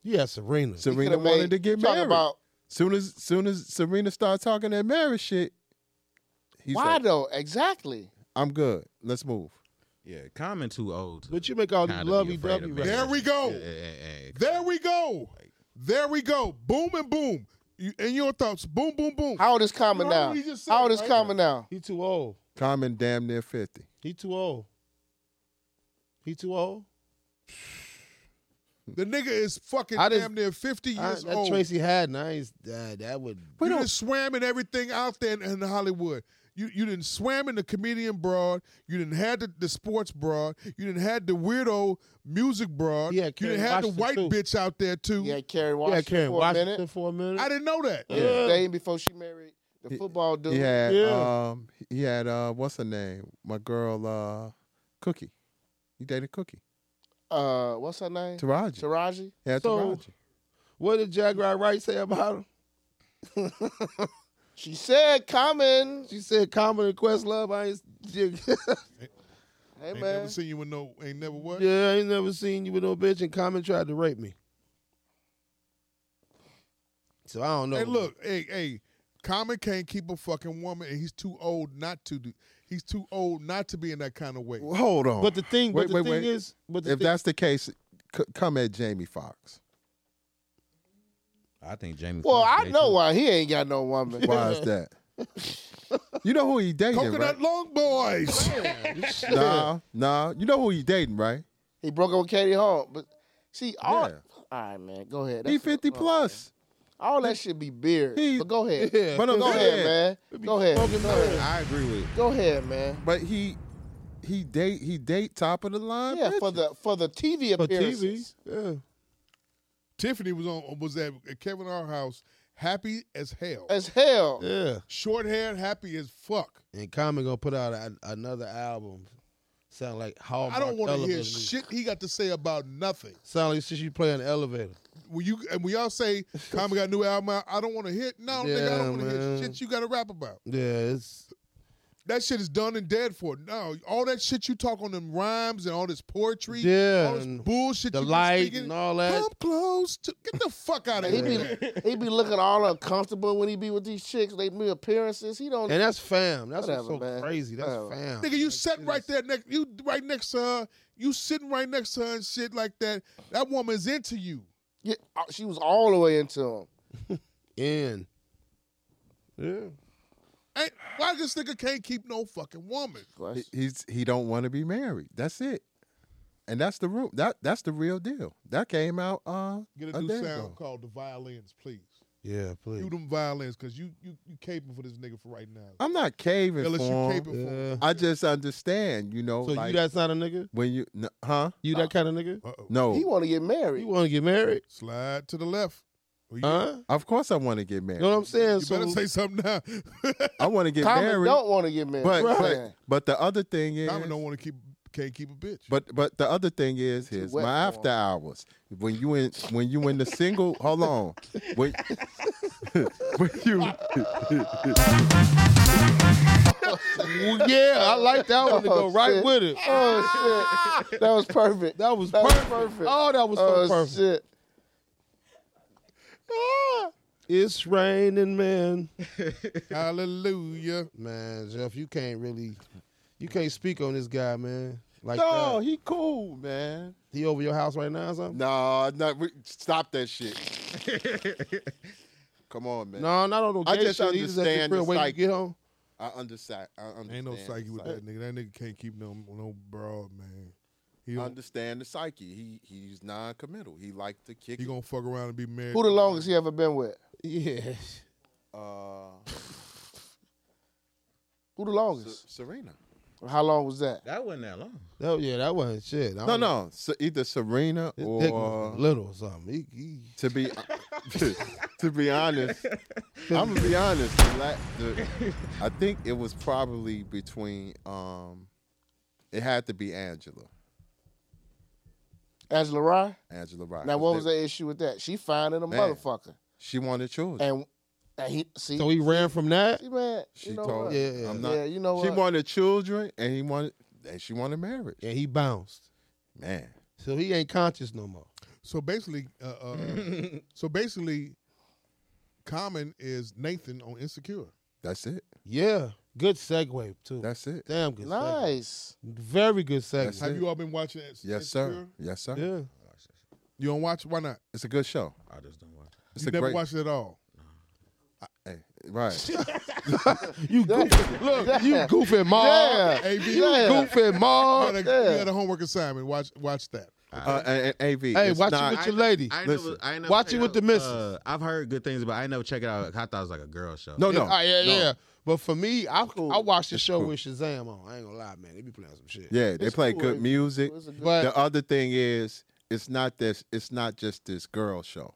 [SPEAKER 6] Yeah, Serena.
[SPEAKER 4] He
[SPEAKER 2] Serena
[SPEAKER 4] coulda
[SPEAKER 2] wanted
[SPEAKER 4] made-
[SPEAKER 2] to get
[SPEAKER 4] talk
[SPEAKER 2] married.
[SPEAKER 4] About,
[SPEAKER 2] soon as soon as Serena started talking that marriage shit, he's
[SPEAKER 4] why
[SPEAKER 2] like,
[SPEAKER 4] though? Exactly.
[SPEAKER 2] I'm good. Let's move.
[SPEAKER 5] Yeah, common too old. to
[SPEAKER 6] but you make all these
[SPEAKER 5] kinda be afraid
[SPEAKER 6] lovey
[SPEAKER 5] of
[SPEAKER 6] dovey
[SPEAKER 5] marriage.
[SPEAKER 10] There we go.
[SPEAKER 5] Yeah, yeah, yeah.
[SPEAKER 10] There we go. There we go. Boom and boom. You, and your thoughts. Boom, boom, boom.
[SPEAKER 4] How old is Common
[SPEAKER 10] You heard
[SPEAKER 4] now?
[SPEAKER 10] what he just said,
[SPEAKER 4] How old is
[SPEAKER 10] right?
[SPEAKER 4] Common now?
[SPEAKER 6] He too old.
[SPEAKER 2] Common damn near fifty.
[SPEAKER 6] He too old. He too old.
[SPEAKER 10] The nigga is fucking
[SPEAKER 6] I just-
[SPEAKER 10] damn near fifty
[SPEAKER 6] I,
[SPEAKER 10] years
[SPEAKER 6] that
[SPEAKER 10] old.
[SPEAKER 6] Tracy Hadden, I ain't, that, that would.
[SPEAKER 10] you done swam in everything out there in, in Hollywood. You you didn't swam in the comedian broad. You didn't had the, the sports broad. You didn't had the weirdo music broad.
[SPEAKER 6] Yeah,
[SPEAKER 10] you
[SPEAKER 6] Karen
[SPEAKER 10] didn't had the
[SPEAKER 6] Washington,
[SPEAKER 10] white
[SPEAKER 6] too.
[SPEAKER 10] bitch out there too.
[SPEAKER 4] Yeah, Karen
[SPEAKER 6] Yeah,
[SPEAKER 4] Washington
[SPEAKER 6] Karen
[SPEAKER 4] for a
[SPEAKER 6] Washington
[SPEAKER 4] minute.
[SPEAKER 6] for a minute. uh,
[SPEAKER 10] I didn't know that.
[SPEAKER 4] She was dating before she married the football dude.
[SPEAKER 2] He had
[SPEAKER 6] Yeah.
[SPEAKER 2] um he had uh what's her name? My girl uh Cookie. He dated Cookie.
[SPEAKER 4] Uh, what's her name?
[SPEAKER 2] Taraji.
[SPEAKER 4] Taraji.
[SPEAKER 2] yeah,
[SPEAKER 6] So-
[SPEAKER 2] Taraji.
[SPEAKER 6] What did Jaguar Wright say about him?
[SPEAKER 4] She said, "Common."
[SPEAKER 6] She said, "Common and Questlove, I ain't,
[SPEAKER 4] Hey
[SPEAKER 10] Ain't
[SPEAKER 4] man,
[SPEAKER 10] never seen you with no. Ain't never what.
[SPEAKER 6] yeah, I ain't never seen you with no bitch." And Common tried to rape me. So I don't know.
[SPEAKER 10] Hey, look, hey, hey, Common can't keep a fucking woman, and he's too old not to do. He's too old not to be in that kind of way.
[SPEAKER 2] Well, Hold on.
[SPEAKER 6] but the thing,
[SPEAKER 2] Wait,
[SPEAKER 6] but the
[SPEAKER 2] wait,
[SPEAKER 6] thing
[SPEAKER 2] wait.
[SPEAKER 6] is, but the
[SPEAKER 2] if
[SPEAKER 6] thing,
[SPEAKER 2] that's the case, c- come at Jamie Foxx.
[SPEAKER 5] I think Jamie.
[SPEAKER 4] Well,
[SPEAKER 5] Foxx
[SPEAKER 4] I
[SPEAKER 5] gay,
[SPEAKER 4] know
[SPEAKER 5] too.
[SPEAKER 4] why he ain't got no woman.
[SPEAKER 2] Why is that? You know who he dating,
[SPEAKER 4] Coconut
[SPEAKER 2] right? Long Boys. nah, nah. You know who he dating, right?
[SPEAKER 4] He broke up with Katie Holmes, but see, all all right, man, go ahead.
[SPEAKER 2] He
[SPEAKER 4] That's-
[SPEAKER 2] 50 plus.
[SPEAKER 4] All that should be beard.
[SPEAKER 2] He-
[SPEAKER 4] but go ahead.
[SPEAKER 2] Yeah. But I'm
[SPEAKER 4] go
[SPEAKER 2] saying,
[SPEAKER 4] ahead, man. Go ahead. Go ahead.
[SPEAKER 5] I agree with.
[SPEAKER 4] Go ahead, man.
[SPEAKER 2] But he he date he date top of the line.
[SPEAKER 4] Yeah, for the for the TV appearances.
[SPEAKER 2] Yeah.
[SPEAKER 10] Tiffany was on was at, at Kevin R house, happy as hell.
[SPEAKER 4] As hell.
[SPEAKER 6] Yeah.
[SPEAKER 10] Short hair, happy as fuck.
[SPEAKER 6] And Common gonna put out a, another album. Sound like Hallmark.
[SPEAKER 10] I don't want to hear
[SPEAKER 6] television.
[SPEAKER 10] shit he got to say about nothing.
[SPEAKER 6] Sound like shit you play in the elevator.
[SPEAKER 10] When you and when y'all say Common got a new album, out, I don't want to hear. No, nigga, I
[SPEAKER 6] Yeah,
[SPEAKER 10] don't want to hear
[SPEAKER 6] man.
[SPEAKER 10] shit you got to rap about.
[SPEAKER 6] Yeah, it's
[SPEAKER 10] That shit is done and dead for. No, all that shit you talk on them rhymes and all this poetry,
[SPEAKER 6] Yeah,
[SPEAKER 10] all this
[SPEAKER 6] and
[SPEAKER 10] bullshit,
[SPEAKER 6] the
[SPEAKER 10] you been
[SPEAKER 6] light
[SPEAKER 10] speaking,
[SPEAKER 6] and all that.
[SPEAKER 10] Come close to get the fuck out of
[SPEAKER 4] He
[SPEAKER 10] here.
[SPEAKER 4] be he be looking all uncomfortable when he be with these chicks. They be appearances. He don't.
[SPEAKER 6] and that's fam. That's what's
[SPEAKER 4] Whatever,
[SPEAKER 6] so
[SPEAKER 4] man.
[SPEAKER 6] crazy. That's
[SPEAKER 4] Whatever.
[SPEAKER 6] fam.
[SPEAKER 10] Nigga, you sat right there next you right next to her. You sitting right next to her and shit like that. That woman's into you.
[SPEAKER 4] Yeah, uh, she was all the way into him.
[SPEAKER 6] In. Yeah.
[SPEAKER 10] Ain't, why this nigga can't keep no fucking woman?
[SPEAKER 2] He- He's he don't want to be married. That's it. And that's the room. That that's the real deal. That came out. Uh,
[SPEAKER 10] Get a,
[SPEAKER 2] day
[SPEAKER 10] new
[SPEAKER 2] ago.
[SPEAKER 10] sound called the violins, please.
[SPEAKER 6] Yeah, please.
[SPEAKER 10] Do them violins, cause you you you caping for this nigga for right now.
[SPEAKER 2] I'm not caving
[SPEAKER 10] Ellis, you
[SPEAKER 2] for him.
[SPEAKER 10] caping for him.
[SPEAKER 2] I just understand. You know.
[SPEAKER 6] So
[SPEAKER 2] like,
[SPEAKER 6] you that's not a nigga?
[SPEAKER 2] when you n- huh? Uh.
[SPEAKER 6] You that kind of nigga?
[SPEAKER 2] No.
[SPEAKER 4] He want to get married.
[SPEAKER 6] You want to get married?
[SPEAKER 10] Slide to the left. Well, you-
[SPEAKER 6] Huh?
[SPEAKER 2] Of course, I want to get married.
[SPEAKER 6] You know what I'm saying?
[SPEAKER 10] You better say something now.
[SPEAKER 2] I want to get
[SPEAKER 4] Common
[SPEAKER 2] married.
[SPEAKER 4] don't want to get married.
[SPEAKER 2] but,
[SPEAKER 4] Right.
[SPEAKER 2] but but the other thing is,
[SPEAKER 10] Diamond don't want to keep can't keep a bitch.
[SPEAKER 2] But but the other thing is his
[SPEAKER 10] wet
[SPEAKER 2] my
[SPEAKER 10] for
[SPEAKER 2] after hours. When you in when you in the single, hold on. When, when you
[SPEAKER 6] yeah, I like that one to go
[SPEAKER 4] Oh,
[SPEAKER 6] right
[SPEAKER 4] shit.
[SPEAKER 6] with it.
[SPEAKER 4] Oh shit, that was perfect.
[SPEAKER 6] That was
[SPEAKER 4] That was
[SPEAKER 6] perfect.
[SPEAKER 4] perfect.
[SPEAKER 6] Oh, that was so
[SPEAKER 4] Oh,
[SPEAKER 6] perfect.
[SPEAKER 4] shit.
[SPEAKER 6] It's raining, man.
[SPEAKER 10] Hallelujah.
[SPEAKER 6] Man, Jeff, you can't really, you can't speak on this guy, man. Like
[SPEAKER 2] No,
[SPEAKER 6] that.
[SPEAKER 2] he cool, man.
[SPEAKER 6] he over your house right now or something?
[SPEAKER 2] No, no, we, stop that shit. Come on, man.
[SPEAKER 6] No, not on no
[SPEAKER 2] I
[SPEAKER 6] gay
[SPEAKER 2] just
[SPEAKER 6] shit. He just at the
[SPEAKER 2] understand
[SPEAKER 6] crib
[SPEAKER 2] the
[SPEAKER 6] waiting to
[SPEAKER 2] psyche.
[SPEAKER 6] get home.
[SPEAKER 2] I understand. I understand.
[SPEAKER 10] Ain't no psyche
[SPEAKER 2] the
[SPEAKER 10] with that nigga. That nigga can't keep no no broad, man. He
[SPEAKER 2] I
[SPEAKER 10] don't,
[SPEAKER 2] understand the psyche. He he's non-committal. He like to kick.
[SPEAKER 10] he gonna fuck around and be married.
[SPEAKER 4] Who the longest he ever been with?
[SPEAKER 6] Yeah.
[SPEAKER 2] uh,
[SPEAKER 4] Who the longest?
[SPEAKER 2] Se- Serena.
[SPEAKER 4] How long was that?
[SPEAKER 5] That wasn't that long.
[SPEAKER 6] That, yeah, that wasn't shit. I
[SPEAKER 2] No,
[SPEAKER 6] don't-
[SPEAKER 2] no. So either Serena
[SPEAKER 6] His dick
[SPEAKER 2] or uh,
[SPEAKER 6] was little or something. He, he,
[SPEAKER 2] to be uh, to be honest, I'm gonna be honest. The la- the, I think it was probably between. um It had to be Angela.
[SPEAKER 4] Angela Rye.
[SPEAKER 2] Angela Rye.
[SPEAKER 4] Now,
[SPEAKER 2] 'cause
[SPEAKER 4] what
[SPEAKER 2] they-
[SPEAKER 4] was the issue with that? She finding a
[SPEAKER 2] Man.
[SPEAKER 4] motherfucker,
[SPEAKER 2] She wanted children.
[SPEAKER 4] and and he see.
[SPEAKER 6] so he ran from that.
[SPEAKER 4] see, man,
[SPEAKER 2] she
[SPEAKER 4] you know
[SPEAKER 2] told.
[SPEAKER 4] what?
[SPEAKER 6] Yeah.
[SPEAKER 2] I'm not.
[SPEAKER 4] Yeah, you know
[SPEAKER 2] She
[SPEAKER 4] what?
[SPEAKER 2] wanted children, and he wanted. And she wanted marriage.
[SPEAKER 6] Yeah, he bounced.
[SPEAKER 2] Man.
[SPEAKER 6] So he ain't conscious no more.
[SPEAKER 10] So basically, uh, uh, so basically, Common is Nathan on Insecure.
[SPEAKER 2] That's it.
[SPEAKER 6] Yeah. Good segue too.
[SPEAKER 2] That's it.
[SPEAKER 6] Damn good. Segue.
[SPEAKER 4] Nice.
[SPEAKER 6] Very good segue.
[SPEAKER 2] That's
[SPEAKER 10] Have
[SPEAKER 2] it.
[SPEAKER 10] you all been watching? Ins-
[SPEAKER 2] Yes,
[SPEAKER 10] Insecure?
[SPEAKER 2] sir. Yes, sir.
[SPEAKER 6] Yeah.
[SPEAKER 10] You don't watch? Why not?
[SPEAKER 2] It's a good show.
[SPEAKER 5] I just don't watch.
[SPEAKER 2] It's
[SPEAKER 10] you
[SPEAKER 2] a
[SPEAKER 10] never
[SPEAKER 2] great.
[SPEAKER 10] watched it at all.
[SPEAKER 2] Hey, right.
[SPEAKER 6] You goofy. Look, you goofy, Ma.
[SPEAKER 4] Yeah.
[SPEAKER 10] Hey, B,
[SPEAKER 4] Yeah.
[SPEAKER 6] Goofy, Ma.
[SPEAKER 10] you, had a, you had a homework assignment. Watch, watch that.
[SPEAKER 2] Uh, and- and AV.
[SPEAKER 6] Hey,
[SPEAKER 2] it's
[SPEAKER 6] watch
[SPEAKER 2] not-
[SPEAKER 6] it with your lady.
[SPEAKER 5] I ain't
[SPEAKER 2] Listen.
[SPEAKER 5] never, I ain't never
[SPEAKER 6] Watch
[SPEAKER 5] checked
[SPEAKER 6] it with
[SPEAKER 5] out,
[SPEAKER 6] the missus.
[SPEAKER 5] Uh, I've heard good things, but I ain't never check it out. I thought it was like a girl show.
[SPEAKER 2] No, no.
[SPEAKER 6] Ah, yeah, yeah. But for me, I I watched the show
[SPEAKER 2] cool.
[SPEAKER 6] with Shazam on. I ain't gonna lie, man. They be playing some shit.
[SPEAKER 2] Yeah, they
[SPEAKER 4] It's
[SPEAKER 2] play
[SPEAKER 4] cool.
[SPEAKER 2] good music.
[SPEAKER 4] It's a good-
[SPEAKER 6] But
[SPEAKER 2] the other thing is, it's not this. It's not just this girl show.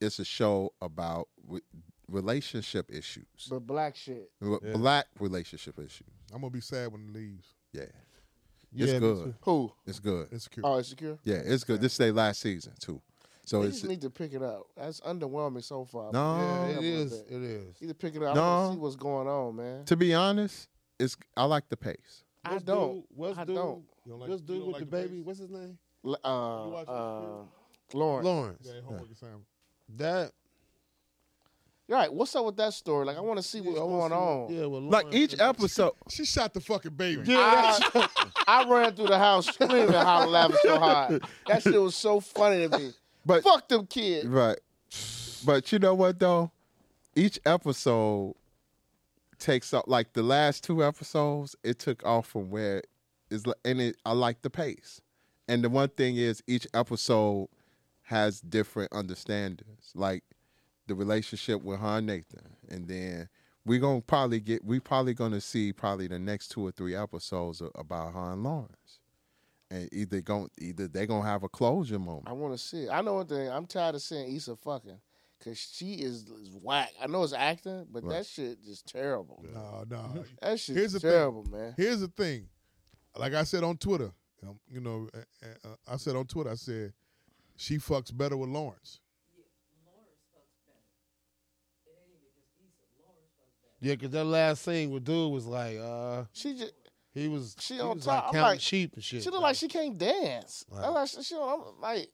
[SPEAKER 2] It's a show about re- relationship issues,
[SPEAKER 4] But black shit.
[SPEAKER 2] R- black relationship issues.
[SPEAKER 10] I'm gonna be sad when it leaves.
[SPEAKER 2] Yeah,
[SPEAKER 6] yeah,
[SPEAKER 2] it's
[SPEAKER 6] me
[SPEAKER 2] good.
[SPEAKER 6] too.
[SPEAKER 4] Who?
[SPEAKER 2] It's good.
[SPEAKER 10] Insecure.
[SPEAKER 4] Oh, insecure.
[SPEAKER 2] Yeah, it's good. This is their last season too, so
[SPEAKER 4] You
[SPEAKER 2] Oh, it's
[SPEAKER 4] just need to pick it up. That's underwhelming so far.
[SPEAKER 2] no.
[SPEAKER 6] Yeah,
[SPEAKER 4] Yeah,
[SPEAKER 6] it is.
[SPEAKER 4] but-
[SPEAKER 6] It is.
[SPEAKER 4] Either pick it up no.
[SPEAKER 2] No.
[SPEAKER 4] see what's going on, man.
[SPEAKER 2] To be honest, it's I like the pace.
[SPEAKER 4] I
[SPEAKER 6] What's
[SPEAKER 4] don't.
[SPEAKER 6] dude- What's
[SPEAKER 4] I
[SPEAKER 6] dude-
[SPEAKER 4] don't.
[SPEAKER 10] You don't like-
[SPEAKER 6] What's
[SPEAKER 10] you
[SPEAKER 6] dude
[SPEAKER 10] don't
[SPEAKER 6] with
[SPEAKER 10] like
[SPEAKER 6] the
[SPEAKER 10] the
[SPEAKER 6] baby?
[SPEAKER 10] face?
[SPEAKER 6] What's his name?
[SPEAKER 4] L-
[SPEAKER 10] You
[SPEAKER 4] Uh,
[SPEAKER 10] watch
[SPEAKER 4] uh,
[SPEAKER 10] Insecure?
[SPEAKER 4] Lawrence.
[SPEAKER 6] Lawrence.
[SPEAKER 10] Yeah, homework assignment.
[SPEAKER 6] That
[SPEAKER 4] Right. What's up with that story? Like, I want to see what's
[SPEAKER 6] I wanna
[SPEAKER 4] going on.
[SPEAKER 6] see- Yeah, well,
[SPEAKER 2] Like
[SPEAKER 6] Lawrence
[SPEAKER 2] each
[SPEAKER 6] and-
[SPEAKER 2] episode,
[SPEAKER 10] She shot the fucking baby.
[SPEAKER 4] I, I ran through the house screaming how laughing so hard. That shit was so funny to me.
[SPEAKER 2] But-
[SPEAKER 4] Fuck them kids.
[SPEAKER 2] right? But you know what though? Each episode takes up like the last two episodes, it took off from where is and it I like the pace. And the one thing is each episode has different understandings. Like the relationship with her and Nathan. And then we're gonna probably get we probably gonna see probably the next two or three episodes a- about her and Lawrence. And either going either they're gonna have a closure moment.
[SPEAKER 4] I want to see. it. I know one thing. I'm tired of seeing Issa fucking because she is, is whack. I know it's acting, but
[SPEAKER 10] Right.
[SPEAKER 4] that shit is terrible.
[SPEAKER 10] No, no.
[SPEAKER 4] that shit's
[SPEAKER 10] Here's the thing.
[SPEAKER 4] terrible, man.
[SPEAKER 10] Here's the thing. Like I said on Twitter, um, you know, uh, uh, I said on Twitter, I said she fucks better with Lawrence.
[SPEAKER 6] Yeah, because that last thing with dude was like, uh,
[SPEAKER 4] she just
[SPEAKER 6] he was
[SPEAKER 4] She
[SPEAKER 6] he
[SPEAKER 4] on
[SPEAKER 6] was
[SPEAKER 4] top.
[SPEAKER 6] like
[SPEAKER 4] I'm
[SPEAKER 6] counting
[SPEAKER 4] like,
[SPEAKER 6] sheep and shit.
[SPEAKER 4] She look like she can't dance.
[SPEAKER 6] Right.
[SPEAKER 4] I'm like, she, she don't, I'm like,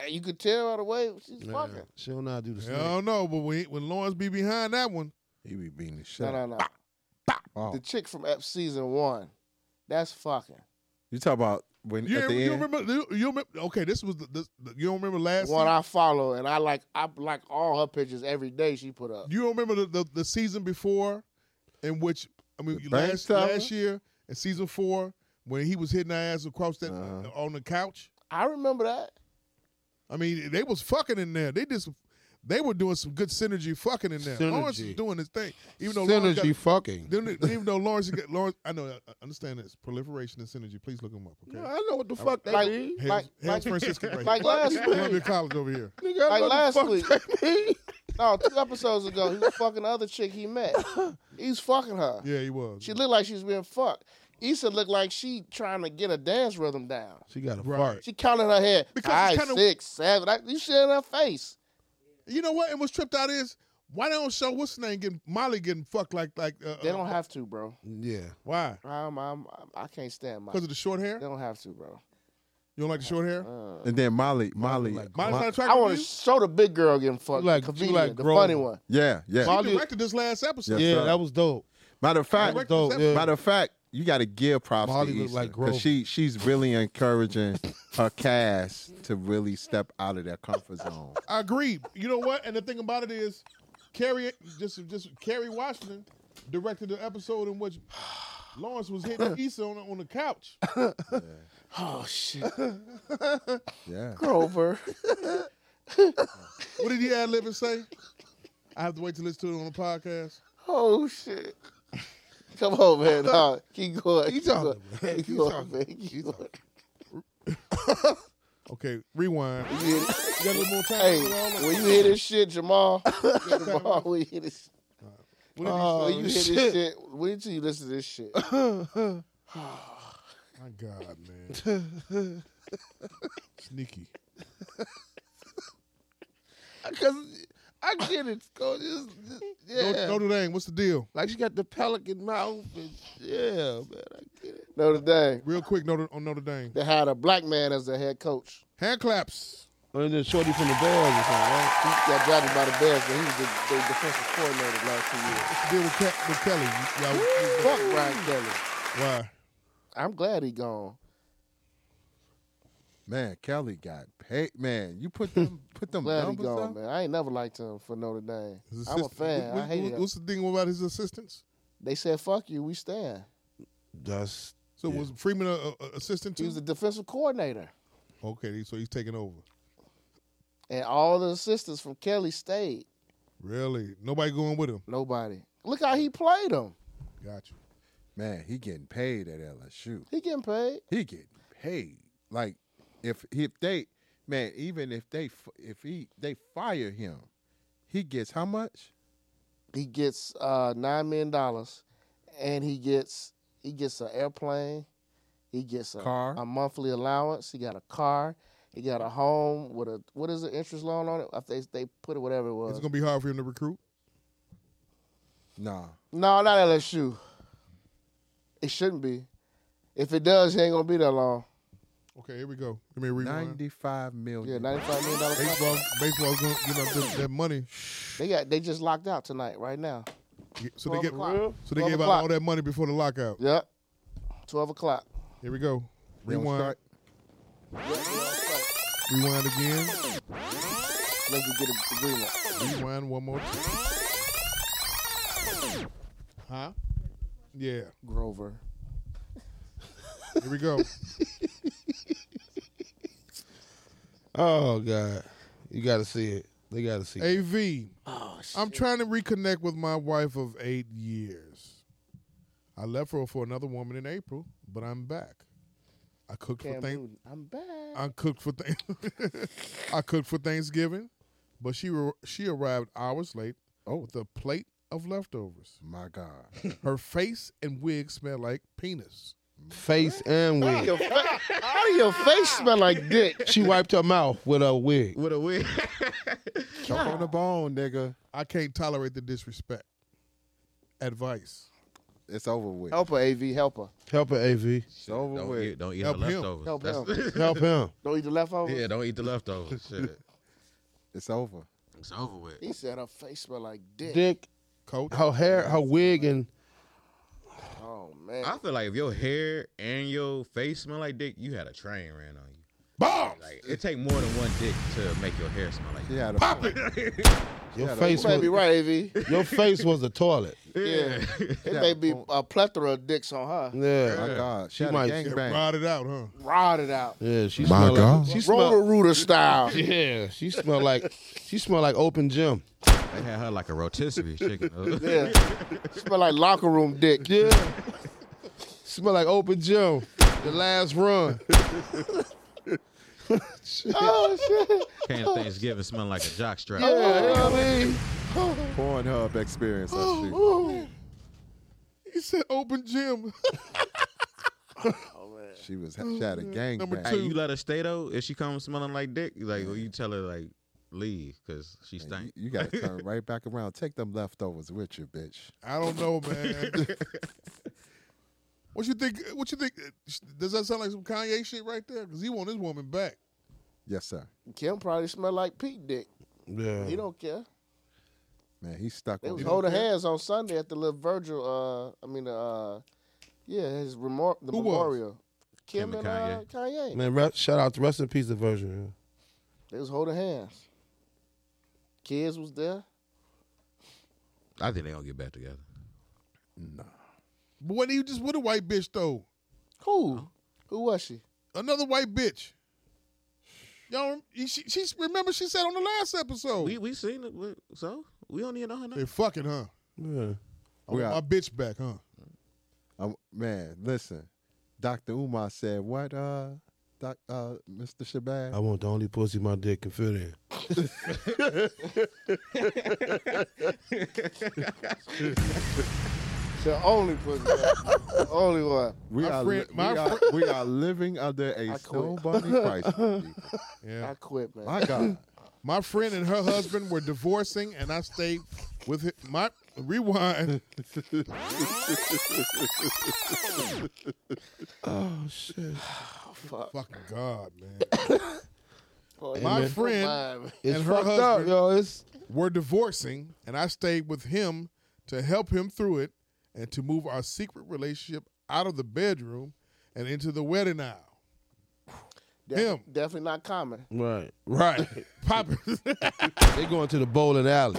[SPEAKER 4] and you could tell right away she's
[SPEAKER 6] Yeah.
[SPEAKER 4] fucking.
[SPEAKER 6] She don't know how to do the
[SPEAKER 10] I
[SPEAKER 6] snake.
[SPEAKER 10] don't know, but when, when Lawrence be behind that one,
[SPEAKER 2] he be beating the shit.
[SPEAKER 4] No, no, no.
[SPEAKER 2] Oh,
[SPEAKER 4] The chick from Ep season one, that's fucking.
[SPEAKER 2] You talk about when
[SPEAKER 10] you,
[SPEAKER 2] at the
[SPEAKER 10] you
[SPEAKER 2] end.
[SPEAKER 10] remember? You, you remember? Okay, this was the, this, the- you don't remember last
[SPEAKER 4] One I
[SPEAKER 10] season?
[SPEAKER 4] follow, and I like I like all her pictures every day she put up.
[SPEAKER 10] You don't remember the, the, the season before, in which I mean
[SPEAKER 2] bank
[SPEAKER 10] last
[SPEAKER 2] teller?
[SPEAKER 10] last year in season four when he was hitting her ass across that
[SPEAKER 2] Uh-huh.
[SPEAKER 10] on the couch.
[SPEAKER 4] I remember that.
[SPEAKER 10] I mean, they was fucking in there. They just they were doing some good synergy fucking in there. Lawrence is
[SPEAKER 6] Synergy.
[SPEAKER 10] doing his thing, even though Lawrence
[SPEAKER 6] Synergy
[SPEAKER 10] got-
[SPEAKER 6] fucking.
[SPEAKER 10] Didn't it- Even though Lawrence, got- Lawrence, I know, I understand this proliferation and synergy. Please look him up. Okay,
[SPEAKER 6] I know what the
[SPEAKER 10] All
[SPEAKER 6] fuck
[SPEAKER 10] right.
[SPEAKER 6] they
[SPEAKER 4] Like-
[SPEAKER 6] mean.
[SPEAKER 10] Hell's,
[SPEAKER 4] like-
[SPEAKER 10] Hell's
[SPEAKER 4] like-
[SPEAKER 10] Franciscan right
[SPEAKER 4] like
[SPEAKER 10] here.
[SPEAKER 4] last week.
[SPEAKER 10] Columbia College over here.
[SPEAKER 6] Nigga, I
[SPEAKER 4] like
[SPEAKER 6] know the
[SPEAKER 4] last
[SPEAKER 6] fuck
[SPEAKER 4] week.
[SPEAKER 6] they mean.
[SPEAKER 4] No, two episodes ago, he was fucking the other chick he met. He's fucking her.
[SPEAKER 10] Yeah, he was.
[SPEAKER 4] She looked like she was being fucked. Issa looked like she trying to get a dance rhythm down.
[SPEAKER 6] She got a
[SPEAKER 10] Right.
[SPEAKER 4] She counting her head.
[SPEAKER 10] Because
[SPEAKER 4] Five,
[SPEAKER 10] it's kinda-
[SPEAKER 4] six, seven. I, you shit in her face.
[SPEAKER 10] You know what? And what's tripped out is why they don't show what's his name getting Molly getting fucked like like uh,
[SPEAKER 4] They
[SPEAKER 10] uh,
[SPEAKER 4] don't have to, bro.
[SPEAKER 6] Yeah.
[SPEAKER 10] why
[SPEAKER 4] I'm, I'm, I'm, I can't stand my.
[SPEAKER 10] because of the short hair.
[SPEAKER 4] They don't have to, bro.
[SPEAKER 10] You don't like the short hair?
[SPEAKER 2] and then Molly, Molly,
[SPEAKER 10] Molly's
[SPEAKER 2] Mo-
[SPEAKER 10] not attractive.
[SPEAKER 4] I want
[SPEAKER 10] to
[SPEAKER 4] to
[SPEAKER 10] you?
[SPEAKER 4] show the big girl getting fucked.
[SPEAKER 6] like-
[SPEAKER 4] Like,
[SPEAKER 6] you
[SPEAKER 4] comedian,
[SPEAKER 6] like
[SPEAKER 4] the
[SPEAKER 6] grown.
[SPEAKER 4] funny one.
[SPEAKER 2] yeah, yeah.
[SPEAKER 10] She directed this last episode.
[SPEAKER 2] Yes,
[SPEAKER 6] Yeah,
[SPEAKER 2] sir.
[SPEAKER 6] that was dope.
[SPEAKER 2] Matter of fact,
[SPEAKER 10] Directed this
[SPEAKER 6] dope,
[SPEAKER 10] episode.
[SPEAKER 6] yeah.
[SPEAKER 2] matter of fact, you got to give props
[SPEAKER 6] Molly
[SPEAKER 2] to
[SPEAKER 6] look
[SPEAKER 2] Issa
[SPEAKER 6] like
[SPEAKER 2] 'cause
[SPEAKER 6] Grover.
[SPEAKER 2] she she's really encouraging her cast to really step out of their comfort zone.
[SPEAKER 10] I agree. You know what? And the thing about it is, Carrie just just Carrie Washington directed the episode in which Lawrence was hitting Issa on, on the couch.
[SPEAKER 4] Oh shit,
[SPEAKER 2] Yeah,
[SPEAKER 4] Grover.
[SPEAKER 10] What did he ad lib and say? I have to wait to listen to it on the podcast.
[SPEAKER 4] Oh shit. Come on, man. Dog. Keep going. Keep going.
[SPEAKER 6] man.
[SPEAKER 4] Keep going, man. Keep going.
[SPEAKER 10] Okay, rewind. You
[SPEAKER 4] You hear-
[SPEAKER 10] got a little more time.
[SPEAKER 4] Hey,
[SPEAKER 10] for all that?
[SPEAKER 4] when you hear this shit, Jamal, Jamal, when you hear this,
[SPEAKER 10] What did he
[SPEAKER 4] when
[SPEAKER 10] say?
[SPEAKER 4] oh, you hear this shit, wait until you listen to this shit.
[SPEAKER 10] My God, man. Sneaky.
[SPEAKER 6] Because I get it. Go, just, just- yeah.
[SPEAKER 10] Notre, Notre Dame, what's the deal?
[SPEAKER 6] Like she got the pelican mouth. And, yeah, man. I get it.
[SPEAKER 4] Notre Dame,
[SPEAKER 10] Real quick, Notre on Notre Dame.
[SPEAKER 4] they had a black man as the head coach.
[SPEAKER 10] Hand claps.
[SPEAKER 6] And then Shorty from the Bears or something, right?
[SPEAKER 4] He got drafted by the Bears, but he was the, the defensive coordinator the last two years.
[SPEAKER 10] Deal with, Ke- with Kelly. Y'all-
[SPEAKER 4] Fuck Brian Kelly.
[SPEAKER 10] why?
[SPEAKER 4] I'm glad he gone.
[SPEAKER 2] man, Kelly got paid. Man, you put them put them
[SPEAKER 4] Glad he
[SPEAKER 2] numbers
[SPEAKER 4] gone,
[SPEAKER 2] up.
[SPEAKER 4] man. I ain't never liked him for Notre Dame.
[SPEAKER 10] His
[SPEAKER 4] I'm a
[SPEAKER 10] assistant-
[SPEAKER 4] fan.
[SPEAKER 10] what-
[SPEAKER 4] I hated
[SPEAKER 10] what-
[SPEAKER 4] him.
[SPEAKER 10] What's the thing about his assistants?
[SPEAKER 4] They said, "Fuck you, we stand."
[SPEAKER 6] That's
[SPEAKER 10] So was Freeman a, a- a assistant
[SPEAKER 4] He
[SPEAKER 10] too?
[SPEAKER 4] was the defensive coordinator,
[SPEAKER 10] okay, so he's taking over.
[SPEAKER 4] and all the assistants from Kelly stayed.
[SPEAKER 10] Really? Nobody going with him?
[SPEAKER 4] Nobody. Look how he played him.
[SPEAKER 10] Got you.
[SPEAKER 2] Man, he getting paid at LSU.
[SPEAKER 4] He getting paid.
[SPEAKER 2] He getting paid. Like if if they man, even if they f- if he they fire him, he gets how much?
[SPEAKER 4] He gets uh, nine million dollars, and he gets he gets an airplane. He gets a
[SPEAKER 2] Car.
[SPEAKER 4] a monthly allowance. He got a car. He got a home with a what is the interest loan on it? If they they put it whatever it
[SPEAKER 10] It's
[SPEAKER 4] was.
[SPEAKER 10] gonna be hard for him to recruit.
[SPEAKER 2] Nah.
[SPEAKER 4] No, not LSU. It shouldn't be. If it does, he ain't gonna be there long.
[SPEAKER 10] Okay, here we go. Let me rewind.
[SPEAKER 2] Ninety five million.
[SPEAKER 4] Yeah, ninety five million dollars.
[SPEAKER 10] Baseball, baseball's gonna give up that, that money.
[SPEAKER 4] They got they just locked out tonight, right now.
[SPEAKER 10] So they
[SPEAKER 4] 12
[SPEAKER 10] get
[SPEAKER 4] o'clock.
[SPEAKER 10] so they
[SPEAKER 4] 12
[SPEAKER 10] gave out
[SPEAKER 4] o'clock.
[SPEAKER 10] all that money before the lockout.
[SPEAKER 4] Yep. Twelve o'clock.
[SPEAKER 10] Here we go.
[SPEAKER 2] They don't
[SPEAKER 10] Rewind.
[SPEAKER 2] start-
[SPEAKER 10] Rewind again.
[SPEAKER 4] Make you get an agreement.
[SPEAKER 10] Rewind one more time. Huh? Yeah.
[SPEAKER 4] Grover.
[SPEAKER 10] Here we go.
[SPEAKER 6] Oh God, you got to see it. They got to see it.
[SPEAKER 10] AV.
[SPEAKER 4] Oh,
[SPEAKER 10] I'm trying to reconnect with my wife of eight years. I left her for another woman in April, but I'm back. I cooked
[SPEAKER 4] Cam
[SPEAKER 10] for things.
[SPEAKER 4] Newton. I'm back.
[SPEAKER 10] I cooked for things. I cooked for Thanksgiving, but she were, she arrived hours late oh, with a plate of leftovers. My God, her face and wig smelled like penis.
[SPEAKER 6] Face and wig.
[SPEAKER 4] Your fa- How do your face smell like dick?
[SPEAKER 6] She wiped her mouth with a wig.
[SPEAKER 5] With a wig.
[SPEAKER 10] Chop on the bone, nigga. I can't tolerate the disrespect. Advice.
[SPEAKER 2] It's over with.
[SPEAKER 4] Help her, AV. Help her.
[SPEAKER 6] Help her, AV.
[SPEAKER 2] It's over
[SPEAKER 5] Don't
[SPEAKER 2] with.
[SPEAKER 5] eat, don't eat
[SPEAKER 10] Help
[SPEAKER 5] the
[SPEAKER 10] him.
[SPEAKER 5] leftovers.
[SPEAKER 4] Help
[SPEAKER 5] That's-
[SPEAKER 4] him.
[SPEAKER 6] Help him.
[SPEAKER 4] Don't eat the leftovers.
[SPEAKER 5] yeah, don't eat the leftovers. Shit.
[SPEAKER 2] It's over.
[SPEAKER 5] It's over with.
[SPEAKER 4] He said her face smell like dick.
[SPEAKER 6] Dick.
[SPEAKER 10] Coach.
[SPEAKER 6] Her hair, her wig, and
[SPEAKER 4] Oh man.
[SPEAKER 5] I feel like if your hair and your face smell like dick, you had a train ran on you.
[SPEAKER 10] Bombs.
[SPEAKER 5] Like it take more than one dick to make your hair smell like
[SPEAKER 2] She
[SPEAKER 5] dick.
[SPEAKER 2] had a
[SPEAKER 10] Pop it.
[SPEAKER 6] your
[SPEAKER 2] Yeah,
[SPEAKER 6] face
[SPEAKER 4] You may
[SPEAKER 6] was
[SPEAKER 4] be right, AV.
[SPEAKER 6] your face was a toilet.
[SPEAKER 4] Yeah. It
[SPEAKER 2] Yeah,
[SPEAKER 4] may be
[SPEAKER 2] boom.
[SPEAKER 4] a plethora of dicks on her.
[SPEAKER 2] My
[SPEAKER 6] Yeah,
[SPEAKER 2] God. She,
[SPEAKER 6] She
[SPEAKER 2] had
[SPEAKER 6] might-
[SPEAKER 2] a gangbang.
[SPEAKER 10] Brought it out, huh?
[SPEAKER 4] Rotted out.
[SPEAKER 6] yeah. She
[SPEAKER 2] My
[SPEAKER 6] smelled
[SPEAKER 2] God.
[SPEAKER 6] like she
[SPEAKER 4] Roto
[SPEAKER 6] smelled.
[SPEAKER 4] Rooter style.
[SPEAKER 6] Yeah, she smelled like she smelled like open gym.
[SPEAKER 5] They had her like a rotisserie chicken.
[SPEAKER 4] Yeah. smell like locker room dick.
[SPEAKER 6] Yeah, smell like open gym. The last run.
[SPEAKER 5] Can Thanksgiving smell like a jock strap.
[SPEAKER 6] Yeah, you know what I mean?
[SPEAKER 2] Pornhub experience. that shit.
[SPEAKER 10] He said open gym.
[SPEAKER 2] She was she had a gang
[SPEAKER 10] Number
[SPEAKER 2] bang.
[SPEAKER 5] Hey, you let her stay though. If she comes smelling like dick, you like well, you tell her like leave because she
[SPEAKER 2] You,
[SPEAKER 5] stink.
[SPEAKER 2] you gotta turn right back around. Take them leftovers with you, bitch.
[SPEAKER 10] I don't know, man. what you think? What you think? Does that sound like some Kanye shit right there? Because he want his woman back.
[SPEAKER 2] Yes, sir.
[SPEAKER 4] Kim probably smell like Pete dick.
[SPEAKER 6] Yeah.
[SPEAKER 4] He don't care.
[SPEAKER 2] Man, he stuck
[SPEAKER 4] They
[SPEAKER 2] on
[SPEAKER 4] was
[SPEAKER 2] it.
[SPEAKER 4] holding hands on Sunday at the little Virgil. Uh, I mean, uh, yeah, his remor- the
[SPEAKER 10] Who was?
[SPEAKER 4] memorial. Kim,
[SPEAKER 5] Kim
[SPEAKER 4] and
[SPEAKER 5] and
[SPEAKER 4] uh, Kanye.
[SPEAKER 6] Man, re- shout out to rest in peace, the version.
[SPEAKER 4] They was holding hands. Kids was there.
[SPEAKER 5] I think they gonna get back together.
[SPEAKER 10] But wasn't he just with a white bitch though?
[SPEAKER 4] Who? Who was she?
[SPEAKER 10] Another white bitch. Y'all, she, she remember she said on the last episode
[SPEAKER 5] We we seen it, we- so we don't need to know her.
[SPEAKER 10] they
[SPEAKER 5] name.
[SPEAKER 10] fucking huh?
[SPEAKER 6] Yeah.
[SPEAKER 10] I
[SPEAKER 2] We
[SPEAKER 10] want my
[SPEAKER 2] out.
[SPEAKER 10] bitch back, huh?
[SPEAKER 2] Um, man, listen. Dr. Umar said, What uh doc, uh Mr. Shabazz?
[SPEAKER 6] I want the only pussy my dick can fit in.
[SPEAKER 4] The only pussy. the only one.
[SPEAKER 2] we,
[SPEAKER 10] my
[SPEAKER 2] are
[SPEAKER 10] friend-
[SPEAKER 2] li-
[SPEAKER 10] my
[SPEAKER 2] we, are, we are living under a
[SPEAKER 4] quit.
[SPEAKER 2] snowballing crisis. people.
[SPEAKER 10] Yeah.
[SPEAKER 4] I quit, man.
[SPEAKER 2] My God.
[SPEAKER 10] My friend and her husband were divorcing, and I stayed with hi- my rewind.
[SPEAKER 6] Oh shit.
[SPEAKER 10] Fucking God, man.
[SPEAKER 4] Oh, yeah,
[SPEAKER 10] My
[SPEAKER 4] man.
[SPEAKER 10] friend
[SPEAKER 4] Don't mind me.
[SPEAKER 6] It's
[SPEAKER 10] and her
[SPEAKER 6] fucked up,
[SPEAKER 10] husband
[SPEAKER 6] yo. It's
[SPEAKER 10] were divorcing, and I stayed with him to help him through it and to move our secret relationship out of the bedroom and into the wedding aisle.
[SPEAKER 4] Defi-
[SPEAKER 10] him.
[SPEAKER 4] Definitely not common.
[SPEAKER 6] right.
[SPEAKER 10] Right. Pop it.
[SPEAKER 6] They going to the bowling alley.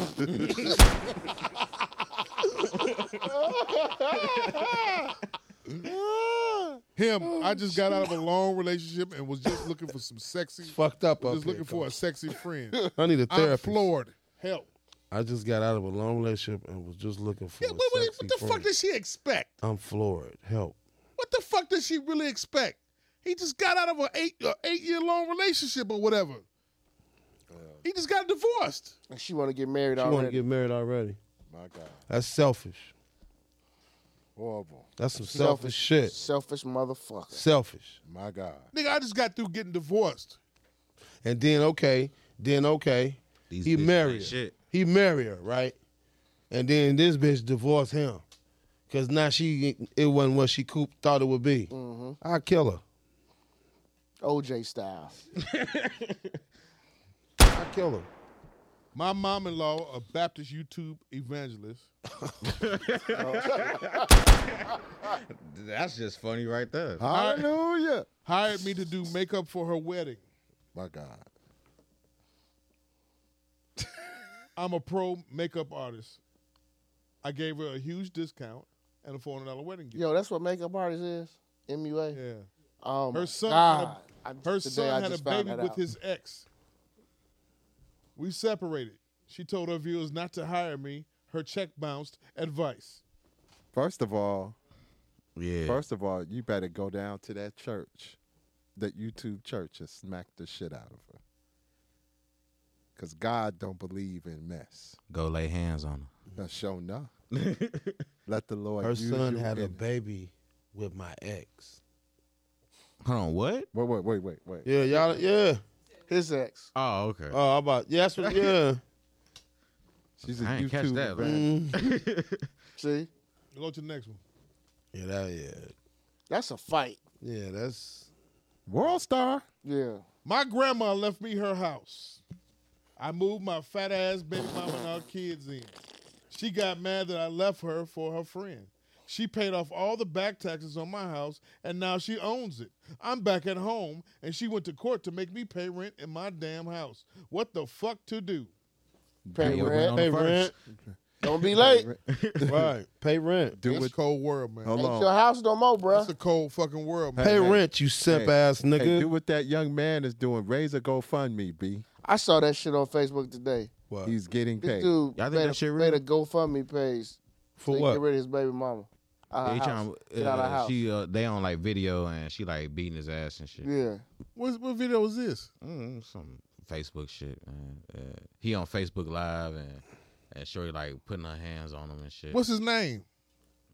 [SPEAKER 10] him. I just got out of a long relationship and was just looking for some sexy.
[SPEAKER 6] fucked up up
[SPEAKER 10] Just
[SPEAKER 6] here,
[SPEAKER 10] looking for a sexy friend.
[SPEAKER 6] I need a
[SPEAKER 10] I'm
[SPEAKER 6] therapist.
[SPEAKER 10] floored. Help.
[SPEAKER 6] I just got out of a long relationship and was just looking for.
[SPEAKER 10] Yeah,
[SPEAKER 6] a
[SPEAKER 10] what, what-
[SPEAKER 6] sexy
[SPEAKER 10] what the fuck
[SPEAKER 6] friend.
[SPEAKER 10] does she expect?
[SPEAKER 6] I'm floored. Help.
[SPEAKER 10] What the fuck does she really expect? He just got out of an eight a eight year long relationship or whatever. He just got divorced.
[SPEAKER 4] And she want to get married
[SPEAKER 6] She want to
[SPEAKER 4] already.
[SPEAKER 6] get married already.
[SPEAKER 2] My God.
[SPEAKER 6] That's selfish.
[SPEAKER 2] Horrible.
[SPEAKER 6] That's some selfish, shit.
[SPEAKER 4] Selfish motherfucker.
[SPEAKER 6] Selfish.
[SPEAKER 2] My God.
[SPEAKER 10] Nigga, I just got through getting divorced.
[SPEAKER 6] And then okay, then okay,
[SPEAKER 5] These
[SPEAKER 6] he
[SPEAKER 5] bitches
[SPEAKER 6] married
[SPEAKER 5] ain't
[SPEAKER 6] her.
[SPEAKER 5] shit.
[SPEAKER 6] He married her, right? And then this bitch divorced him, cause now she it wasn't what she coop thought it would be. I kill her.
[SPEAKER 4] OJ style.
[SPEAKER 6] I kill her.
[SPEAKER 10] My mom in law, a Baptist YouTube evangelist.
[SPEAKER 5] That's just funny right there.
[SPEAKER 2] Hallelujah.
[SPEAKER 10] hired me to do makeup for her wedding.
[SPEAKER 2] My God.
[SPEAKER 10] I'm a pro makeup artist. I gave her a huge discount and a four hundred dollar wedding gift.
[SPEAKER 4] Yo, that's what makeup artist is. MUA.
[SPEAKER 10] Yeah.
[SPEAKER 4] Oh my
[SPEAKER 10] her son
[SPEAKER 4] God.
[SPEAKER 10] had a,
[SPEAKER 4] I-
[SPEAKER 10] her
[SPEAKER 4] today
[SPEAKER 10] son
[SPEAKER 4] I
[SPEAKER 10] had a
[SPEAKER 4] just found
[SPEAKER 10] baby
[SPEAKER 4] that
[SPEAKER 10] with
[SPEAKER 4] out.
[SPEAKER 10] his ex. We separated. She told her viewers not to hire me. Her check bounced. Advice.
[SPEAKER 2] First of all,
[SPEAKER 5] yeah.
[SPEAKER 2] First of all, you better go down to that church, that YouTube church, and smack the shit out of her. Cause God don't believe in mess.
[SPEAKER 5] Go lay hands on him.
[SPEAKER 2] Now show enough. Let the Lord.
[SPEAKER 6] Mm-hmm. Her
[SPEAKER 2] use
[SPEAKER 6] son
[SPEAKER 2] you
[SPEAKER 6] had a
[SPEAKER 2] in-
[SPEAKER 6] baby with my ex.
[SPEAKER 5] Hold on, what?
[SPEAKER 2] Wait, wait, wait, wait, wait.
[SPEAKER 6] Yeah, y'all. Yeah.
[SPEAKER 4] His ex.
[SPEAKER 5] Oh, okay.
[SPEAKER 6] Oh, I'm about yeah. That's what, yeah.
[SPEAKER 2] She's
[SPEAKER 5] I didn't catch that.
[SPEAKER 4] See,
[SPEAKER 10] Go to the next one.
[SPEAKER 6] yeah, that, yeah,
[SPEAKER 4] that's a fight.
[SPEAKER 6] yeah. That's
[SPEAKER 2] World star.
[SPEAKER 4] Yeah.
[SPEAKER 10] My grandma left me her house. I moved my fat ass baby mama and our kids in. She got mad that I left her for her friend. She paid off all the back taxes on my house and now she owns it. I'm back at home and she went to court to make me pay rent in my damn house. What the fuck to do?
[SPEAKER 4] Pay
[SPEAKER 5] your
[SPEAKER 4] rent.
[SPEAKER 5] on the first.
[SPEAKER 4] Don't be late.
[SPEAKER 6] right. Pay rent.
[SPEAKER 2] Do
[SPEAKER 10] That's
[SPEAKER 2] it.
[SPEAKER 10] cold world, man.
[SPEAKER 2] Hold
[SPEAKER 4] Ain't
[SPEAKER 2] on.
[SPEAKER 4] your house no more,
[SPEAKER 10] That's
[SPEAKER 4] bruh.
[SPEAKER 10] a cold fucking world, man.
[SPEAKER 6] Pay rent, you simp ass nigga.
[SPEAKER 2] Hey, do what that young man is doing. Raise a GoFundMe, B.
[SPEAKER 4] I saw that shit on Facebook today.
[SPEAKER 6] what?
[SPEAKER 2] He's getting
[SPEAKER 4] This
[SPEAKER 2] paid.
[SPEAKER 4] dude
[SPEAKER 5] Y'all think
[SPEAKER 4] made,
[SPEAKER 5] that shit
[SPEAKER 4] a,
[SPEAKER 5] real?
[SPEAKER 4] made a GoFundMe page
[SPEAKER 6] For
[SPEAKER 4] to
[SPEAKER 6] what?
[SPEAKER 4] get rid of his baby mama.
[SPEAKER 5] Yeah,
[SPEAKER 4] Out of
[SPEAKER 5] he
[SPEAKER 4] house.
[SPEAKER 5] tryna-
[SPEAKER 4] get out of
[SPEAKER 5] uh,
[SPEAKER 4] house.
[SPEAKER 5] She, uh, they on like video and she like beating his ass and shit.
[SPEAKER 4] yeah.
[SPEAKER 10] What, what video is this?
[SPEAKER 5] Mm, some Facebook shit, man. Uh, he on Facebook Live and and Shorty like putting her hands on him and shit.
[SPEAKER 10] What's his name?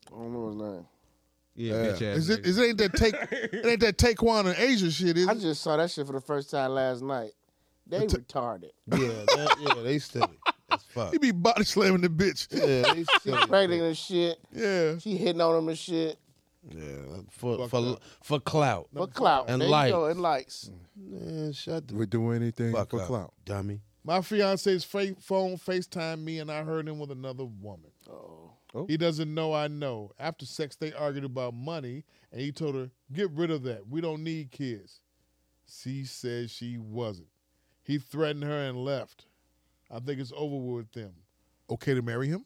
[SPEAKER 4] I don't know his name.
[SPEAKER 5] yeah,
[SPEAKER 10] Yeah.
[SPEAKER 5] bitch ass
[SPEAKER 10] Is it
[SPEAKER 5] nigga.
[SPEAKER 10] is it ain't that take it ain't that Taekwon and Asia shit, is
[SPEAKER 4] I
[SPEAKER 10] it?
[SPEAKER 4] just saw that shit for the first time last night. They retarded.
[SPEAKER 6] Yeah, that, yeah. They still as fuck.
[SPEAKER 10] He be body slamming the bitch.
[SPEAKER 6] Yeah, they
[SPEAKER 4] She
[SPEAKER 6] still.
[SPEAKER 4] pregnant and shit.
[SPEAKER 10] Yeah.
[SPEAKER 4] She hitting on him and shit.
[SPEAKER 6] Yeah, for for for clout.
[SPEAKER 4] For clout.
[SPEAKER 6] And
[SPEAKER 4] there
[SPEAKER 6] likes.
[SPEAKER 4] you go. And likes.
[SPEAKER 6] Man, shut the
[SPEAKER 2] Would do anything
[SPEAKER 6] fuck
[SPEAKER 2] for
[SPEAKER 6] up,
[SPEAKER 2] clout.
[SPEAKER 6] dummy.
[SPEAKER 10] My fiance's fa- phone FaceTimed me and I heard him with another woman.
[SPEAKER 2] Oh.
[SPEAKER 10] He doesn't know I know. After sex, they argued about money and he told her, get rid of that. We don't need kids. She said she wasn't. He threatened her and left. I think it's over with them. Okay to marry him?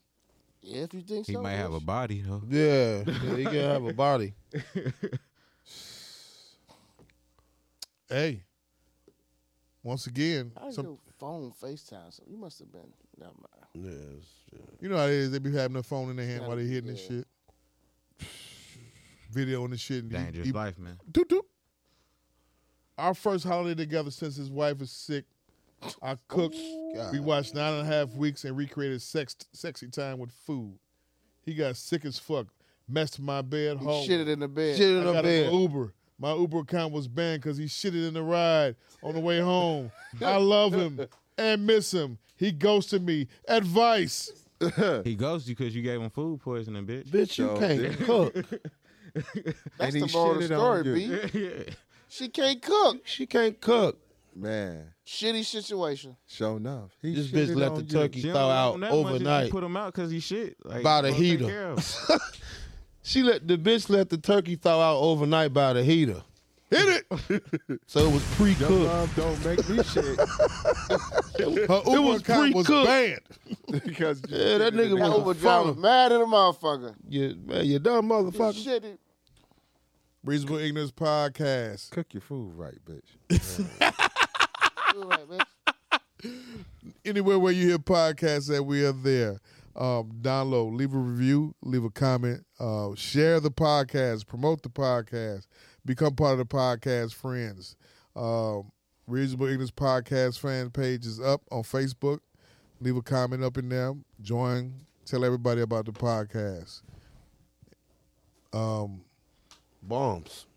[SPEAKER 4] Yeah, if you think
[SPEAKER 5] He
[SPEAKER 4] so.
[SPEAKER 5] might have a body though.
[SPEAKER 6] Yeah, yeah he gotta have a body.
[SPEAKER 10] Hey. Once again,
[SPEAKER 4] How
[SPEAKER 10] some,
[SPEAKER 4] you phone FaceTime? So you must have been. Never mind.
[SPEAKER 6] Yes.
[SPEAKER 10] you know how it is. They be having their phone in their hand
[SPEAKER 4] Gotta
[SPEAKER 10] while they're
[SPEAKER 4] be-
[SPEAKER 10] hitting this
[SPEAKER 4] yeah.
[SPEAKER 10] shit. Video and the shit. and he-
[SPEAKER 5] Dangerous
[SPEAKER 10] he-
[SPEAKER 5] life, man.
[SPEAKER 10] Doot, doot. Our first holiday together since his wife is sick. I cooked. we watched nine and a half weeks and recreated sex, sexy time with food. He got sick as fuck. Messed my bed.
[SPEAKER 4] He
[SPEAKER 10] home.
[SPEAKER 4] shitted in the bed.
[SPEAKER 6] Shit
[SPEAKER 10] I
[SPEAKER 6] in the
[SPEAKER 10] got him
[SPEAKER 6] bed.
[SPEAKER 10] an Uber. My Uber account was banned because he shitted in the ride on the way home. I love him and miss him. He ghosted me. Advice.
[SPEAKER 5] He ghosted you because you gave him food poisoning, bitch.
[SPEAKER 6] Bitch, you
[SPEAKER 2] Yo,
[SPEAKER 6] can't cook.
[SPEAKER 4] That's
[SPEAKER 2] And
[SPEAKER 4] the
[SPEAKER 2] he
[SPEAKER 4] moral of the
[SPEAKER 2] shitted on
[SPEAKER 4] story, B.
[SPEAKER 2] you.
[SPEAKER 5] Yeah.
[SPEAKER 4] She can't cook.
[SPEAKER 6] She can't cook.
[SPEAKER 2] Man,
[SPEAKER 4] Shitty situation.
[SPEAKER 2] show enough. He
[SPEAKER 6] This
[SPEAKER 2] shitted
[SPEAKER 6] bitch let
[SPEAKER 2] on
[SPEAKER 6] the
[SPEAKER 2] you.
[SPEAKER 6] turkey
[SPEAKER 5] She don't want
[SPEAKER 6] thaw out
[SPEAKER 5] him that much if you
[SPEAKER 6] overnight.
[SPEAKER 5] Put him out because he shit. Like,
[SPEAKER 6] By the
[SPEAKER 5] you gonna take
[SPEAKER 6] heater.
[SPEAKER 5] care of him.
[SPEAKER 6] She let the bitch let the turkey thaw out overnight by the heater. Hit it. so it was
[SPEAKER 2] Your
[SPEAKER 6] pre-cooked.
[SPEAKER 2] love don't make me shit
[SPEAKER 10] Her Uber
[SPEAKER 6] was
[SPEAKER 10] account was
[SPEAKER 6] pre-cooked.
[SPEAKER 10] banned.
[SPEAKER 2] because you
[SPEAKER 6] Yeah, that
[SPEAKER 2] shitted in
[SPEAKER 6] nigga
[SPEAKER 2] the
[SPEAKER 4] That
[SPEAKER 6] was
[SPEAKER 2] house.
[SPEAKER 4] Uber driver
[SPEAKER 6] funnel.
[SPEAKER 4] mad at a motherfucker.
[SPEAKER 6] Yeah, man, you dumb
[SPEAKER 4] You
[SPEAKER 6] motherfucker.
[SPEAKER 4] shitty.
[SPEAKER 10] Reasonable Ignorance Podcast.
[SPEAKER 2] Cook your food right, bitch.
[SPEAKER 4] You right, bitch.
[SPEAKER 10] anywhere where you hear podcasts that we are there. Um, download, leave a review, leave a comment, uh, share the podcast, promote the podcast, become part of the podcast friends. Um, Reasonable Ignorance Podcast fan page is up on Facebook. Leave a comment up in there. Join. Tell everybody about the podcast. Um,
[SPEAKER 6] Bombs.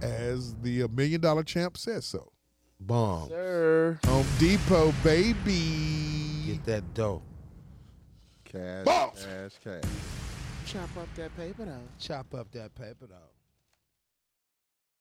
[SPEAKER 10] as the Million Dollar Champ says so.
[SPEAKER 6] Bomb.
[SPEAKER 4] Sir.
[SPEAKER 10] Home Depot, baby.
[SPEAKER 6] Get that dough.
[SPEAKER 2] Cash,
[SPEAKER 10] Boss.
[SPEAKER 2] cash, cash.
[SPEAKER 4] Chop up that paper though.
[SPEAKER 6] Chop up that paper though.